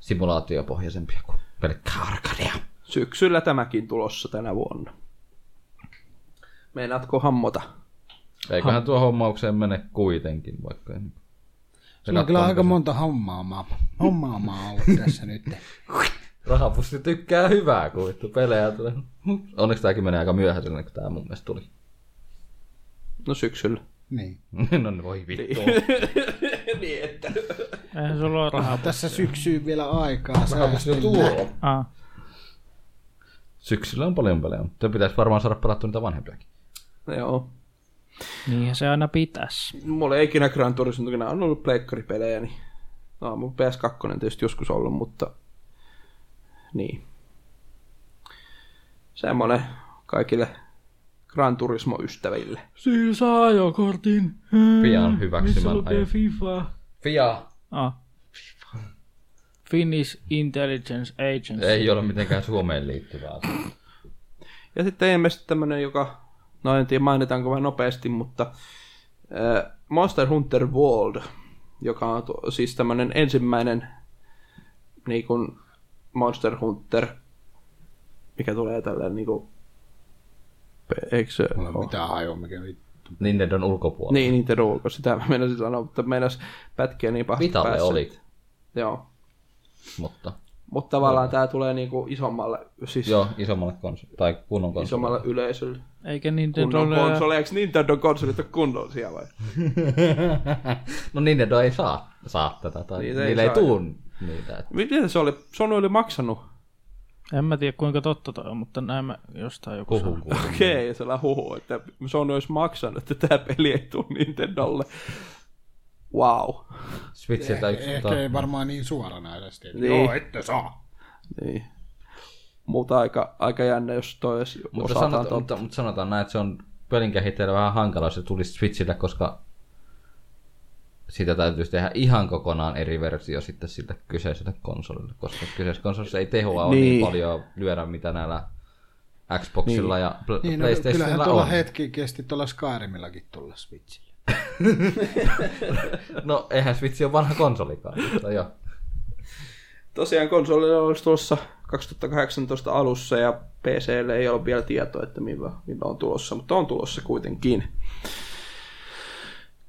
Speaker 5: simulaatiopohjaisempia kuin pelkkää arkadia.
Speaker 4: Syksyllä tämäkin tulossa tänä vuonna. Meinaatko hammota?
Speaker 5: Eiköhän tuo hommaukseen mene kuitenkin, vaikka ei niinku.
Speaker 2: Sulla on kyllä aika monta hommaamaa, hommaamaa ollut tässä nyt.
Speaker 5: Rahapussi tykkää hyvää, kun vittu pelejä tulee. Onneksi tämäkin menee aika myöhäisenä, kun tämä mun mielestä tuli.
Speaker 4: No syksyllä.
Speaker 2: Niin.
Speaker 5: [laughs] no niin, voi vittu.
Speaker 4: niin, että...
Speaker 3: Eihän sulla ole rahaa.
Speaker 2: Tässä syksyy vielä aikaa.
Speaker 5: Rahapussi on tuolla.
Speaker 3: Ah.
Speaker 5: Syksyllä on paljon pelejä, mutta pitäisi varmaan saada pelattua niitä vanhempiakin.
Speaker 4: Joo.
Speaker 3: Niinhän se aina pitäisi.
Speaker 4: Mulla ei ikinä Gran Turismo, kun on ollut pleikkaripelejä, niin... No, mun PS2 tietysti joskus ollut, mutta... Niin. Semmonen kaikille Gran Turismo-ystäville.
Speaker 3: Siinä saa ajokortin.
Speaker 5: Pian hyväksymän ajan.
Speaker 3: FIFA.
Speaker 5: Fia!
Speaker 3: Ah. Finnish Intelligence Agency.
Speaker 5: Ei ole mitenkään Suomeen liittyvää. asiaa.
Speaker 4: Ja sitten ilmeisesti tämmönen, joka... No en tiedä mainitaanko vai nopeasti, mutta... Äh, Monster Hunter World, joka on tu- siis tämmönen ensimmäinen niin kuin Monster Hunter, mikä tulee tällä niin kuin, eikö se
Speaker 2: Mulla ei
Speaker 4: ole?
Speaker 2: ole mitään hajua, mikä vittu.
Speaker 5: Nintendon ulkopuolella.
Speaker 4: Niin, niitä ruuko, sitä [laughs] mä meinasin sanoa, mutta meinas pätkiä niin pahasti
Speaker 5: Vitalle
Speaker 4: päässä.
Speaker 5: oli,
Speaker 4: Joo,
Speaker 5: mutta
Speaker 4: mutta tavallaan tää tulee niinku isommalle, siis Joo.
Speaker 5: Joo, isommalle konsolille. Tai kunnon konsolille.
Speaker 4: isommalle yleisölle.
Speaker 3: Eikä Nintendo
Speaker 4: Kunnon
Speaker 3: ole...
Speaker 4: konsoli, eikö Nintendo konsolit ole kunnollisia vai?
Speaker 5: No Nintendo ei saa, saa tätä. Tai
Speaker 2: Niin,
Speaker 4: Niitä
Speaker 5: niitä
Speaker 4: ei
Speaker 5: niillä ei,
Speaker 4: saa.
Speaker 5: tuu niitä. et-
Speaker 4: Miten se oli? Sony oli maksanut.
Speaker 3: En mä tiedä kuinka totta toi on, mutta näin mä jostain joku
Speaker 5: Huhu
Speaker 3: sanoi.
Speaker 5: kuuluu.
Speaker 4: Okei, okay, sellainen huhu, että Sony olisi maksanut, että tämä peli ei tule Nintendolle. Wow.
Speaker 5: Switchiltä yksi.
Speaker 2: Eh, Ehkä ei varmaan niin suoranaisesti. että
Speaker 4: Niin.
Speaker 2: Joo, ette saa.
Speaker 4: Niin. Mutta aika, aika jännä, jos toi edes
Speaker 5: Mutta
Speaker 4: osataan
Speaker 5: sanotaan,
Speaker 4: totta.
Speaker 5: mutta, mutta sanotaan näin, että se on pelin kehittäjälle vähän hankala, jos se tulisi Switchille, koska sitä täytyisi tehdä ihan kokonaan eri versio sitten sille kyseiselle konsolille, koska kyseisessä konsolissa ei tehoa ole niin. niin
Speaker 4: Niin.
Speaker 5: paljon lyödä, mitä näillä Xboxilla niin. ja pl-
Speaker 2: Niin, no, kyllähän
Speaker 5: PlayStationilla
Speaker 2: tuolla
Speaker 5: on.
Speaker 2: hetki kesti tuolla Skyrimillakin tulla Switchille.
Speaker 5: No eihän Switch ole vanha konsolikaan, mutta joo.
Speaker 4: Tosiaan konsolille olisi tuossa 2018 alussa ja PClle ei ole vielä tietoa, että milloin, milloin on tulossa, mutta on tulossa kuitenkin.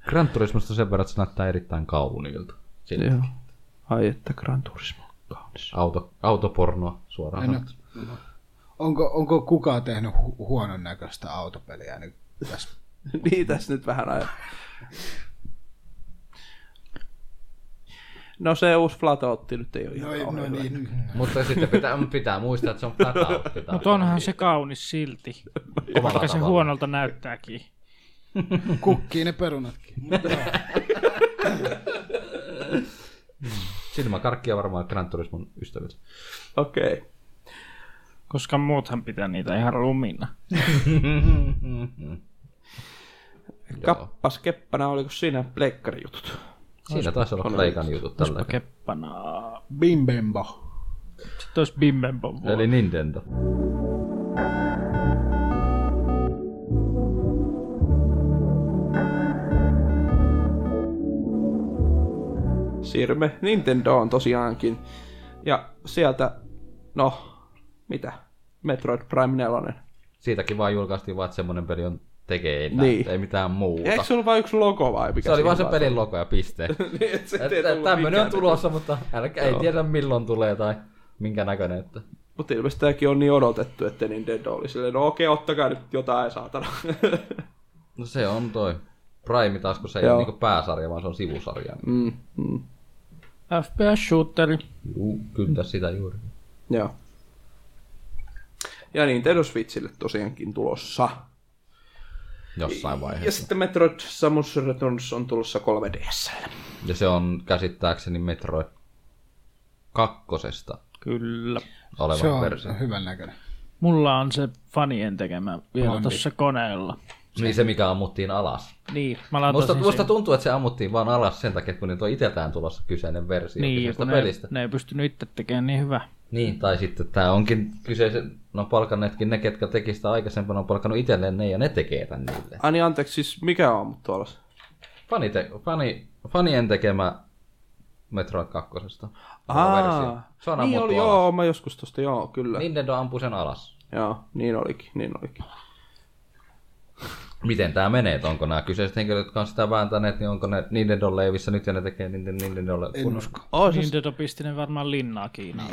Speaker 5: Gran Turismosta sen verran, että se näyttää erittäin kauniilta.
Speaker 2: Niin.
Speaker 5: Siinä
Speaker 4: Joo. Ai että Gran Turismo. Kaunis.
Speaker 5: auto, autopornoa suoraan.
Speaker 2: En Onko, onko kukaan tehnyt hu- huonon näköistä autopeliä nyt tässä?
Speaker 4: [laughs] niin tässä nyt vähän ajan. No se uusi Flatoutti nyt ei ole ihan
Speaker 2: No, no
Speaker 4: kauhean.
Speaker 2: niin.
Speaker 5: Mutta sitten pitää, pitää muistaa, että se on platautti.
Speaker 3: Mutta onhan se kaunis
Speaker 5: [laughs]
Speaker 3: silti, vaikka se huonolta näyttääkin.
Speaker 2: Kukkii ne perunatkin.
Speaker 5: Silmäkarkkia varmaan Gran Turismon ystävät.
Speaker 4: Okei. Okay.
Speaker 3: Koska muuthan pitää niitä ihan rumina.
Speaker 4: Kappas keppänä, oliko siinä pleikkarijutut?
Speaker 5: Siinä taisi olla Pleikan jutut tällä.
Speaker 3: Olisipa keppanaa.
Speaker 2: Bimbembo.
Speaker 3: Sitten olisi Bimbembon vuoro.
Speaker 5: Eli Nintendo.
Speaker 4: Siirrymme Nintendoon tosiaankin. Ja sieltä, no, mitä? Metroid Prime 4.
Speaker 5: Siitäkin vaan julkaistiin vaan, että semmonen peli on tekeillä.
Speaker 4: Niin.
Speaker 5: Ei mitään muuta.
Speaker 4: Eikö se ollut vain yksi logo vai mikä
Speaker 5: se oli vaan se
Speaker 4: siinä
Speaker 5: pelin logo ja [laughs] piste.
Speaker 4: Niin, et sit ei
Speaker 5: Että
Speaker 4: tullut
Speaker 5: Tämmönen on
Speaker 4: mitään.
Speaker 5: tulossa, mutta älkä, ei tiedä milloin tulee tai minkä näköinen. Että.
Speaker 4: Mutta ilmeisesti tämäkin on niin odotettu, että Nintendo oli silleen, no okei, ottakaa nyt jotain, saatana. [laughs]
Speaker 5: No se on toi. Prime taas, kun se ei
Speaker 4: Joo.
Speaker 5: ole niinku pääsarja, vaan se on sivusarja. Niin.
Speaker 4: mm, mm.
Speaker 3: FPS-shooteri.
Speaker 5: Juu, kyllä sitä juuri.
Speaker 4: Joo. Ja niin, Nintendo Switchille tosiaankin tulossa.
Speaker 5: Jossain
Speaker 4: Ja
Speaker 5: vaiheessa.
Speaker 4: sitten Metroid Samus Returns on tulossa 3DSlle.
Speaker 5: Ja se on käsittääkseni Metroid kakkosesta
Speaker 3: Kyllä.
Speaker 5: oleva
Speaker 2: Se on
Speaker 5: versio.
Speaker 2: hyvän näköinen.
Speaker 3: Mulla on se fanien tekemä vielä
Speaker 2: Kondi.
Speaker 3: tuossa koneella.
Speaker 5: Niin se, mikä ammuttiin alas.
Speaker 3: Niin, mä latasin
Speaker 5: Musta,
Speaker 3: sen.
Speaker 5: musta tuntuu, että se ammuttiin vaan alas sen takia, kun niitä on itseltään tulossa kyseinen versio
Speaker 3: niin,
Speaker 5: kyseisestä
Speaker 3: kun ne,
Speaker 5: pelistä.
Speaker 3: ne ei pystynyt itse tekemään niin hyvä.
Speaker 5: Niin, tai sitten tämä onkin kyseisen, no palkanneetkin ne, ketkä teki sitä aikaisempana, on palkannut itselleen ne ja ne tekee tän niille.
Speaker 4: Ani anteeksi, siis mikä on mutta tuolla?
Speaker 5: Fani te, fani, fanien tekemä Metroid 2. Se on
Speaker 4: niin
Speaker 5: ammuttu
Speaker 4: oli,
Speaker 5: alas.
Speaker 4: joo, mä joskus tosta, joo, kyllä. Niin.
Speaker 5: Nintendo ampui sen alas.
Speaker 4: Joo, niin olikin, niin olikin.
Speaker 5: Miten tämä menee, että onko nämä kyseiset henkilöt, jotka on sitä vääntäneet, niin onko ne Nintendo leivissä nyt ja ne tekee Ninten- Nintendolle kunnon?
Speaker 4: Oh, siis,
Speaker 3: Nintendo pisti ne varmaan linnaa Kiinaan.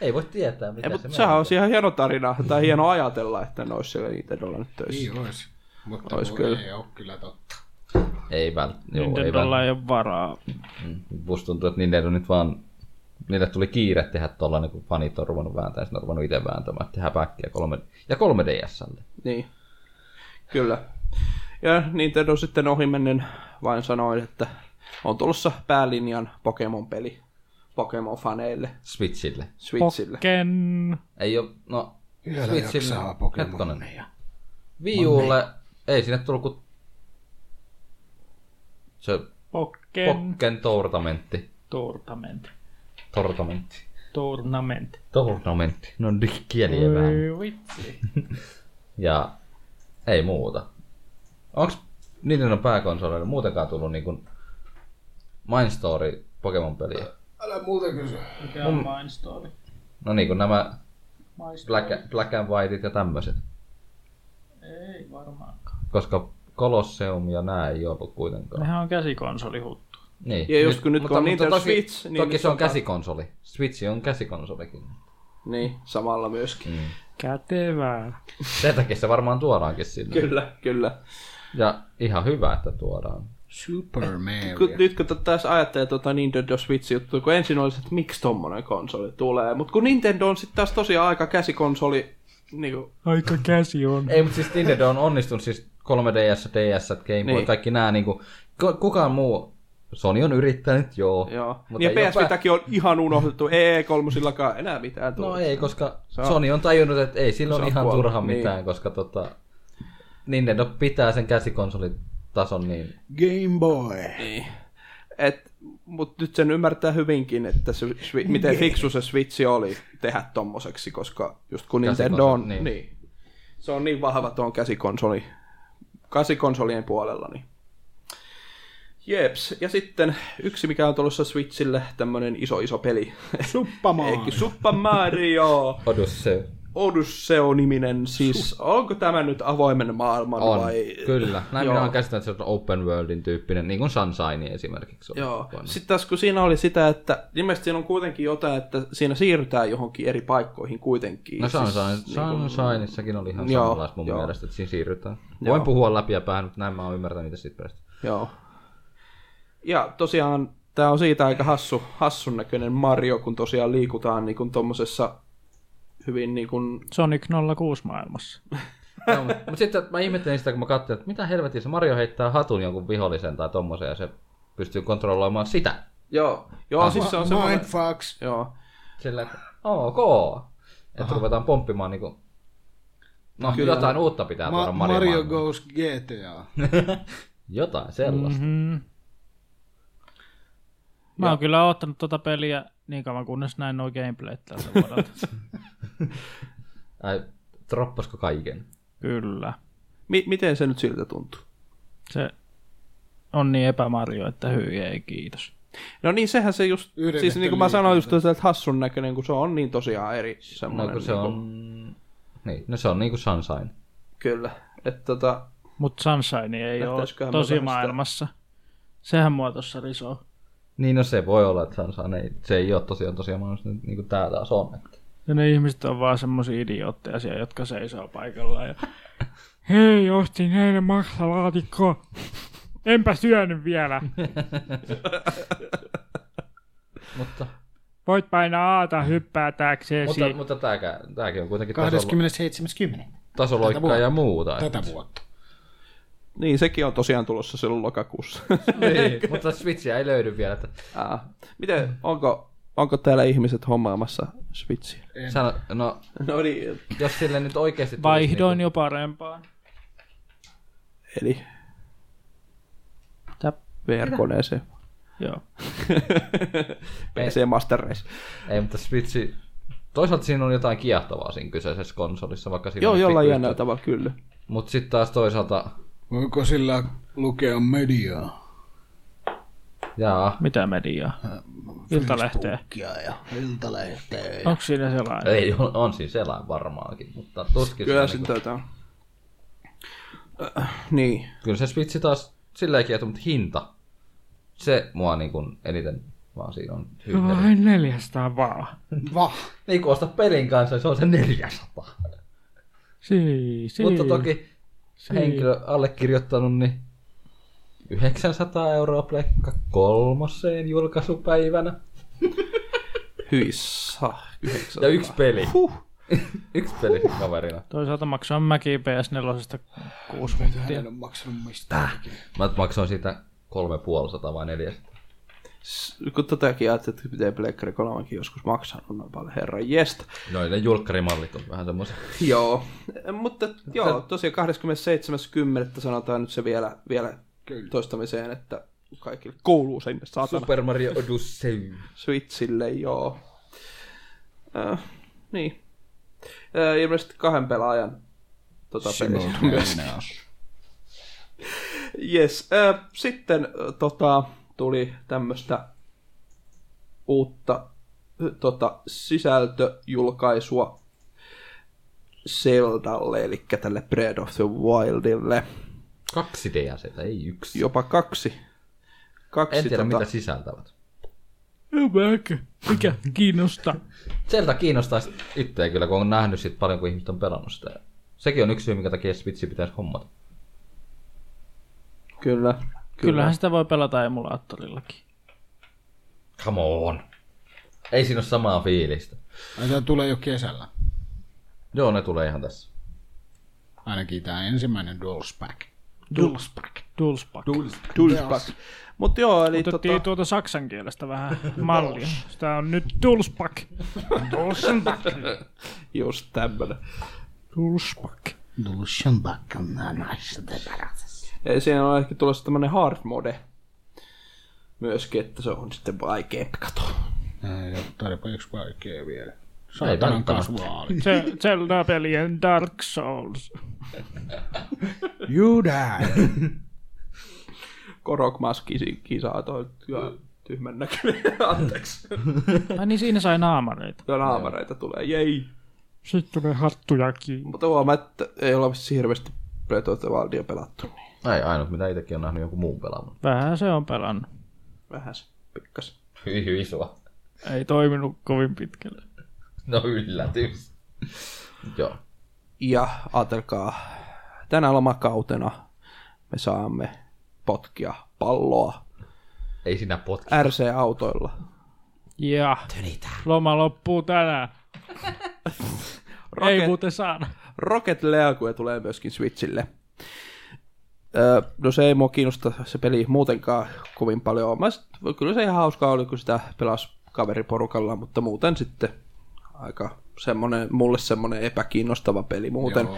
Speaker 5: Ei voi tietää, mitä
Speaker 4: ei,
Speaker 5: se
Speaker 4: mutta
Speaker 5: menee.
Speaker 4: Niin, sehän olisi ihan hieno tarina, tai hieno ajatella, että ne olisi siellä Nintendolla nyt töissä.
Speaker 2: Niin olisi. Mutta
Speaker 4: Ois
Speaker 2: voi
Speaker 4: kyllä.
Speaker 2: ei ole kyllä totta.
Speaker 5: Ei vält, joo, ei vält.
Speaker 3: Nintendolla ei ole varaa.
Speaker 5: Musta tuntuu, että Nintendo nyt vaan... Niille tuli kiire tehdä tollanen, kun fanit on ruvennut vääntämään, sitten on ruvennut itse vääntämään, että tehdään backia kolme, ja 3DSlle.
Speaker 4: Niin, kyllä. Ja Nintendo sitten ohimennen vain sanoi, että on tulossa päälinjan Pokemon-peli Pokemon-faneille
Speaker 5: Switchille.
Speaker 4: Switchille.
Speaker 3: Ken.
Speaker 5: Ei oo, no...
Speaker 2: Yhdellä jaksaa Pokemon
Speaker 5: Hetkonen. Wii Ulle, ei sinne tullut kuin... Se
Speaker 3: Pokken.
Speaker 5: Pokken tournamentti.
Speaker 3: Tournament.
Speaker 5: Tournamentti.
Speaker 3: Tournament.
Speaker 5: Tournamentti. No nyt kieliä vähän.
Speaker 3: Voi vitsi.
Speaker 5: Ja ei muuta. Onks Nintendo pääkonsoleilla muutenkaan tullut niinku Mindstory Pokemon-peliä?
Speaker 2: Älä muuta kysy.
Speaker 3: Mikä
Speaker 5: Mm.
Speaker 3: on Mindstorm?
Speaker 5: No niinku nämä Black, Black and Whiteit ja tämmöiset.
Speaker 3: Ei varmaan.
Speaker 5: Koska Colosseum ja nää ei ollut kuitenkaan.
Speaker 3: Nehän on käsikonsolihuttu.
Speaker 5: Niin.
Speaker 4: Ja jos kun nyt
Speaker 5: mutta-
Speaker 4: kun on
Speaker 5: mutta
Speaker 4: Nintendo
Speaker 5: toki,
Speaker 4: Switch, niin
Speaker 5: Toki
Speaker 4: nyt
Speaker 5: se on
Speaker 4: on taas-
Speaker 5: käsikonsoli. Switch on käsikonsolikin.
Speaker 4: Niin, samalla myöskin. Mm.
Speaker 3: Kätevää.
Speaker 5: Sen takia se varmaan tuodaankin sinne.
Speaker 4: Kyllä, kyllä.
Speaker 5: Ja ihan hyvä, että tuodaan.
Speaker 2: Super
Speaker 4: Kun,
Speaker 2: Mario.
Speaker 4: nyt kun tota taas ajattelee tuota Nintendo Switch-juttua, kun ensin oli se, että miksi tommonen konsoli tulee, mutta kun Nintendo on sitten taas tosiaan aika käsikonsoli, niin kuin,
Speaker 3: Aika käsi on.
Speaker 5: Ei, mutta siis Nintendo on onnistunut, siis 3DS, DS, Game Boy,
Speaker 4: Niin.
Speaker 5: niin. kaikki nämä niinku, ku- kukaan muu, Sony on yrittänyt, joo.
Speaker 4: joo.
Speaker 5: mutta
Speaker 4: Ja
Speaker 5: ei oo
Speaker 4: PS
Speaker 5: pää-
Speaker 4: Vitakin on ihan unohdettu, ei kolmosillakaan enää mitään
Speaker 5: No
Speaker 4: tullut.
Speaker 5: ei, koska
Speaker 4: on-
Speaker 5: Sony on tajunnut, että ei sillä
Speaker 4: se
Speaker 5: on
Speaker 4: on
Speaker 5: ihan
Speaker 4: kuollut,
Speaker 5: turha
Speaker 4: niin.
Speaker 5: mitään, koska tota, Nintendo pitää sen käsikonsolitason niin...
Speaker 6: Game Boy.
Speaker 4: Niin. Et, mut nyt sen ymmärtää hyvinkin, että se,
Speaker 5: Niin.
Speaker 4: swi- miten fiksu se Switch oli tehdä tommoseksi, koska just kun
Speaker 5: Käsikonsoli,
Speaker 4: Nintendo on,
Speaker 5: niin.
Speaker 4: niin. niin. se on niin vahva tuon käsikonsoli, käsikonsolien puolella, niin Jeps, ja sitten yksi mikä on tulossa Switchille, tämmönen iso iso peli. [laughs]
Speaker 2: Suppa Mario.
Speaker 4: Eikö Super Mario
Speaker 5: Odyssey.
Speaker 4: Odysseo-niminen, siis onko tämä nyt avoimen maailman
Speaker 5: On,
Speaker 4: vai...
Speaker 5: kyllä. Näin
Speaker 4: Joo.
Speaker 5: minä olen käsittänyt, että se on open worldin tyyppinen, niin kuin Sunshine esimerkiksi. on.
Speaker 4: Joo. Siis-
Speaker 5: Voinut.
Speaker 4: Sitten taas kun siinä oli sitä, että ilmeisesti siinä on kuitenkin jotain, että siinä siirrytään johonkin eri paikkoihin kuitenkin.
Speaker 5: No
Speaker 4: Siis
Speaker 5: Sunshine,
Speaker 4: niinku-
Speaker 5: Sunshineissakin oli ihan
Speaker 4: Joo,
Speaker 5: samanlaista mun
Speaker 4: joo.
Speaker 5: mielestä, että siinä siirrytään. Voin
Speaker 4: Joo.
Speaker 5: puhua läpi ja päähän, mutta näin mä oon ymmärtänyt itse siitä perästä.
Speaker 4: Joo. Ja tosiaan tämä on siitä aika hassu, hassun näköinen Mario, kun tosiaan liikutaan niin kuin tommosessa hyvin niin kuin,
Speaker 3: Sonic 06 maailmassa.
Speaker 5: [laughs] Joo, mutta mut sitten mä ihmettelin sitä, kun mä katsoin, että mitä helvetiä se Mario heittää hatun jonkun vihollisen tai tommosen ja se pystyy kontrolloimaan sitä.
Speaker 4: joo, joo ah, siis se on semmoinen,
Speaker 6: Mindfucks.
Speaker 4: joo,
Speaker 5: Sillä, että ok, että ruvetaan pomppimaan niinku... No, Kyllä. jotain uutta pitää tuoda
Speaker 2: Ma-
Speaker 5: Mario,
Speaker 2: Mario
Speaker 5: maailmaan.
Speaker 2: Goes GTA.
Speaker 5: Jotain
Speaker 3: Mhm.
Speaker 5: sellaista. Mm-hmm.
Speaker 3: Mm. Mä oon kyllä ottanut tota peliä niin kauan kunnes näin nuo gameplayt tältä
Speaker 4: [laughs]
Speaker 3: vuodelta.
Speaker 5: Ai, droppasko kaiken?
Speaker 3: kyllä.
Speaker 4: mi- miten se nyt siltä tuntuu?
Speaker 3: Se on niin epämarjo, että hyi ei kiitos.
Speaker 4: No niin, sehän se just,
Speaker 2: Yhden
Speaker 4: siis
Speaker 2: lehten
Speaker 4: niin kuin mä sanoin just
Speaker 2: liikunta.
Speaker 4: tuosta, että hassun näköinen, kun se on niin tosiaan eri semmoinen.
Speaker 5: No, kun se
Speaker 4: niin kuin-
Speaker 5: on... Niin, no se on niinku Sunshine.
Speaker 4: Kyllä, että tota,
Speaker 3: Mutta Sunshine ei
Speaker 4: Lähtäisiköhän
Speaker 3: ole
Speaker 4: me vähän
Speaker 3: tosi
Speaker 4: sitä-
Speaker 3: maailmassa. Sehän mua tossa risoo.
Speaker 5: Niin, no se voi olla, että Sunshine ei, se ei ole tosiaan tosiaan mahdollista, niin kuin tää taas on. Että.
Speaker 3: Ja ne ihmiset on vaan semmosia idiootteja siellä, jotka seisoo
Speaker 4: [laughs]
Speaker 3: paikallaan ja... Hei, ostin eilen maksalaatikkoa. Enpä syönyt vielä.
Speaker 5: Mutta,
Speaker 3: Voit painaa aata hyppäätäksesi.
Speaker 5: mutta, mutta tääkään, tääkin on kuitenkin tasolo,
Speaker 2: 27.10.
Speaker 5: tasoloikkaa ja muuta.
Speaker 2: Tätä vuotta.
Speaker 4: niin sekin on tosiaan tulossa silloin lokakuussa. [laughs]
Speaker 5: niin, mutta Switchia ei löydy vielä. Että,
Speaker 4: Ah, miten, onko, onko täällä ihmiset hommaamassa Switchiä?
Speaker 5: sano, no,
Speaker 4: No niin.
Speaker 5: jos sille nyt oikeasti tulisi,
Speaker 3: Vaihdoin
Speaker 5: niin
Speaker 3: jo parempaan.
Speaker 4: Eli
Speaker 3: Täp.
Speaker 4: VR-koneeseen.
Speaker 3: Joo.
Speaker 4: PC Master Race.
Speaker 5: kuin, niinku- ei, mutta Switchi, toisaalta siinä on jotain kiehtovaa siinä kyseisessä konsolissa, vaikka siinä
Speaker 4: Joo,
Speaker 5: on
Speaker 4: jollain
Speaker 5: pikku-
Speaker 4: jännällä tavalla kyllä.
Speaker 5: Mutta sitten taas toisaalta,
Speaker 2: Voiko sillä lukea mediaa?
Speaker 5: jaa,
Speaker 3: Mitä mediaa? Iltalehteä.
Speaker 2: Kia ja iltalehteä.
Speaker 3: Onko siinä sellainen?
Speaker 5: ei, on, on siinä selain varmaankin, mutta tuskin
Speaker 4: Kyllä
Speaker 5: se,
Speaker 4: sitten
Speaker 5: niin
Speaker 4: tätä on. Äh, Niin,
Speaker 5: kuin, kyllä se Switchi taas silleen kiehto, mutta hinta, se mua niin kuin eniten vaan siinä on hyyhdellyt.
Speaker 3: Vain 400 vaan.
Speaker 2: Vah.
Speaker 5: Niin kun ostat pelin kanssa, se on se 400.
Speaker 3: Sii, sii.
Speaker 5: Mutta toki henkilö allekirjoittanut, niin 900 euroa plekka kolmoseen julkaisupäivänä.
Speaker 4: hyissä.
Speaker 5: Ja yksi peli. Huh. [laughs] yksi peli huh. kaverina.
Speaker 3: Toisaalta maksaa mäkin PS4 kuusi huntia.
Speaker 2: En ole maksanut mistään.
Speaker 5: Mä maksoin siitä 350 vai 400.
Speaker 4: Kun tätäkin ajattelin, että miten Blackberry 3 joskus maksanut noin paljon, herra jestä.
Speaker 5: No ne julkkarimallit on vähän semmoisia.
Speaker 4: Joo, mutta joo, tosiaan 27.10. sanotaan nyt se vielä, vielä toistamiseen, että kaikille kouluun sinne saatana
Speaker 5: Super Mario Odyssey.
Speaker 4: Switchille, joo. Äh, niin. Äh, ilmeisesti kahden pelaajan tota peliä on myös. Yes. Äh, sitten äh, tota, tuli tämmöistä uutta äh, tota, sisältöjulkaisua Zeldalle, eli tälle Breath of the Wildille.
Speaker 5: Kaksi DLCtä, ei yksi.
Speaker 4: Jopa kaksi. kaksi
Speaker 5: en tiedä
Speaker 4: tota,
Speaker 5: mitä sisältävät.
Speaker 3: Mäkö? Mikä kiinnostaa?
Speaker 5: Zelda kiinnostaa sit itseä kyllä, kun on nähnyt sit paljon, kun ihmiset on pelannut sitä. Sekin on yksi syy, minkä takia Switchi pitäisi hommata.
Speaker 4: Kyllä.
Speaker 3: Kyllähän sitä voi pelata emulaattorillakin.
Speaker 5: Come on. Ei siinä ole samaa fiilistä.
Speaker 2: Ai, Tää tulee jo kesällä.
Speaker 5: Joo, ne tulee ihan tässä.
Speaker 2: Ainakin tää ensimmäinen Duals Pack.
Speaker 3: Dulspak. Dulspak.
Speaker 4: Tulspak. Mutta joo, eli
Speaker 3: Otettiin
Speaker 4: tota,
Speaker 3: tuota saksan kielestä vähän mallia. Sitä on nyt Dulspak. Dulspak.
Speaker 4: just tota, tämmönen.
Speaker 3: Dulspak.
Speaker 6: Dushan bakkana naista
Speaker 4: Ja siinä on ehkä tulossa tämmönen hard mode myöskin, että se on sitten vaikeampi katoa.
Speaker 2: Ei ole tarpeeksi vaikea vielä.
Speaker 5: välttämättä.
Speaker 2: Saatanan
Speaker 5: [laughs]
Speaker 2: kasvaali.
Speaker 3: Se- Zelda-pelien Dark Souls.
Speaker 6: You die.
Speaker 4: Korokmaski kisaa toi työ- tyhmän näköinen. [laughs] Anteeksi.
Speaker 3: Ai niin, siinä sai naamareita.
Speaker 4: Ja naamareita tulee, jei.
Speaker 3: Sitten tulee hattujakin.
Speaker 4: Mutta huomaa, että ei olla vissiin hirveästi Breath of the Wildia pelattu. Niin
Speaker 5: Ei ainut, mitä itsekin on nähnyt jonkun muun pelaamaan.
Speaker 3: Vähän se on pelannut.
Speaker 4: vähän se pikkas.
Speaker 5: [laughs] Hyi hyi sua.
Speaker 3: Ei toiminut kovin pitkälle.
Speaker 5: No yllätys. [laughs] Joo.
Speaker 4: Ja ajatelkaa, tänä lomakautena me saamme potkia palloa
Speaker 5: Ei sinä potki.
Speaker 4: RC-autoilla.
Speaker 3: Ja loma loppuu tänään. Ei
Speaker 4: Rocket-
Speaker 3: muuten saada.
Speaker 4: Rocket League tulee myöskin Switchille. Öö, no se ei mua kiinnosta se peli muutenkaan kovin paljon. Mä sit, kyllä se ihan hauskaa oli, kun sitä pelasi kaveriporukalla, mutta muuten sitten aika semmonen, mulle semmonen epäkiinnostava peli muuten.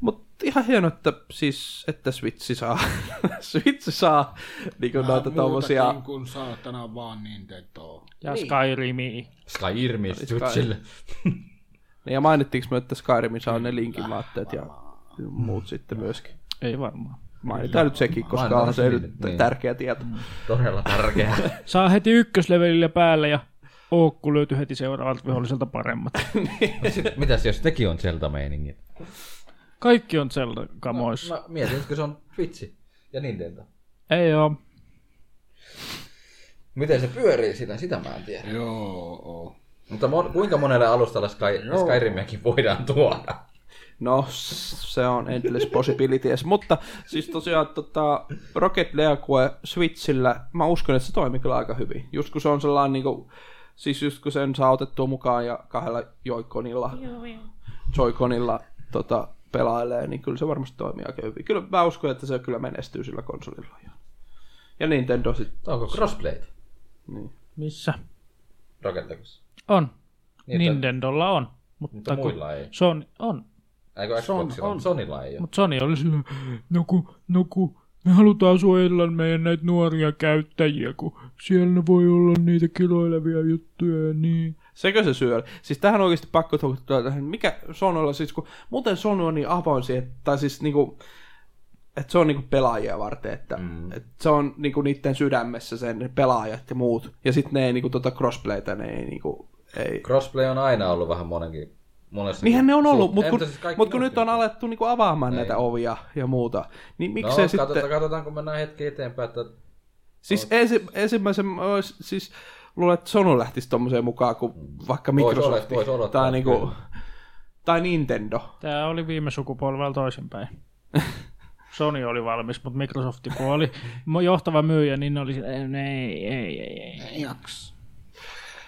Speaker 4: Mutta ihan hieno, että, siis, että Switch saa, [laughs] Switch saa niinku noita tommosia...
Speaker 2: Muutakin kuin saatana vaan Nintendo.
Speaker 3: Ja niin. Skyrimi.
Speaker 5: Skyrimi Switchille.
Speaker 4: Niin Ja mainittiinko me, että Skyrimin saa ne linkimaatteet ja muut sitten myöskin.
Speaker 3: Ei varmaan.
Speaker 4: Mainitaan nyt sekin, koska
Speaker 5: Mainitaan
Speaker 4: on se
Speaker 5: se
Speaker 4: nyt
Speaker 5: nyt, niin.
Speaker 4: tärkeä tieto.
Speaker 5: [laughs] Todella tärkeä. [laughs]
Speaker 3: Saa heti ykköslevelille päälle ja Oukku löytyy heti seuraavalta viholliselta paremmat.
Speaker 5: Mitäs jos nekin on Zelda-meiningit?
Speaker 3: Kaikki on Zelda-kamoissa.
Speaker 5: Mä mietin, että se on Switchi ja Nintendo.
Speaker 3: Ei oo.
Speaker 5: Miten se pyörii sitä, sitä mä en tiedä.
Speaker 2: Joo, oo.
Speaker 5: Mutta mon, kuinka monelle alustalle Sky, Skyrimiäkin voidaan tuoda?
Speaker 4: No, s- se on endless possibilities. [laughs] Mutta siis tosiaan tota, Rocket League Switchillä, mä uskon, että se toimii kyllä aika hyvin. Just kun se on sellainen niinku, siis just kun sen saa otettua mukaan ja kahdella joikonilla, joikonilla tota, pelailee, niin kyllä se varmasti toimii aika hyvin. Kyllä mä uskon, että se kyllä menestyy sillä konsolilla. ihan. Ja Nintendo sitten.
Speaker 5: Onko crossplay?
Speaker 3: Missä?
Speaker 5: Rocket Leagueissa?
Speaker 3: On.
Speaker 5: Niin,
Speaker 3: Nintendolla on. Mutta,
Speaker 5: Mutta muilla ei.
Speaker 3: Sony on.
Speaker 5: Eikö Xboxilla? On, Sonilla ei ole.
Speaker 3: Mutta Sony oli silloin, no kun, no kun, me halutaan suojella meidän näitä nuoria käyttäjiä, kun siellä voi olla niitä kiloilevia juttuja ja niin.
Speaker 4: Sekö se syö? Siis tähän on oikeasti pakko tulla tähän. Mikä Sonolla siis, kun muuten Sony on niin avoin siihen, tai siis niinku, että se on niinku pelaajia varten, että mm. et se on niinku niiden sydämessä sen ne pelaajat ja muut. Ja sitten ne ei niinku tota crossplaytä, ne ei niinku, ei.
Speaker 5: Crossplay on aina ollut vähän monenkin. Monessa
Speaker 4: Niinhän ne on ollut, mutta
Speaker 5: Entäs
Speaker 4: kun,
Speaker 5: siis kaikki
Speaker 4: mut kun
Speaker 5: muutkin?
Speaker 4: nyt on alettu niinku avaamaan ei. näitä ovia ja muuta, niin miksei
Speaker 5: no,
Speaker 4: sitten...
Speaker 5: Katsotaan, katsotaan, kun mennään hetki eteenpäin, että
Speaker 4: Siis ensi, ensimmäisen, mä ois- siis luulen, että Sony lähtisi tommoseen mukaan kuin vaikka
Speaker 5: Vois
Speaker 4: Microsoft
Speaker 5: olet- vois olettaa,
Speaker 4: tai, niinku,
Speaker 5: kyllä.
Speaker 4: tai Nintendo.
Speaker 3: Tämä oli viime sukupolvella toisinpäin. [laughs] Sony oli valmis, mutta Microsoftin puoli, mo- johtava myyjä, niin ne oli sillä, ei, ei, ei, ei, ei.
Speaker 2: Jaks.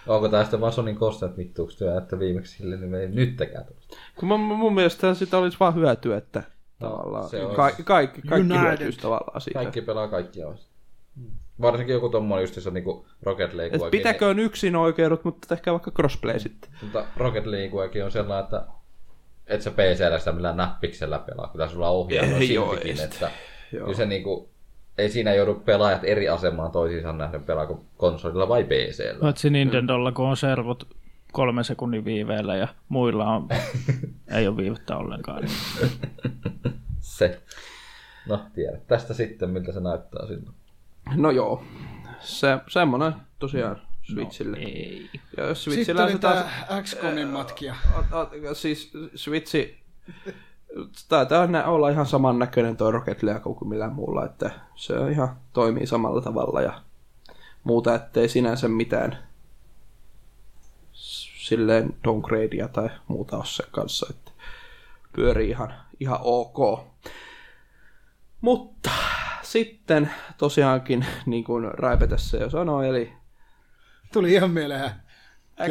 Speaker 5: onko tää sitten vaan Sonin kostat vittuuks työ, että viimeksi sille niin me ei nyt tekään tuosta.
Speaker 4: Kun mun, mun mielestä sitä olisi vaan hyötyä, että tavallaan
Speaker 5: se olisi-
Speaker 4: ka- kaikki, kaikki hyötyisi tavallaan siitä.
Speaker 5: Kaikki pelaa kaikkia vasta. Varsinkin joku tommonen justiinsa niinku Rocket
Speaker 4: Et
Speaker 5: League.
Speaker 4: pitäköön yksin oikeudet, mutta tehkää vaikka
Speaker 5: Mm.
Speaker 4: crossplay sitten.
Speaker 5: Mutta Rocket Leaguekin on sellainen, että et sä PCllä sitä millään näppiksellä pelaa, kyllä sulla ohjaa on
Speaker 4: Ei oo
Speaker 5: siltikin,
Speaker 4: ees.
Speaker 5: että
Speaker 4: Joo.
Speaker 5: kyllä se niinku, ei siinä joudu pelaajat eri asemaan toisiinsa nähden pelaako konsolilla vai PCllä.
Speaker 3: Paitsi Nintendolla, kun on servot kolmen sekunnin viiveellä ja muilla on, ei ole viivettä ollenkaan. Niin.
Speaker 5: Se. No tiedä. Tästä sitten, miltä se näyttää sinne.
Speaker 4: No joo, se, semmonen tosiaan Switchille.
Speaker 5: niin.
Speaker 4: No,
Speaker 3: Ei.
Speaker 4: ja jos
Speaker 2: Sitten
Speaker 4: Switchillä
Speaker 2: oli
Speaker 4: on taas...
Speaker 2: tää XCOMin matkia.
Speaker 4: O- o- siis Switchi, taitaa nä- olla ihan samannäköinen toi Rocket League kuin millään muulla, että se on ihan toimii samalla tavalla ja muuta, ettei sinänsä mitään s- silleen downgradea tai muuta ole sen kanssa, että pyörii ihan, ihan ok. Mutta sitten tosiaankin, niin kuin Raipe tässä jo sanoi, eli
Speaker 2: Tuli ihan mieleen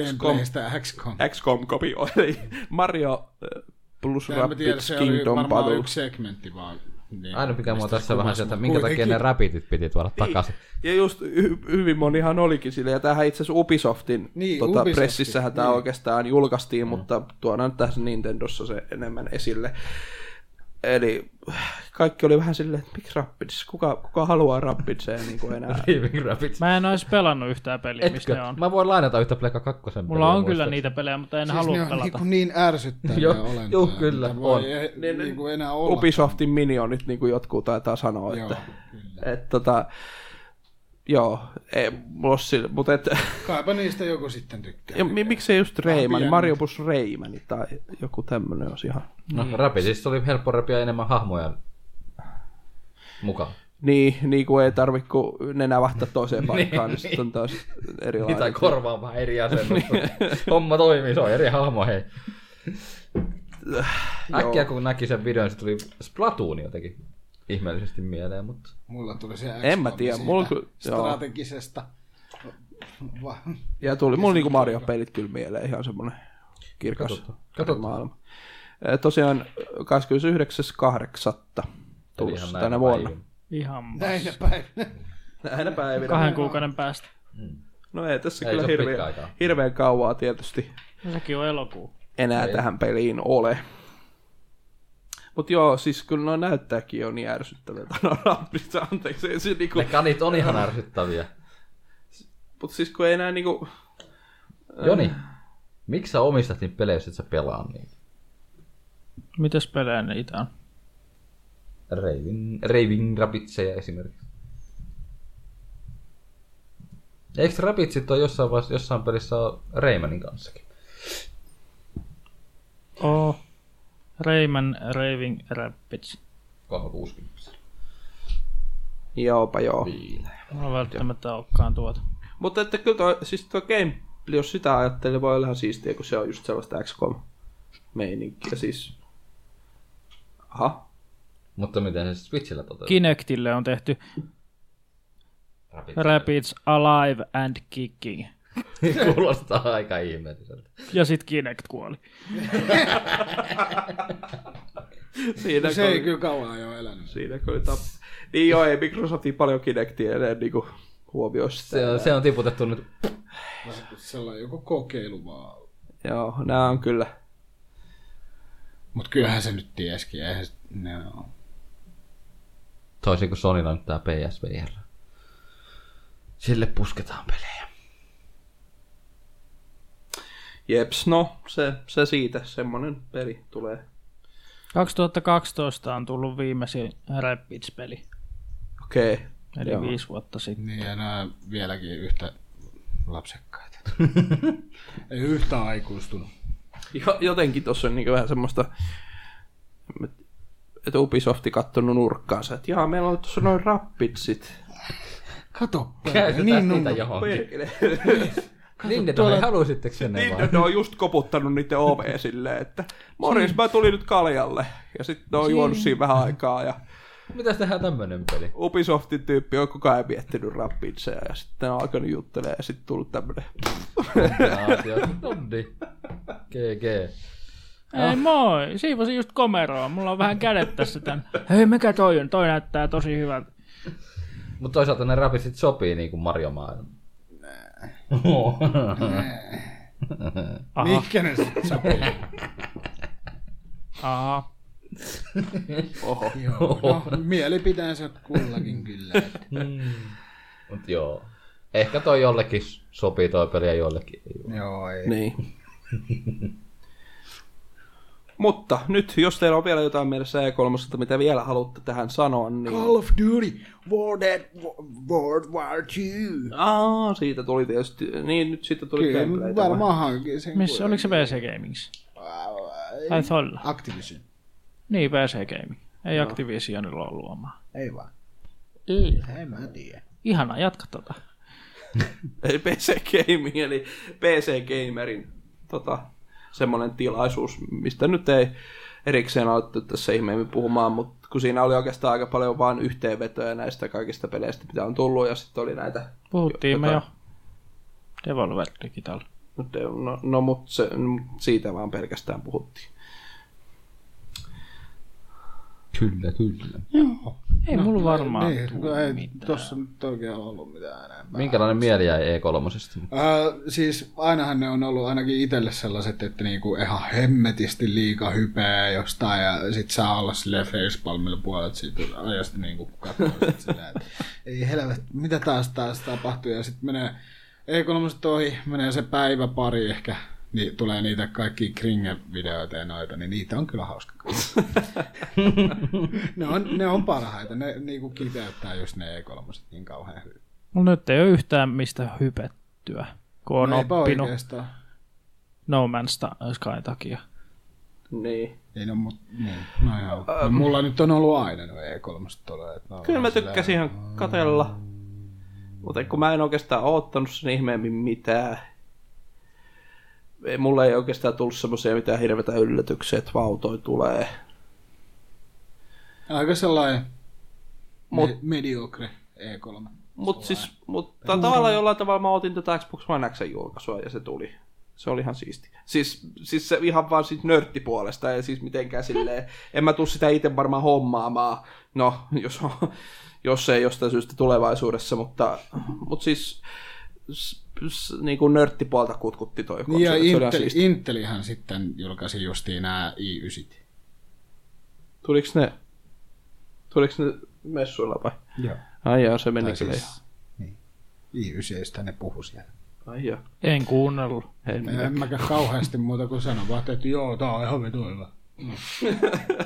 Speaker 4: XCOM
Speaker 2: gameplaystä XCOM.
Speaker 4: XCOM kopio, eli Mario ö, plus
Speaker 2: En mä tiedä,
Speaker 4: Rabbids
Speaker 2: se oli
Speaker 4: Kingdom
Speaker 2: varmaan
Speaker 4: Battle.
Speaker 2: yksi segmentti vaan. Niin.
Speaker 5: Aina mikä mua
Speaker 2: Mistä
Speaker 5: tässä vähän
Speaker 2: kuvasi,
Speaker 5: sieltä,
Speaker 2: mut
Speaker 5: minkä takia
Speaker 2: kuitenkin.
Speaker 5: ne rapitit piti tuoda
Speaker 3: Niin. [laughs]
Speaker 5: takaisin.
Speaker 4: Ja just hy- hyvin monihan olikin sillä, ja tämähän itse asiassa Ubisoftin
Speaker 2: Niin,
Speaker 4: tota,
Speaker 2: Ubisoftin, Niin.
Speaker 4: pressissähän tämä oikeastaan julkaistiin, mutta tuodaan nyt tässä Nintendossa se enemmän esille. Eli kaikki oli vähän silleen, että miksi Rapids? Kuka, kuka haluaa Rapidsen niin kuin
Speaker 2: [laughs]
Speaker 4: enää?
Speaker 5: Living Rapids.
Speaker 3: Mä en ois pelannut yhtään peliä, mistä ne
Speaker 5: Etkö?
Speaker 3: on.
Speaker 5: Mä voin lainata yhtä Pleikka kakkosen
Speaker 3: Mulla on kyllä niitä pelejä, mutta en
Speaker 2: Siis
Speaker 3: halua
Speaker 2: ne on
Speaker 3: pelata.
Speaker 2: niinku niin ärsyttäviä
Speaker 5: Joo,
Speaker 2: olentoja.
Speaker 5: juu, kyllä,
Speaker 2: mitä voi
Speaker 5: on.
Speaker 2: Ei, niinku enää olla.
Speaker 4: Ubisoftin minionit, niin kuin jotkut taitaa sanoa,
Speaker 2: Joo,
Speaker 4: että, että tota, joo, ei, mulla ole sille, mutta et, [laughs]
Speaker 2: Kaipa niistä joku sitten tykkää.
Speaker 4: ja mi- miksei just Reiman,
Speaker 2: pieni.
Speaker 4: Mario plus Reimani tai joku tämmönen olisi ihan.
Speaker 5: No,
Speaker 3: niin.
Speaker 5: Rapidsissa oli helppo repiä enemmän hahmoja mukaan.
Speaker 4: Niin, niin kuin ei tarvi kuin nenä vahtaa
Speaker 5: [laughs]
Speaker 4: toiseen paikkaan, niin sitten on taas
Speaker 5: Niin, tai
Speaker 4: erilainen.
Speaker 5: korvaamaan
Speaker 3: [laughs]
Speaker 5: eri asennosta.
Speaker 3: Niin.
Speaker 5: Homma toimii, se on eri hahmo, hei. Äkkiä kun näki sen videon, se tuli Splatoon jotenkin ihmeellisesti mieleen, mutta...
Speaker 2: Mulla tuli se
Speaker 4: En mä tiedä,
Speaker 2: X-Comi
Speaker 4: mulla
Speaker 2: siitä
Speaker 4: ky- joo.
Speaker 2: strategisesta. Va-
Speaker 4: Ja tuli mulla
Speaker 5: Niin,
Speaker 4: niinku Mario-pelit kyllä mieleen, ihan semmonen kirkas
Speaker 5: Katsotaan.
Speaker 4: maailma. Eh, Tosiaan 29.8.
Speaker 5: Eli ihan
Speaker 4: tulossa
Speaker 5: näinä
Speaker 4: tänä vuonna.
Speaker 5: päivinä.
Speaker 3: Ihan
Speaker 2: Näinä päivinä.
Speaker 4: Näinä päivinä.
Speaker 3: kahden kuukauden päästä.
Speaker 4: No ei tässä
Speaker 5: Ei
Speaker 4: kyllä
Speaker 5: se ole pitkä
Speaker 4: hirveän,
Speaker 5: aikaa.
Speaker 4: hirveän kauaa tietysti
Speaker 3: No Sekin on elokuu.
Speaker 4: enää ei. tähän peliin ole. Mutta joo, siis kyllä no näyttääkin jo niin ärsyttäviltä. No rampista, anteeksi. Ei se niinku,
Speaker 5: Ne kanit on ihan ärsyttäviä.
Speaker 4: mut siis kun ei enää niinku...
Speaker 5: Joni, miksi sä omistat niitä pelejä, jos et sä pelaa niitä?
Speaker 3: Mitäs pelejä niitä on?
Speaker 5: Raving, Raving Rapidseja esimerkiksi. Eikö Rapidsit ole jossain, vaiheessa, jossain pelissä Reimanin kanssakin?
Speaker 3: Oh. Rayman Raving Rapids.
Speaker 5: 360.
Speaker 4: Joopa joo.
Speaker 3: Mulla välttämättä olekaan tuota.
Speaker 4: Mutta että kyllä toi, siis toi game, jos sitä ajattelee, voi olla ihan siistiä, kun se on just sellaista XCOM-meininkiä. Siis... Aha.
Speaker 5: Mutta miten se Switchillä toteutuu?
Speaker 3: Kinectille on tehty
Speaker 5: Rapids.
Speaker 3: Rapids Alive and Kicking.
Speaker 5: [laughs] Kuulostaa aika ihmeelliseltä.
Speaker 3: Ja sit Kinect kuoli.
Speaker 4: Siinä
Speaker 2: Se ei kyllä kauan jo elänyt.
Speaker 4: Siinä kun oli tap... Niin joo, ei Microsoftin paljon Kinectia enää niinku huomioi sitä.
Speaker 5: Se on, se on tiputettu nyt.
Speaker 2: Sellainen joku kokeilu vaan.
Speaker 4: Joo, nämä on kyllä.
Speaker 2: Mut kyllähän se nyt tieskin. Eihän se... No.
Speaker 5: Toisin kuin Sonylla nyt tää PSVR. Sille pusketaan pelejä.
Speaker 4: Jeps, no se, se siitä, semmonen peli tulee.
Speaker 3: 2012 on tullut viimeisin Rapids-peli.
Speaker 4: Okei. Okay.
Speaker 3: Eli
Speaker 4: Joo.
Speaker 3: Joo. viisi vuotta sitten.
Speaker 2: Niin ja nämä vieläkin yhtä
Speaker 4: [laughs]
Speaker 2: lapsekkaita. ei yhtään aikuistunut.
Speaker 4: Jo, jotenkin tuossa on niinku vähän semmoista, että Ubisofti kattonut nurkkaansa, että jaa, meillä on tuossa noin rappitsit.
Speaker 2: Kato.
Speaker 5: Käytetään niin, niitä johonkin.
Speaker 4: Perkele.
Speaker 5: Nintendo, hei, halusitteko sen [laughs] ne vaan?
Speaker 4: Nintendo on just koputtanut niiden oveen silleen, että morjens, mä tulin nyt kaljalle. Ja sitten ne on juonut siinä vähän aikaa ja
Speaker 5: Mitäs tehdään tämmönen peli?
Speaker 4: Ubisoftin tyyppi on koko ajan miettinyt rappitseja ja sitten on alkanut juttelemaan ja sitten tullut tämmönen
Speaker 5: Kombinaatio. Nonni. GG.
Speaker 3: Ei moi, siivosin just komeroa. Mulla on vähän kädet tässä tän. Hei, mikä toi on? Toi näyttää tosi hyvältä.
Speaker 5: Mutta toisaalta ne rapidsit sopii niinku Mario maailma.
Speaker 3: Aha,
Speaker 2: Mikä ne sit sopii?
Speaker 4: [laughs]
Speaker 3: aha.
Speaker 4: oho.
Speaker 2: Joo, no, mielipiteensä kullakin kyllä. että-
Speaker 5: Mut joo. Ehkä toi jollekin sopii toi peli ja jollekin ei.
Speaker 2: Joo, ei.
Speaker 4: Niin. [laughs] Mutta nyt, jos teillä on vielä jotain mielessä E3, mitä vielä haluatte tähän sanoa, niin...
Speaker 6: Call of Duty, World, at, World War II.
Speaker 4: Aa, siitä tuli tietysti... Niin, nyt siitä tuli
Speaker 2: Kyllä,
Speaker 4: gameplaytä.
Speaker 2: varmaan hankin sen
Speaker 3: Missä,
Speaker 2: kuitenkin.
Speaker 3: oliko se PC Gamings? Taisi olla.
Speaker 2: Activision.
Speaker 3: Niin, PC Gaming. Ei Activisionilla ollut omaa.
Speaker 2: Ei vaan. En mä tiedä.
Speaker 3: Ihana, jatka tota.
Speaker 4: Eli PC Gaming, eli PC Gamerin tota, semmoinen tilaisuus, mistä nyt ei erikseen alettu tässä ihmeemmin puhumaan, mutta kun siinä oli oikeastaan aika paljon vain yhteenvetoja näistä kaikista peleistä, mitä on tullut, ja sitten oli näitä
Speaker 3: Puhuttiin me
Speaker 4: Jota-
Speaker 3: jo Devolver Digital.
Speaker 4: Mut ei- No, no mutta se, no, siitä vaan pelkästään puhuttiin.
Speaker 5: Kyllä, kyllä.
Speaker 3: Ei no, mulla varmaan
Speaker 2: Niin,
Speaker 3: tuu
Speaker 2: kun ei
Speaker 3: mitään.
Speaker 2: tossa nyt oikein ollut mitään enempää.
Speaker 5: Minkälainen mieli jäi E E3?
Speaker 2: Äh, siis ainahan ne on ollut ainakin itselle sellaiset, että niinku ihan hemmetisti liika hypeä jostain ja sit saa olla silleen facepalmilla puolet siitä ajasta niinku katsoo sit silleen, että ei helvet, mitä taas taas tapahtuu ja sit menee e 3 ohi, menee se päivä pari ehkä, niin tulee niitä kaikki kringe-videoita ja noita, niin niitä on kyllä hauska. ne, on, ne on parhaita, ne niinku kiteyttää just ne E3 niin kauhean hyvin.
Speaker 3: Mulla nyt ei ole yhtään mistä hypettyä, kun on
Speaker 2: No eipä
Speaker 3: oppinut
Speaker 2: oikeastaan.
Speaker 3: No Man's Sta- Sky takia.
Speaker 4: Niin.
Speaker 2: Ei no, mut, niin. no joo. No, mulla nyt on ollut aina no E3 tulee. No,
Speaker 4: Kyllä mä tykkäsin ihan katella. Mutta kun mä en oikeastaan oottanut sen ihmeemmin mitään. Ei- Mulla ei oikeastaan tullut semmoisia mitään hirveitä yllätyksiä, että vau, toi tulee.
Speaker 2: Aika sellainen
Speaker 4: Mut-
Speaker 2: Mut... me- mediocre E E3.
Speaker 4: Mut siis, mutta tavallaan jollain tavalla mä otin tätä Xbox One X julkaisua ja se tuli. Se oli ihan siisti. Siis, siis se ihan vaan siis nörttipuolesta ja siis mitenkään
Speaker 2: [laughs]
Speaker 4: silleen, en mä tuu sitä itse varmaan hommaamaan, no jos, [laughs] jos ei jostain syystä tulevaisuudessa, mutta, mutta siis s, s, niin kuin nörttipuolta kutkutti toi
Speaker 2: Niin ja
Speaker 4: konsoli, se oli ihan
Speaker 2: Intel,
Speaker 4: siisti.
Speaker 2: Intelihän sitten julkaisi justiin nämä i9.
Speaker 4: Tuliko ne, tuliko ne messuilla vai?
Speaker 2: Joo.
Speaker 4: Ai jaa, se meni
Speaker 2: Tai
Speaker 4: kyllä
Speaker 2: siis, niin. i9 ne puhu siellä.
Speaker 4: ihan. Ai jaa.
Speaker 3: En kuunnellut.
Speaker 4: En
Speaker 2: En, en mäkään kauheasti muuta kuin sanon, vaan että joo, tää on ihan vitu hyvä.
Speaker 4: [laughs]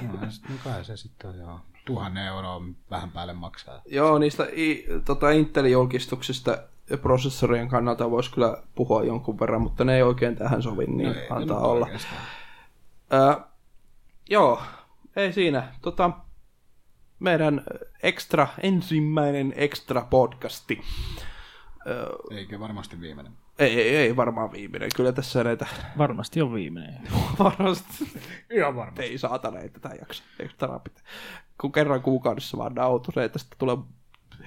Speaker 2: No, ja sit- no kai se sitten on, joo. Tuhannen euroa vähän päälle maksaa.
Speaker 4: Joo, niistä i, tota, Intelin julkistuksista prosessorien kannalta voisi kyllä puhua jonkun verran, mutta ne ei oikein tähän sovi, niin no,
Speaker 2: ei,
Speaker 4: antaa
Speaker 2: nyt
Speaker 4: olla.
Speaker 2: oikeastaan.
Speaker 4: Ö, joo, ei siinä. Tota, meidän extra, ensimmäinen extra podcasti.
Speaker 2: Eikä varmasti viimeinen.
Speaker 4: Ei, ei, ei varmaan viimeinen. Kyllä tässä näitä [laughs]
Speaker 3: Varmasti on viimeinen.
Speaker 4: varmasti.
Speaker 2: Ihan varmasti.
Speaker 4: Ei saatana, ei tätä jaksa. Ei tätä pitää. Kun kerran kuukaudessa vaan nautu, ei tästä tulee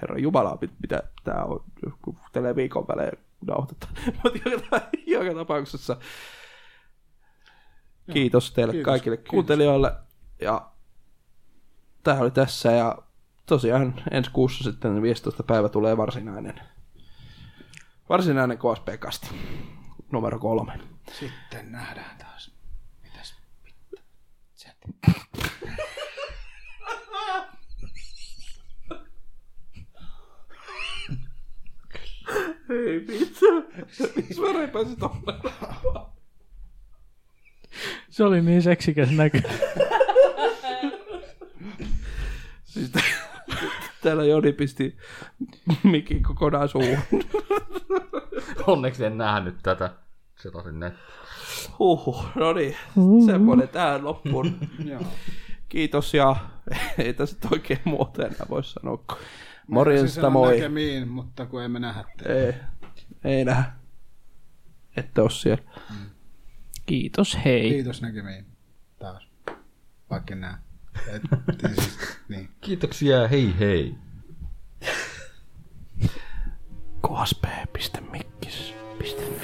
Speaker 4: Herra Jumala, mit- mitä tämä on, kun tällä viikon välein nauhoitetaan. [laughs] Mutta joka, ta- joka tapauksessa kiitos teille
Speaker 2: kiitos,
Speaker 4: kaikille
Speaker 2: kiitos.
Speaker 4: kuuntelijoille. Ja tämä oli tässä ja tosiaan ensi kuussa sitten 15. päivä tulee varsinainen varsinainen KSP-kasti numero kolme.
Speaker 2: Sitten nähdään taas.
Speaker 4: Ei vitsi. Miksi mä repäsin tuolla?
Speaker 3: Se oli niin seksikäs näkö.
Speaker 4: Siis tä- [laughs] täällä Joni pisti mikin kokonaan suuhun.
Speaker 5: Onneksi en nähnyt tätä. Se tosin net.
Speaker 4: Huhhuh, no niin, semmoinen tähän loppuun. Kiitos ja [laughs] ei tässä nyt oikein muuta enää voi sanoa. kuin Morjesta, moi.
Speaker 2: Siis Näkemiin, mutta kun emme nähdä teitä.
Speaker 4: Ei, ei nähdä. Ette oo siellä.
Speaker 3: Kiitos, hei.
Speaker 2: Kiitos näkemiin. Taas. Vaikka en näe. Et, siis, niin.
Speaker 5: Kiitoksia, hei hei.
Speaker 4: ksp.mikkis.net